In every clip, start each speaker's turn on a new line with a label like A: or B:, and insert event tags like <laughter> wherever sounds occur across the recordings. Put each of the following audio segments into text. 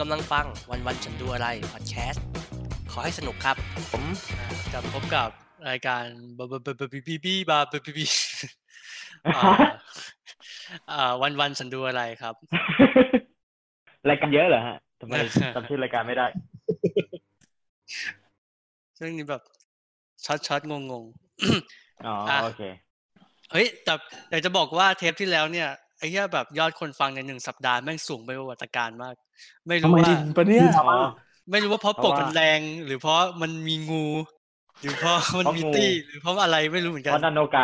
A: กำลังฟังวันวันๆฉันดูอะไรพอดแคสต์ขอให้สนุกครับ ผม
B: กลับพบกับรายการบะบะบะบะบีบีบีบาบะบี
A: <laughs>
B: บีอ่าอ่าวันวันฉันดูอะไรครับ
C: รายการเยอะเหรอฮะทำไม จำชื่อรายการไม่ได้
B: ซึ่งนี่แบบช็อตช็อตงงง
C: อ๋ออะ โอเค
B: ๆเฮ้ยแต่อยากจะบอกว่าเทปที่แล้วเนี่ยไอ้เหี้ยแบบยอดคนฟังในหนึ่งสัปดาห์แม่งสูงไปนประวัติการณ์มาก ไม่
D: ทำ
B: รู้
D: ไม
B: ว่า
D: ดินปะเนี่ย
C: อ๋อ
B: ไม่รู้ว่าเพราะป
C: เพราะ
B: ก
C: ว่า
B: มันแรง หรือเพราะมันมีงู หรือเพราะมัน
C: เพราะ
B: มี
C: งู
B: ตี้หรือเพราะอะไรไม่รู้เหมือน
C: เพ
B: กัน
C: ราะนันโนไก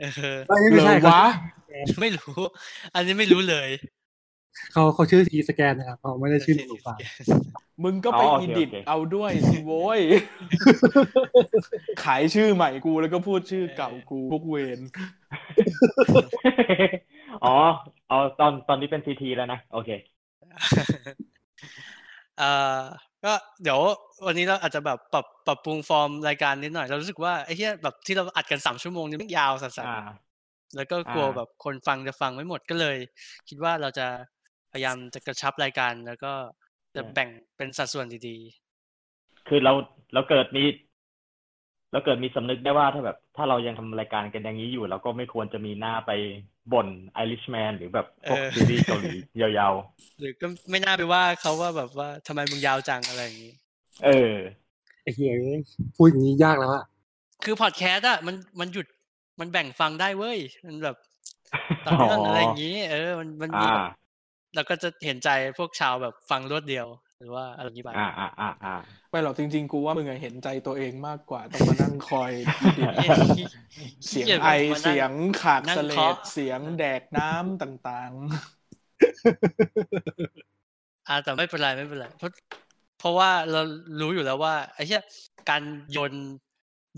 B: เออ
D: เหลือวะ
B: <laughs> ไม่รู้ อันนี้ไม่รู้เลย
E: เขาเขาชื่อทีสแกนนะครับเขาไม่ได้ชื่อหนูฟัง
D: มึงก็ไปอีดิทเอาด้วยสิโว้ย <laughs> ขายชื่อใหม่กูแล้วก็พูดชื่อเก่ากูพวกเวน
C: <laughs> อ๋ออ๋อตอนตอนนี้เป็นซีทีแล้วนะ โอเค
B: เอ่อก็เดี๋ยววันนี้เราอาจจะแบบปรับปรับปรุงฟอร์มรายการนิดหน่อย เรารู้สึกว่าไอ้เหี้ยแบบที่เราอัดกันสามชั่วโมงนี่มันยาวสัส
C: อ่า
B: ๆแล้วก็กลัว
C: อ่า
B: แบบคนฟังจะฟังไม่หมดก็เลย คิดว่าเราจะพยายามจะกระชับรายการแล้วก็จะแบ่งเป็นสัดส่วนดี
C: คือเราเราเกิดมีเราเกิดมีสำนึกได้ว่าถ้าแบบ ถ้าเรายังทำรายการกันอย่างนี้อยู่เราก็ไม่ควรจะมีหน้าไปบ่น Irishman หรือแบบพวกซีรีส์เกาหลียาว
B: ๆ หรือก็ไม่น่าไปว่าเขาว่าแบบว่าทำไมมึงยาวจังอะไรอย่างนี้
C: ๆ เออ
E: ไอ้เหี้ยพูดอย่างนี้ยากแล้วอะ
B: คือพอดแคสต์อะมันมันหยุดมันแบ่งฟังได้เว้ย มันแบบตอนเรื่องอะไรอย่างนี้ เออ มันมันมี
C: อ่า
B: แบบเราก็จะเห็นใจพวกชาวแบบฟังรวดเดียว หรือว่าอะไรอย่างนี้ไป
C: อ่าอ่าอ่าอ่า
D: ไม่หรอกจริง ๆ กูว่ามึงอะเห็นใจตัวเองมากกว่าต้องมานั่งคอย edit
B: เอ้ย
D: เสียง
B: เกียจ
D: ไอ
B: มานั่ง
D: เสียงขาก
B: นั่ง
D: เสเล
B: เคาะ
D: ดเสียงแดกน้ำต่าง
B: <laughs> อ่าแต่ไม่เป็นไรไม่เป็นไรเพราะเพราะว่าเรารู้อยู่แล้วว่าไอ้เชี่ยการโยน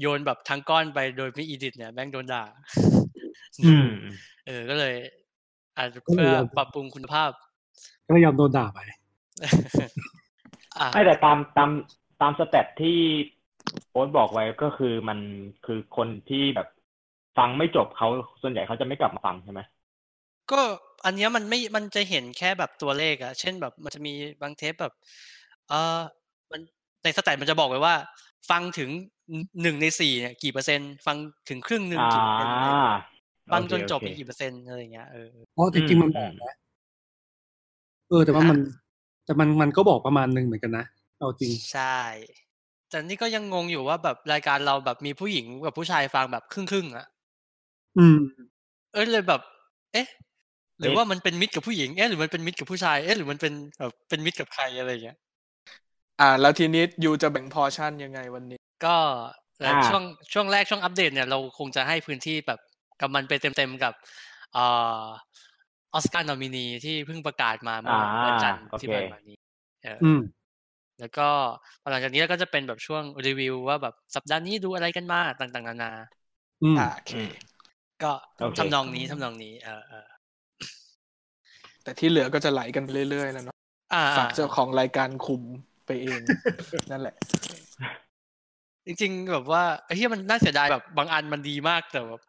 B: โยนแบบทั้งก้อนไปโดยไม่อีดิทเนี่ยแม่งโดนด่า
C: อืม
B: เออก็เลยอาจจะเพื่อปรับปรุงคุณภาพ
E: ก็เลยยอมโดนด่าไป
B: อ่ะ
C: ไม่แต่ตามตามตามสเตตที่โอ๊ตบอกไว้ก็คือมันคือคนที่แบบฟังไม่จบเขาส่วนใหญ่เขาจะไม่กลับมาฟังใช่ไหม
B: ก็อันเนี้ยมันไม่มันจะเห็นแค่แบบตัวเลขอะเช่นแบบมันจะมีบางเทปแบบ เออมันในสแตทมันจะบอกไว้ว่า ฟังถึงหนึ่งในสี่เนี่ยกี่เปอร์เซ็นต์ฟังถึงครึ่งหนึ่ง
C: อ่า
B: กี่เปอร์เซ็นต์อะไรอย่างเงี้ยฟังจนจบไป
C: โอเค
B: กี่เปอร์เซ็นต์อะไรอย่างเงี้ยเออ
E: เพราะจริงๆมันบอกนะเออ แต่ว่ามัน แต่มันมันก็บอกประมาณหนึงเหมือนกันนะเอาจริง
B: ใช่ แต่นี่ก็ยังงงอยู่ว่าแบบรายการเราแบบมีผู้หญิงกับผู้ชายฟังแบบครึ่งครึ่งๆอะ
E: อืม
B: เอ้ยเลยแบบ เอ๊ะ หรือ
C: เอ๊ะ
B: ว่ามันเป็นมิตรกับผู้หญิง เอ๊ะหรือมันเป็นมิตรกับผู้ชาย เอ๊ะหรือมันเป็นแบบเป็นมิตรกับใครอะไรอย่างเงี้ย
D: ๆ อ่า แล้วทีนี้ยูจะแบ่งพอร์ชั่นยังไงวันนี้
B: ก็เอ่ออา ช่วงช่วงแรกช่วงอัปเดตเนี่ยเราคงจะให้พื้นที่แบบกับมันไปเต็มๆกับเออสการ์นอมินีที่เพิ่งประกาศมาเมื่อวันจันทร์
C: อ่าโอเค
B: ที่ผ่านมานี้เอออ
E: อืม
B: แล้วก็หลังจากนี้ก็จะเป็นแบบช่วงรีวิวว่าแบบสัปดาห์นี้ดูอะไรกันมาต่างๆนานา
E: อืม
D: อ่าโอเค
C: อืม
B: ก็
C: โอเค
B: ทำนองนี้ทำนองนี้ เออเออ
D: แต่ที่เหลือก็จะไหลกันเรื่อยๆแล้วเนาะ
B: อ่า
D: ฝากเจ้าของรายการคุมไปเอง นั่นแหละ
B: จริงๆแบบว่าไอ้เฮียมันน่าเสียดายแบบบางอันมันดีมากแต่แบบ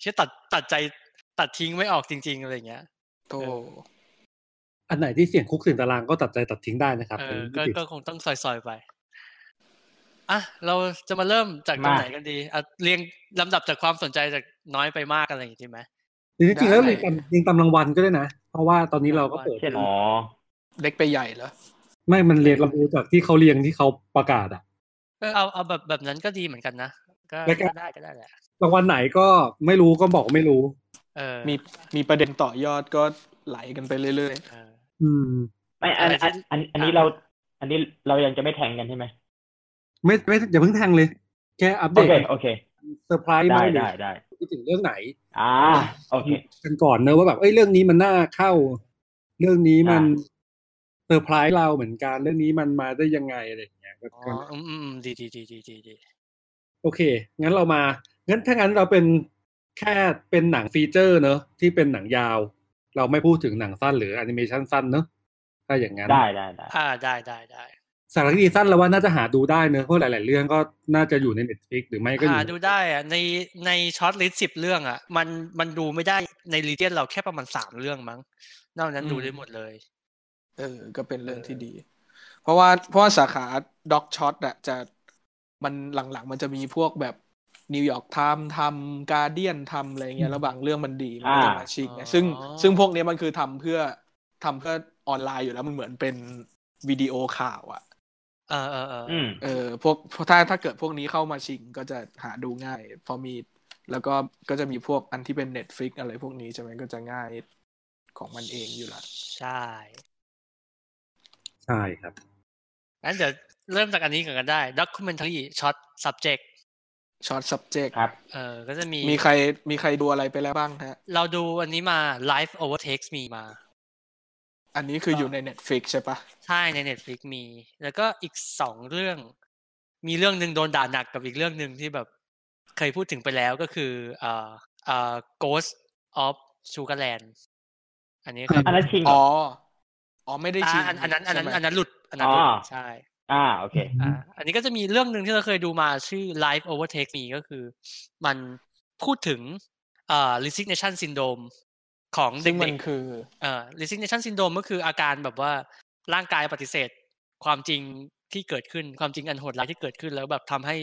B: เชี่ยตัดตัดใจตัดทิ้งไม่ออกจริง ๆอะไรอย่างเงี้ย
D: โต
E: อันไหนที่เสี่ยงคุกเสี่ยงตารางก็ตัดใจตัดทิ้งได้นะครับ
B: เอ
E: เป็น
B: อ
E: วิ
B: ก็
E: ธี
B: ก็คงต้องซอยๆไป อ่ะ เราจะมาเริ่มจากตรง
C: มา
B: ไหนกันดีอ่ะเรียงลำดับจากความสนใจจากน้อยไปมากอะไรอย่างงี้ดีไหม
E: จริงจริงๆแล้ว
D: ได้
E: เรียงตามเรียงตามรางวัลก็ได้นะ เพราะว่าตอนนี้เราก็เปิด
C: เช่นอ๋อ
D: เล็กไปใหญ่เหรอ
E: ไม่มันเรียงลำดูจากที่เขาเรียงที่เขาประกาศอะ
B: เออเอาเอาแบบแบบนั้นก็ดีเหมือนกันนะ ก็
E: แล้วก็
B: ก็ได้ก็ได้แหละ
E: รางวัลไหนก็ไม่รู้ก็บอกไม่รู้
B: เออ
D: มีมีประเด็นต่อยอดก็ไหลกันไปเรื่อย
B: เออ
E: อืม
C: ไม่อันอันอันอันนี้
B: อ่า
C: เรา อันนี้เรายังจะไม่แทงกันใช่ไหม
E: ไม่ไม่อย่าเพิ่งแทงเลย แค่อัป
C: โอ
E: เดต
C: เคโอเค
E: เซอร์ไพรส์ไหม
C: ได้
E: หรือ
C: ได้ได้
E: พูดถึงเรื่องไหน
C: อ่าโอเค
E: กันก่อนเนอะว่าแบบเอ้ยเรื่องนี้มันน่าเข้า เรื่องนี้มัน
C: อ่
E: เซอร์ไพรส์เราเหมือนกันเรื่องนี้มันมาได้ยังไงอะไรอย่างเงี้ย
B: อ๋ออืมอืมอืมดีดีดีดีดีดี
E: โอเค งั้นเรามางั้นถ้างั้นเราเป็นแค่เป็นหนังฟีเจอร์เนอะที่เป็นหนังยาว เราไม่พูดถึงหนังสั้นหรือแอนิเมชันสั้นเนอะถ้าอย่างนั้น
C: ได้ได้ได้
B: อ่าได้ได้ได้
E: สารคดีสั้นเราว่าน่าจะหาดูได้เนอะเพราะหลาย ๆ เรื่องก็น่าจะอยู่ใน Netflix หรือไม่ก็อ
B: หา
E: ยู่
B: ดูได้อ่ะในในช็อตลิสต์สิบเรื่องอ่ะ มันมันดูไม่ได้ในรีเดียนเราแค่ประมาณสามเรื่องมั้ง นอกนั้นดูได้หมดเลย
F: เออ ก็เป็นเรื่องที่ดี เพราะว่าเพราะว่าสาขาด็อกช็อตอะจะมันหลังๆ มันจะมีพวกแบบนิวยอร์กไทม์ทำการเดียนทำอะไรเงี้ยแล้วบางเรื่องมันดีมันก็เป็น
C: อ่า
F: อาชีพไง
B: อ๋อ
F: ซึ่งซึ่งพวกเนี้ยมันคือทำเพื่อทำเพื่อออนไลน์อยู่แล้วมันเหมือนเป็นวิดีโอข่าวอะ
B: เออเออเออ
C: อืม
F: เออพวกถ้าถ้าเกิดพวกนี้เข้ามาชิงก็จะหาดูง่าย พอมีแล้วก็ก็จะมีพวกอันที่เป็น Netflix อะไรพวกนี้ใช่ไหมก็จะง่ายของมันเองอยู่ละ
B: ใช่
E: ใช่ครับ
B: งั้นเดี๋ยวเริ่มจากอันนี้ก่อนก็ได้ documentary short subject
F: short subject
C: ครับ
B: เออก็จะมี
F: มีใครมีใครดูอะไรไปแล้วบ้างฮะ
B: เราดูอันนี้มา life overtakes me มา
F: อันนี้คืออยู่ใน Netflix ใช่ปะ
B: ใช่ใน Netflix มี แล้วก็อีกสองเรื่อง มีเรื่องหนึ่งโดนด่าหนักกับอีกเรื่องหนึ่งที่แบบเคยพูดถึงไปแล้วก็คือเอ่อเอ่อ Ghost of Sugarland อันนี้เคย
C: อันนั้นชิงเหร
F: อ๋
C: อ
F: อ อ๋อไม่ได้
B: อ่า
F: ชิง
B: อันอันนั้นอันนั้น
F: ใช่ไหม
B: อันนั้นหลุดอันนั้นหลุด
C: อ๋อ
B: ใช่
C: อ่า โอเค
B: อ่าอันนี้ก็จะมีเรื่องหนึ่งที่เราเคยดูมาชื่อ Life Overtake Me ก็คือ มันพูดถึงเอ่อ resignation syndrome ของ
F: ซึ่งมั
B: เด็
F: น
B: กๆ
F: คือ
B: เอ่อ resignation syndrome ก็คืออาการแบบว่าร่างกายปฏิเสธ ความจริงที่เกิดขึ้นความจริงอันโหดร้ายที่เกิดขึ้นแล้วแบบทำให้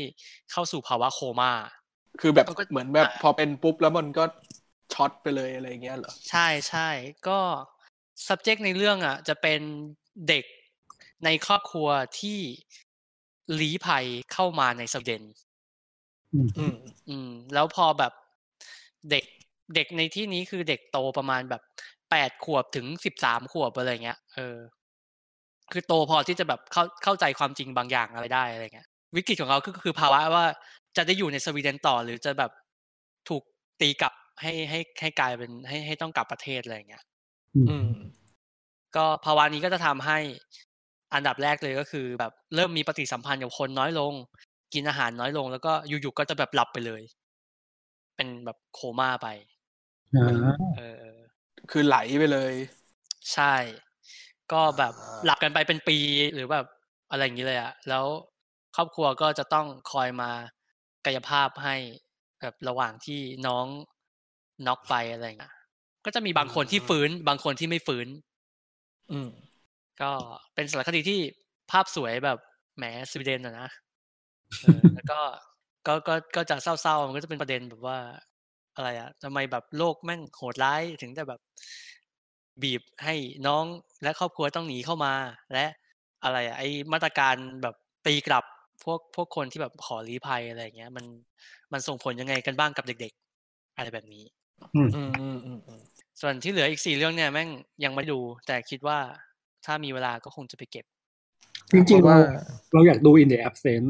B: เข้าสู่ภาวะโคม่า
F: คือแบบ
B: มันก็
F: เหมือนแบบพอเป็นปุ๊บแล้วมันก็ช็อตไปเลยอะไรอย่างเงี้ยเหรอ
B: ใช่ใช่ก็ subject ในเรื่องอ่ะ จะเป็นเด็กในครอบครัวที่ลี้ภัยเข้ามาในสวีเดน
F: อืม
B: อืมแล้วพอแบบเด็กเด็กในที่นี้คือเด็กโตประมาณแบบแปดขวบถึงสิบสามขวบอะไรเงี้ยเออ คือโตพอที่จะแบบเข้าเข้าใจความจริงบางอย่างอะไรได้อะไรเงี้ย วิกฤตของเขาก็คือภาวะว่าจะได้อยู่ในสวีเดนต่อหรือจะแบบถูกตีกลับให้ให้ให้กลายเป็นให้ให้ต้องกลับประเทศอะไรเงี้ย
F: อืม
B: ก็ภาวะนี้ก็จะทำให้อันดับแรกเลยก็คือ แบบเริ่มมีปฏิสัมพันธ์กับคนน้อยลง กินอาหารน้อยลง แล้วก็อยู่ๆก็จะแบบหลับไปเลย เป็นแบบโคม่าไป เออ
F: คือไหลไปเลย
B: ใช่ ก็แบบหลับกันไปเป็นปีหรือแบบอะไรอย่างนี้เลยอะแล้วครอบครัวก็จะต้องคอยมากายภาพให้แบบระหว่างที่น้องน็อกไปอะไรอย่างเงี้ยก็จะมีบางคนที่ฟื้น บางคนที่ไม่ฟื้น
F: อืม
B: ก็เป็นสารคดีที่ภาพสวยแบบแหมสวีเดนอะนะเออ แล้วก็ก็ก็ก็จะเศร้าๆ มันก็จะเป็นประเด็นแบบว่า อะไรอะทำไมแบบโลกแม่งโหดร้ายถึงแต่แบบ บีบให้น้องและครอบครัวต้องหนีเข้ามา และอะไรอะไอมาตรการแบบตีกลับพวกพวกคนที่แบบขอลี้ภัยอะไรอย่างเงี้ย มันมันส่งผลยังไงกันบ้างกับเด็ก ๆ อะไรแบบนี้
F: อืมอืมอืมอืม
B: ส่วนที่เหลืออีกสี่เรื่องเนี่ยแม่งยังไม่ดู แต่คิดว่าถ้ามีเวลาก็คงจะไปเก็บ
E: จริงๆ
F: เพาะว่า
E: เราเราอยากดู in the absent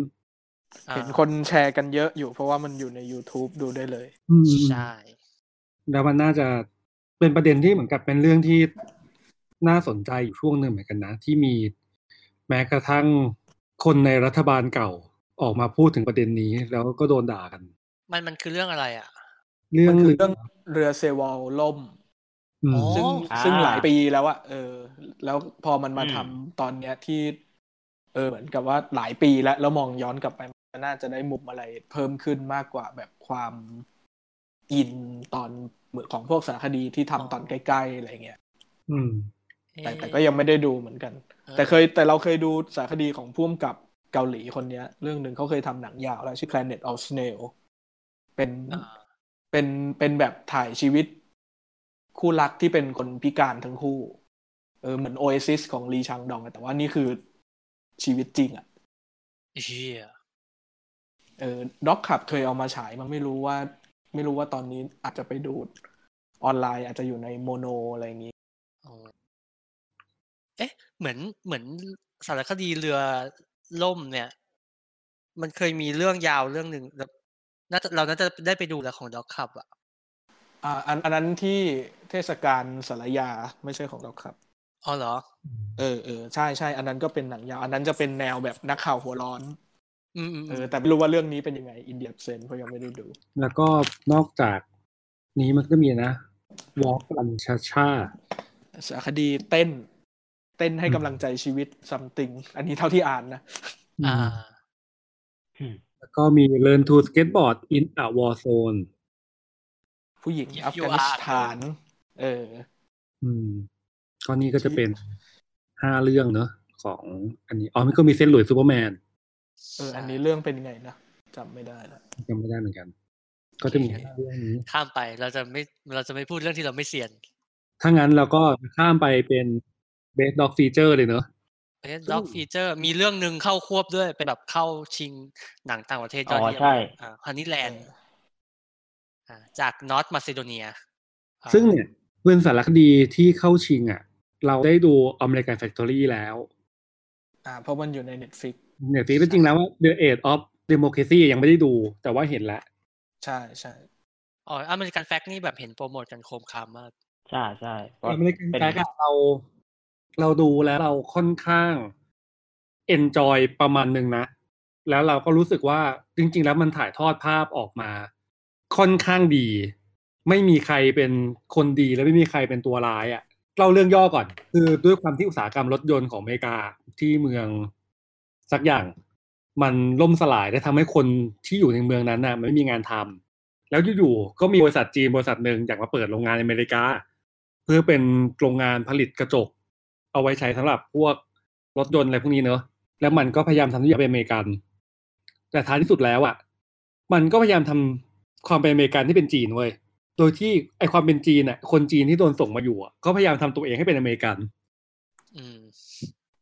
B: อ่า
F: เห็นคนแชร์กันเยอะอยู่เพราะว่ามันอยู่ใน YouTube ดูได้เลย
E: อืม
B: ใช่
E: แล้วมันน่าจะเป็นประเด็นที่เหมือนกับเป็นเรื่องที่น่าสนใจอยู่ช่วงหนึ่งเหมือนกันนะ ที่มีแม้กระทั่งคนในรัฐบาลเก่าออกมาพูดถึงประเด็นนี้ แล้วก็โดนด่ากัน
B: มันมันคือเรื่องอะไรอ่ะ
E: เรื่อ
F: มั
E: ง
F: นคือเรื่องเรือเซวอลล่ม
E: อืม
B: อ๋อ
F: ซึ่ง
C: อ่า
F: ซึ่งหลายปีแล้วอะเออ แล้วพอมันมา
C: อืม
F: ทำตอนเนี้ยที่ เออเหมือนกับว่าหลายปีแล้ว แล้วมองย้อนกลับไปมันน่าจะได้มุมอะไรเพิ่มขึ้นมากกว่าแบบความอินตอนเหมือนของพวกสารคดีที่ทำตอนใกล้ๆอะไรเงี้ย
E: อืม
F: แต่
B: เอ๊ะ
F: แต่ก็ยังไม่ได้ดูเหมือนกัน
B: ออ
F: แต่เคยแต่เราเคยดูสารคดีของพ่วมกับเกาหลีคนเนี้ย เรื่องหนึ่งเขาเคยทำหนังยาวแล้วชื่อ Planet of Snail เป็น
B: อ่า
F: เป็นเป็นแบบถ่ายชีวิต คู่รักที่เป็นคนพิการทั้งคู่ เออเหมือน Oasis ของลีชังดองอะแต่ว่านี่คือชีวิตจริงอ่ะ
B: เชี่ย
F: เออด็อกขับเคยเอามาฉายมันไม่รู้ว่า ไม่รู้ว่าตอนนี้อาจจะไปดูออนไลน์อาจจะอยู่ในโมโนอะไรอย่างนี้
B: อ๋อเอ๊ะ เหมือนเหมือนสารคดีเรือล่มเนี่ย มันเคยมีเรื่องยาวเรื่องหนึ่งแล้วน่าจะเราน่าจะได้ไปดูแล้วของด็อกคับอ่ะ
F: อ่าอันอันนั้นที่เทศกาลสารยาไม่ใช่ของด็อกขับ
B: อ๋อเหรอ
F: เออเออใช่ใช่อันนั้นก็เป็นหนังยาว อันนั้นจะเป็นแนวแบบนักข่าวหัวร้อน
B: อืมอืม
F: เอ
B: อื
F: อ
B: ม
F: แต่ไม่รู้ว่าเรื่องนี้เป็นยังไงอินเดียเซนเพราะยังไม่ได้ดู
E: แล้วก็นอกจากนี้มันก็มีนะ walk อันชาชา
F: สารคดีเต้น เต้นให้กำลังใจชีวิตซัมติง อันนี้เท่าที่อ่านนะ
B: อ่า
E: แล้วก็มี learn to skateboard in a war zone
F: ผู้หญิง
B: If
F: อัฟ
B: you
F: กา
B: are
F: นิสถาน เออ
E: อืมก็นี่ก็จะเป็น ห้าเรื่องเนอะของอันนี้อ๋อมันก็มีเซนต์หลุยส์ซูเปอร์แมน
F: เอออันนี้เรื่องเป็นไงนะจำไม่ได้ละ
E: จำไม่ได้เหมือนกัน ก็จะมีห้าเรื่องนี้
B: ข้ามไปเราจะไม่เราจะไม่พูดเรื่องที่เราไม่เสี่ยง
E: ถ้างั้นเราก็ข้ามไปเป็นเบสด็อกฟีเจอร์เลยเนอะ
B: เบสด็อกฟีเจอร์มีเรื่องหนึ่งเข้าควบด้วย เป็นแบบเข้าชิงหนังต่างประเทศย
C: อ๋
B: อด
C: อ
B: เยี่ยม
C: ใช่
B: อ่าฮันนี่แลนด์จากนอตมาซิโดเนีย
E: ซึ่งเนี่ยเป็นสารคดีที่เข้าชิงอ่ะ เราได้ดูอเมริกันแฟคทอรี่แล้ว
F: อ่าเพราะมันอยู่ในเน็ตฟิก
E: เนี่ยที่จริงแล้วว่า The Age of Democracy ยังไม่ได้ดู แต่ว่าเห็นแล้ว
F: ใช่ใช่
B: อ๋ออเมริกันแฟกนี่แบบเห็นโปรโมทกันโคมคามมาก
C: ใช่ใช่ก็
E: อเมริกัน
C: เป็น
E: แฟกเราเราดูแล้วเราค่อนข้าง enjoy ประมาณหนึ่งนะ แล้วเราก็รู้สึกว่าจริง ๆ แล้วมันถ่ายทอดภาพออกมา ค่อนข้างดี ไม่มีใครเป็นคนดีและไม่มีใครเป็นตัวร้ายอะ่ะเล่าเรื่องย่อก่อน คือด้วยความที่อุตสาหกรรมรถยนต์ของอเมริกาที่เมืองสักอย่าง มันล่มสลายและทำให้คนที่อยู่ในเมืองนั้นน่ะมันไม่มีงานทำ แล้วอยู่ๆ ก็มีบริษัทจีนบริษัทหนึ่งอยากมาเปิดโรงงานในอเมริกา เพื่อเป็นโรงงานผลิตกระจก เอาไว้ใช้สำหรับพวกรถยนต์อะไรพวกนี้เนอะแล้วมันก็พยายามทำทุกอย่างเป็นอเมริกัน แต่ท้ายที่สุดแล้วอะ่ะ มันก็พยายามทำความเป็นอเมริกันที่เป็นจีนเว้ยโดยที่ไอความเป็นจีนอะ่ะ คนจีนที่โดนส่งมาอยู่อะก็พยายามทำตัวเองให้เป็นอเมริกัน
B: อืม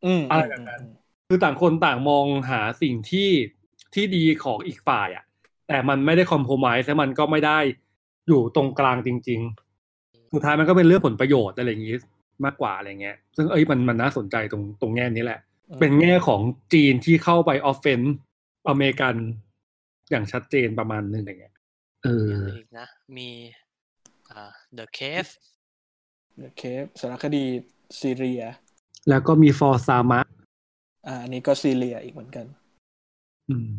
F: อืม
E: อะไรแบบนั้น คือต่างคนต่างมองหาสิ่งที่ที่ดีของอีกฝ่ายอะ่ะ แต่มันไม่ได้คอมโพมไส์และมันก็ไม่ได้อยู่ตรงกลางจริง ๆ สุดท้ายมันก็เป็นเรื่องผลประโยชน์อะไรอย่างนี้มากกว่าอะไรเงี้ย ซึ่งเอ้ยมันมันน่าสนใจตรงตรงแง่นี้แหละ เป็นแง่ของจีนที่เข้าไปออฟเฟนอเมริกันอย่างชัดเจนประมาณนึงอะไรเงี้ย เออ
B: มีอะไรอีกนะ มีอ่า The Cave
F: เดอะเคฟสารคดีซีเรีย
E: แล้วก็มีฟอร์ซามะ
F: อ่าอันนี้ก็ซีเรียอีกเหมือนกัน
E: อืม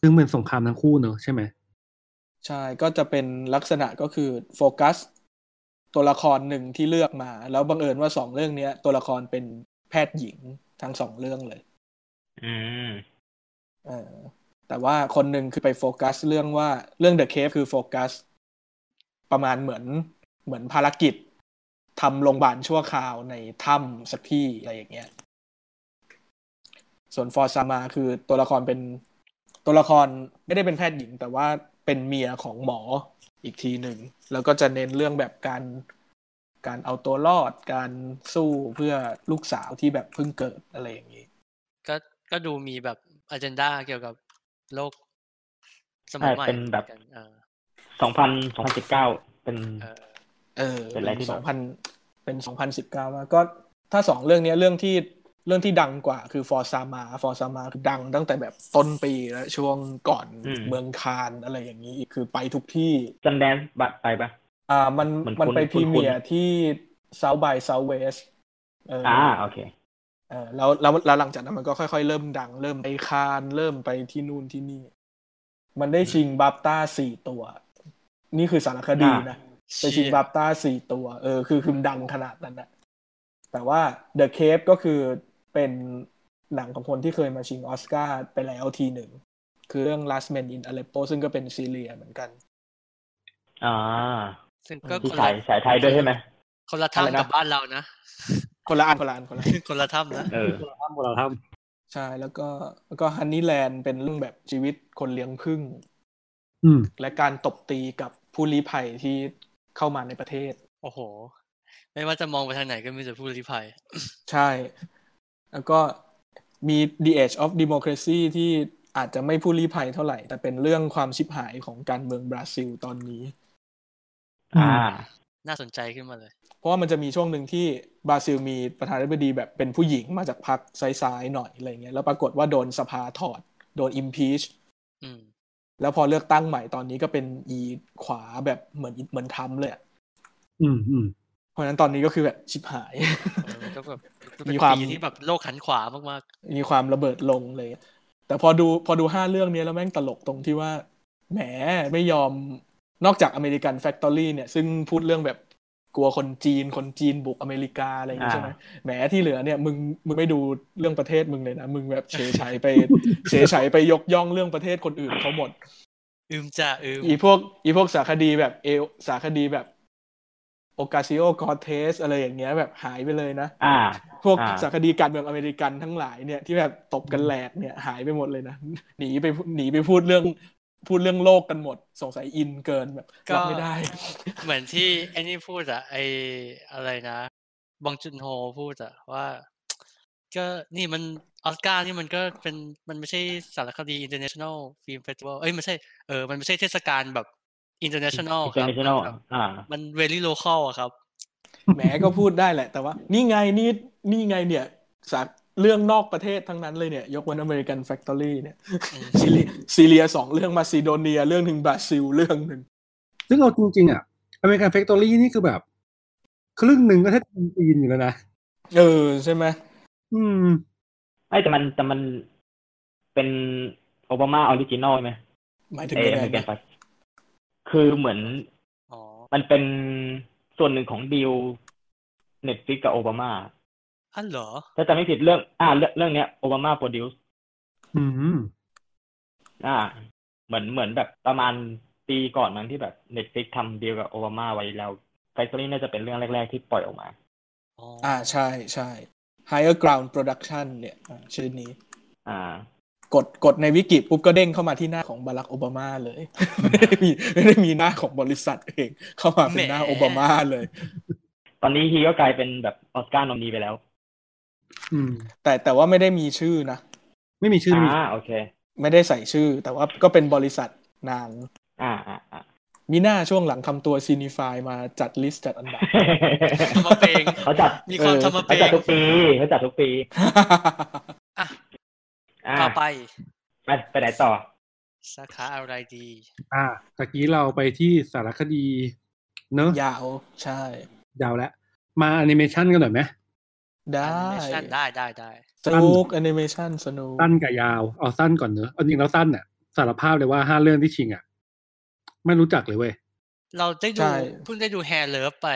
E: ซึ่งเป็นสงครามทั้งคู่เนอะใช่ไหม
F: ใช่ก็จะเป็นลักษณะก็คือโฟกัส ตัวละครหนึ่งที่เลือกมา แล้วบังเอิญว่าสองเรื่องเนี้ย ตัวละครเป็นแพทย์หญิงทั้งสองเรื่องเลย
C: อืม
F: เออแต่ว่าคนหนึ่งคือไปโฟกัสเรื่องว่าเรื่อง The Cave คือโฟกัส ประมาณเหมือนเหมือนภารกิจทำโรงพยาบาลชั่วคราวในถ้ำสักที่อะไรอย่างเงี้ย ส่วนฟอร์ซามาคือตัวละครเป็นตัวละครไม่ได้เป็นแพทย์หญิง แต่ว่าเป็นเมียของหมออีกทีหนึ่ง แล้วก็จะเน้นเรื่องแบบการการเอาตัวรอด การสู้เพื่อลูกสาวที่แบบเพิ่งเกิดอะไรอย่างนี้
B: ก็ก็ดูมีแบบ agenda เกี่ยวกับโลกสมัย
C: ใช่
B: ใหม่
C: เป็นแบบ
B: หมือกัอ่า
C: สองพันสองพันสิบเก้าเป็น
B: เออ
F: เออ
C: เป็นอะไรที่
F: ส
C: แบ
F: อบ งพันเป็นสองพันสิบเก้าก็ถ้าสองเรื่องเนี้ยเรื่องที่เรื่องที่ดังกว่าคือฟอร์ซามาฟอร์ซามาคือดังตั้งแต่แบบต้นปีแล้วช่วงก่อน
C: อืม
F: เมืองคานอะไรอย่างนี้อีกคือไปทุกที่
C: จันแดนบัตรไปปะ
F: อ่ามัน
C: เหมือน
F: มันไป
C: คุ้
F: พรี
C: นๆ
F: เมียร์ที่ South by Southwest เอออ
C: อ่าโอเค
F: เออแล้วแล้วแล้วหลังจากนั้นมันก็ค่อยๆ เริ่มดัง เริ่มไปคานเริ่มไปที่นู่นที่นี่ มันได้ชิงบัฟต้าสี่ตัว นี่คือสารคดี
C: อ่าน
F: นะ ไปชิงบัฟต้าสี่ตัวเออคือคือดังขนาดนั้นนะแต่ว่า The Cave ก็คือเป็นหนังของคนที่เคยมาชิงออสการ์ไปแล้วทีหนึ่ง คือเรื่อง Last Man in Aleppo ซึ่งก็เป็นซีเรียเหมือนกัน
C: อ่า
B: ซึ่งก็
C: ที่
B: คน
C: ฉา
B: ละ
C: ยฉายไทยด้วยใช่ไหม
B: คนละ
F: อะไร
B: ถ้ำ
F: นะ
B: กับบ้านเรานะ
F: คนละอันคนละอันคนละอัน <laughs>
B: คนละถ้ำนะ
C: เออ
E: ทำเราท
F: ใช่แล้วก็แล้วก็ Honeyland เป็นเรื่องแบบชีวิตคนเลี้ยงผึ้ง
E: ำอืม
F: และการตบตีกับผู้ลี้ภัยที่เข้ามาในประเทศ
B: โอ้โห ไม่ว่าจะมองไปทางไหนก็มีแต่ผู้ลี้ภัย
F: ใช่ แล้วก็มี The Age of Democracy ที่อาจจะไม่ผู้ลี้ภัยเท่าไหร่ แต่เป็นเรื่องความชิบหายของการเมืองบราซิลตอนนี้
C: อ่า
B: น่าสนใจขึ้นมาเลย
F: เพราะว่ามันจะมีช่วงหนึ่งที่บราซิลมีประธานาธิบดีแบบเป็นผู้หญิงมาจากพรรคซ้ายๆหน่อยอะไรเงี้ย แล้วปรากฏว่าโดนสภาถอด โดน impeach
B: อืม
F: แล้วพอเลือกตั้งใหม่ตอนนี้ก็เป็นอีขวาแบบเหมือนเหมือนทำเลยอะ
E: อืมอืม
F: เพราะฉะนั้นตอนนี้ก็คือแบบชิบหาย
B: เออก็แบบก็เป็น
F: มีความ
B: ปีที่แบบโลกหันขวามาก
F: มีความระเบิดลงเลย แต่พอดูพอดูห้าเรื่องนี้แล้วแม่งตลกตรงที่ว่า แหมไม่ยอมนอกจากอเมริกันแฟ c ทอรี่เนี่ย ซึ่งพูดเรื่องแบบกลัวคนจีนคนจีนบุกอเมริกาอะไรอย่างงี้
C: อ่า
F: ใช่ไหมแหมที่เหลือเนี่ยมึงมึงไม่ดูเรื่องประเทศมึงเลยนะ มึงแบบเฉยชัยไป เฉยชัยไปยกย่องเรื่องประเทศคนอื่นเขาหมด
B: ๆ อืมจ้ะอืม
F: อีพวกอีพวกสารคดีแบบเอสารคดีแบบโอกาซิโอกอเทสอะไรอย่างเงี้ยแบบหายไปเลยนะ
C: อ่า
F: พวก
C: อ่า
F: สารคดีการเมืองอเมริกันทั้งหลายเนี่ยที่แบบตบกันแหลกเนี่ยหายไปหมดเลยนะ หนีไปหนีไปพูดเรื่องพูดเรื่องโลกกันหมด สงสัยอินเกินแบบรับไม่ได้
B: เหมือนที่ไอ้นี่พูดอะไออะไรนะบองจุนโฮพูดอะว่า ก็นี่มันออสการ์นี่มันก็เป็นมันไม่ใช่สารคดี international film festival เอ้ยไม่ใช่เออมันไม่ใช่เทศกาลแบบ international ครับ
C: international อ่า
B: มัน very local อะครับ
F: แหมก็พูดได้แหละ แต่ว่า นี่ไงนี่นี่ไงเนี่ยสารเรื่องนอกประเทศทั้งนั้นเลยเนี่ย ยกเว้นอเมริกันแฟคทอรี่เนี่ยซีเรียซีเรียสองเรื่องมาซิโดเนีย เรื่องหนึ่งบราซิลเรื่องหนึ่ง
E: ซึ่งเอาจริงๆอ่ะอเมริกันแฟคทอรี่นี่คือแบบ ครึ่งหนึ่งก็แทบจะเป็นจีนอยู่แล้วนะ
F: เออใช่ไหม
E: อืม
C: ไอ้แต่มันแต่มันเป็นโอบามาออริจินอลใช่ไหม
F: หมายถึง
C: เอ
F: ยัง
C: อ
F: ไง
C: เมริกัน
F: นะ
C: ไปคือเหมือน
B: อ๋อ
C: มันเป็นส่วนหนึ่งของดีลเน็ตฟิกกับโอบามา
B: อันเหรอ
C: ถ้าจำไม่ผิดเรื่อง อ่า เรื่องเรื่องเนี้ยโอบามาโปรดิวส์
E: อืม
C: อ่า เหมือนเหมือนแบบประมาณปีก่อนนั้นที่แบบเน็ตฟิกทำดีลกับโอบามาไว้แล้วไฟซอรี่น่าจะเป็นเรื่องแรก ๆ ที่ปล่อยออกมา
B: อ๋ออ
F: อ่าใช่ใช่ Higher Ground Production เนี่ยอ่าชื่อนี้
C: อ่า
F: กดกดในวิกิปุ๊บก็เด้งเข้ามาที่หน้าของบารักโอบามาเลย <laughs> ไม่ได้มีไม่ได้มีหน้าของบริษัทเองเข้ามาเป็นหน้าโอบามาเลย
C: ตอนนี้ฮีก็กลายเป็นแบบออสการ์นอมนีไปแล้ว
E: อืม
F: แต่แต่ว่าไม่ได้มีชื่อนะ
E: ไม่มีชื่อไม่มี
C: อ่า โอเค
F: ไม่ได้ใส่ชื่อ แต่ว่าก็เป็นบริษัทนาง
C: อ่าอ่าอ่า <laughs>
F: มีหน้าช่วงหลังคำตัวซีนิฟายมาจัดลิสต์จัดอันดับ
B: ทำมาเปง
C: เขาจัด
B: มีความ
F: เออ
B: ทำมาเป
C: เขาจัด
B: ง
C: ทุกปีเขาจัดทุกปี
B: อ่ะ
C: อ่า
B: ต่อไป
C: ไปไปไหนต่อ
B: สาขาอะไรดี
E: อ่าตะกี้เราไปที่สารคดี เนอะ
F: <laughs> ยาวใช่
E: ยาวแล้วมาแอนิเมชันกันหน่อยไหม
F: ได้
B: Animation ได้ได้ได้
F: สนุกแอนิเมชันสนุก
E: สั้นกับยาวเอาสั้นก่อนเนอะเอาจริงเราสั้นอ่ะ สารภาพเลยว่าห้าเรื่องที่ชิงอ่ะไม่รู้จักเลยเว้ย
B: เราได้ดู
F: ใช่
B: เพิ่งได้ดูแฮร์เลิฟไป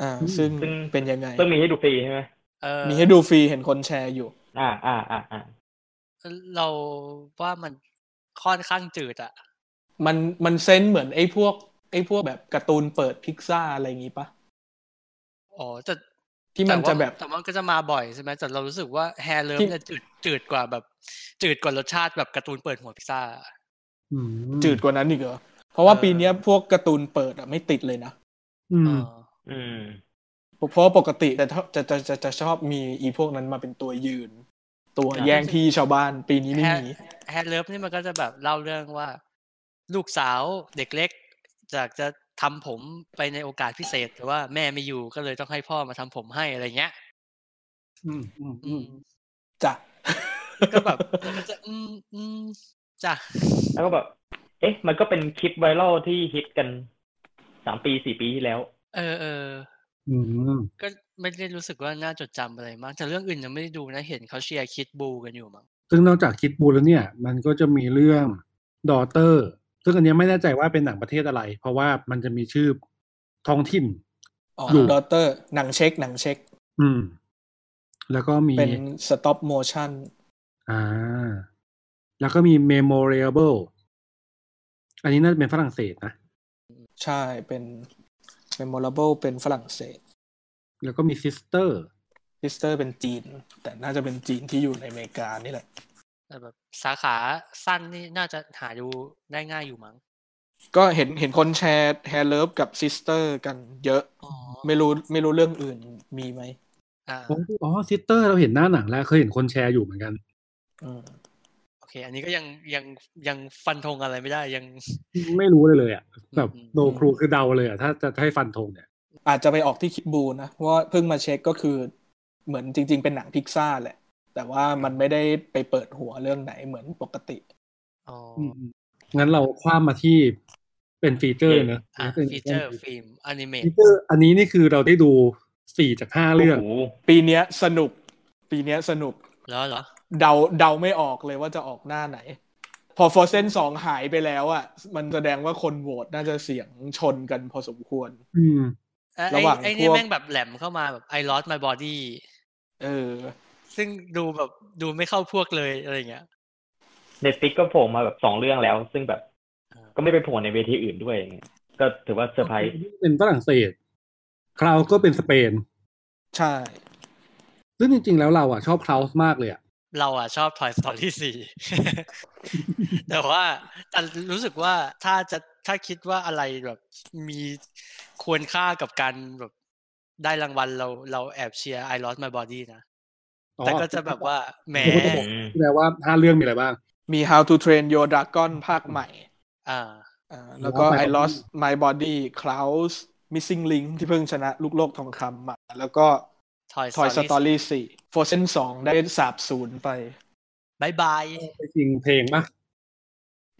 F: อ่าซึ่ง
C: ซึ่ง
F: เป็นยังไง
C: ต้องมีให้ดูฟรีใช่ไหม
B: เออ
F: มีให้ดูฟรีเห็นคนแชร์อยู่
C: อ่า อ่า อ่าอ่า
B: เราว่ามันค่อนข้างจืดอะ
F: มันมันเซนส์เหมือนไอ้พวก ไอ้พวกแบบการ์ตูนเปิดพิกซ่าอะไรอย่างงี้ปะ
B: อ๋อแต่
F: ที่มัน
B: ต่
F: จะ
B: ว่า
F: แบบ
B: แต่ว่ามันก็จะมาบ่อยใช่ไหมแต่เรารู้สึกว่าแฮร์เลิฟ
F: ที่
B: เนี่ยจืดจืดกว่าแบบ จืดกว่ารสชาติแบบการ์ตูนเปิดหัวพิซซ่า
E: อืม
F: จืดกว่านั้นอีกเหรอ เพราะว่า
B: เออ
F: ปีเนี้ยพวกการ์ตูนเปิดอะไม่ติดเลยนะ
E: อืม
B: เออ
C: อืม
F: เพราะว่าปกติแต่ถ้าจะจะจะจะชอบมีอีพวกนั้นมาเป็นตัวยืน ตัวแย่งที่ชาวบ้านปีนี้ไม่
B: แฮร์
F: มี
B: แฮร์เลิฟนี่มันก็จะแบบเล่าเรื่องว่า ลูกสาวเด็กเล็กจากจะทำผมไปในโอกาสพิเศษ แต่ว่าแม่ไม่อยู่ก็เลยต้องให้พ่อมาทำผมให้อะไรเงี้ย
E: อืมอืม
B: อื
E: อืม
B: ม
F: จ้ะ
B: ก็แบบแล้วก็จะอืมอืมจ้ะ
C: แล้วก็แบบ เอ๊ะ มันก็เป็นคลิปไวรัลที่ฮิตกันสามปีสี่ปีที่แล้ว
B: เออเออ
E: อืม
B: ก็ไม่ได้รู้สึกว่าน่าจดจำอะไรมาก แต่เรื่องอื่นยังไม่ได้ดูนะเห็นเขาเชียร์คิดบูกันอยู่มั้ง
E: ซึ่งนอกจากคิดบูลแล้วเนี่ย มันก็จะมีเรื่องดอเตอร์ซึ่งอันเนี้ยไม่แน่ใจว่าเป็นหนังประเทศอะไร เพราะว่ามันจะมีชื่อท้องถิ่น
F: อ๋อ
E: อยู่
F: ดอเตอร์หนังเช็คหนังเช็ค
E: อืม แล้วก็มี
F: เป็นสต็อปโมชั่น
E: อ่า แล้วก็มี memorable อันนี้น่าจะเป็นฝรั่งเศสนะ
F: ใช่เป็น memorable เป็นฝรั่งเศส
E: แล้วก็มี sister
F: พิสเตอร์เป็นจีน แต่น่าจะเป็นจีนที่อยู่ในอเมริกานี่แหละ
B: แต่แบบสาขาสั้นนี่น่าจะหาดูได้ง่ายอยู่มั้ง
F: ก็เห็นเห็นคนแชร์แฮร์เลิฟกับซิสเตอร์กันเยอะ
B: อ๋อ
F: ไม่รู้ไม่รู้เรื่องอื่นมีไหม
B: อ่า
E: อ๋ออ๋อ sister เราเห็นหน้าหนังแล้วเคยเห็นคนแชร์อยู่เหมือนกัน
F: อืม
B: โอเค อันนี้ก็ยังยังยังฟันธงอะไรไม่ได้ยัง
E: ไม่รู้เลยเลยอ่ะ แบบ
B: อืม
E: โดครูคือเดาเลยอ่ะ ถ้าจะให้ฟันธงเนี่ย
F: อาจจะไปออกที่คิดบูนะเพราะว่าเพิ่งมาเช็คก็คือเหมือนจริง ๆ เป็นหนังพิกซ่าแหละ แต่ว่ามันไม่ได้ไปเปิดหัวเรื่องไหนเหมือนปกติ
B: อ๋อ
E: อืมงั้นเราคว้ามมาที่เป็นฟีเจอร์เนอะ
B: อ่า
E: ป็น
B: ฟีเจอร์ฟิล์มอนิเมต
E: ฟีเจอร์อันนี้นี่คือเราได้ดูสี่จากห้าเรื่อง
C: โอ้โห
F: ปีเนี้ยสนุก ปีเนี้ยสนุก
B: แล้วเหรอ
F: เดาเดาไม่ออกเลยว่าจะออกหน้าไหน พอฟอร์เซนสองหายไปแล้วอ่ะ มันแสดงว่าคนโหวตน่าจะเสียงชนกันพอสมควร
E: อืม
B: เอ้ย
F: ระหว่าง
B: ไอ้เนี่ย
F: พวก
B: แม่งแบบแหลมเข้ามาแบบ I lost my body
F: เออ
B: ซึ่งดูแบบดูไม่เข้าพวกเลยอะไรอย่างเงี้ย
C: เน็ตฟิกก็โผล่มาแบบสองเรื่องแล้ว ซึ่งแบบ ก็ไม่ไปโผล่ในเวทีอื่นด้วยอย่างเงี้ยก็ถือว่าเซอร์ไพรส์
E: เป็นฝรั่งเศส คราวก็เป็นสเปน
F: ใช่
E: ซึ่งจริง ๆ แล้วเราอ่ะชอบคลาวส์มากเลยอ่ะ
B: เราอ่ะ <laughs> ชอบ Toy Story 4 แต่ว่าแต่รู้สึกว่าถ้าจะถ้าคิดว่าอะไรแบบมีควรค่ากับการแบบได้รางวัลเราเราแอบเชียร์ I Lost My Body นะ
E: อ๋อ
B: แต่ก็จะแบบว่าแหม
E: <laughs> แปลว่าห้าเรื่องมีอะไรบ้าง
F: มี How to Train Your Dragon ภาคใหม่
B: อ่า
F: อ่าแล้วก็
E: อ๋อ
F: I Lost My Body Klaus Missing Link ที่เพิ่งชนะลูกโลกทองคำมา แล้วก็
B: Toy
F: Toy
B: Story
F: Story 4 Frozen 2 ได้สาบศูนย์ไป
B: บายบาย
E: ไปจริงเพลงปะ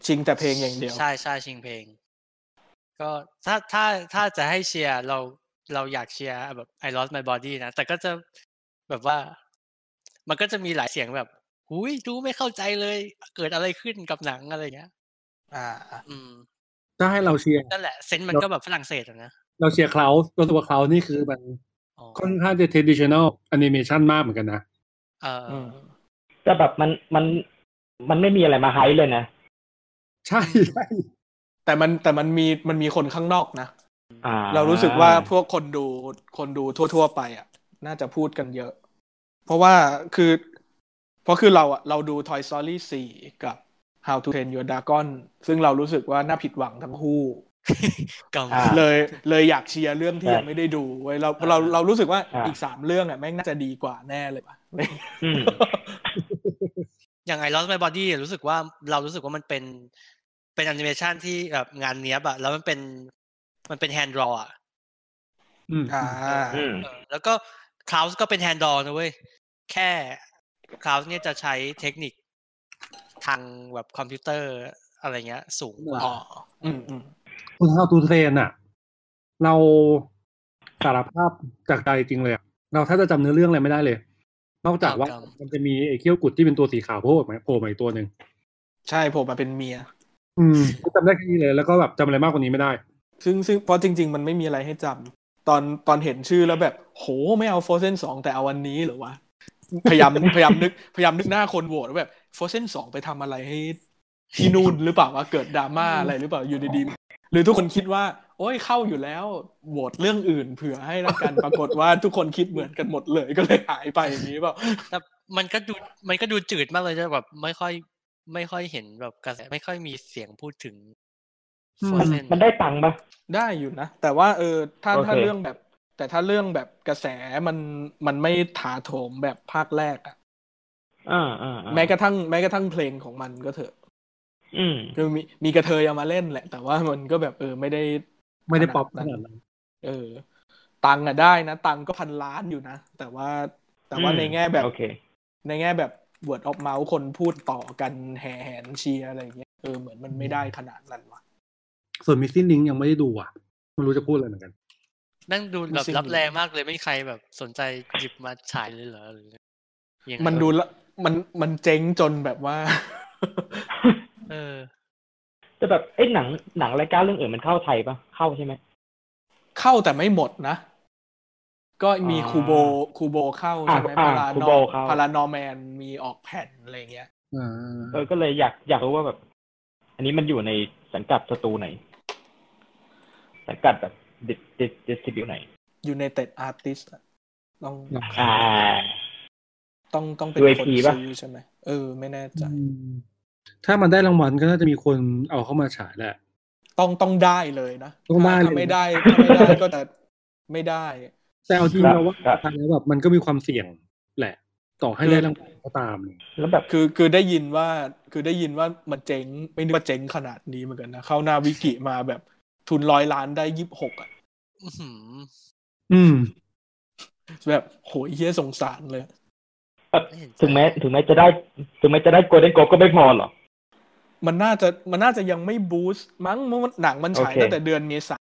F: ชิงแต่เพลงอย่างเดียว
B: ใช่ใช่ชิงเพลง ก็ถ้าถ้าถ้าจะให้เชียร์เราเราอยากเชียร์แบบ I Lost My Body นะ แต่ก็จะแบบว่า มันก็จะมีหลายเสียงแบบหุยดูไม่เข้าใจเลย เกิดอะไรขึ้นกับหนังอะไรอย่างเงี้ย
F: อ่า
B: อืม
E: ถ้าให้เราเชียร์
B: นั่นแหละ เซนส์มันก็แบบฝรั่งเศสอะนะ
E: เราเชียร์คลาวส์เราตัวคลาวส์นี่คือมัน
B: อ๋อ
E: ค่อนข้างจะ traditional animation มากเหมือนกันนะ
B: เอออ
F: ม
C: แต่แบบมันมันมันไม่มีอะไรมาไฮป์เลยนะ
E: ใช่ใช่
F: แต่มันแต่มันมีมันมีคนข้างนอกนะ
C: อ่
F: เรารู้สึกว่าพวกคนดูคนดูทั่ว ๆ ไปอ่ะ น่าจะพูดกันเยอะ เพราะว่าคือ เพราะคือเราอ่ะ เราดู Toy Story 4 กับ How to Train Your Dragon ซึ่งเรารู้สึกว่าน่าผิดหวังทั้งคู่
B: กำ
C: า
F: เลยเลยอยากเชียร์เรื่องที่ยังไม่ได้ดูไว้ยเราเราเรารู้สึกว่า
C: อ่า
F: อีกสามเรื่องอ่ะแม่งน่าจะดีกว่าแน่เลยป่ะ
C: อืม
B: อย่างไอรอนไมบอดี้รู้สึกว่าเรารู้สึกว่ามันเป็นเป็นแอนิเมชันที่แบบงานเนี้ยบอะแล้วมันเป็นมันเป็นแฮนด์รออะ
E: อืม
F: อ่า
C: อืม
B: เออแล้วก็คลาวส์ก็เป็นแฮนด์รอนะเว้ย แค่คลาวส์เนี่ยจะใช้เทคนิคทางแบบคอมพิวเตอร์อะไรเงี้ย สูงกว่า
F: อ๋อ อืมอืม
E: คุณเข้าตูเทรนอะเราสารภาพจากใจจริงเลยอะเราถ้าจะจำเนื้อเรื่องอะไรไม่ได้เลย นอกจากว่ามันจะมีไอ้เขี้ยวกุดที่เป็นตัวสีขาวโผล่มาโผล่มาอีกตัวหนึ่ง
F: ใช่ผมมาเป็นเมีย
E: อืมจำได้แค่นี้เลยแล้วก็แบบจำอะไรมากกว่านี้ไม่ได้
F: ซึ่งซึ่งเพราะจริง ๆ มันไม่มีอะไรให้จำตอนตอนเห็นชื่อแล้วแบบ โหไม่เอา Frozen 2 แต่เอาวันนี้เหรอวะ พยายาม พยายามนึกพยายามนึกหน้าคนโหวตว่าแบบ Frozen 2 ไปทำอะไรให้ที่นู่นหรือเปล่าวะเกิดดราม่าอะไรหรือเปล่าอยู่ดีๆหรือทุกคนคิดว่า โอ้ยเข้าอยู่แล้วโหวตเรื่องอื่นเผื่อให้ละกัน ปรากฏว่าทุกคนคิดเหมือนกันหมดเลยก็เลยหายไปอย่างนี้เปล่า
B: แต่มันก็ดูมันก็ดูจืดมากเลยจะแบบไม่ค่อยไม่ค่อยเห็นแบบกระแสไม่ค่อยมีเสียงพูดถึง
E: อืม
B: Frozen
C: มันได้ตังค์ปะ
F: ได้อยู่นะ แต่ว่าเออถ้าถ้า
C: โอเค
F: เรื่องแบบ แต่ถ้าเรื่องแบบกระแสมันมันไม่ถาโถมแบบภาคแรกอะ
C: อ่าอ่าอ่า
F: แม้กระทั่งแม้กระทั่งเพลงของมันก็เถอะ
C: อืม
F: คือมีมีกระเทยเอามาเล่นแหละ แต่ว่ามันก็แบบเออไม่ได้
E: ไม่ได้ป๊อปขนาดนั้น
F: เออ ตังค์อะได้นะ ตังค์ก็พันล้านอยู่นะ แต่ว่าแต่ว่า
C: อืม
F: ในแง่แบบ
C: โอเค
F: ในแง่แบบ word of mouth คนพูดต่อกันแห่แหนเชียร์อะไรอย่างเงี้ยเออเหมือนมันไม่ได้ขนาดนั้นว่ะ
E: ส่วนมิซซิ่งลิงยังไม่ได้ดูอ่ะไม่รู้จะพูดอะไรเหมือนกัน
B: นั่งดู
F: มี
B: แบบ
F: สิ่ง
B: รับ
F: อื่น
B: แรงมากเลยไม่มีใครแบบสนใจหยิบมาฉายเลยเหรอหรือยังไง
F: มันดูละมันมันเจ๊งจนแบบว่า <laughs>
B: เออ
C: แต่แบบไอ้ยหนังหนังรายการเรื่องอื่นมันเข้าไทยปะเข้าใช่ไหม
F: เข้าแต่ไม่หมดนะ ก็มี
C: อ่า
F: คูโบคูโบเข้า
C: อ่า
F: ใช่ไหม
C: อ่า
F: พาราน
C: Kubo เข้า
F: พารานอแมนมีออกแผ่นอะไรอย่างเงี้ย
E: อ่า
C: เออก็เลยอยากอยากรู้ว่าแบบ อันนี้มันอยู่ในสังกัดสตูไหน สังกัดแบบดิดิดิสติบิวไหน
F: ยู i นเต็ดอาร์ติสต้อง
C: อ่า
F: ต้องต้องเป็น
C: UAP
F: คน
C: ปะ
F: ซื้อใช่ไหมเออ ไม่แน่ใจ
E: อืมถ้ามันได้รางวัลก็น่าจะมีคนเอาเข้ามาฉายแหละ
F: ต้องต้องได้เลยนะ
E: ต้องได้เลย
F: ถ้าไม่ได้ถ้าไม่ได้ก็แต่ไม่ได้
E: แต่เอาจริง
C: ครับ
E: เราว่า
C: ครับ
E: ทางแล้วแบบมันก็มีความเสี่ยงแหละ ต่อให้ได้รางวัลก็ตามเนี่ย
C: แล้วแบบ
F: คือคือได้ยินว่าคือได้ยินว่ามันเจ๊งไม่นึกว่าเจ๊งขนาดนี้เหมือนกันนะ เข้าหน้าวิกิมาแบบทุนร้อยล้านได้ยี่สิบหกอ่ะ
B: อื้อหือ
E: อืม
F: แบบโหยเฮี้ยสงสารเลย
B: ไม่เห็นใจ
C: ถึงแม้ถึงแม้จะได้ ถึงแม้จะได้โกลเด้นโกลก็ไม่พอเหรอ
F: มันน่าจะมันน่าจะยังไม่บูสต์มั้งเพราะมันหนังมันฉา
C: โอ
F: ย
C: เค
F: ตั้งแต่เดือนเมษา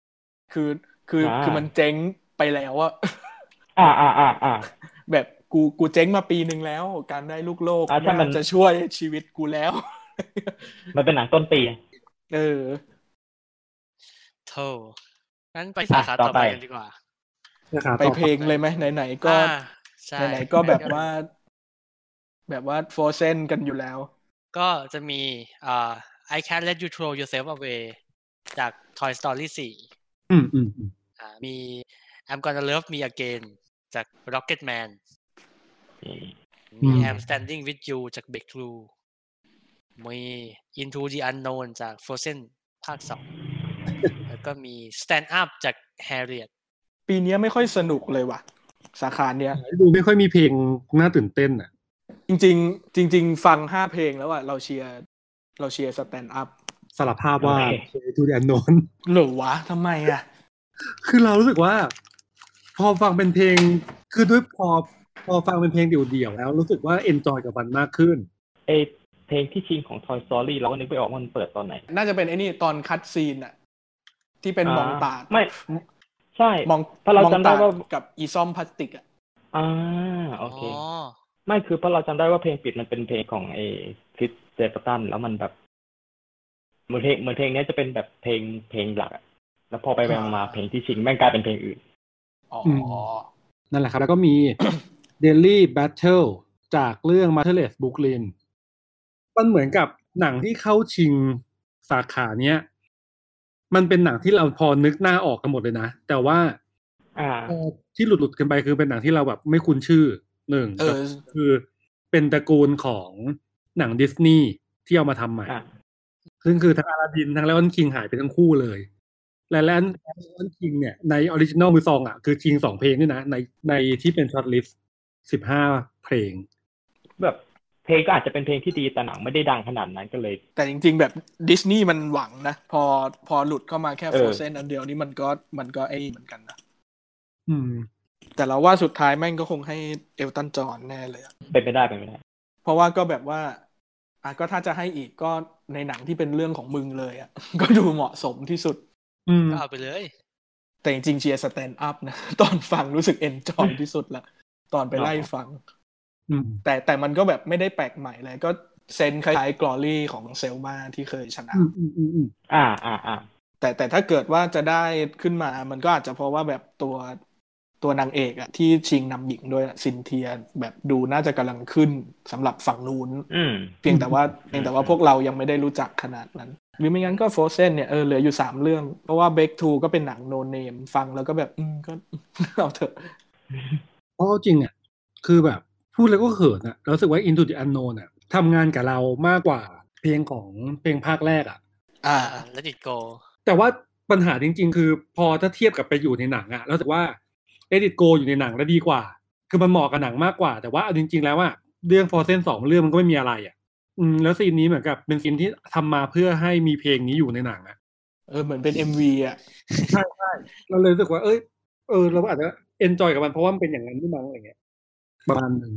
F: คือคือ
C: อ่า
F: คือมันเจ๊งไปแล้วอะ
C: อ่าอ่าอ่าอ่า
F: แบบกูกูเจ๊งมาปีหนึ่งแล้ว การได้ลูกโลก
C: อ่ะถ้ามัน
F: จะช่วยชีวิตกูแล้ว
C: มันเป็นหนังต้นปี
F: เออ
B: โธ่งั้นไปสาขา
C: อ่ะต่
B: ต่
C: อ
B: อไป
C: ไป
B: กันดีกว่า
E: นะครับ
F: ไปเพลงเลยไหมไหนๆก็
B: อ่าใช่
F: ไหนๆก็แบบว่า แบบว่าโฟเซนกันอยู่แล้ว
B: ก็จะมีอ่า I can't let you throw yourself away จาก Toy Story 4
E: อืมอืมอืม
B: อ่ามี I'm gonna love me again จาก Rocket Man
E: อื
B: มี
E: ม
B: I'm Standing with You จาก Big Blue มี Into the Unknown จาก Frozen ภาคสอง แล้วก็มี Stand Up จาก Harriet
F: ปีเนี้ยไม่ค่อยสนุกเลยว่ะ สาขาเนี้ย
E: ดูไม่ค่อยมีเพลงน่าตื่นเต้นอ่ะ
F: จริง ๆ จริง ๆ ฟังห้าเพลงแล้วอ่ะ เราเชียร์เราเชียร์สแตนด์อัพ
E: สารภาพว่าทูเดียนโนน
F: หรือวะทำไมอ่ะ
E: คือเรารู้สึกว่า พอฟังเป็นเพลง คือด้วยพอพอฟังเป็นเพลงเดี่ยวๆแล้ว รู้สึกว่าเอนจอยกับมันมากขึ้น
C: เอเพลงที่ชิงของ Toy Story เราก็นึกไม่ออกว่ามันเปิดตอนไหน
F: น่าจะเป็นไอ้นี่ตอนคัดซีนอ่ะ ที่เป็นมองตาด
C: ไม่ ใช่
F: มอง
C: เพราะเรา
F: มอง
C: จำได้
F: ตาด
C: ว่า
F: กับอีซอมพลาสติกอ่ะ
C: อ่าโอ
B: อ๋อ
C: เค ไม่คือเพราะเราจำได้ว่าเพลงปิดมันเป็นเพลงของเอคริสเจปตันแล้วมันแบบเหมือนเพลงเหมือนเพลงเนี้ยจะเป็นแบบเพลงเพลงหลักอะแล้วพอไปไปมาๆเพลงที่ชิงแม่งกลายเป็นเพลงอื่น
F: อ๋อ
E: ม นั่นแหละครับ แล้วก็มี <coughs> Daily Battle จากเรื่อง m a r t e l e s s Brooklyn มันเหมือนกับหนังที่เข้าชิงสาขาเนี้ย มันเป็นหนังที่เราพอนึกหน้าออกกันหมดเลยนะ แต่ว่า
C: อ่า
E: เอ่อที่หลุดๆกันไปคือเป็นหนังที่เราแบบไม่คุ้นชื่อหนึ่ง
F: เออ
E: คือเป็นตระกูลของหนังดิสนีย์ที่เอามาทำใหม่
C: อ่ะ
E: ซึ่งคือทั้งอาราดินทั้ง l ล o n นคิงหายไปทั้งคู่เลย และแล n อนคิงเนี่ยในออริจิน l ลมือซองอ่ะคือชิงสองเพลงด้วยนะ ในในที่เป็นช็อตลิสสิบห้าเพลง
C: แบบเพลงก็อาจจะเป็นเพลงที่ดีแต่หนังไม่ได้ดังขนาดนั้นก็เลย
F: แต่จริง ๆ แบบดิสนีย์มันหวังนะ พอพอหลุดเข้ามาแค่
C: เออ
F: โฟเซนอันเดียวนี่มันก็มันก็ไอ้นี่เหมือนกันนะ
E: อืม
F: แต่เราว่าสุดท้ายแม่งก็คงให้เอลตันจอห์นแน่เลยอะ
C: เป็นไปได้เป็นไปได้
F: เพราะว่าก็แบบว่าอ่ะก็ถ้าจะให้อีกก็ในหนังที่เป็นเรื่องของมึงเลยอ่ะ <laughs> ก็ดูเหมาะสมที่สุด
E: อืม
B: ก็เอาไปเลย
F: แต่จริงๆเชียร์สแตนด์อัพนะ <laughs> ตอนฟังรู้สึกเอนจอยที่สุดละ ตอนไปไล่ฟัง
E: อืม
F: แต่แต่มันก็แบบไม่ได้แปลกใหม่เลย ก็เซนคล้ายๆกลอรี่ของเซลมาที่เคยชนะ
E: อืมอืมอืมอืม
C: อ่าอ่าอ่า
F: แต่แต่ถ้าเกิดว่าจะได้ขึ้นมา มันก็อาจจะเพราะว่าแบบตัวตัวนางเอกอะที่ชิงนำหญิงด้วยอะซินเทียแบบดูน่าจะกำลังขึ้นสำหรับฝั่งนู้น
C: อืม
F: เพียงแต่ว่าเพียงแต่ว่าพวกเรายังไม่ได้รู้จักขนาดนั้น หรือไม่งั้นก็โฟเซนเนี่ยเออเหลืออยู่สามเรื่อง เพราะว่าเบ t ทูก็เป็นหนังโนเนมฟังแล้วก็แบบอืมก็ <laughs> เอาเถอะ
E: เพราะเอาจริงอ่ะคือแบบ พูดแล้วก็เขินอ่ะเรารู้สึกว่า Into the Unknown อ่ะทำงานกับเรามากกว่าเพลงของเพลงภาคแรกอ่ะ
F: อ่า
B: แล้วดิดโก
E: แต่ว่าปัญหาจริง ๆ คือพอถ้าเทียบกับไปอยู่ในหนังอะแล้วแต่ว่า Edit Go อยู่ในหนังแล้วดีกว่า คือมันเหมาะกับหนังมากกว่า แต่ว่าเอาจริง ๆ แล้วอะเรื่อง f o r เซนสองเรื่องมันก็ไม่มีอะไรอะอืมแล้วซีนนี้เหมือนกับเป็นซีนที่ทำมาเพื่อให้มีเพลงนี้อยู่ในหนังอะ
F: เออเหมือนเป็น MV อ่ะ
E: เราเลยรู้สึกว่า เอ้ยเออเราอาจจะ enjoy กับมันเพราะว่ามันเป็นอย่างนั้นด้วยมั้งอะไรเงี้ยประมาณหนึง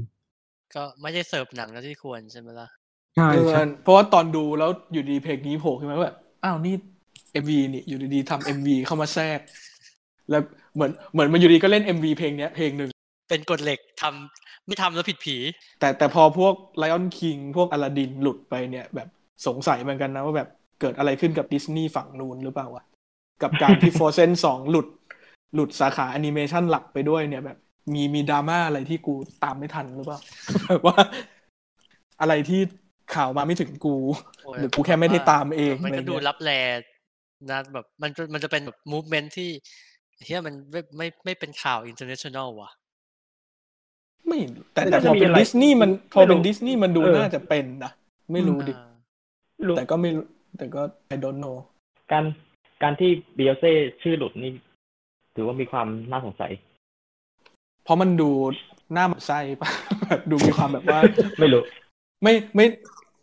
B: ก็ไม่ได้เสิร์ฟหนังแล้วที่ควรใช่ไหมล่ะ
E: ใช่
F: เออ
E: ใช่
F: เพราะว่าตอนดูแล้วอยู่ดีเพลงนี้โผล่ขึ้นมาแบบอ้าวนี่ MV นี่อยู่ดีๆทำ MV เข้ามาแทรก แล้วเหมือนเหมือนมันอยู่ดีก็เล่น MV เพลงเนี้ยเพลงหนึ่ง
B: เป็นกฎเหล็กทำไม่ทำแล้วผิดผี
F: แต่แต่พอพวก Lion King พวกอลาดินหลุดไปเนี่ย แบบสงสัยเหมือนกันนะว่าแบบเกิดอะไรขึ้นกับดิสนีย์ฝั่งนู้นหรือเปล่าวะ กับการที่ Frozen 2 หลุด หลุดสาขาแอนิเมชันหลักไปด้วยเนี่ยแบบ มีมีดราม่าอะไรที่กูตามไม่ทันหรือเปล่า <laughs> แบบว่า อะไรที่ข่าวมาไม่ถึงกู
B: โอ้ย
F: หรือกูแค่ไม่ได้ตามเอง
B: มัน
F: อะไร
B: ก็ดู
F: เงี้ย
B: รับแลนะแบบมันจะมันจะเป็นแบบ movement ที่เฮียมันไม่ไม่ไม่เป็นข่าว international ว่ะ
F: ไม่แต่
C: ไม่
F: แต่
C: น่า
F: พ
C: จะ
F: อ
C: มี
F: เป็น
C: อะไร
F: ดิสนีย์มันพอ
C: ไม่
F: เป็น
C: รู้
F: ดิสนีย์มันดู
C: เออ
F: น่าจะเป็นนะไม่รู้ดิ
B: อ่า
C: ลุง
F: แต่ก็ไม่รู้แต่ก็ I don't know
C: การการที่เบียเซ่ชื่อหลุดนี่ถือว่ามีความน่าสงสัย
F: เพราะมันดูหน้าหมันไส้ปะ <laughs> แบบดูมีความแบบว่า
C: ไม่รู้
F: ไม่ไม่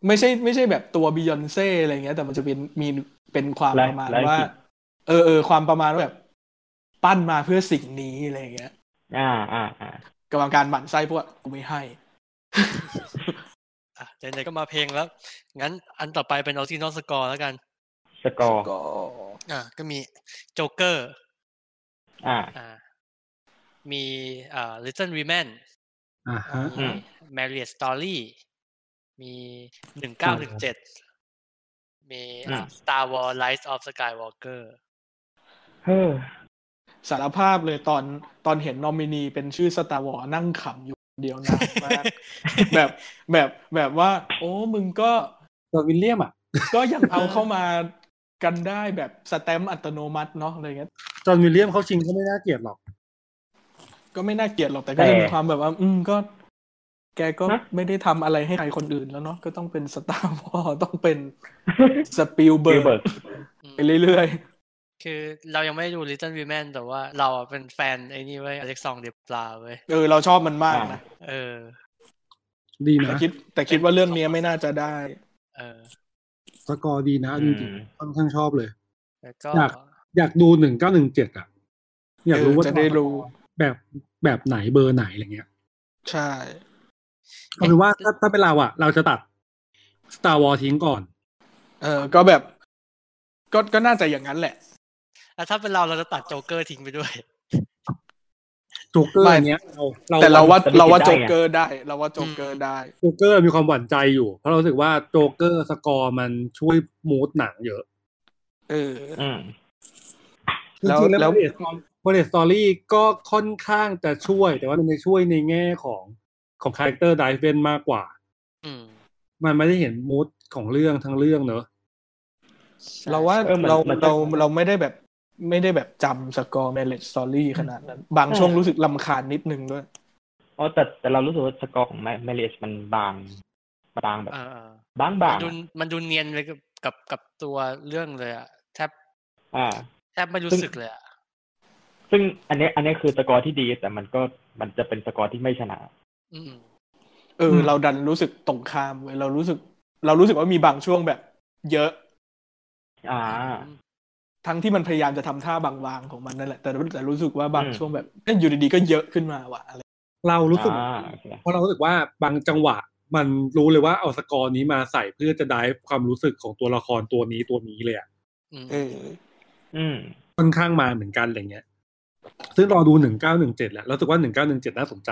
F: ไม่ใช่ไม่ใช่แบบตัวบิยอนเซ่อะไรเงี้ย แต่มันจะเป็นมีเป็นความ
C: และ
F: ประมาณ
C: และ
F: ว่า
C: คิด
F: เออเออความประมาณว่าแบบ ปั้นมาเพื่อสิ่งนี้อะไรเงี้ย
C: อ่าอ่าอ่าก
F: รรมการหมั่นไส้พวกกูไม่ให้
B: อ่ะไหนๆก็มาเพลงแล้ว งั้นอันต่อไปเป็นออริจินอลสกอร์แล้วกัน
C: สกอร์
F: ก็
B: อ่ะก็มีโจ๊กเกอร์
C: อ่า
B: อ่า มีอ่า Little Women
E: อ่าฮะ
C: อื
B: มี
C: ม
B: Marriage Story มีหนึ่งเก้าหนึ่งเจ็ดมีอ่ะ
C: อืม
B: Star Wars Rise of Skywalker
C: เฮ้อ
F: สารภาพเลยตอนตอนเห็นนอมินีเป็นชื่อสตาร์วอนั่งขำอยู่คนเดียวนานมาก แบบแบบแบบว่า โอ้มึงก็
E: ตอนวิลเลียมอ่ะ
F: ก็ยังเอาเข้ามากันได้แบบสแตมป์อัตโนมัติเนาะอะไรเงี้ย
E: จอห์นวิลเลียมเขาชิงก็ไม่น่าเกลียดหรอก
F: ก็ไม่น่าเกลียดหรอกแต่ก็จะมีความแบบว่า อืมก็ แกก็ไม่ได้ทำอะไรให้ใครคนอื่นแล้วเนาะก็ต้องเป็นสตาร์วอต้องเป็นสปิลเบิร์ก
C: Spielberg
F: ไปเรื่อย
B: คือเรายังไม่ได้ดู Little Women แต่ว่าเราอะเป็นแฟนไอ้นี่ไว้อเล็กซองเดปลาเว้ย
F: ๆเออเราชอบมันมากนะ
B: เออ
E: ดี
F: แต่
E: นะ
F: คิดแต่คิดว่าเรื่องเนี้ยไม่น่าจะได้
B: เออ
E: สกอร์ดีนะจริง
C: อืม
E: ๆค่อนข้างชอบเลย
B: แล้วก็
E: อยาก อยากดูหนึ่งเก้าหนึ่งเจ็ดอ่ะ อยากรู้ว่า
F: เออจะได้รู้
E: แบบแบบไหนเบอร์ไหนอะไรเงี้ย
F: ใช่
E: เอาเป็นว่าถ้าถ้าเป็นเราอ่ะ เราจะตัด Star Wars ทิ้งก่อน
F: เออก็แบบ ก็ก็น่าจะอย่างนั้นแหละ
B: แล้วถ้าเป็นเราเราจะตัดโจ๊กเกอร์ทิ้งไปด้วย
E: j o เกอร์
F: ไม่
E: เนี้ยเรา
F: แต่เราว่า
C: แต่ไม่
F: เราว่า
C: ได้ไง
F: โจ๊กเกอร์ได้ เราว่าโจ๊กเกอร์ได้
E: โจเกอร์มีความหวั่นใจอยู่ เพราะเรารู้สึกว่าโจเกอร์สกอร์มันช่วยมูดหนังเยอะ
F: เออ
C: อืม
E: แล้ว
F: แล้
E: แล้ว
F: ว
E: บริเ s ตอรี่ก็ค่อนข้างจะช่วย แต่ว่ามันจะช่วยในแง่ของของคาแรคเตอร์ไดเวนมากกว่า
B: อืม
E: มันไม่ได้เห็นมูดของเรื่องทั้งเรื่องเนอะ
F: เราว่า
C: เออมัน
F: เรา
C: มันจะ
F: เราเราไม่ได้แบบไม่ได้แบบจำสกอร์แมเลจสตอรี่ขนาดนั้น บางช่วงรู้สึกลำคาญนิดนึงด้วย
C: อ๋อแต่แต่เรารู้สึกว่าสกอร์ของแมรี่มันบางบางแบบ
B: เออเออบ
C: างบาง
B: มันดูมันดูเนียนเลยกับกับกับตัวเรื่องเลยอะแทบ
C: อ่า
B: แทบไม่รู้สึกเลยอะ
C: ซึ่งอันเนี้ยอันเนี้ยคือสกอร์ที่ดี แต่มันก็มันจะเป็นสกอร์ที่ไม่ชนะ
B: อืม
F: เออ เราดันรู้สึกตรงข้ามเว้ยเรารู้สึก เรารู้สึกว่ามีบางช่วงแบบ เยอะ
C: อ่า
F: ทั้งที่มันพยายามจะทำท่าบางๆของมันนั่นแหละ แต่แต่รู้สึกว่าบาง
C: อืม
F: ช่วงแบบเอ้ยอยู่ดีๆก็เยอะขึ้นมาว่ะอะไร
E: เรารู้สึก
C: อ่าโอเค
E: เพราะเรารู้สึกว่าบางจังหวะ มันรู้เลยว่าเอาสกอร์นี้มาใส่เพื่อจะได้ความรู้สึกของตัวละครตัวนี้ตัวนี้เลยอะ
B: อืม
F: เออ
C: อืม
E: ค่อนข้างมาเหมือนกันอะไรเงี้ย ซึ่งรอดูหนึ่งเก้าหนึ่งเจ็ดแหละเรารู้สึกว่าหนึ่งเก้าหนึ่งเจ็ดน่าสนใจ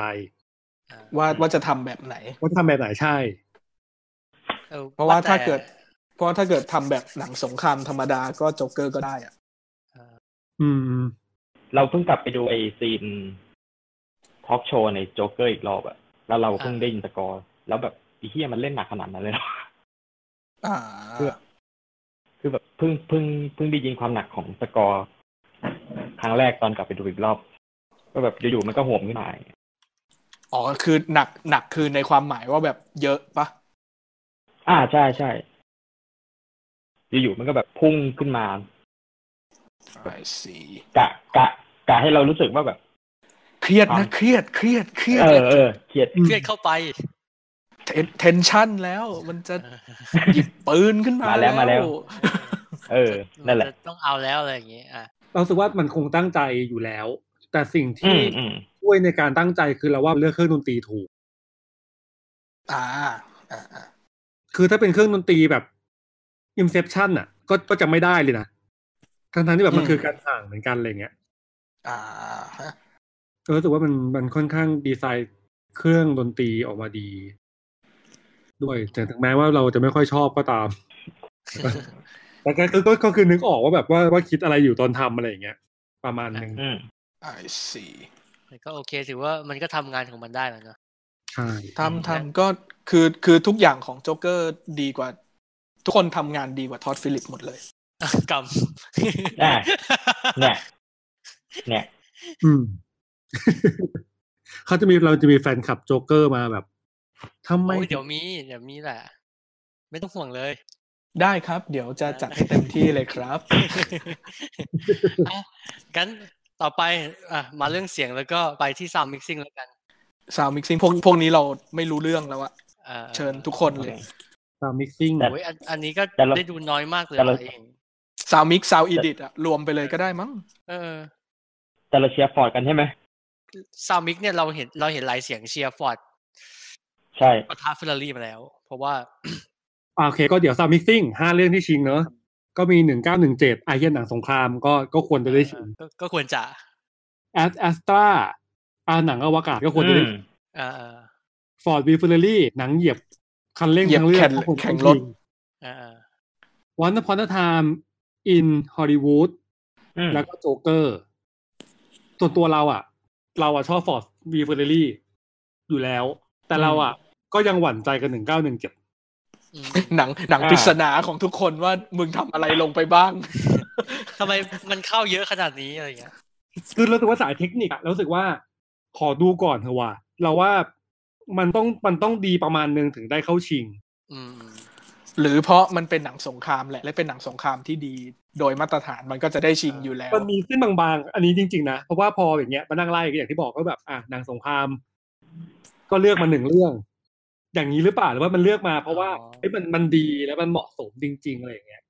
F: ว่าว่าจะทำแบบไหน
E: ว่าจะทำแบบไหนใช่
B: ออ
F: เพราะว่า
B: แต่
F: ถ้าเกิด เพราะว่าถ้าเกิดทำแบบหนังสงครามธรรมดาก็โจ๊กเกอร์ก็ได้อะ
E: อืม
C: เราเพิ่งกลับไปดูไอซีนทอล์กโชว์ในโจ๊กเกอร์อีกรอบอะแล้วเราเพิ่งได้ยินสกอร์ แล้วแบบไอีเฮียมันเล่นหนักขนาดนั้นเลยเหรอ <laughs>
F: อ่า
C: เพื่อ คือแบบเพิ่งเพิ่งเพิ่งได้ยินความหนักของสกอร์ ครั้งแรกตอนกลับไปดูอีกรอบ ก็แบบอยู่ๆมันก็โหมขึ้นมา
F: อ๋อคือหนักหนักคือในความหมายว่าแบบเยอะปะ
C: อ่าใช่ใช่อยู่ๆมันก็แบบพุ่งขึ้นมา
F: ไอซี
C: กะกะกะให้เรารู้สึกว่าแบบ
F: เครียด
C: ครั
F: นะ
C: บ
F: เครียดเครียดเครียด
C: เออเออเครียด
B: เครียดเข้าไป
F: เทนชันแล้ว มันจะหยิบปืนขึ้นมา
C: มาแล้วมาแล้ว เออ นั่นแหละ
B: มัจต้องเอาแล้วอะไรอย่างงี้อ่ะ <laughs>
E: เรารู้สึกว่ามันคงตั้งใจอยู่แล้ว แต่สิ่ง
C: อื
E: ที่
C: มอืม
E: ช่วยในการตั้งใจคือเราว่าเลือกเครื่องดนตรีถูก
F: อ่าอ่าอ่า
E: คือถ้าเป็นเครื่องดนตรีแบบ Inception อ่ะ ก็ก็จะไม่ได้เลยนะทั้งๆที่แบบมันคือการห่างเหมือนกันอะไรเงี้ย
F: อ่าฮะ
E: ก็รู้สึกว่ามันมันค่อนข้างดีไซน์เครื่องดนตรีออกมาดี ด้วยแต่ถึงแม้ว่าเราจะไม่ค่อยชอบก็ตาม แต่ก็คือก็ก็คือนึกออกว่าแบบว่าว่าคิดอะไรอยู่ตอนทำอะไรอย่างเงี้ยประมาณหนึ่ง
C: อืม
F: ไอซี
B: แต่ก็โอเคถือว่ามันก็ทำงานของมันได้แล้วเนาะ <laughs>
E: ใช่
F: ทำทำก็คือคือทุกอย่างของโจ๊กเกอร์ดีกว่า ทุกคนทำงานดีกว่าทอดฟิลิปหมดเลย
B: กรรม
C: อ่ะเนี่ย เนี่ย
E: อืม <laughs> เขาจะมีเราจะมีแฟนคลับโจ๊กเกอร์มาแบบทำไม
B: โอ้ยเดี๋ยวมีเดี๋ยวมีแหละ ไม่ต้องห่วงเลย <laughs>
F: ได้ครับ เดี๋ยวจะจัดให้เต็มที่เลยครับ
B: อ่ะงั้นต่อไปอ่ะมาเรื่องเสียงแล้วก็ไปที่ซาวมิกซิ่งแล้วกัน
F: ซาวมิกซิ่งพวกพวกนี้เราไม่รู้เรื่องแล้วอะ
B: อ่อ
F: เชิญทุกคนเลย
E: ตามมิกซิ่ง
C: แต่
B: โอ้ยอันอันนี้ก็
C: แต่เรา
B: ได้ดูน้อยมากเลย
C: แต่เรา
B: เอง
F: ซาวมิกซาวอีดิทอะรวมไปเลยก็ได้มั้ง <laughs>
B: เออ
C: แต่เราเชียร์ฟอร์ดกันใช่ไหม
B: ซาวมิกเนี่ยเราเห็นเราเห็นหลายเสียงเชียร์ฟอร์ด
C: ใช่
B: ปะทะเฟอร์รารี่มาแล้ว เพราะว่า
E: อ่าโอเค ก็เดี๋ยวซามมิกซิ่งห้าเรื่องที่ชิงเนอะก็มีหนึ่งเก้าหนึ่งเจ็ดไอเยนหนังสงครามก็ก็ควรจะได้ชิง
B: เออก็ก็ควรจะ
E: แอสแอสตราอ่าหนังอวกาศก็ควรจะได้ชิง
C: อืม
B: เอ่อ
E: ฟอร์ดวีเฟอร์รี่หนังเหยียบ คันเร่ง
F: เหยียบ
E: ทั้งเรื่อ
F: แข่
E: ง
F: งแข่งรถ
B: เอ่อเอ่อ
E: วันนพอนธามอินฮอลลีวูด
C: อืม
E: แล้วก็โจเกอร์ส่วนตัวเราอ่ะ เราอ่ะชอบฟอร์ดวีเฟอร์รี่อยู่แล้ว แต่เราอ่ะ ก็ยังหวั่นใจกับหนึ่งเก้าหนึ่งเจ็ด
B: อืม
F: หนังหนังปริศนาของทุกคนว่ามึงทำอะไรลงไป <laughs> บ้าง
B: ทำไมมันเข้าเยอะขนาดนี้อะไรอย่างเงี้ย
E: คือเราสึกว่าสายเทคนิคอะเรารู้สึกว่า ขอดูก่อนเถอะว่า เราว่า มันต้องมันต้องดีประมาณนึงถึงได้เข้าชิง
B: อืม
F: หรือเพราะมันเป็นหนังสงครามแหละ และเป็นหนังสงครามที่ดี โดยมาตรฐานมันก็จะได้ชิงอยู่แล้ว
E: มันมีเส้นบางๆ อันนี้จริงๆนะ เพราะว่าพออย่างเงี้ยมานั่งไล่ก็อย่างที่บอกก็แบบอ่ะหนังสงคราม ก็เลือกมาหนึ่งเรื่อง อย่างนี้หรือเปล่าหรือว่ามันเลือกมา เพราะว่า
B: อ๋อ
E: เอ้ยมันมันดีแล้วมันเหมาะสมจริง ๆ อะไรอย่างเงี้ย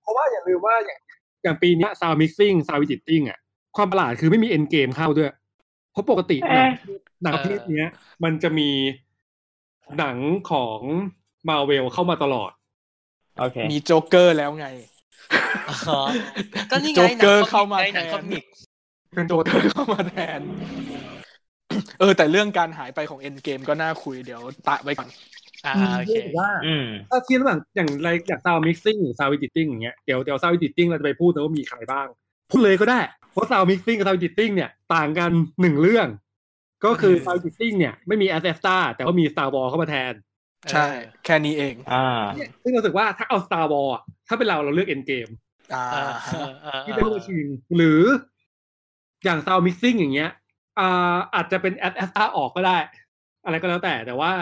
E: เพราะว่าอย่าลืมว่าอย่างอย่างปีเนี้ซาวมิกซิ่งซาวดิจิติ้งอ่ะความประหลาดคือไม่มีเอ็นเกมเข้าด้วย เพราะปกติหนังหนังประเภทเนี้ย มันจะมีหนังของมาเวลเข้ามาตลอด
C: โอเค
F: มีโจ๊กเกอร์แล้วไง
B: อ๋อก็นี่ไง
F: โจ๊กเกอร์
B: หนังคมิ
F: เข้ามา
B: ไงหนัง
F: แทน
B: คอมิก
E: เป็นโจ
F: โจ๊
E: ท
F: ก
E: ย์
F: เกอร์เข้ามาแทน <coughs> เออ แต่เรื่องการหายไปของเอ็นเกมก็น่าคุยเดี๋ยวตะไว้ก่อน
B: อ่าโอเค
E: ว่า
C: อืม
E: ถ้าเทียบระหว่างอย่างไรอย่างซาวมิกซิ่งหรือซาวดิจิติ้งอย่างเงี้ยเดี๋ยวเดี๋ยวซาวดิจิติ้งเราจะไปพูดนะว่ามีใครบ้าง พูดเลยก็ได้ เพราะซาวมิกซิ่งกับซาวดิจิติ้งเนี่ยต่างกันหนึ่งเรื่อง ก็คือซาวดิจิติ้งเนี่ยไม่มีแอสเซสตาแต่ว่ามีสตาร์วอลเข้ามาแทน
F: ใช่ แค่นี้เอง
C: อ่า
E: เนี่ยซึ่งเราสึกว่าถ้าเอาสตาร์วอลถ้าเป็นเราเราเลือกเอ็นเกม
F: อ่า
B: เออเออเออ
E: ที่ได้เข้ามาชิงหรืออย่างซาวมิกซิ่งอย่างเงี้ยอ่าอาจจะเป็นแอสเซสตาออกก็ได้ อะไรก็แล้วแต่แต่ว่า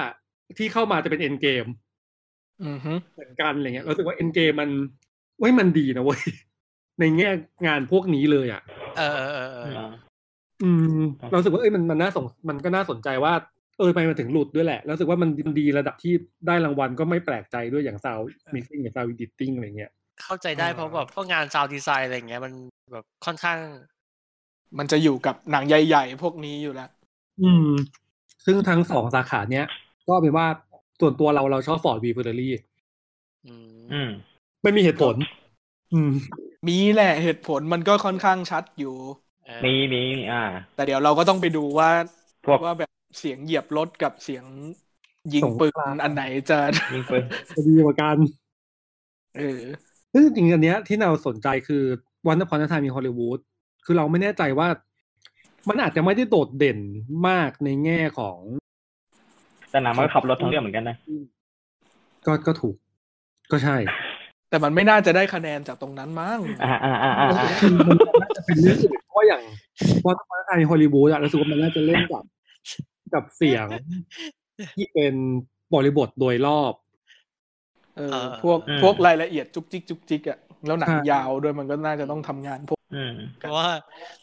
E: ที่เข้ามาจะเป็นเอ็นเกม
F: อือฮึ
E: เหมือนกันอะไรเงี้ยรู้สึกว่าเอ็นเกมันเว้ยมันดีนะเว้ย <laughs> ในแง่งานพวกนี้เลยอ่ะ
B: เออเออเออเออ
E: อืม
C: ครับ
E: เรารู้สึกว่าเอ้ยมันมันน่าสนมันก็น่าสนใจว่า เออไปมันถึงหลุดด้วยแหละแล้วรู้สึกว่ามันมันดีระดับที่ได้รางวัลก็ไม่แปลกใจด้วยอย่างซาวมิกซิ่งกับซาวดิตติ้งอะไรเงี้ย
B: เข้าใจได้เพราะแบบพวกงานซาวดีไซน์อะไรอย่างเงี้ยมันแบบค่อนข้าง
F: มันจะอยู่กับหนังใหญ่ๆ พวกนี้อยู่แล้ว
E: อืม ซึ่งทั้งสองสาขาเนี้ยก็เป็นว่าส่วนตัวเราเราชอบฟอร์ดวีเฟอร์รี่
B: อืม
C: อืม
E: ไม่มีเหตุผล อืม
F: มีแหละเหตุผลมันก็ค่อนข้างชัดอยู่
B: เออ
C: มีมีอ่า
F: แต่เดี๋ยวเราก็ต้องไปดูว่า
C: พวก
F: ว่าแบบเสียงเหยียบรถกับเสียงยิง
E: สงคราม
F: ปืนอันไหนจะ <laughs>
C: ยิงปืน
E: จะดีกว่ากัน
F: เออ
E: ซึ่งจริงๆอันเนี้ยที่เราสนใจคือวันนพรนทามีฮอลลีวูดคือเราไม่แน่ใจว่า มันอาจจะไม่ได้โดดเด่นมากในแง่ของ
C: แต่หนังมันก็ขับรถทั้งเรื่องเหมือนกันนะ
E: ก็ก็ถูก ก็ใช่ <laughs>
F: แต่มันไม่น่าจะได้คะแนนจากตรงนั้นมั้ง
C: อ่าอ่าอ่าอ่าอ่า
E: มันน่าจะเป็นเรื่องอื่นเพราะว่าอย่างวันนพรนทามีฮอลลีวูดอะรู้สึกว่ามันน่าจะเล่นกับ กับเสียง ที่เป็นบริบทโดยรอบ
F: เออพวกพวกรายละเอียดจุกจิกจุกจิกอ่ะแล้วหนัง
E: ใช่
F: ยาวด้วยมันก็น่าจะต้องทำงานพวก
C: อืม
B: เพราะว่า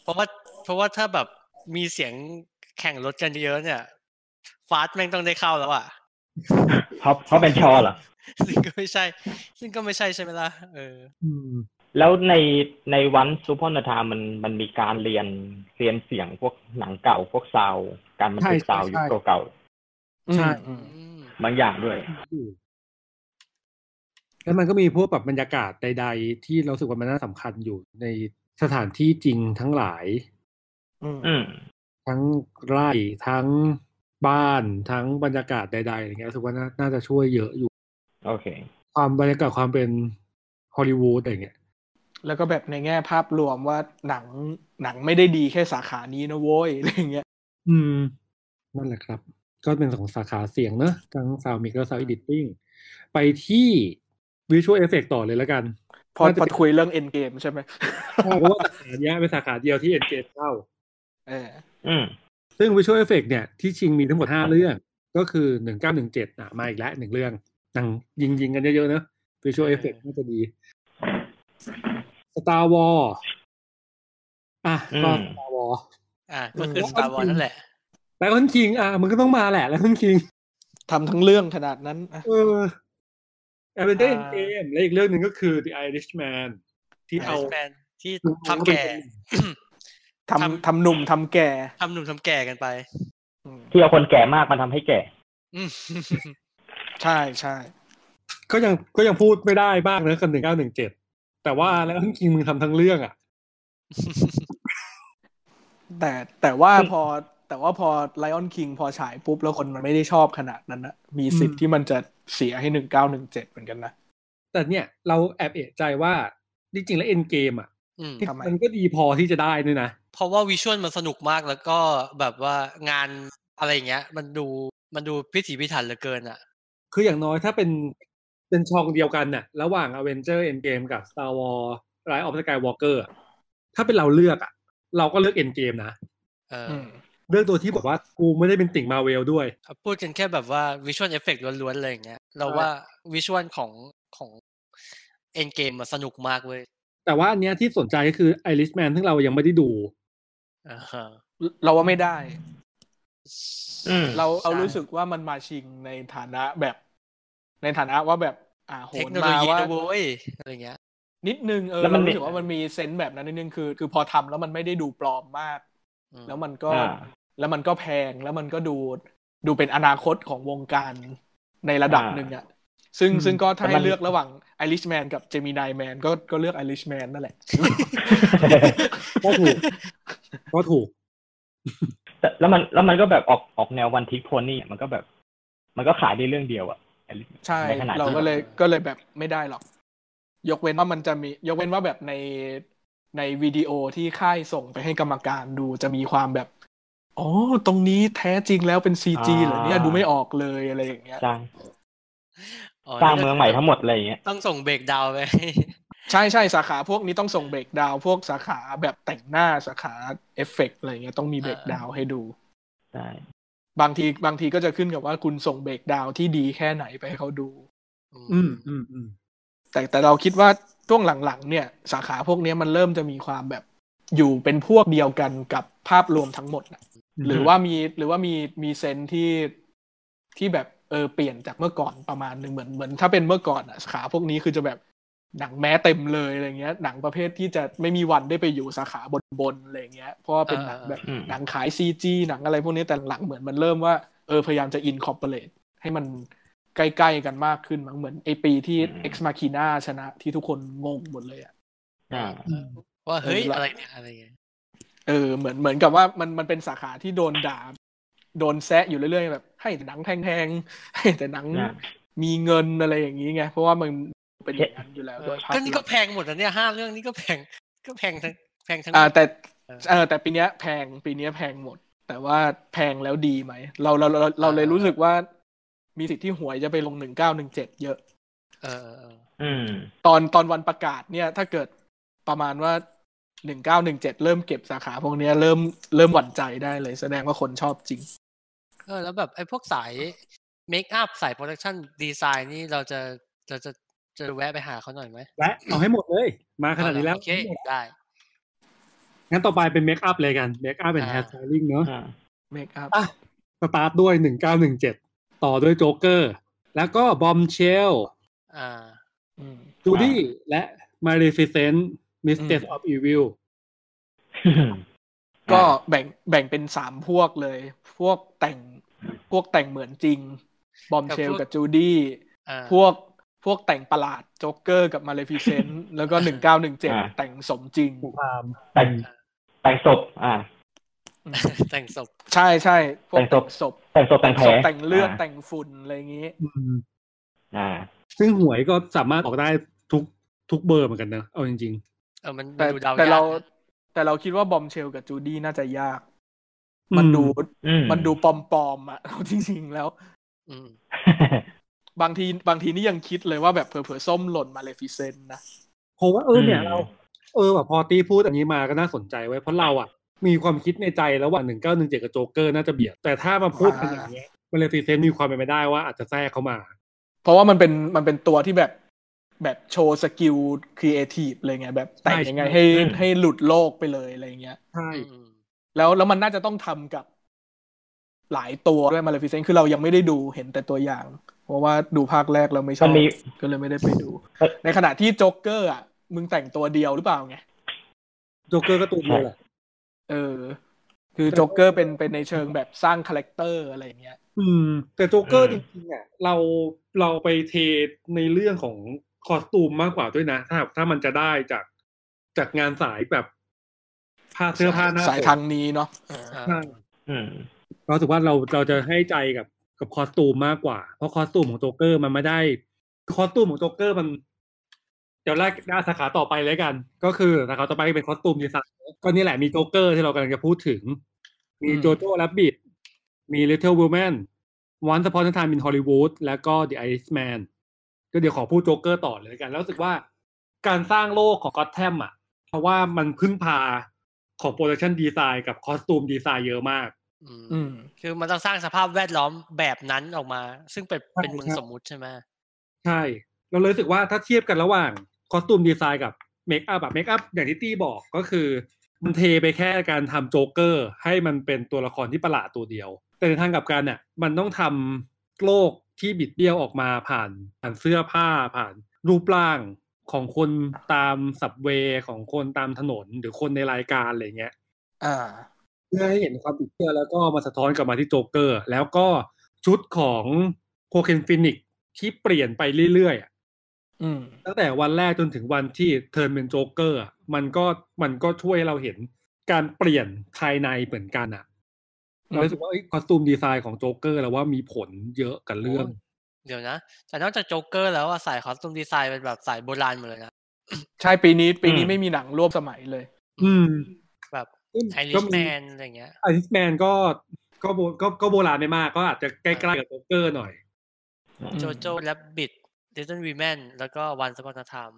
B: เพราะว่าเพราะว่าถ้าแบบมีเสียงแข่งรถกันเยอะเนี่ย ฟาสต์แม่งต้องได้เข้าแล้วอ่ะ
C: เขาเขาเป็นชอเหรอ
B: ซึ่งก็ไม่ใช่ ซึ่งก็ไม่ใช่ใช่ไหมล่ะเออ
E: อืม
C: แล้วในในวันซูเปอร์นาทามันมันมีการเรียนเรียนเสียงพวกหนังเก่าพวกซาวด์การบันทึก
E: ใช่
C: ซาวด์ยุ
E: ใช่
C: คเก่า
E: ใช่
F: อืม
B: อืม
C: ๆบางอย่างด้วย
E: แล้วมันก็มีพวกแบบบรรยากาศใด ๆ ที่เรารู้สึกว่ามันน่าสำคัญอยู่ในสถานที่จริงทั้งหลาย
F: อืม
C: อืม
E: ทั้งไร่ทั้งบ้านทั้งบรรยากาศใดๆอะไรเงี้ยรู้สึกว่าน่าน่าจะช่วยเยอะอยู่
C: โอเค
E: ความบรรยากาศความเป็นฮอลลีวูดอะไรเงี้ย
F: แล้วก็แบบในแง่ภาพรวมว่าหนังหนังไม่ได้ดีแค่สาขานี้นะโว้ย <laughs> อะไรอย่างเงี้ย
E: อืม นั่นแหละครับ ก็เป็นสองสาขาเสียงเนอะทั้งซาวมิกและซาวอิดิติ้งไปที่วิชวลเอฟเฟกต่อเลยแล้วกัน
F: พอ
E: น่าจะ
F: พอคุยเรื่องเอ็นเกมใช่ไหม
E: เพราะว่าสาขาเนี้ยเป็นสาขาเดียวที่เอ็นเกเข้า
F: เออ
C: อืม
E: ซึ่ง Visual Effect เนี่ยที่ชิงมีทั้งหมดห้าเรื่อง ก็คือหนึ่งเก้าหนึ่งเจ็ดอ่ะมาอีกแล้วหนึ่งเรื่องหนังยิงยิงกันเยอะๆเนอะ Visual Effect น่าจะดี Star War อ่ะก็
C: อืม
E: Star War
B: อ่ะก็คือ
F: เออ
B: สตาร์วอลนั่นแหละ
E: ไลออนคิงอ่ะมันก็ต้องมาแหละไลออนคิง
F: ทำทั้งเรื่องขนาดนั้นอะ
E: เออ Avengers
F: อ่า
E: Endgame และอีกเรื่องหนึ่งก็คือ The Irishman ที่เอา
B: Irishman ที่
E: ทำ
B: ทำ
E: แก่
B: แก่
F: ทำ
B: ทำ
F: ทำหนุ่มทำแก่
B: ทำหนุ่มทำแก่กันไป
F: อืม
C: ที่เอาคนแก่มากมันทำให้แก่
B: อืม
F: ใช่ใช่
E: ก็ยังก็ยังพูดไม่ได้บ้างนะกันหนึ่งเก้าหนึ่งเจ็ดแต่ว่าไลออนคิงมึงทำทั้งเรื่องอ่ะ
F: แต่แต่ว่าพอแต่ว่าพอไลออนคิงพอฉายปุ๊บ แล้วคนมันไม่ได้ชอบขนาดนั้นนะมีสิท
E: อื
F: ธิ์
E: ม
F: ที่มันจะเสียให้หนึ่งเก้าหนึ่งเจ็ดเหมือนกันนะ
E: แต่เนี่ยเราแอบเอะใจว่าจริงๆแล้ว Endgame อ่ะ
B: อืม
E: ที่
F: ทำไม
E: มันก็ดีพอที่จะได้ด้วยนะ
B: เพราะว่าวิชวลมันสนุกมากแล้วก็แบบว่างานอะไรอย่างเงี้ย มันดูมันดูพิถีพิถันเหลือเกินอ่ะ
E: คืออย่างน้อยถ้าเป็นเป็นช่องเดียวกันน่ะ ระหว่าง a v e n g e r Endgame กับ Star Wars Rise of Skywalker อะถ้าเป็นเราเลือกอ่ะ เราก็เลือก Endgame นะ
B: เออ
F: อืม
E: เรื่องตัวที่บอกว่ากูไม่ได้เป็นติ่งมาเวลด้วย
B: ครับพูดกันแค่แบบว่าวิชวลเอฟเฟกล้วนๆเลยอย่างเงี้ยเราว่าวิชวลของของเอ็นเกมมันสนุกมากเว้ย
E: แต่ว่าอันเนี้ยที่สนใจก็คือไอริชแมนซึ่งเรายังไม่ได้ดู
B: อ่าฮะ
F: เราว่าไม่ได้
C: อืม
F: เราเอารู้สึกว่ามันมาชิงในฐานะแบบ ในฐานะว่าแบบ อ่าโห
B: เทคน โนโล
F: มา
B: ยี
F: ว่า
B: นะเว้ยอะไรเงี้ย
F: นิดนึงเออ
C: แล้วมัน
F: เรารู้สึก
C: เนี่ย
F: ว่ามันมีเซนส์แบบนั้นนิดนึงคือ คือพอทำแล้วมันไม่ได้ดูปลอมมาก
B: อืม
F: แล้วมันก็
C: อ่า <laughs>
F: แล้วมันก็แพงแล้วมันก็ดูดูเป็นอนาคตของวงการในระดับ
C: อ่า
F: หนึ่งอะซึ่ง
E: อืม
F: ซึ่งก็ถ้า
C: แต่มั
F: ให้
C: น
F: เลือกระหว่างไอริชแมนกับเจมินายแมนก็ก็เลือกไอริชแมนนั่นแหละ
E: ก็ถูก <laughs> ก็ถูก
C: แต่แล้วมันแล้วมันก็แบบออกออกแนววันทิพโพนี่มันก็แบบ มันก็ขายได้เรื่องเดียวอะ
F: ใช่
C: ในขณะ
F: เรา
C: ที่
F: ก็เลยก็เลยแบบไม่ได้หรอก ยกเว้นว่ามันจะมี ยกเว้นว่าแบบในในวิดีโอที่ค่ายส่งไปให้กรรมการดูจะมีความแบบอ๋อตรงนี้แท้จริงแล้วเป็นซีจีเหรอเนี่ยดูไม่ออกเลยอะไรอย่างเงี้ย
C: สร้าง
B: อ๋อ
C: สร้างเมืองใหม่ทั้งหมดอะไรอย่างเงี้ย
B: ต้องส่งเบรกดาวน์ไป <laughs>
F: ใช่ใช่สาขาพวกนี้ต้องส่งเบรกดาวน์พวกสาขาแบบแต่งหน้าสาขาเอฟเฟกต์อะไรเงี้ยต้องมีเบรกดาวน์ให้ดู
C: ใช่
F: บางทีบางทีก็จะขึ้นกับว่าคุณส่งเบรกดาวน์ที่ดีแค่ไหนไปให้เขาดู
E: อืมอืมอืม
F: แต่แต่เราคิดว่าช่วงหลังๆ เนี่ย สาขาพวกเนี้ยมันเริ่มจะมีความแบบอยู่เป็นพวกเดียวกันกับภาพรวมทั้งหมดน่ะหรือว่ามีหรือว่ามีมีเซนส์ที่ที่แบบเออเปลี่ยนจากเมื่อก่อนประมาณหนึ่งเหมือนเหมือน ถ้าเป็นเมื่อก่อนอ่ะสาขาพวกนี้คือจะแบบหนังแม้เต็มเลยอะไรเงี้ย หนังประเภทที่จะไม่มีวันได้ไปอยู่สาขาบนบนๆอะไรเงี้ยเพราะว่าเป็นหนังแบบ
C: อ่าอ่า
F: หนังขายซีจีหนังอะไรพวกนี้แต่หลังเหมือนมันเริ่มว่าเออพยายามจะอินคอร์ปอเรทให้มัน ใกล้ๆกันมากขึ้นมั้งเหมือนไอปีที่
C: อืม
F: Ex Machina ชนะที่ทุกคนงงหมดเลยอ่ะ
C: อ่า
E: อืม
B: ว่าเฮ้ย
F: เออละ
B: อะไรเนี่ยอะไรเงี้ย
F: เออเหมือนเหมือนกับว่ามันมันเป็นสาขาที่โดนด่า โดนแซะอยู่เรื่อยๆแบบ ให้แต่หนังแพงๆ <laughs> ให้แต่หนัง
C: อ่า
F: มีเงินอะไรอย่างนี้ไง เพราะว่ามันเป็นอย่างนั้นอยู่แล้วโดยภาพ
B: ก็นี่
F: ร
B: ก็
F: วม
B: แพงหมดนะเนี่ยห้าเรื่องนี้ก็แพงก็แพงทั้งแพงทั้ง
F: อ่าแต่
B: เออ
F: เออแต่ปีเนี้ยแพงปีเนี้ยแพงหมด แต่ว่าแพงแล้วดีไหมเราเราเราเราเลย
B: อ่า
F: รู้สึกว่ามีสิทธิ์ที่หวยจะไปลงหนึ่งเก้าหนึ่งเจ็ดเยอะ
B: เออเออเออ
C: อืม
F: ตอนตอนวันประกาศเนี่ย ถ้าเกิดประมาณว่าหนึ่งเก้าหนึ่งเจ็ดเริ่มเก็บสาขาพวกเนี้ยเริ่มเริ่มหวั่นใจได้เลยแสดงว่าคนชอบจริง
B: เออแล้วแบบไอ้พวกสายเมคอัพสายโปรดักชันดีไซน์นี่เราจะเราจะจะแวะไปหาเขาหน่อยไหม
E: และเอาให้หมดเลย มาขนาดนี้แล้ว
B: โอเคได้
E: งั้นต่อไปเป็นเมคอัพเลยกันเมคอัพเป็น
B: อ่า
E: แฮร์สไตลิ่งเนอะ
C: อ่า
F: เมคอัพ
E: อ่ะ สตาร์ทด้วยหนึ่งเก้าหนึ่งเจ็ดต่อด้วยโจ๊กเกอร์ แล้วก็บอมเชล
B: อ่า
F: อืม
E: จูดี้และมาริฟิเซนต์มิสเตสออฟอีวิล
F: ก็แบ่งแบ่งเป็นสามพวกเลย พวกแต่งพวกแต่งเหมือนจริง บอมเชล
B: กั
F: กั
B: บบ พวก
F: จูดี้
B: อ่า
F: พวกพวกแต่งประหลาดโจ๊กเกอร์กับมาเลฟิเซนต์แล้วก็หนึ่งเก้าหนึ่งเจ็ด
C: อ่า
F: แต่งสมจริง
E: สงคราม
C: แต่งแต่งศพ อ่า
B: แต่งศพ
F: ใช่ใช่พวก
C: แต่งศพ
F: ศพ
C: แต่งศพแต่งแผล
F: ศพแต่งเลือด
C: า
F: แต่งฝุ่นอะไรอย่างนี้
E: อืม
C: อ่า
E: ซึ่งหวยก็สามารถออกได้ทุกทุกเบอร์เหมือนกันนะเอาจริง
B: เออมันมัน
F: แต่
B: ดูดาวย
F: แต่เรา
B: กนะ
F: แต่เราคิดว่าบอมเชลกับจูดี้น่าจะยาก
E: อืม
F: มันดู
C: อืม
F: มันดูปลอมๆอ่ะ <laughs> เอาจริงๆแล้ว
B: อืม
F: บางทีบางทีนี่ยังคิดเลยว่าแบบเผลอๆส้มหล่นมาเลฟิเซนนะ
E: ๆ เพราะว่าเออเนี่ย
C: อืม
E: เรา เออแบบพอตี้พูดอันนี้มาก็น่าสนใจไว้ยเพราะเราอ่ะ มีความคิดในใจระหว่างหนึ่งเก้าหนึ่งเจ็ดกับโจ๊กเกอร์น่าจะเบียด แต่ถ้ามาพูดกันอย่างเงี้ยมาเลฟิเซนต์มีความเป็นไปได้ว่าอาจจะแทรกเข้ามา
F: เพราะว่ามันเป็นมันเป็นตัวที่แบบแบบโชว์สกิลครีเอทีฟเลยไง แบบแต่งยังไง
E: ใช่
F: ให้
C: อืม
F: ให้หลุดโลกไปเลยอะไรเงี้ย
E: ใช่
B: อืม
F: แล้วแล้วมันน่าจะต้องทำกับหลายตัวด้วยมาเลฟิเซนคือเรายังไม่ได้ดูเห็นแต่ตัวอย่าง เพราะว่าดูภาคแรกเราไม่ชอ
C: มั
F: บ
C: นมี
F: ก็เลยไม่ได้ไปดู
C: เอ้ย
F: ในขณะที่โจ๊กเกอร์อ่ะมึงแต่งตัวเดียวหรือเปล่าไง
E: โจ๊กเกอร์ก็ตัวเดียวแหละ
F: เออ คือโจ๊กเกอร์เป็นเป็นในเชิงแบบสร้างคาแรคเตอร์อะไรอย่างเงี้ย
E: อืม แต่โจ๊กเกอร์จ
C: อืม
E: ริงๆอ่ะเราเราไปเทในเรื่องของคอสตูมมากกว่าด้วยนะ ถ้าถ้ามันจะได้จากจากงานสายแบบผ้าเสื้อผ้าหน้า
F: สาย
E: ผม
F: ทางนี้เนาะเออ
B: อ่า
E: ใช่
C: อืม
E: เรารู้สึกว่าเราเราจะให้ใจกับกับคอสตูมมากกว่า เพราะคอสตูมของโจ๊กเกอร์มันไม่ได้คอสตูมของโจ๊กเกอร์มัน เดี๋ยวแรกได้สาขาต่อไปเลยกัน ก็คือสาขาต่อไปเป็นคอสตูมดีไซน์ก็นี่แหละมีโจ๊กเกอร์ที่เรากำลังจะพูดถึง มีโจโจ้แรบบิทมี Little Women Once Upon a Time in Hollywood แล้วก็ The Irishman ก็เดี๋ยวขอพูดโจ๊กเกอร์ต่อเลยแล้วกัน แล้วรู้สึกว่าการสร้างโลกของก็อตแทมอ่ะ เพราะว่ามันพึ่งพาของโปรดักชันดีไซน์กับคอสตูมดีไซน์เยอะมาก
B: อืม คือมันต้องสร้างสภาพแวดล้อมแบบนั้นออกมา ซึ่งเป็นเป็นเมืองสมมุติใช่ไหม
E: ใช่ เราเลยรู้สึกว่าถ้าเทียบกันระหว่างคอสตูมดีไซน์กับเมคอัพแบบเมคอัพอย่างที่ตี้บอกก็คือมันเทไปแค่การทำโจ๊กเกอร์ ให้มันเป็นตัวละครที่ประหลาดตัวเดียว แต่ในทางกลับกันเนี่ยมันต้องทำโลกที่บิดเบี้ยวออกมาผ่านผ่านเสื้อผ้าผ่าน รูปร่างของคนตามสับเวย์ของคนตามถนนหรือคนในรายการอะไรเงี้ย
F: อ่า
E: เพื่อให้เห็นความบิดเบี้ยวแล้วก็มาสะท้อนกลับมาที่โจ๊กเกอร์ แล้วก็ชุดของโคเคนฟินิกที่เปลี่ยนไปเรื่อยๆอะ
F: อืม
E: ตั้งแต่วันแรกจนถึงวันที่เทิร์นเป็นโจ๊กเกอร์อะมันก็มันก็ช่วยให้เราเห็นการเปลี่ยนภายในเหมือนกันอะ
F: อืม
E: เรารู้สึกว่าคอสตูมดีไซน์ของโจ๊กเกอร์แล้วว่ามีผลเยอะกับเรื่อง
B: โยเดี๋ยวนะ แต่นอกจากโจ๊กเกอร์แล้วอะสายคอสตูมดีไซน์เป็นแบบสายโบราณหมดเลยนะ
F: ใช่ปีนี้ปีนี้
C: อืม
F: ไม่มีหนังร่วมสมัยเลย
E: อืม
B: แบบไอริ
E: ก็
B: ช
E: มี
B: แมนอะไรเงี้ย
E: ไอริชแมนก็ก็โบก็ก็โบราณไม่มาก ก็อาจจะใกล้ๆกับโจ๊กเกอร์หน่อย
F: อืม
B: โจโจ้และบิดดิจิทัลวีแมนแล้วก็วันสปอนธรรม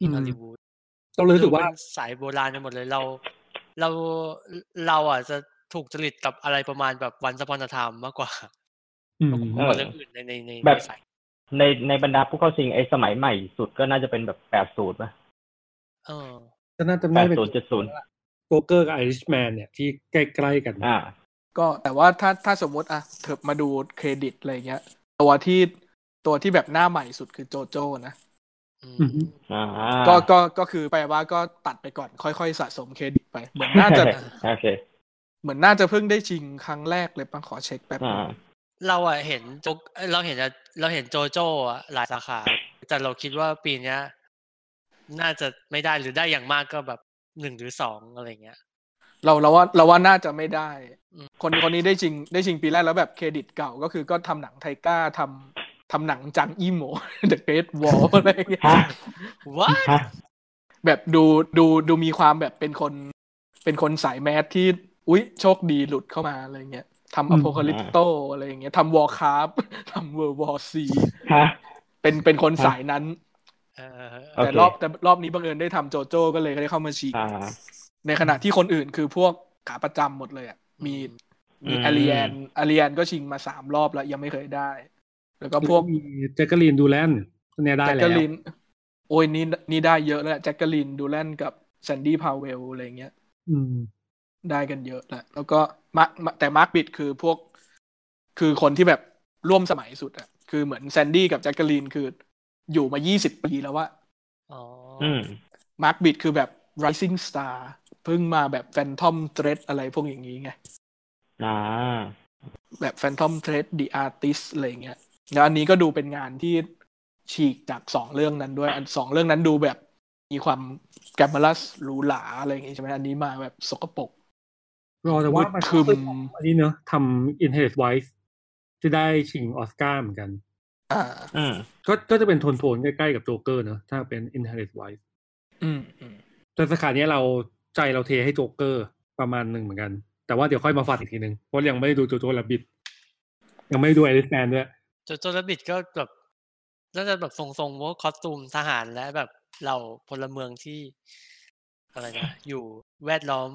E: อืม
B: ฮอลลีวูด
E: เราเลยรู้สึกว่า
B: เป็นสายโบราณไปหมดเลยเรา เราเราอ่ะจะถูกจริตกับอะไรประมาณแบบวันสปอนธรรมมากกว่า
E: อืม
B: กว่าเรื่องอื่นในในใน
C: แบบ
B: สาย
C: ในในบรรดาผู้เข้าชิงไอ้สมัยใหม่สุดก็น่าจะเป็นแบบแปดศูนย์ป่ะ
B: เออ
E: ก็น่าจะ
C: แป
E: ไม่
C: ด
E: เป็น
C: ศูนย์เจ็ดศูนย์
E: โจ๊กเกอร์กับไอริชแมนเนี่ยที่ใกล้ๆกัน
C: อ่า
F: ก็แต่ว่าถ้าถ้าสมมติอ่ะเถิบมาดูเครดิตอะไรเงี้ย ตัวที่ตัวที่แบบหน้าใหม่สุดคือโจโจ้นะ
B: อืม
E: อือฮึ
C: อ่า
F: ก็ก็ก็คือแปลว่าก็ตัดไปก่อนค่อยๆ สะสมเครดิตไป เหมือนน่าจะ
C: โอเค
F: เหมือนน่าจะเพิ่งได้ชิงครั้งแรกเลยปังขอเช็คแป๊บนึ
C: อ่า
F: ง
B: เราอ่ะเห็นโจเอ้ยเราเห็นอะเราเห็นโจโจ้อะหลายสาขา แต่เราคิดว่าปีเนี้ย น่าจะไม่ได้หรือได้อย่างมากก็แบบหนึ่งหรือสองอะไรเงี้ย
F: เราเราว่าเราว่าน่าจะไม่ได้
B: อืม
F: คนคนนี้ได้ชิงได้ชิงปีแรกแล้วแบบเครดิตเก่าก็คือก็ทำหนังไทก้าทำทำหนังจังอีโม <laughs> The Great Wall อะไรเงี้ย
C: ฮะ
B: ว้า
C: ฮะ
F: แบบดูดูดูมีความแบบเป็นคน เป็นคนสายแมสที่ อุ๊ย โชคดีหลุดเข้ามาอะไรเงี้ยทำอโพคาลิปโตอะไรอย่างเงี้ยทำวอลคาร์ฟ <laughs> ทำเวอร์วอร์ซี
C: ฮะ
F: เป็นเป็นคนสายนั้น
B: เออ
C: โอเค
F: แต่รอบแต่รอบนี้บังเอิญได้ทำโจโจ้ก็เลยได้เข้ามาชิง
C: อ่า
F: ในขณะที่คนอื่นคือพวกขาประจำหมดเลยอ่ะ มี
C: อืม
F: มีอารียนอารียนก็ชิงมาสามรอบแล้ว ยังไม่เคยได้ แล้วก็พวก
E: มีแจ็คเกอรีนดูแลนเนี่ยได้
F: แจ็คเก
E: แล้ว
F: อลิน โอ้ยนี่นี่ได้เยอะแล้วแหละแจ็คเกอลินดูแลนกับแซนดี้พาวเวลอะไรเงี้ย
E: อืม
F: ได้กันเยอะแหละแล้วก็มาร์คแต่มาร์คบิดคือพวก คือคนที่แบบร่วมสมัยสุดอ่ะ คือเหมือนแซนดี้กับแจ็คเกอลินคืออยู่มายี่สิบปีแล้วว่า
B: อ๋ออ
C: อืม
F: มาร์คบิดคือแบบ rising star เพิ่งมาแบบ phantom thread อะไรพวกอย่างนี้ไง
C: อ่า
F: แบบ phantom thread the artist อะไรอย่างเงี้ยแล้วอันนี้ก็ดูเป็นงานที่ฉีกจากสองเรื่องนั้นด้วย อันสองเรื่องนั้นดูแบบมีความแกมลัสหรูหราอะไรอย่างงี้ใช่ไหมอันนี้มาแบบสกปรก
E: รอแต่ว่ามัน
F: คือ
E: ก็อันนี้เนอะทำ Inherit Wise จะได้ชิงออสการ์เหมือนกัน
F: อ่า
C: อืม
E: ก็ก็จะเป็นโทนๆใกล้ๆกับโจเกอร์เนอะถ้าเป็น Inherit Wise
F: อืมอืม
E: แต่สาขาเนี้ยเราใจเราเทให้โจเกอร์ประมาณหนึ่งเหมือนกัน แต่ว่าเดี๋ยวค่อยมาฟัดอีกทีหนึ่งเพราะยังไม่ได้ดูโจโจและบิด ยังไม่ได้ดูไอริสแมนด้วย
B: โจโจและบิดก็แบบน่าจะแบบทรงๆว่าคอสตูมทหารและแบบเหล่าพลเมืองที่ อะไร
F: <laughs>
B: นะ อยู่แวดล้อม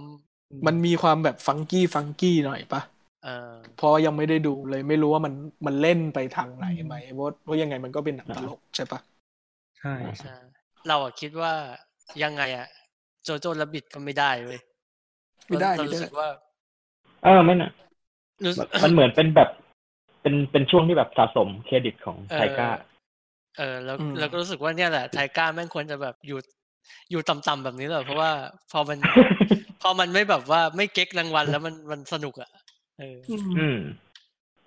F: มันมีความแบบฟังกี้ฟังกี้หน่อยปะ
B: เออ
F: เพราะยังไม่ได้ดูเลยไม่รู้ว่ามันมันเล่นไปทางไหนไหมเพราะเพราะยังไงมันก็เป็นหนังตลกใช่ปะ
E: ใช่
B: ใช่เราอะคิดว่ายังไงอะโจโจและบิดก็ไม่ได้เว้ย
F: ไม่ได้
B: เรา
F: ไม่ได้
B: รู้สึกว่า
C: เออไม่น่ะ
B: รู้สึก
C: มันเหมือนเป็นแบบ เป็น เป็นช่วงที่แบบสะสมเครดิตของไทก้า
B: เออแล้ว
F: อืม
B: แล้วก็รู้สึกว่าเนี่ยแหละไทก้าแม่งควรจะแบบอยู่อยู่ต่ำๆแบบนี้แหละเพราะว่าพอมัน พอมันไม่แบบว่าไม่เก๊กรางวัลแล้วมันมันสนุกอ่ะเออ
C: อืม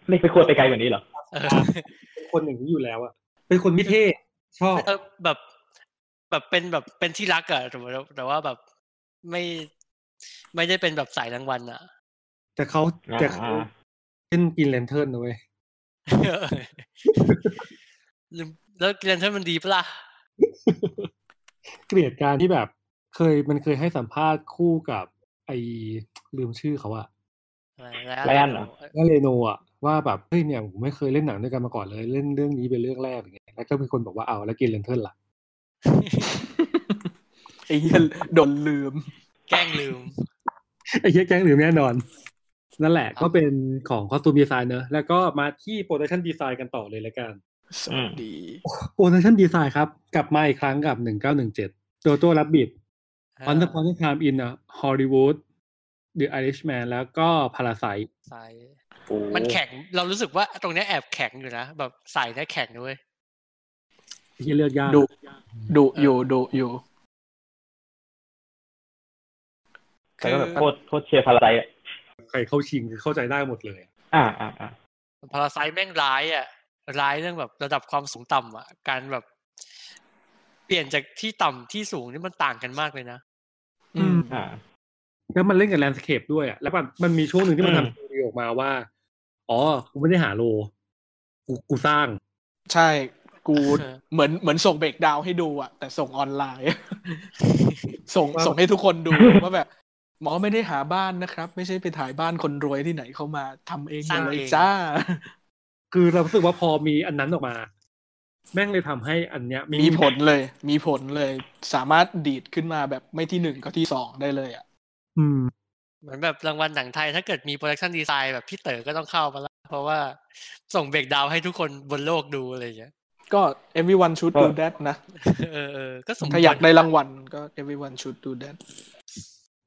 C: ไม่ไปควรไปไกลกว่านี้เหรอ
B: เออ
E: เป็นคนอย่างนี้อยู่แล้วอะเป็นคนไม่เท่ชอบ
B: เออแบบแบบเป็นแบบเป็นที่รักอ่ะแต่ว่าแต่ว่าแบบไม่ไม่ได้เป็นแบบสายรางวัลอ่ะ <laughs>
E: แต่เขาแต่เขา
C: อ่า
E: ขึ้นกินเลนเทิร์นนะเว้ย
B: ลืมแล้วเรียนเท่ามันดีปะล่ะ
E: เกลียดการที่แบบเคยมันเคยให้สัมภาษณ์คู่กับไอลืมชื่อเขาอะ
B: อะ
C: ไลอ้อนเหรอ
E: แล้วเรโนอ่ะว่าแบบเฮ้ยเนี่ยผมไม่เคยเล่นหนังด้วยกันมาก่อนเลยเล่นเรื่องนี้เป็นเรื่องแรกอย่างเงี้ยแล้วก็มีคนบอกว่าเอาแล้วกินเลนเทิร์นล่ะ
F: ไอ้เหี้ยโดนลืม
B: แกล้งลืม
E: ไอ้เหี้ยแก๊งหรือแน่นอน นั่นแหละก็เป็นของคอสตูมดีไซน์เนอะแล้วก็มาที่โปรดักชันดีไซน์กันต่อเลยละกัน
F: สวัสดี
E: โปรดักชันดีไซน์ครับ กลับมาอีกครั้งกับหนึ่งเก้าหนึ่งเจ็ดโจโจ้รับบิดออนเดอร์พอนท์ไทม์อินอะฮอลลีวูดเดอะไอริชแมนแล้วก็พาราไซ
B: สายมันแข็งเรารู้สึกว่าตรงเนี้ยแอบแข็งอยู่นะ แบบสายเนี้ยแข็งด้วย
E: ที่เลือกยาก
F: ดุดุอยู่ดุอยู่
C: แต่ก็แบบโคตรโคตรเชียร์พาราไซด์อะ
E: ใครเข้าชิงคือเข้าใจได้หมดเลย
C: อ่าอ่าอ่า
B: พาราไซแม่งร้ายอ่ะร้ายเรื่องแบบระดับความสูงต่ำอ่ะ การแบบ เปลี่ยนจากที่ต่ำที่สูงนี่มันต่างกันมากเลยนะ
F: อืม
C: อ่า
E: แล้วมันเล่นกับแลนด์สเคปด้วยอะแล้วมันมันมีช่วงหนึ่งที่มัน
C: อืม
E: ทำทีรีออกมาว่า อ๋อ กูไม่ได้หาโล กูกูสร้าง
F: ใช่กูเหมือนเหมือนส่งเบรกดาวน์ให้ดูอะแต่ส่งออนไล
B: <laughs>
F: น์ ส่ง
E: ว่า
F: ส่งให้ทุกคนดูว่าแบบ หมอไม่ได้หาบ้านนะครับ ไม่ใช่ไปถ่ายบ้านคนรวยที่ไหนเข้ามาทำเอง
B: สร้าง
F: เลย
B: เอง <laughs>
F: จ้า
E: คือเรารู้สึกว่าพอมีอันนั้นออกมา แม่งเลยทำให้อันเนี้ย
F: มีผลเลย มีผลเลย สามารถดีดขึ้นมาแบบไม่ที่หนึ่งก็ที่สองได้เลยอะ
E: อืม
B: เหมือนแบบรางวัลหนังไทย ถ้าเกิดมีโปรดักชันดีไซน์แบบพี่เต๋อก็ต้องเข้ามาละเพราะว่าส่งเบรกดาวให้ทุกคนบนโลกดูอะไรอย่างเงี้ <laughs> ย
F: ก็ everyone should do that นะ
B: เออเออก็สมควร
F: ถ้าอยากได้รางวัลก็ everyone should do that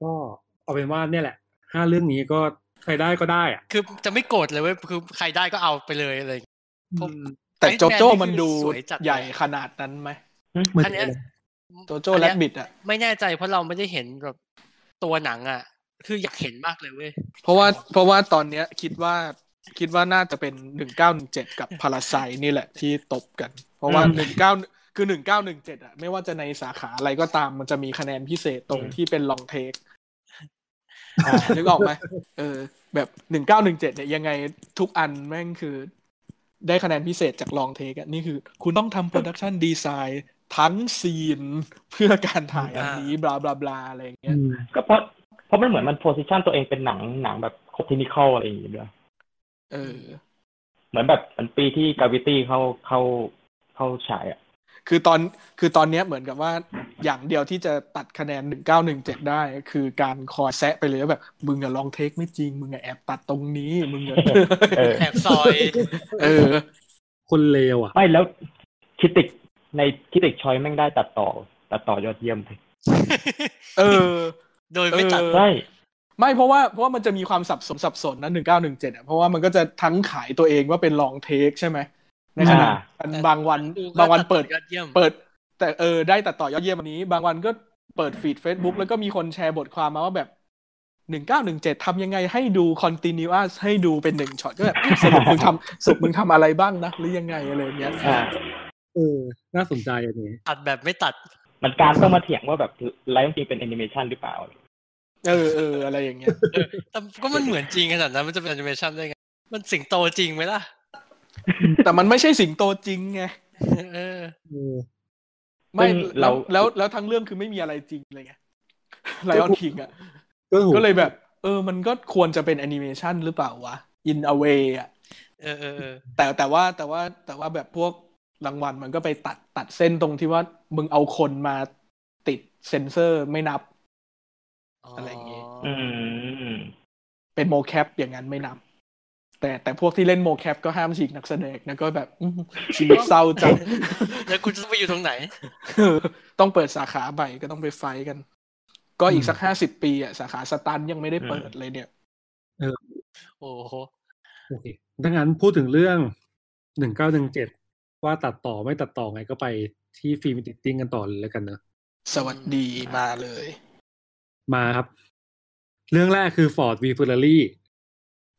E: ก็เอาเป็นว่าเนี่ยแหละห้าเรื่องนี้ก็ใครได้ก็ได้อะ
B: คือจะไม่โกรธเลยเว้ยคือใครได้ก็เอาไปเลยอะไรอย่างเงี้ย ผม
F: แต่
B: Iron Man
F: โจโจ้
B: นี่คือ
F: มันดู
B: สวยจัดเลย
F: ใหญ่ขนาดนั้นไหม
E: เหมือน
B: อันเนี้ย
F: โจโจ้
B: อัน
F: แร
B: เนี้
F: ด
B: ย
F: บิดอะ
B: ไม่แน่ใจเพราะเราไม่ได้เห็นแบบตัวหนังอ่ะ คืออยากเห็นมากเลยเว้ย
F: <laughs> เพราะว่าเพราะว่าตอนเนี้ยคิดว่าคิดว่าน่าจะเป็นหนึ่งเก้าหนึ่งเจ็ดกับพาราไซนี่แหละที่ตบกัน เพราะว่าหนึ่งเก้าคือหนึ่งเก้าหนึ่งเจ็ดอะไม่ว่าจะในสาขาอะไรก็ตามมันจะมีคะแนนพิเศษตรงที่เป็นลองเทคนึกออกไหมเออ แบบหนึ่งเก้าหนึ่งเจ็ดเนี่ยยังไงทุกอันแม่งคือ ได้คะแนนพิเศษจากลองเทคอะนี่คือ คุณต้องทำโปรดักชันดีไซน์ทั้งซีนเพื่อการถ่ายอันนี้บลาบลาบลาอะไรอย่างเงี้ย
E: อืม
C: ก็เพราะเพราะมันเหมือนมันโพสิชันตัวเองเป็นหนังหนังแบบโคพินิคอลอะไรอย่างเงี้ยด้วย
F: เออ
C: เหมือนแบบเหมันปีที่กาวิตี้เข้าเข้าเข้าฉายอ่ะ
F: คือตอนคือตอนเนี้ยเหมือนกับว่าอย่างเดียวที่จะตัดคะแนน 1917 ได้ก็คือการคอยแซะไปเลยว่าแบบ มึงอะลองเทคไม่จริง มึงอะแอบตัดตรงนี้ มึงอะ
C: เออ
B: แอบซอย <laughs>
F: เออ
E: คนเลวอ่ะ
C: ไม่แล้วคิติกในคิติกชอยแม่งได้ตัดต่อ ตัดต่อยอดเยี่ยมเลย
F: เออ
B: โดยไม่ตัด
F: เออ
C: ใช่
F: ไม่เพราะว่าเพราะว่ามันจะมีความสับสนสับสนนะ1917อะเพราะว่ามันก็จะทั้งขายตัวเองว่าเป็นลองเทคใช่ไหมในขณะเดียวกัน
B: แต่
F: บางวัน
B: ดูก็
F: บางวันเปิด
B: ยอดเยี่ยม
F: เปิดแต่เออได้ตัดต่อยอดเยี่ยมอันนี้ บางวันก็เปิดฟีด Facebook แล้วก็มีคนแชร์บทความมาว่าแบบหนึ่งเก้าหนึ่งเจ็ดทำยังไงให้ดูคอนติเนียสให้ดูเป็นหนึ่งช็อต
C: <laughs>
F: ก็แบบสรุปมึงทำสรุปมึงทำอะไรบ้างนะ หรือยังไงอะไรอย่างเงี้ย
C: อ่า
E: เออ น่าสนใจอันนี้
B: ตัดแบบไม่ตัด
C: มันการต้องมาเถียงว่าแบบไลฟ์จริงเป็นแอนิเมชันหรือเปล่า
F: เออเอออะไรอย่างเงี้ย
B: แต่ก็มันเหมือนจริงขนาดนั้นมันจะเป็นแอนิเมชันได้ไง มันสิงโตจริงไหมล่ะ <laughs>
F: แต่มันไม่ใช่สิงโตจริงไง
B: เออ
E: เออ
F: ไม่
C: ซึ่ง
F: แล้
C: เรา
F: วแล้วแล้วทั้งเรื่องคือไม่มีอะไรจริงเลยไง <laughs> ไลออนคิงอ่ะ
E: ก็ถูก
F: ก็เลยแบบ เออ มันก็ควรจะเป็นแอนิเมชันหรือเปล่าวะ in a way อ่ะ
B: เออเออเออ
F: แต่แต่ว่าแต่ว่าแต่ว่าแบบพวกรางวัลมันก็ไปตัดตัดเส้นตรงที่ว่ามึงเอาคนมาติดเซ็นเซอร์ไม่นับ อะไรอย่างงี้
C: อืม
F: เป็นโมแคปอย่างนั้นไม่นับ แต่แต่พวกที่เล่นโมแคปก็ห้ามฉีกนักแสดงนะก็แบบอื้อหือชีวิตเศร้าจัง <laughs>
B: แล้วคุณจะไปอยู่ตรงไหน
F: ต้องเปิดสาขาใหม่ก็ต้องไปไฟท์กัน ก็อีกสักห้าสิบปีอ่ะสาขาสตันยังไม่ได้เปิดเลยเนี่ย
B: โอ้โห
E: โอเคดังนั้นพูดถึงเรื่องหนึ่งเก้าหนึ่งเจ็ดว่าตัดต่อไม่ตัดต่อไงก็ไปที่ฟิล์มติดติ้งกันต่อเลยแล้วกันเนอะ
F: สวัสดีมาเลย
E: มาครับ เรื่องแรกคือ Ford v Ferrari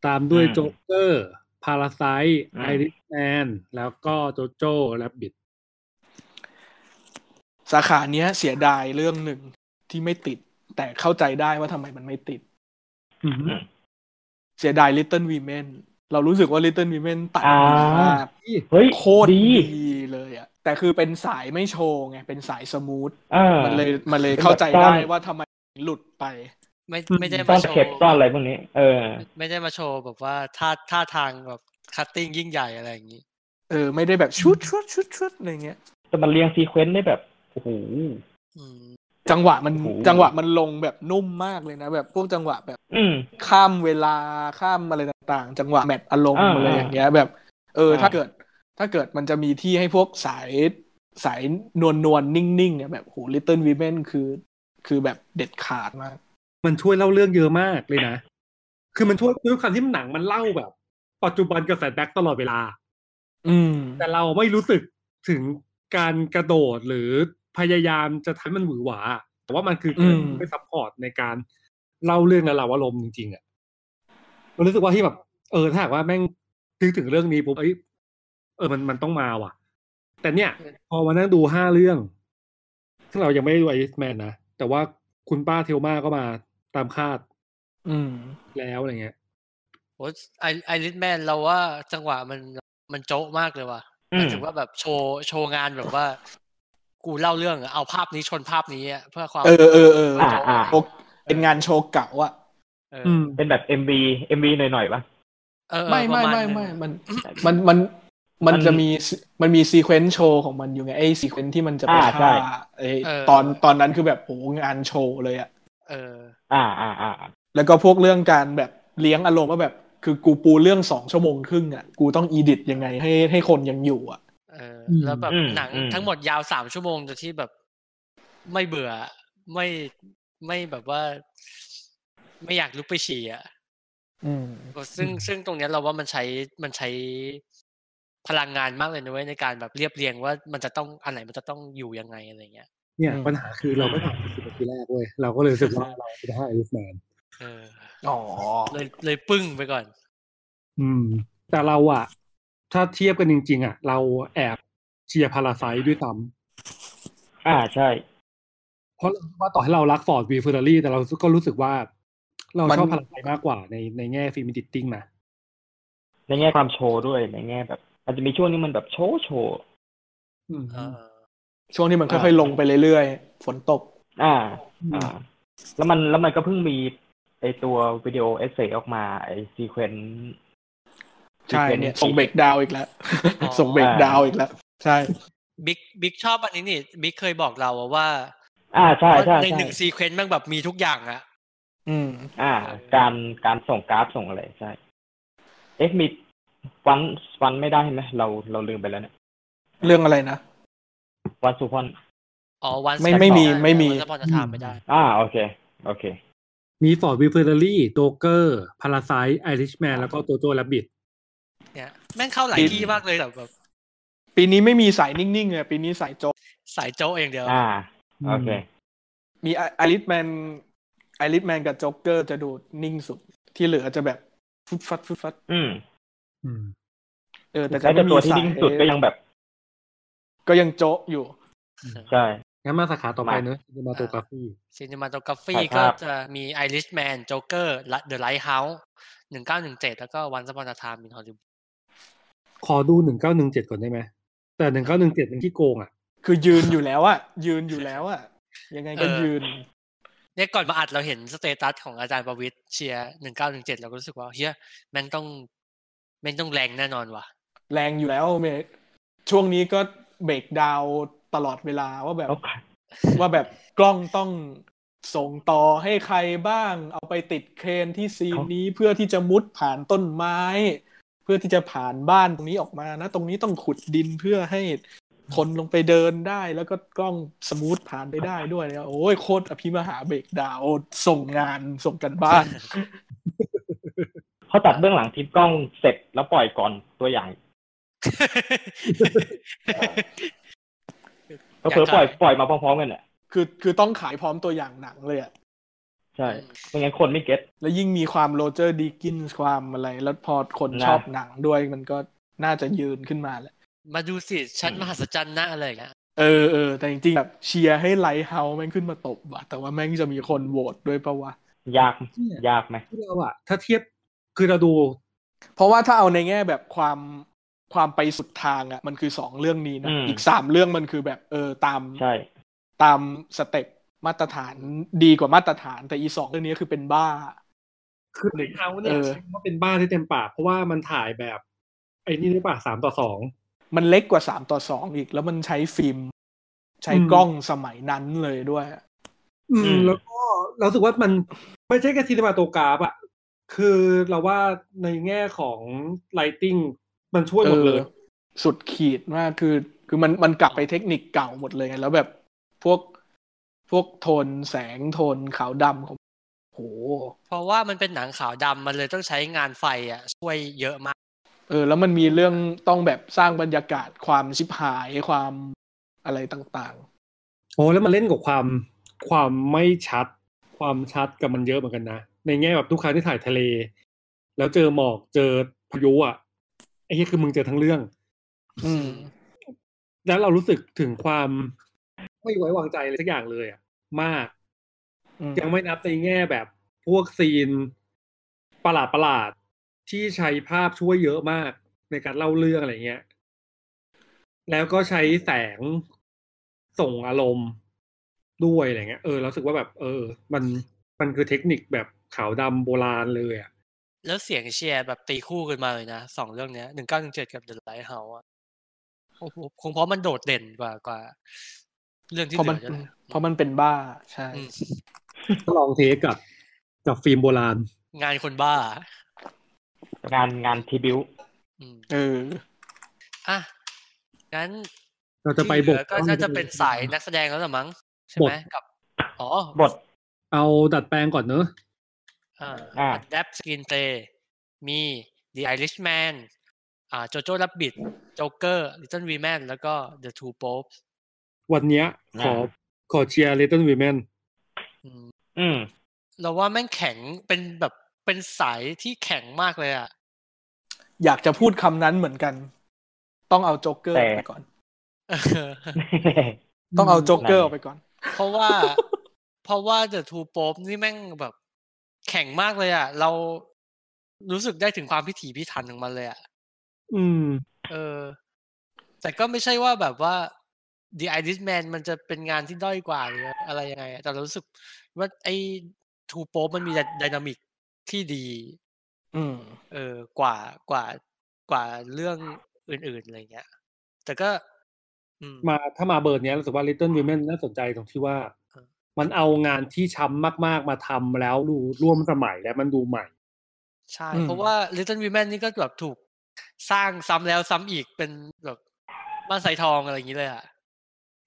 E: ตามด้วย
C: อืม
E: โจ๊กเกอร์พาราไซ
C: อื
E: ไอ
C: ม
E: ริสแมนแล้วก็โจโจ้แรบบิท
F: สาขาเนี้ยเสียดายเรื่องหนึ่งที่ไม่ติด แต่เข้าใจได้ว่าทำไมมันไม่ติด เสียดาย Little Women เรารู้สึกว่า Little Women ตัด
C: อ่า
F: ดีมาก
C: เฮ้ย
F: โคตร
C: ดี
F: ดีเลยอะแต่คือเป็นสายไม่โชว์ไง เป็นสายสมูท
C: อ่า
F: มันเลยมันเลย
C: เป็นแบบ
F: เข้าใจได้
C: ซ่อน
F: ว่าทำไมหลุดไป
B: ไม่ไม่ได้
C: ซ่
B: มา
C: อน
B: โช
C: เข็บ
B: ว์
C: ซ่อนอะไรพวกนี้ เออ
B: ไม่ได้มาโชว์แบบว่าท่าท่าทางแบบคัตติ้งยิ่งใหญ่อะไรอย่างนี้
F: เออ ไม่ได้แบบชุดชุดชุดชุดอะไรเงี้ย
C: แต่มันเรียงซีเควนต์ได้แบบโอ้โห
B: อืม
F: จังหวะมัน
C: โอ้โห
F: จังหวะมันลงแบบนุ่มมากเลยนะ แบบพวกจังหวะแบบ
C: อืม
F: ข้ามเวลาข้ามอะไรต่างๆ จังหวะแมตช์อารมณ์
C: อ่า
F: อะไรอย่างเงี้ย แบบ เออ
C: อ่า
F: ถ้าเกิด ถ้าเกิดมันจะมีที่ให้พวกสายสายนวลนวลๆนิ่งๆเนี่ยแบบโหลิตเติ้ลวีแมนคือ คือแบบเด็ดขาดมาก
E: มันช่วยเล่าเรื่องเยอะมากเลยนะ คือมันช่วยด้วยความที่หนังมันเล่าแบบ ปัจจุบันกับแฟลชแบ็กตลอดเวลา
F: อืม
E: แต่เราไม่รู้สึกถึงการกระโดดหรือพยายามจะทำให้มันหวือหวา แต่ว่ามันคือ
F: อืม
E: เป็นซัพพอร์ตในการเล่าเรื่องและเราอารมณ์จริงๆอ่ะมันรู้สึกว่าที่แบบ เออถ้าหากว่าแม่งนึกถึงเรื่องนี้ปุ๊บเอ้ยเออมันมันต้องมาว่ะ แต่เนี่ย พอมานั่งดูห้าเรื่องซึ่งเรายังไม่ได้ดูไอซ์แมนนะ แต่ว่าคุณป้าเทลมาก็มาตามคาด
F: อืม
E: แล้วอะไรเงี้ย
B: โอ้ไอไอริสแมนเราว่าจังหวะมันมันโจ๊ะมากเลยว่ะห
C: อื
B: มาย
C: ม
B: ถึงว่าแบบโชว์โชว์งานแบบว่า กูเล่าเรื่องอะเอาภาพนี้ชนภาพนี้อะเพื่อความ
F: เออเออเออ
C: อ่าอ่า
F: โชว์เป็นงานโชว์เก่าอะ
B: เออ
E: อืม
C: เป็นแบบเอ็มบีเอ็มบีหน่อยๆปะ
B: เออ
F: ไม่
B: ป
F: ไม่
B: ระาณ
F: ไม่
B: หนึ่ง
F: ไม่มันมันมัน
C: มั
F: มัน นจะมีมันมีซีเควนซ์โชว์ของมันอยู่ไงไอ้ซีเควนซ์ที่มันจะไป
C: อ่าใช่
F: ฆ่าไอ้ตอนตอนนั้นคือแบบโหงานโชว์เลยอะ
B: เออ
C: อ่าอ่าอ่าอ่า
F: แล้วก็พวกเรื่องการแบบเลี้ยงอารมณ์ว่าแบบ คือกูปูเรื่องสองชั่วโมงครึ่งอะกูต้องอีดิทยังไงให้ให้คนยังอยู่อะ
B: เออ
E: อืม
B: แล้วแบบ
C: อืม
B: หนัง
C: อืม
B: ทั้งหมดยาวสามชั่วโมงโดยที่แบบไม่เบื่อไม่ไม่แบบว่า ไม่อยากลุกไปฉี่อ่ะ
F: อืม
B: ซึ่งซึ่งตรงเนี้ยเราว่ามันใช้มันใช้พลังงานมากเลยนะเว้ยในการแบบเรียบเรียงว่ามันจะต้องอันไหนมันจะต้องอยู่ยังไงอะไรเงี้ย
E: เนี่ย
F: อืม
E: ปัญหาคือเราไม่ผ่านสิบนาทีแรกเว้ยเราก็เลยรู้สึกว่าเราเป็นห้าไอซ์แมน
B: เออ
F: อ๋อ
B: เลยเลยปึ้งไปก่อน
E: อืม แต่เราอะถ้าเทียบกันจริง ๆอะเราแอบเชียร์พาราไซด้วยซ้
C: อ่าใช่
E: ำเพราะเราคิดว่าต่อให้เรารักฟอร์ดวีเฟอร์รี่แต่เราก็รู้สึกว่า เราชอบพาราไซมากกว่าในในแง่ฟิล์มดิตติ้งนะ
C: ในแง่ความโชว์ด้วยในแง่แบบอาจจะมีช่วงนี้มันแบบโชว์โชว์
E: อืม
B: เออ
F: ช่วงที่มันค่อยๆลงไปเรื่อยๆฝนตก
C: อ่า อ่า แล้วมันแล้วมันก็เพิ่งมีไอตัววิดีโอเอเซออกมาไอซีเควนต์
F: ใช่เนี่ย ส่งเบรกดาวน์อีกแล้ว
B: อ๋อ
F: ส่งเบรกดาวน์อีกแล้ว ใช่
B: บิ๊กบิ๊กชอบอันนี้นี่บิ๊กเคยบอกเราอะว่า
C: อ่าใช่ใช่
B: ใน
C: ใช่
B: หนึ่งซีเควนต์มันแบบมีทุกอย่างอะ
F: อืม
C: อ่า การการส่งกราฟส่งอะไรใช่ เอ๊ะมีวันวันไม่ได้ไหมเราเราลืมไปแล้วเนี่ย
F: เรื่องอะไรนะ
C: วันสุพรรณ
B: อ๋อวัน
F: ไม่ไม่มีไม่มี
B: วันสปอนจะทำไม่ได้
C: อ่าโอเค โอเค
E: มีฟอร์ดวีเฟอร์รี่โจเกอร์พาราไซไอริชแมนแล้วก็โจโจ้แรบบิท
B: เนี่ยแม่งเข้าหลายที่มากเลยแต่แบบ
F: ปีนี้ไม่มีสายนิ่งๆเลยปีนี้สายโจก
B: สายโจ๊กอย่างเดียว
C: อ่า โอเค
F: มีไอริสแมนไอริสแมนกับโจ็อกเกอร์จะดูนิ่งสุด ที่เหลือจะแบบฟุดฟัดฟุดฟัด
C: อืม
E: อืม
F: เออแต่จะ
C: แล้วแต่
F: ไม่มี
C: ตัวที่
F: สาย
C: ดิ้งสุดก็ยังแบบ
F: ก็ยังโจ๊กอยู่
C: ใช่
E: งั้นมาสาขาต่อไป
C: มา
E: เนอะมาโตกราฟี
B: ซีนิมาโตกราฟี
C: ถ่าย
B: ก็
C: ภาพ
B: จะมีไอริชแมนโจ๊กเกอร์เดอะไลท์เฮาส์หนึ่งเก้าหนึ่งเจ็ดแล้วก็วันสปอนทามมินฮอลลีวูด
E: ขอดูหนึ่งเก้าหนึ่งเจ็ดก่อนได้ไหม แต่หนึ่งเก้าหนึ่งเจ็ดเป็นที่โกงอะ <laughs>
F: คือยืนอยู่แล้วอะยืนอยู่แล้วอะยังไงก็ยืน
B: เนี่ยก่อนมาอัดเราเห็นสเตตัสของอาจารย์ประวิทย์เชียร์หนึ่งเก้าหนึ่งเจ็ดเราก็รู้สึกว่าเฮียแม่งต้องแม่งต้องแรงแน่นอนว่ะ <laughs>
F: แรงอยู่แล้วเมย์ช่วงนี้ก็เบรกดาวน์ตลอดเวลาว่าแบบ
C: แล้วขาย
F: ว่าแบบกล้องต้องส่งต่อให้ใครบ้าง เอาไปติดเครนที่ซีน
C: ครับ
F: นี้เพื่อที่จะมุดผ่านต้นไม้ เพื่อที่จะผ่านบ้านตรงนี้ออกมานะ ตรงนี้ต้องขุดดินเพื่อให้คนลงไปเดินได้ แล้วก็กล้องสมูทผ่านไปได้ด้วยนะโอ้ยโคตรอภิมหาเบรกดาวน์ส่งงานส่งกันบ้าน
C: เขาตัดเบื้องหลังทิปกล้องเสร็จแล้วปล่อยก่อนตัวอย่างก็เผื่อปล่อยปล่อยมาพร้อมๆกันเนี่ย
F: คือคือต้องขายพร้อมตัวอย่างหนังเลยอะ
C: ใช่ไม่งั้นคนไม่เก็ต
F: แล้วยิ่งมีความโรเจอร์ดีกินส์ความอะไร แล้วพอคน
C: นะ
F: ชอบหนังด้วยมันก็น่าจะยืนขึ้นมาแหละ
B: มาดูสิชั้นมหัศจรรย์นะอะไรอย่างเงี้ย
F: เออเออแต่จริงๆแบบเชียร์ให้ไลท์เฮาส์แม่งขึ้นมาตบว่ะ แต่ว่าแม่งจะมีคนโหวตด้วยปะวะ
C: ยาก
E: เนี่ย
C: ยากไหม
E: ที่เราอะถ้าเทียบคือเราดู
F: เพราะว่าถ้าเอาในแง่แบบความความไปสุดทางอะ่ะ มันคือสองเรื่องนี้นะ
C: อืม
F: กสามเรื่องมันคือแบบเออตาม
C: ใช่
F: ตามสเต็ปมาตรฐานดีกว่ามาตรฐาน แต่อีสองเรื่องนี้คือเป็นบ้า
E: คือเด็กเอาเนี่ย
F: เออ
E: ใช้คำว่าเป็นบ้านที่เต็มปากเพราะว่ามันถ่ายแบบไอ้นี่หรือเปล่าสามต่อสอง
F: มันเล็กกว่าสามต่อสองอีก แล้วมันใช้ฟิล์ม ใช้
E: อืม
F: กล้องสมัยนั้นเลยด้วย
E: อื
C: อื
E: ม
C: ม
E: แล้วก็เราสึกว่ามันไม่ใช่แค่ซีนิมาโตกราฟอะคือเราว่าในแง่ของไลติงมันช่วยหมดเลย
F: ออสุดขีดมากคือคือมันมันกลับไปเทคนิคเก่าหมดเลยไงแล้วแบบพวกพวกโทนแสงโทนขาวดำของโห
B: เพราะว่ามันเป็นหนังขาวดำมันเลยต้องใช้งานไฟอ่ะช่วยเยอะมาก
F: เออ แล้วมันมีเรื่องต้องแบบสร้างบรรยากาศความชิบหายความอะไรต่าง
E: โอ้แล้วมันเล่นกับความความไม่ชัด ความชัดกับมันเยอะเหมือนกันนะ ในแง่แบบทุกครั้งที่ถ่ายทะเล แล้วเจอหมอกเจอพายุอ่ะไอ้ที่คือมึงเจอทั้งเรื่อง
F: ๆ อืม
E: แล้วเรารู้สึกถึงความไม่ไว้วางใจอะไรสักอย่างเลยอ่ะมาก
F: อืม
E: ยังไม่นับในแง่แบบพวกซีนประหลาดประหลาดๆที่ใช้ภาพช่วยเยอะมากในการเล่าเรื่องอะไรเงี้ย แล้วก็ใช้แสงส่งอารมณ์ด้วยอะไรเงี้ยเออเรารู้สึกว่าแบบ เออ มันมันคือเทคนิคแบบขาวดำโบราณเลยอ่ะ
B: แล้วเสียงเชียร์แบบตีคู่กันมาเลยนะสองเรื่องเนี้ยหนึ่งเก้าหนึ่งเจ็ดกับเดอะไลท์เฮาส์อะโอ้โหคงเพราะมันโดดเด่นกว่ากว่า เรื่องที่
F: เพราะ
B: เห
F: มัน
B: ลือเยอะเลย
F: เพราะมันเป็นบ้าใช่
B: อืม
E: ก็ลองเทคกับกับฟิล์มโบราณ
B: งานคนบ้า
C: งานงานทีบิว
B: อืม
F: เออ
B: อ่ะงั้น
E: เราจะไป
B: ที่
E: บ
B: เหลื
E: ท
B: อก็น่าจะเป็นสายนักแสดงแล้วล่ะมั้งใช่ไหมกับ อ๋อบ
C: ท
E: เอาดัดแปลงก่อนเนอะ
B: อ่า
C: อ่า
B: adapt screenplay มี The Irishman อ่า Jojo Rabbit Joker Little Women แล้วก็ The Two Popes
E: วันเนี้ย ขอ
C: อ่า
E: ขอเชียร์เลตันวีแมน
B: อืม
C: อืม <laughs>
B: เราว่าแม่งแข็งเป็นแบบเป็นสายที่แข็งมากเลยอ่ะ <laughs>
F: อยากจะพูดคำนั้นเหมือนกัน ต้องเอาโจ๊กเกอร์
C: แต่
F: ออกไปก่อน ต้องเอาโจ๊กเกอร์ออกไปก่อน
B: เพราะว่า เพราะว่า The Two Popes นี่แม่งแบบ แข็งมากเลยอ่ะ เรารู้สึกได้ถึงความพิถีพิถันของมันเลยอ่ะ
E: อืม
B: เออ แต่ก็ไม่ใช่ว่าแบบว่า The Irishman มันจะเป็นงานที่ด้อยกว่าหรืออะไรยังไงอะแต่เรารู้สึกว่าไอ้ Two Popes มันมีดินามิกที่ดี
F: อืม
B: เออกว่ากว่ากว่าเรื่องอื่นๆอะไรเงี้ย แต่ก็ อืม
E: มาถ้ามาเบิร์ดเนี้ยรู้สึกว่า Little Women น่าสนใจตรงที่ว่า
B: เออ
E: มันเอางานที่ช้ำมากๆมาทำแล้วดูร่วมสมัยและมันดูใหม่
B: ใช่
F: อืม
B: เพราะว่า Little Women นี่ก็แบบถูกสร้างซ้ำแล้วซ้ำอีกเป็นแบบบ้านสายทองอะไรอย่างนี้เลยอะ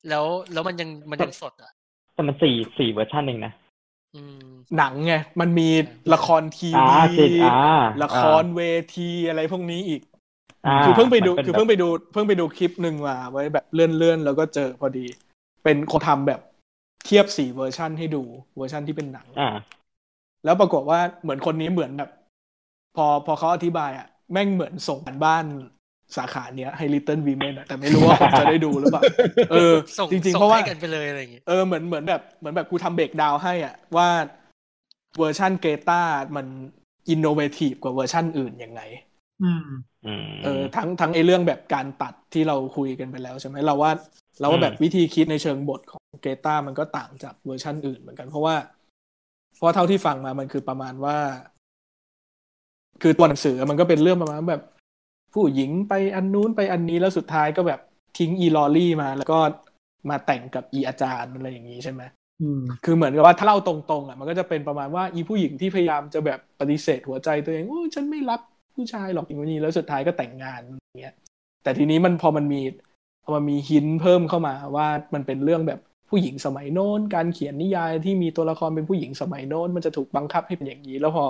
B: แล้วแล้วมันยังมันยังสดอะ
C: แต่มันสี่สี่เวอร์ชันเองนะ
B: อืม
F: หนังไง มันมีละครที
C: อ่า
F: วี
C: จริงอ่า
F: ละครเวทีอะไรพวกนี้อีก
C: อ่า
F: คือเพิ่งไปดู
C: มัน
F: คือ
C: แบบ
F: เพิ่งไปดู เพิ่งไปดูคลิปหนึ่งมาไว้แบบเลื่อนเลื่อนๆแล้วก็เจอพอดี เป็นคนทำแบบเทียบสี่เวอร์ชันให้ดูเวอร์ชันที่เป็นหนัง
C: อ่า
F: แล้วปรากฏว่าเหมือนคนนี้เหมือนแบบ พอพอเขาอธิบายอ่ะ แม่งเหมือนส่งกันบ้านสาขาเนี้ยให้ Little Women อะแต่ไม่รู้ว่าคนจะได้ดูหรือเปล่า เออ
B: ส่ง
F: จริงๆ
B: ส่
F: เพราะว่า
B: ให้กันไปเลยอะไรอย่างงี้
F: เออเหมือนเหมือนแบบเหมือนแบบกูทำเบรกดาวน์ให้อ่ะว่าเวอร์ชั่นเกตามันอินโนเวทีฟกว่าเวอร์ชั่นอื่นยังไง
E: อืม
C: อืม
F: เออทั้งทั้งไอเรื่องแบบการตัดที่เราคุยกันไปแล้วใช่ไหมเราว่าเราว่า
C: อืม
F: แบบวิธีคิดในเชิงบทของเกตามันก็ต่างจากเวอร์ชั่นอื่นเหมือนกัน เพราะว่าเพราะเท่าที่ฟังมามันคือประมาณว่า คือตัวหนังสือมันก็เป็นเรื่องประมาณแบบ ผู้หญิงไปอันนู้นไปอันนี้แล้วสุดท้ายก็แบบทิ้งอีลอรี่มา แล้วก็มาแต่งกับอีอาจารย์อะไรอย่างนี้ใช่ไหม
E: อืม
F: คือเหมือนกับว่าถ้าเล่าตรงๆอ่ะมันก็จะเป็นประมาณว่าอีผู้หญิงที่พยายามจะแบบปฏิเสธหัวใจตัวเองโอ้ยฉันไม่รับผู้ชายหรอกอย่างนี้แล้วสุดท้ายก็แต่งงานอย่างเงี้ยแต่ทีนี้มันพอมันมีพอมันมีหินเพิ่มเข้ามาว่ามันเป็นเรื่องแบบผู้หญิงสมัยโน้น การเขียนนิยายที่มีตัวละครเป็นผู้หญิงสมัยโน้น มันจะถูกบังคับให้เป็นอย่างนี้ แล้วพอ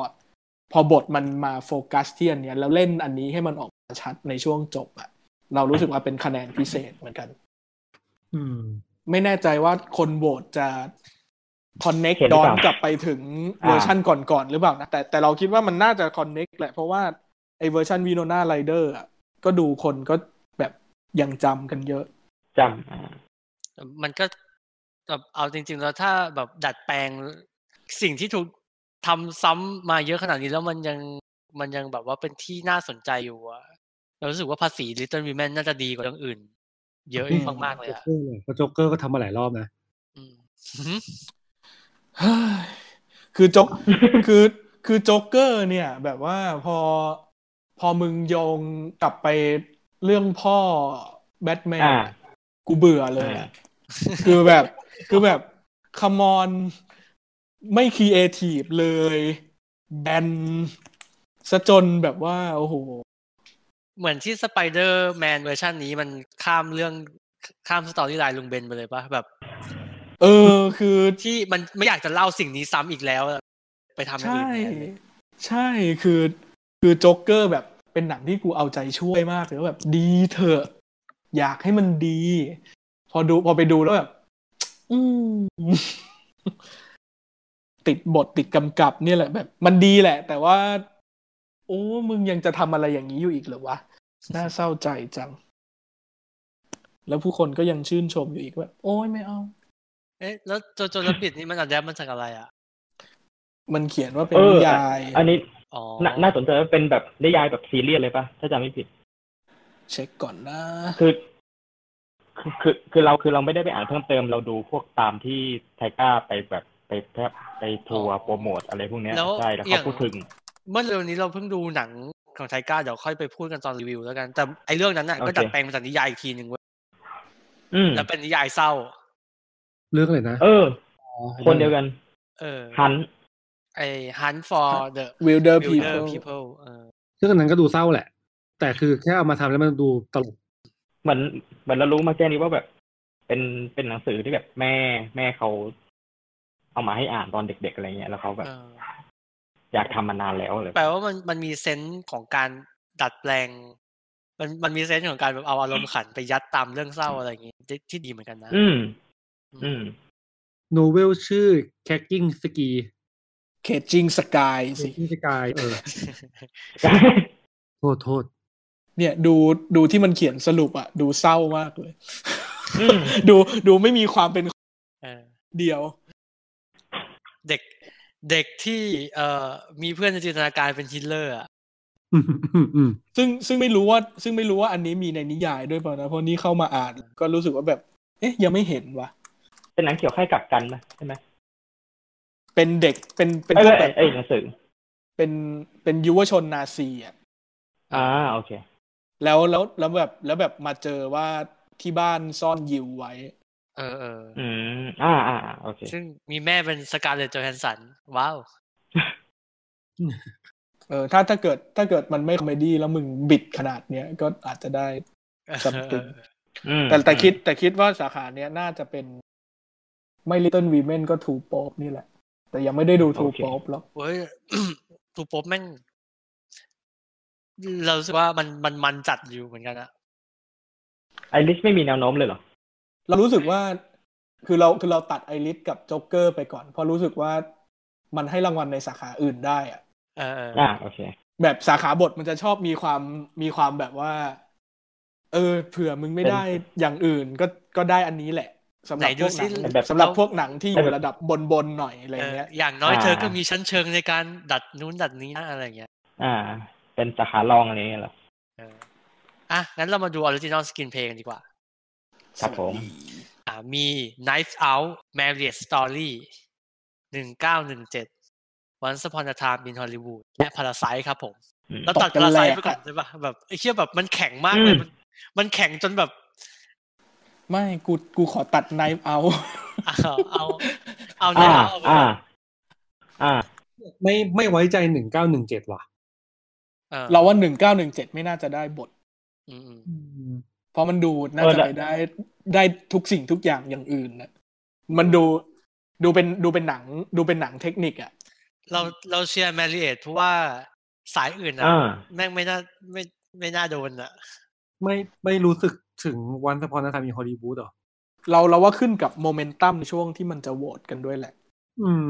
F: พอบทมันมาโฟกัสที่อันเนี้ยแล้วเล่นอันนี้ให้มันออกมาชัดในช่วงจบอ่ะเรารู้สึกว่าเป็นคะแนนพิเศษเหมือนกัน
E: อืม
F: ไม่แน่ใจว่าคนโหวตจะคอนเน็ก
C: เห็นหรื
F: ย้
C: อ
F: อ
C: เป
F: น
C: ล่าก
F: ลับไปถึง
C: อ่า
F: เวอร์ชันก่อนๆหรือเปล่านะแต่แต่เราคิดว่ามันน่าจะคอนเน็กแหละ เพราะว่าไอเวอร์ชันวีโนนาไรเดอร์ก็ดูคนก็แบบยังจำกันเยอะ
C: จำอ่า
B: มันก็แบบเอาจริง ๆ แล้วถ้าแบบดัดแปลงสิ่งที่ถูกทำซ้ำมาเยอะขนาดนี้แล้วมันยังมันยังแบบว่าเป็นที่น่าสนใจอยู่อะเรารู้สึกว่าภาษี Little Women น่าจะดีกว่าเรื่องอื่น เยอะอีก
F: อืม
B: มากๆเลย
E: โจ๊ก
B: อะ
E: เกอร์เลยเพราะโจ๊กเกอร์ก็ทำมาหลายรอบนะ
B: อืมหืม
F: เฮ้ยคือจ็อก <laughs> คือคือโจ๊กเกอร์เนี่ย แบบว่าพอพอมึงโยงกลับไปเรื่องพ่อแบทแมน
C: อ่า
F: กูเบื่อเลยอะคือแบบคือแบบ คมอนไม่ครีเอทีฟเลยแบนซะจนแบบว่า โอ้โห
B: เหมือนที่สไปเดอร์แมนเวอร์ชันนี้มันข้ามเรื่องข้ามสตอรี่ไลน์ลุงเบนไปเลยปะแบบ
F: เออคือ
B: ที่มันไม่อยากจะเล่าสิ่งนี้ซ้ำอีกแล้วอะไปทำอย่างอื่
F: ใช่
B: นแทนเลย
F: ใช่คือคือโจ๊กเกอร์แบบเป็นหนังที่กูเอาใจช่วยมากเลยว่าแบบดีเถอะ อยากให้มันดี พอดูพอไปดูแล้วแบบ อืม <laughs> ติดบทติดกำกับเนี่ยแหละแบบ มันดีแหละ แต่ว่า โอ้มึงยังจะทำอะไรอย่างนี้อยู่อีกเหรอวะ น่าเศร้าใจจัง แล้วผู้คนก็ยังชื่นชมอยู่อีกว่าโอ้ยไม่เอา
B: เอ๊ะแล้วโจโจรับบิดนี่มันอัดแอปมันจากอะไรอ่ะ
F: มันเขียนว่าเป็น
C: เออ
F: นิยาย
C: อันนี้
B: อ๋อ
C: น่าน่าสนใจว่าเป็นแบบนิยายแบบซีเรียสเลยปะถ้าจำไม่ผิด
F: เช็คก่อนนะ
C: คือคือคือคือเราคือเราไม่ได้ไปอ่านเพิ่มเติมเราดูพวกตามที่ไทก้าไปแบบไปไปไปทัวร์โปรโมทอะไรพวกเนี้ยใช่แล้วเขาพูดถึง
B: เมื่อเร็วนี้เราเพิ่งดูหนังของไทก้าเดี๋ยวค่อยไปพูดกันตอนรีวิวแล้วกัน แต่ไอเรื่องนั้นน่ะ
C: โอเค
B: ก็ดัดแปลงมาจากนิยายอีกทีหนึ่งเว้ย
C: อืม
B: แล้วเป็นนิยายเศร้า
E: เรื่องอะไรนะ
C: เออ คนเดียวกัน
B: เออ
C: ฮัน
B: ไอ Hunt for the
F: วิลเดอร์พี
B: Wilder People เออ
E: เรื่องอันนั้นก็ดูเศร้าแหละ แต่คือแค่เอามาทำแล้วมันดูตลก
C: เหมือนเหมือนเรารู้มาแค่นี้ว่าแบบ เป็นเป็นหนังสือที่แบบแม่แม่เขาเอามาให้อ่านตอนเด็กๆอะไรเงี้ยแล้วเขาแบบ
B: เออ
C: อยากทำมานานแล้วเลย
B: แปลว่ามันมันมีเซนส์ของการดัดแปลง มันมันมีเซนส์ของการแบบเอาอารมณ์ขันไปยัดตามเรื่องเศร้าอะไรอย่างงี้ที่ที่ดีเหมือนกันนะ
C: อืม อื
B: <laughs>
C: ม
E: โนเวลชื่อ Cracking Sky
F: เคจิงสกายสิ
E: Cracking Sky เออ โทษโทษ
F: เนี่ยดูดูที่มันเขียนสรุปอะดูเศร้ามากเลย <laughs>
C: อืม
F: ดูดูไม่มีความเป็น
B: เออ
F: เดียว
B: เด็กเด็กที่เอ่อมีเพื่อนในจินตนาการเป็นฮิตเลอร์อะ
E: อืมอืมอื <laughs> ม
F: ซึ่งซึ่งไม่รู้ว่า ซึ่งไม่รู้ว่าอันนี้มีในนิยายด้วยเปล่านะเพราะนี่เข้ามาอ่าน ก็รู้สึกว่าแบบ เอ๊ะ ยังไม่เห็นวะ
C: เป็นหนังเกี่ยวกับไข้กับกันไหมใช่ไหม
F: เป็นเด็กเป็นเป็น
C: เอ้ย
F: พว
C: เอ้ย
F: กแบบ
C: เอ้ยหนังสือ
F: เป็นเป็นยุวชนนาซีอะ
C: อ่าโอเค
F: แล้วแล้วแล้วแบบแล้วแบบมาเจอว่าที่บ้านซ่อนยิวไว้
B: เออเออ
C: อืม อ่าอ่าอ่าโอเค
B: ซึ่งมีแม่เป็นสการ์เลตจอแฮนสัน ว้าว
F: เออถ้าถ้าเกิดถ้าเกิดมันไม่คอมเมดี้แล้วมึงบิดขนาดเนี้ยก็อาจจะได้ something
C: อืม
F: แต่แต่คิดแต่คิดว่าสาขาเนี้ยน่าจะเป็น ไม่ Little Women ก็ True Pop นี่แหละ แต่ยังไม่ได้ดู True Pop หรอก
B: เว้ย <coughs> ทูโป๊ปแม่ง เรารู้สึกว่ามันมันมันจัดอยู่เหมือนกันอะ
C: ไอริชไม่มีแนวโน้มเลยเหรอ
F: เรารู้สึกว่า คือเราคือเราตัดไอริสกับโจ๊กเกอร์ไปก่อน เพราะรู้สึกว่ามันให้รางวัลในสาขาอื่นได้อะ
B: เออเออ
C: อ่าโอเค
F: แบบสาขาบทมันจะชอบมีความมีความแบบว่า เออ เผื่อมึงไม่ได้อย่างอื่นก็ก็ได้อันนี้แหละ สำห
B: ไหนดู
F: รับพวกห
B: ซิ
F: นัง
C: แต่แบบ
F: สำหรับพวกหนังที่อยู่ระดับบนๆหน่อยอะไร
B: เออ
F: เงี้ย
B: อย่างน้อย
C: อ่า
B: เธอก็มีชั้นเชิงในการดัดนู้นดัดนี้นะอะไรอย่างเงี้ย
C: อ่า เป็นสาขารองอะไรเงี้ยเหรอ
B: เอออ่ะ งั้นเรามาดูออริจินอลสกินเพลงดีกว่า
C: ครับผม
B: อ่า มี Knife Out Marriage Story หนึ่งเก้าหนึ่งเจ็ด Once Upon a Time in Hollywood และ Parasite ครับผม
C: อืม
B: เราตัด
F: ตบกัน
B: Parasite
F: แหลก
B: ไปก่อน
F: อะ
B: ใช่ปะแบบไอ้เชี่ยแบบมันแข็งมากเลย
C: อืม
B: มันมันแข็งจนแบบ
F: ไม่กูกูขอตัดไนฟ์เอา
B: เอาเอาเอาใน
C: อ่า
B: เอาเอาไป
C: อ่า
B: ก่อน
C: อ่า
E: ไม่ไม่ไว้ใจหนึ่งเก้าหนึ่งเจ็ดว่ะ
B: เออ
F: เราว่าหนึ่งเก้าหนึ่งเจ็ดไม่น่าจะได้บท
B: อืมอืม
F: เพราะมันดูน่า
C: เออ
F: จะ
C: แต่
F: ไปได้ได้ทุกสิ่งทุกอย่างอย่างอื่นนะมันดูดูเป็นดูเป็นหนังดูเป็นหนังเทคนิคอะ
B: เราเราเชียร์ Marriage เพราะว่าสายอื่นนะ
C: อ่า
B: แม่งไม่น่าไม่ไม่น่าโดนอ่ะ
E: ไม่ไม่รู้สึกถึงวันสปอนนามีฮอลลีวูดหรอ
F: เราเราว่าขึ้นกับโมเมนตัมช่วงที่มันจะโหวตกันด้วยแหละ
E: อืม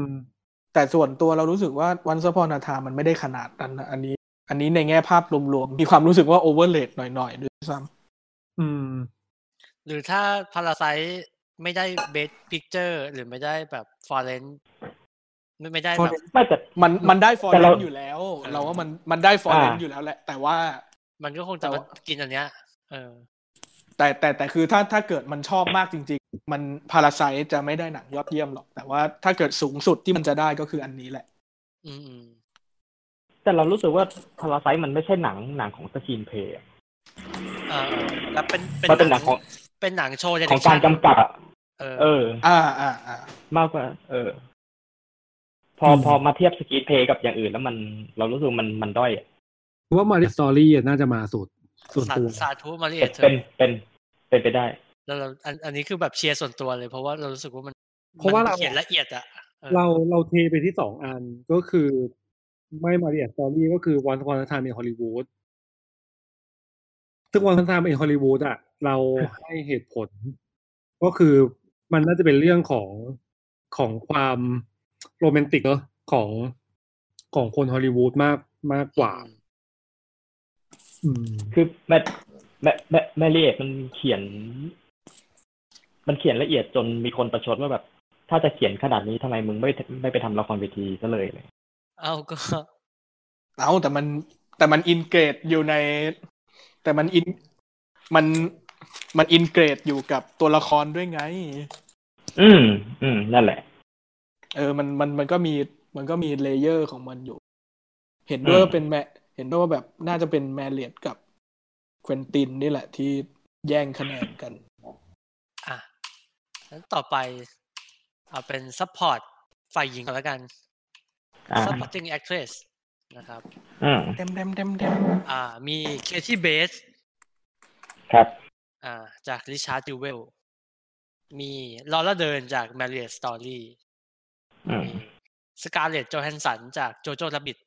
F: แต่ส่วนตัวเรารู้สึกว่าวันสปอนาทามันไม่ได้ขนาดนั้นนะอันนี้ อันนี้ในแง่ภาพรวมๆมีความรู้สึกว่าโอเวอร์เลดหน่อยๆด้วยซ้
E: อืม
B: หรือถ้าพาราไซไม่ได้เบสพิกเจอร์หรือไม่ได้แบบฟอร์เรนไม่ไม่ได้แบบ
E: Foreign
C: ไม่แต่
F: ำมันมันได้ฟอร์
C: แต่
F: เร
C: เรา
F: นอยู่แล้ว เราว่ามันมันได้ฟอร์เรน
C: อ่า
F: อยู่แล้วแหละ แต่ว่า
B: มันก็คงจะมา
F: แต่ว่า
B: กินอันเนี้ย เออ
F: แต่แต่แต่คือถ้าถ้าเกิดมันชอบมากจริง ๆ มันพาราไซจะไม่ได้หนังยอดเยี่ยมหรอก แต่ว่าถ้าเกิดสูงสุดที่มันจะได้ก็คืออันนี้แหละ
B: อืมอืม
C: แต่เรารู้สึกว่าพาราไซมันไม่ใช่หนังหนังของสกรีนเพลย์อะ
B: เออแล้วเป็น
C: มันเป็นหนังของ
B: เป็นหนังโชว์
C: ของ
B: direction
C: การกำกับอะ
B: เออ
C: เออ
F: อ่าอ่าอ่าม
C: ากกว่า เออ พอพอมาเทียบสกรีนเพลย์กับอย่างอื่นแล้วมัน เรารู้สึกมันมันด้อยอะ
E: เพราะว่ามาริสตอรี่น่าจะมาสุดส่วน
B: สา
E: ตัว
B: สาธุมาริเอ
C: เป็น
B: ตเถ
C: เป็น
B: อะ
C: เป็นเป็นไปได้
B: แล้วเราอันอันนี้คือแบบเชียร์ส่วนตัวเลย เพราะว่าเรารู้สึกว่ามัน
E: เพราะว่า
B: มัน
E: เรา
B: เขียนละเอียดอะออ
E: เราเราเทไปที่สองอันก็คือไม่มาเรียนตอรี่ก็คือวันวันทามในฮอลลีวูดซึ่งวันทามในฮอลลีวูดอ่ะ เราให้เหตุผล ก็คือมันน่าจะเป็นเรื่องของของความโรแมนติกเนอะของของคนฮอลลีวูดมากมากกว่า อืม
C: คือแม่แม่แม่แม่เรียกมันเขียน มันเขียนละเอียดจนมีคนประชดว่าแบบ ถ้าจะเขียนขนาดนี้ทำไมมึงไม่ไม่ไปทำละครเวทีซะเลยเลย
B: เอาก็
F: เอาแต่มันแต่มันอินเกรดอยู่ใน แต่มันอินมันมันอินเกรดอยู่กับตัวละครด้วยไง
C: อืม อืม นั่นแหละ
F: เออ มัน มัน มันก็มี มันก็มีเลเยอร์ของมันอยู่ เห็นด้วย
C: อืม
F: ว่าเป็นแม เห็นด้วยว่าแบบ น่าจะเป็นแมเรียดกับเควินตินนี่แหละที่แย่งคะแนนกัน
B: อ่ะงั้นต่อไปเอาเป็นซัพพอร์ตฝ่ายหญิงก่อนแล้วกัน
C: อ่า
B: supporting actress นะครับ
C: อืม
F: เต็มเต็มเต็มเต็ม
B: อ่า มีเคที่เบส
C: ครับ
B: อ่า จากริชาร์ดดิวเวล มีลอร่าเดินจาก Marriage Story
C: อืม <laughs>
B: มีสกาเลตจอแฮนสันจากโจโจ้รับบิด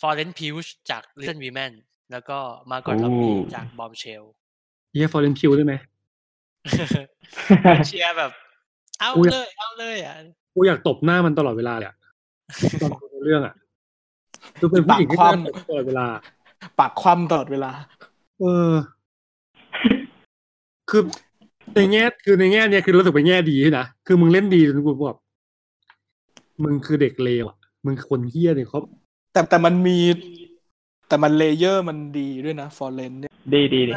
B: ฟอร์เรนพิวช์จาก Little Women แล้วก็มาร์กอต
C: โอ้
B: ล็อบบี้จากบอมเชล
E: เยียฟอร์เรนพิวได้ไหม
B: <laughs> เชียร์แบบ เอา
E: อุ๊ย
B: เลย เอาเลยอ่ะ
E: กูอยากตบหน้ามันตลอดเวลาเลยอะตอนดูเรื่องอะดูเป็นผู้
F: ปา
E: หญิง
F: กค
E: ที่
F: ว่
E: น่าตบตลอดเวลา
F: ำปากคว่ำตลอดเวลา
E: เออ คือในแง่คือในแง่เนี่ยคือรู้สึกเป็นแง่ดีด้วยนะ คือมึงเล่นดีจนกูแบบมึงคือเด็กเลวอ่ะ มึงคือคนเฮี้ยเนี่ยเขา
F: แต่แต่มันมี แต่มันเลเยอร์มันดีด้วยนะ ฟอร์เรนเนี่ย
C: ดีดีดี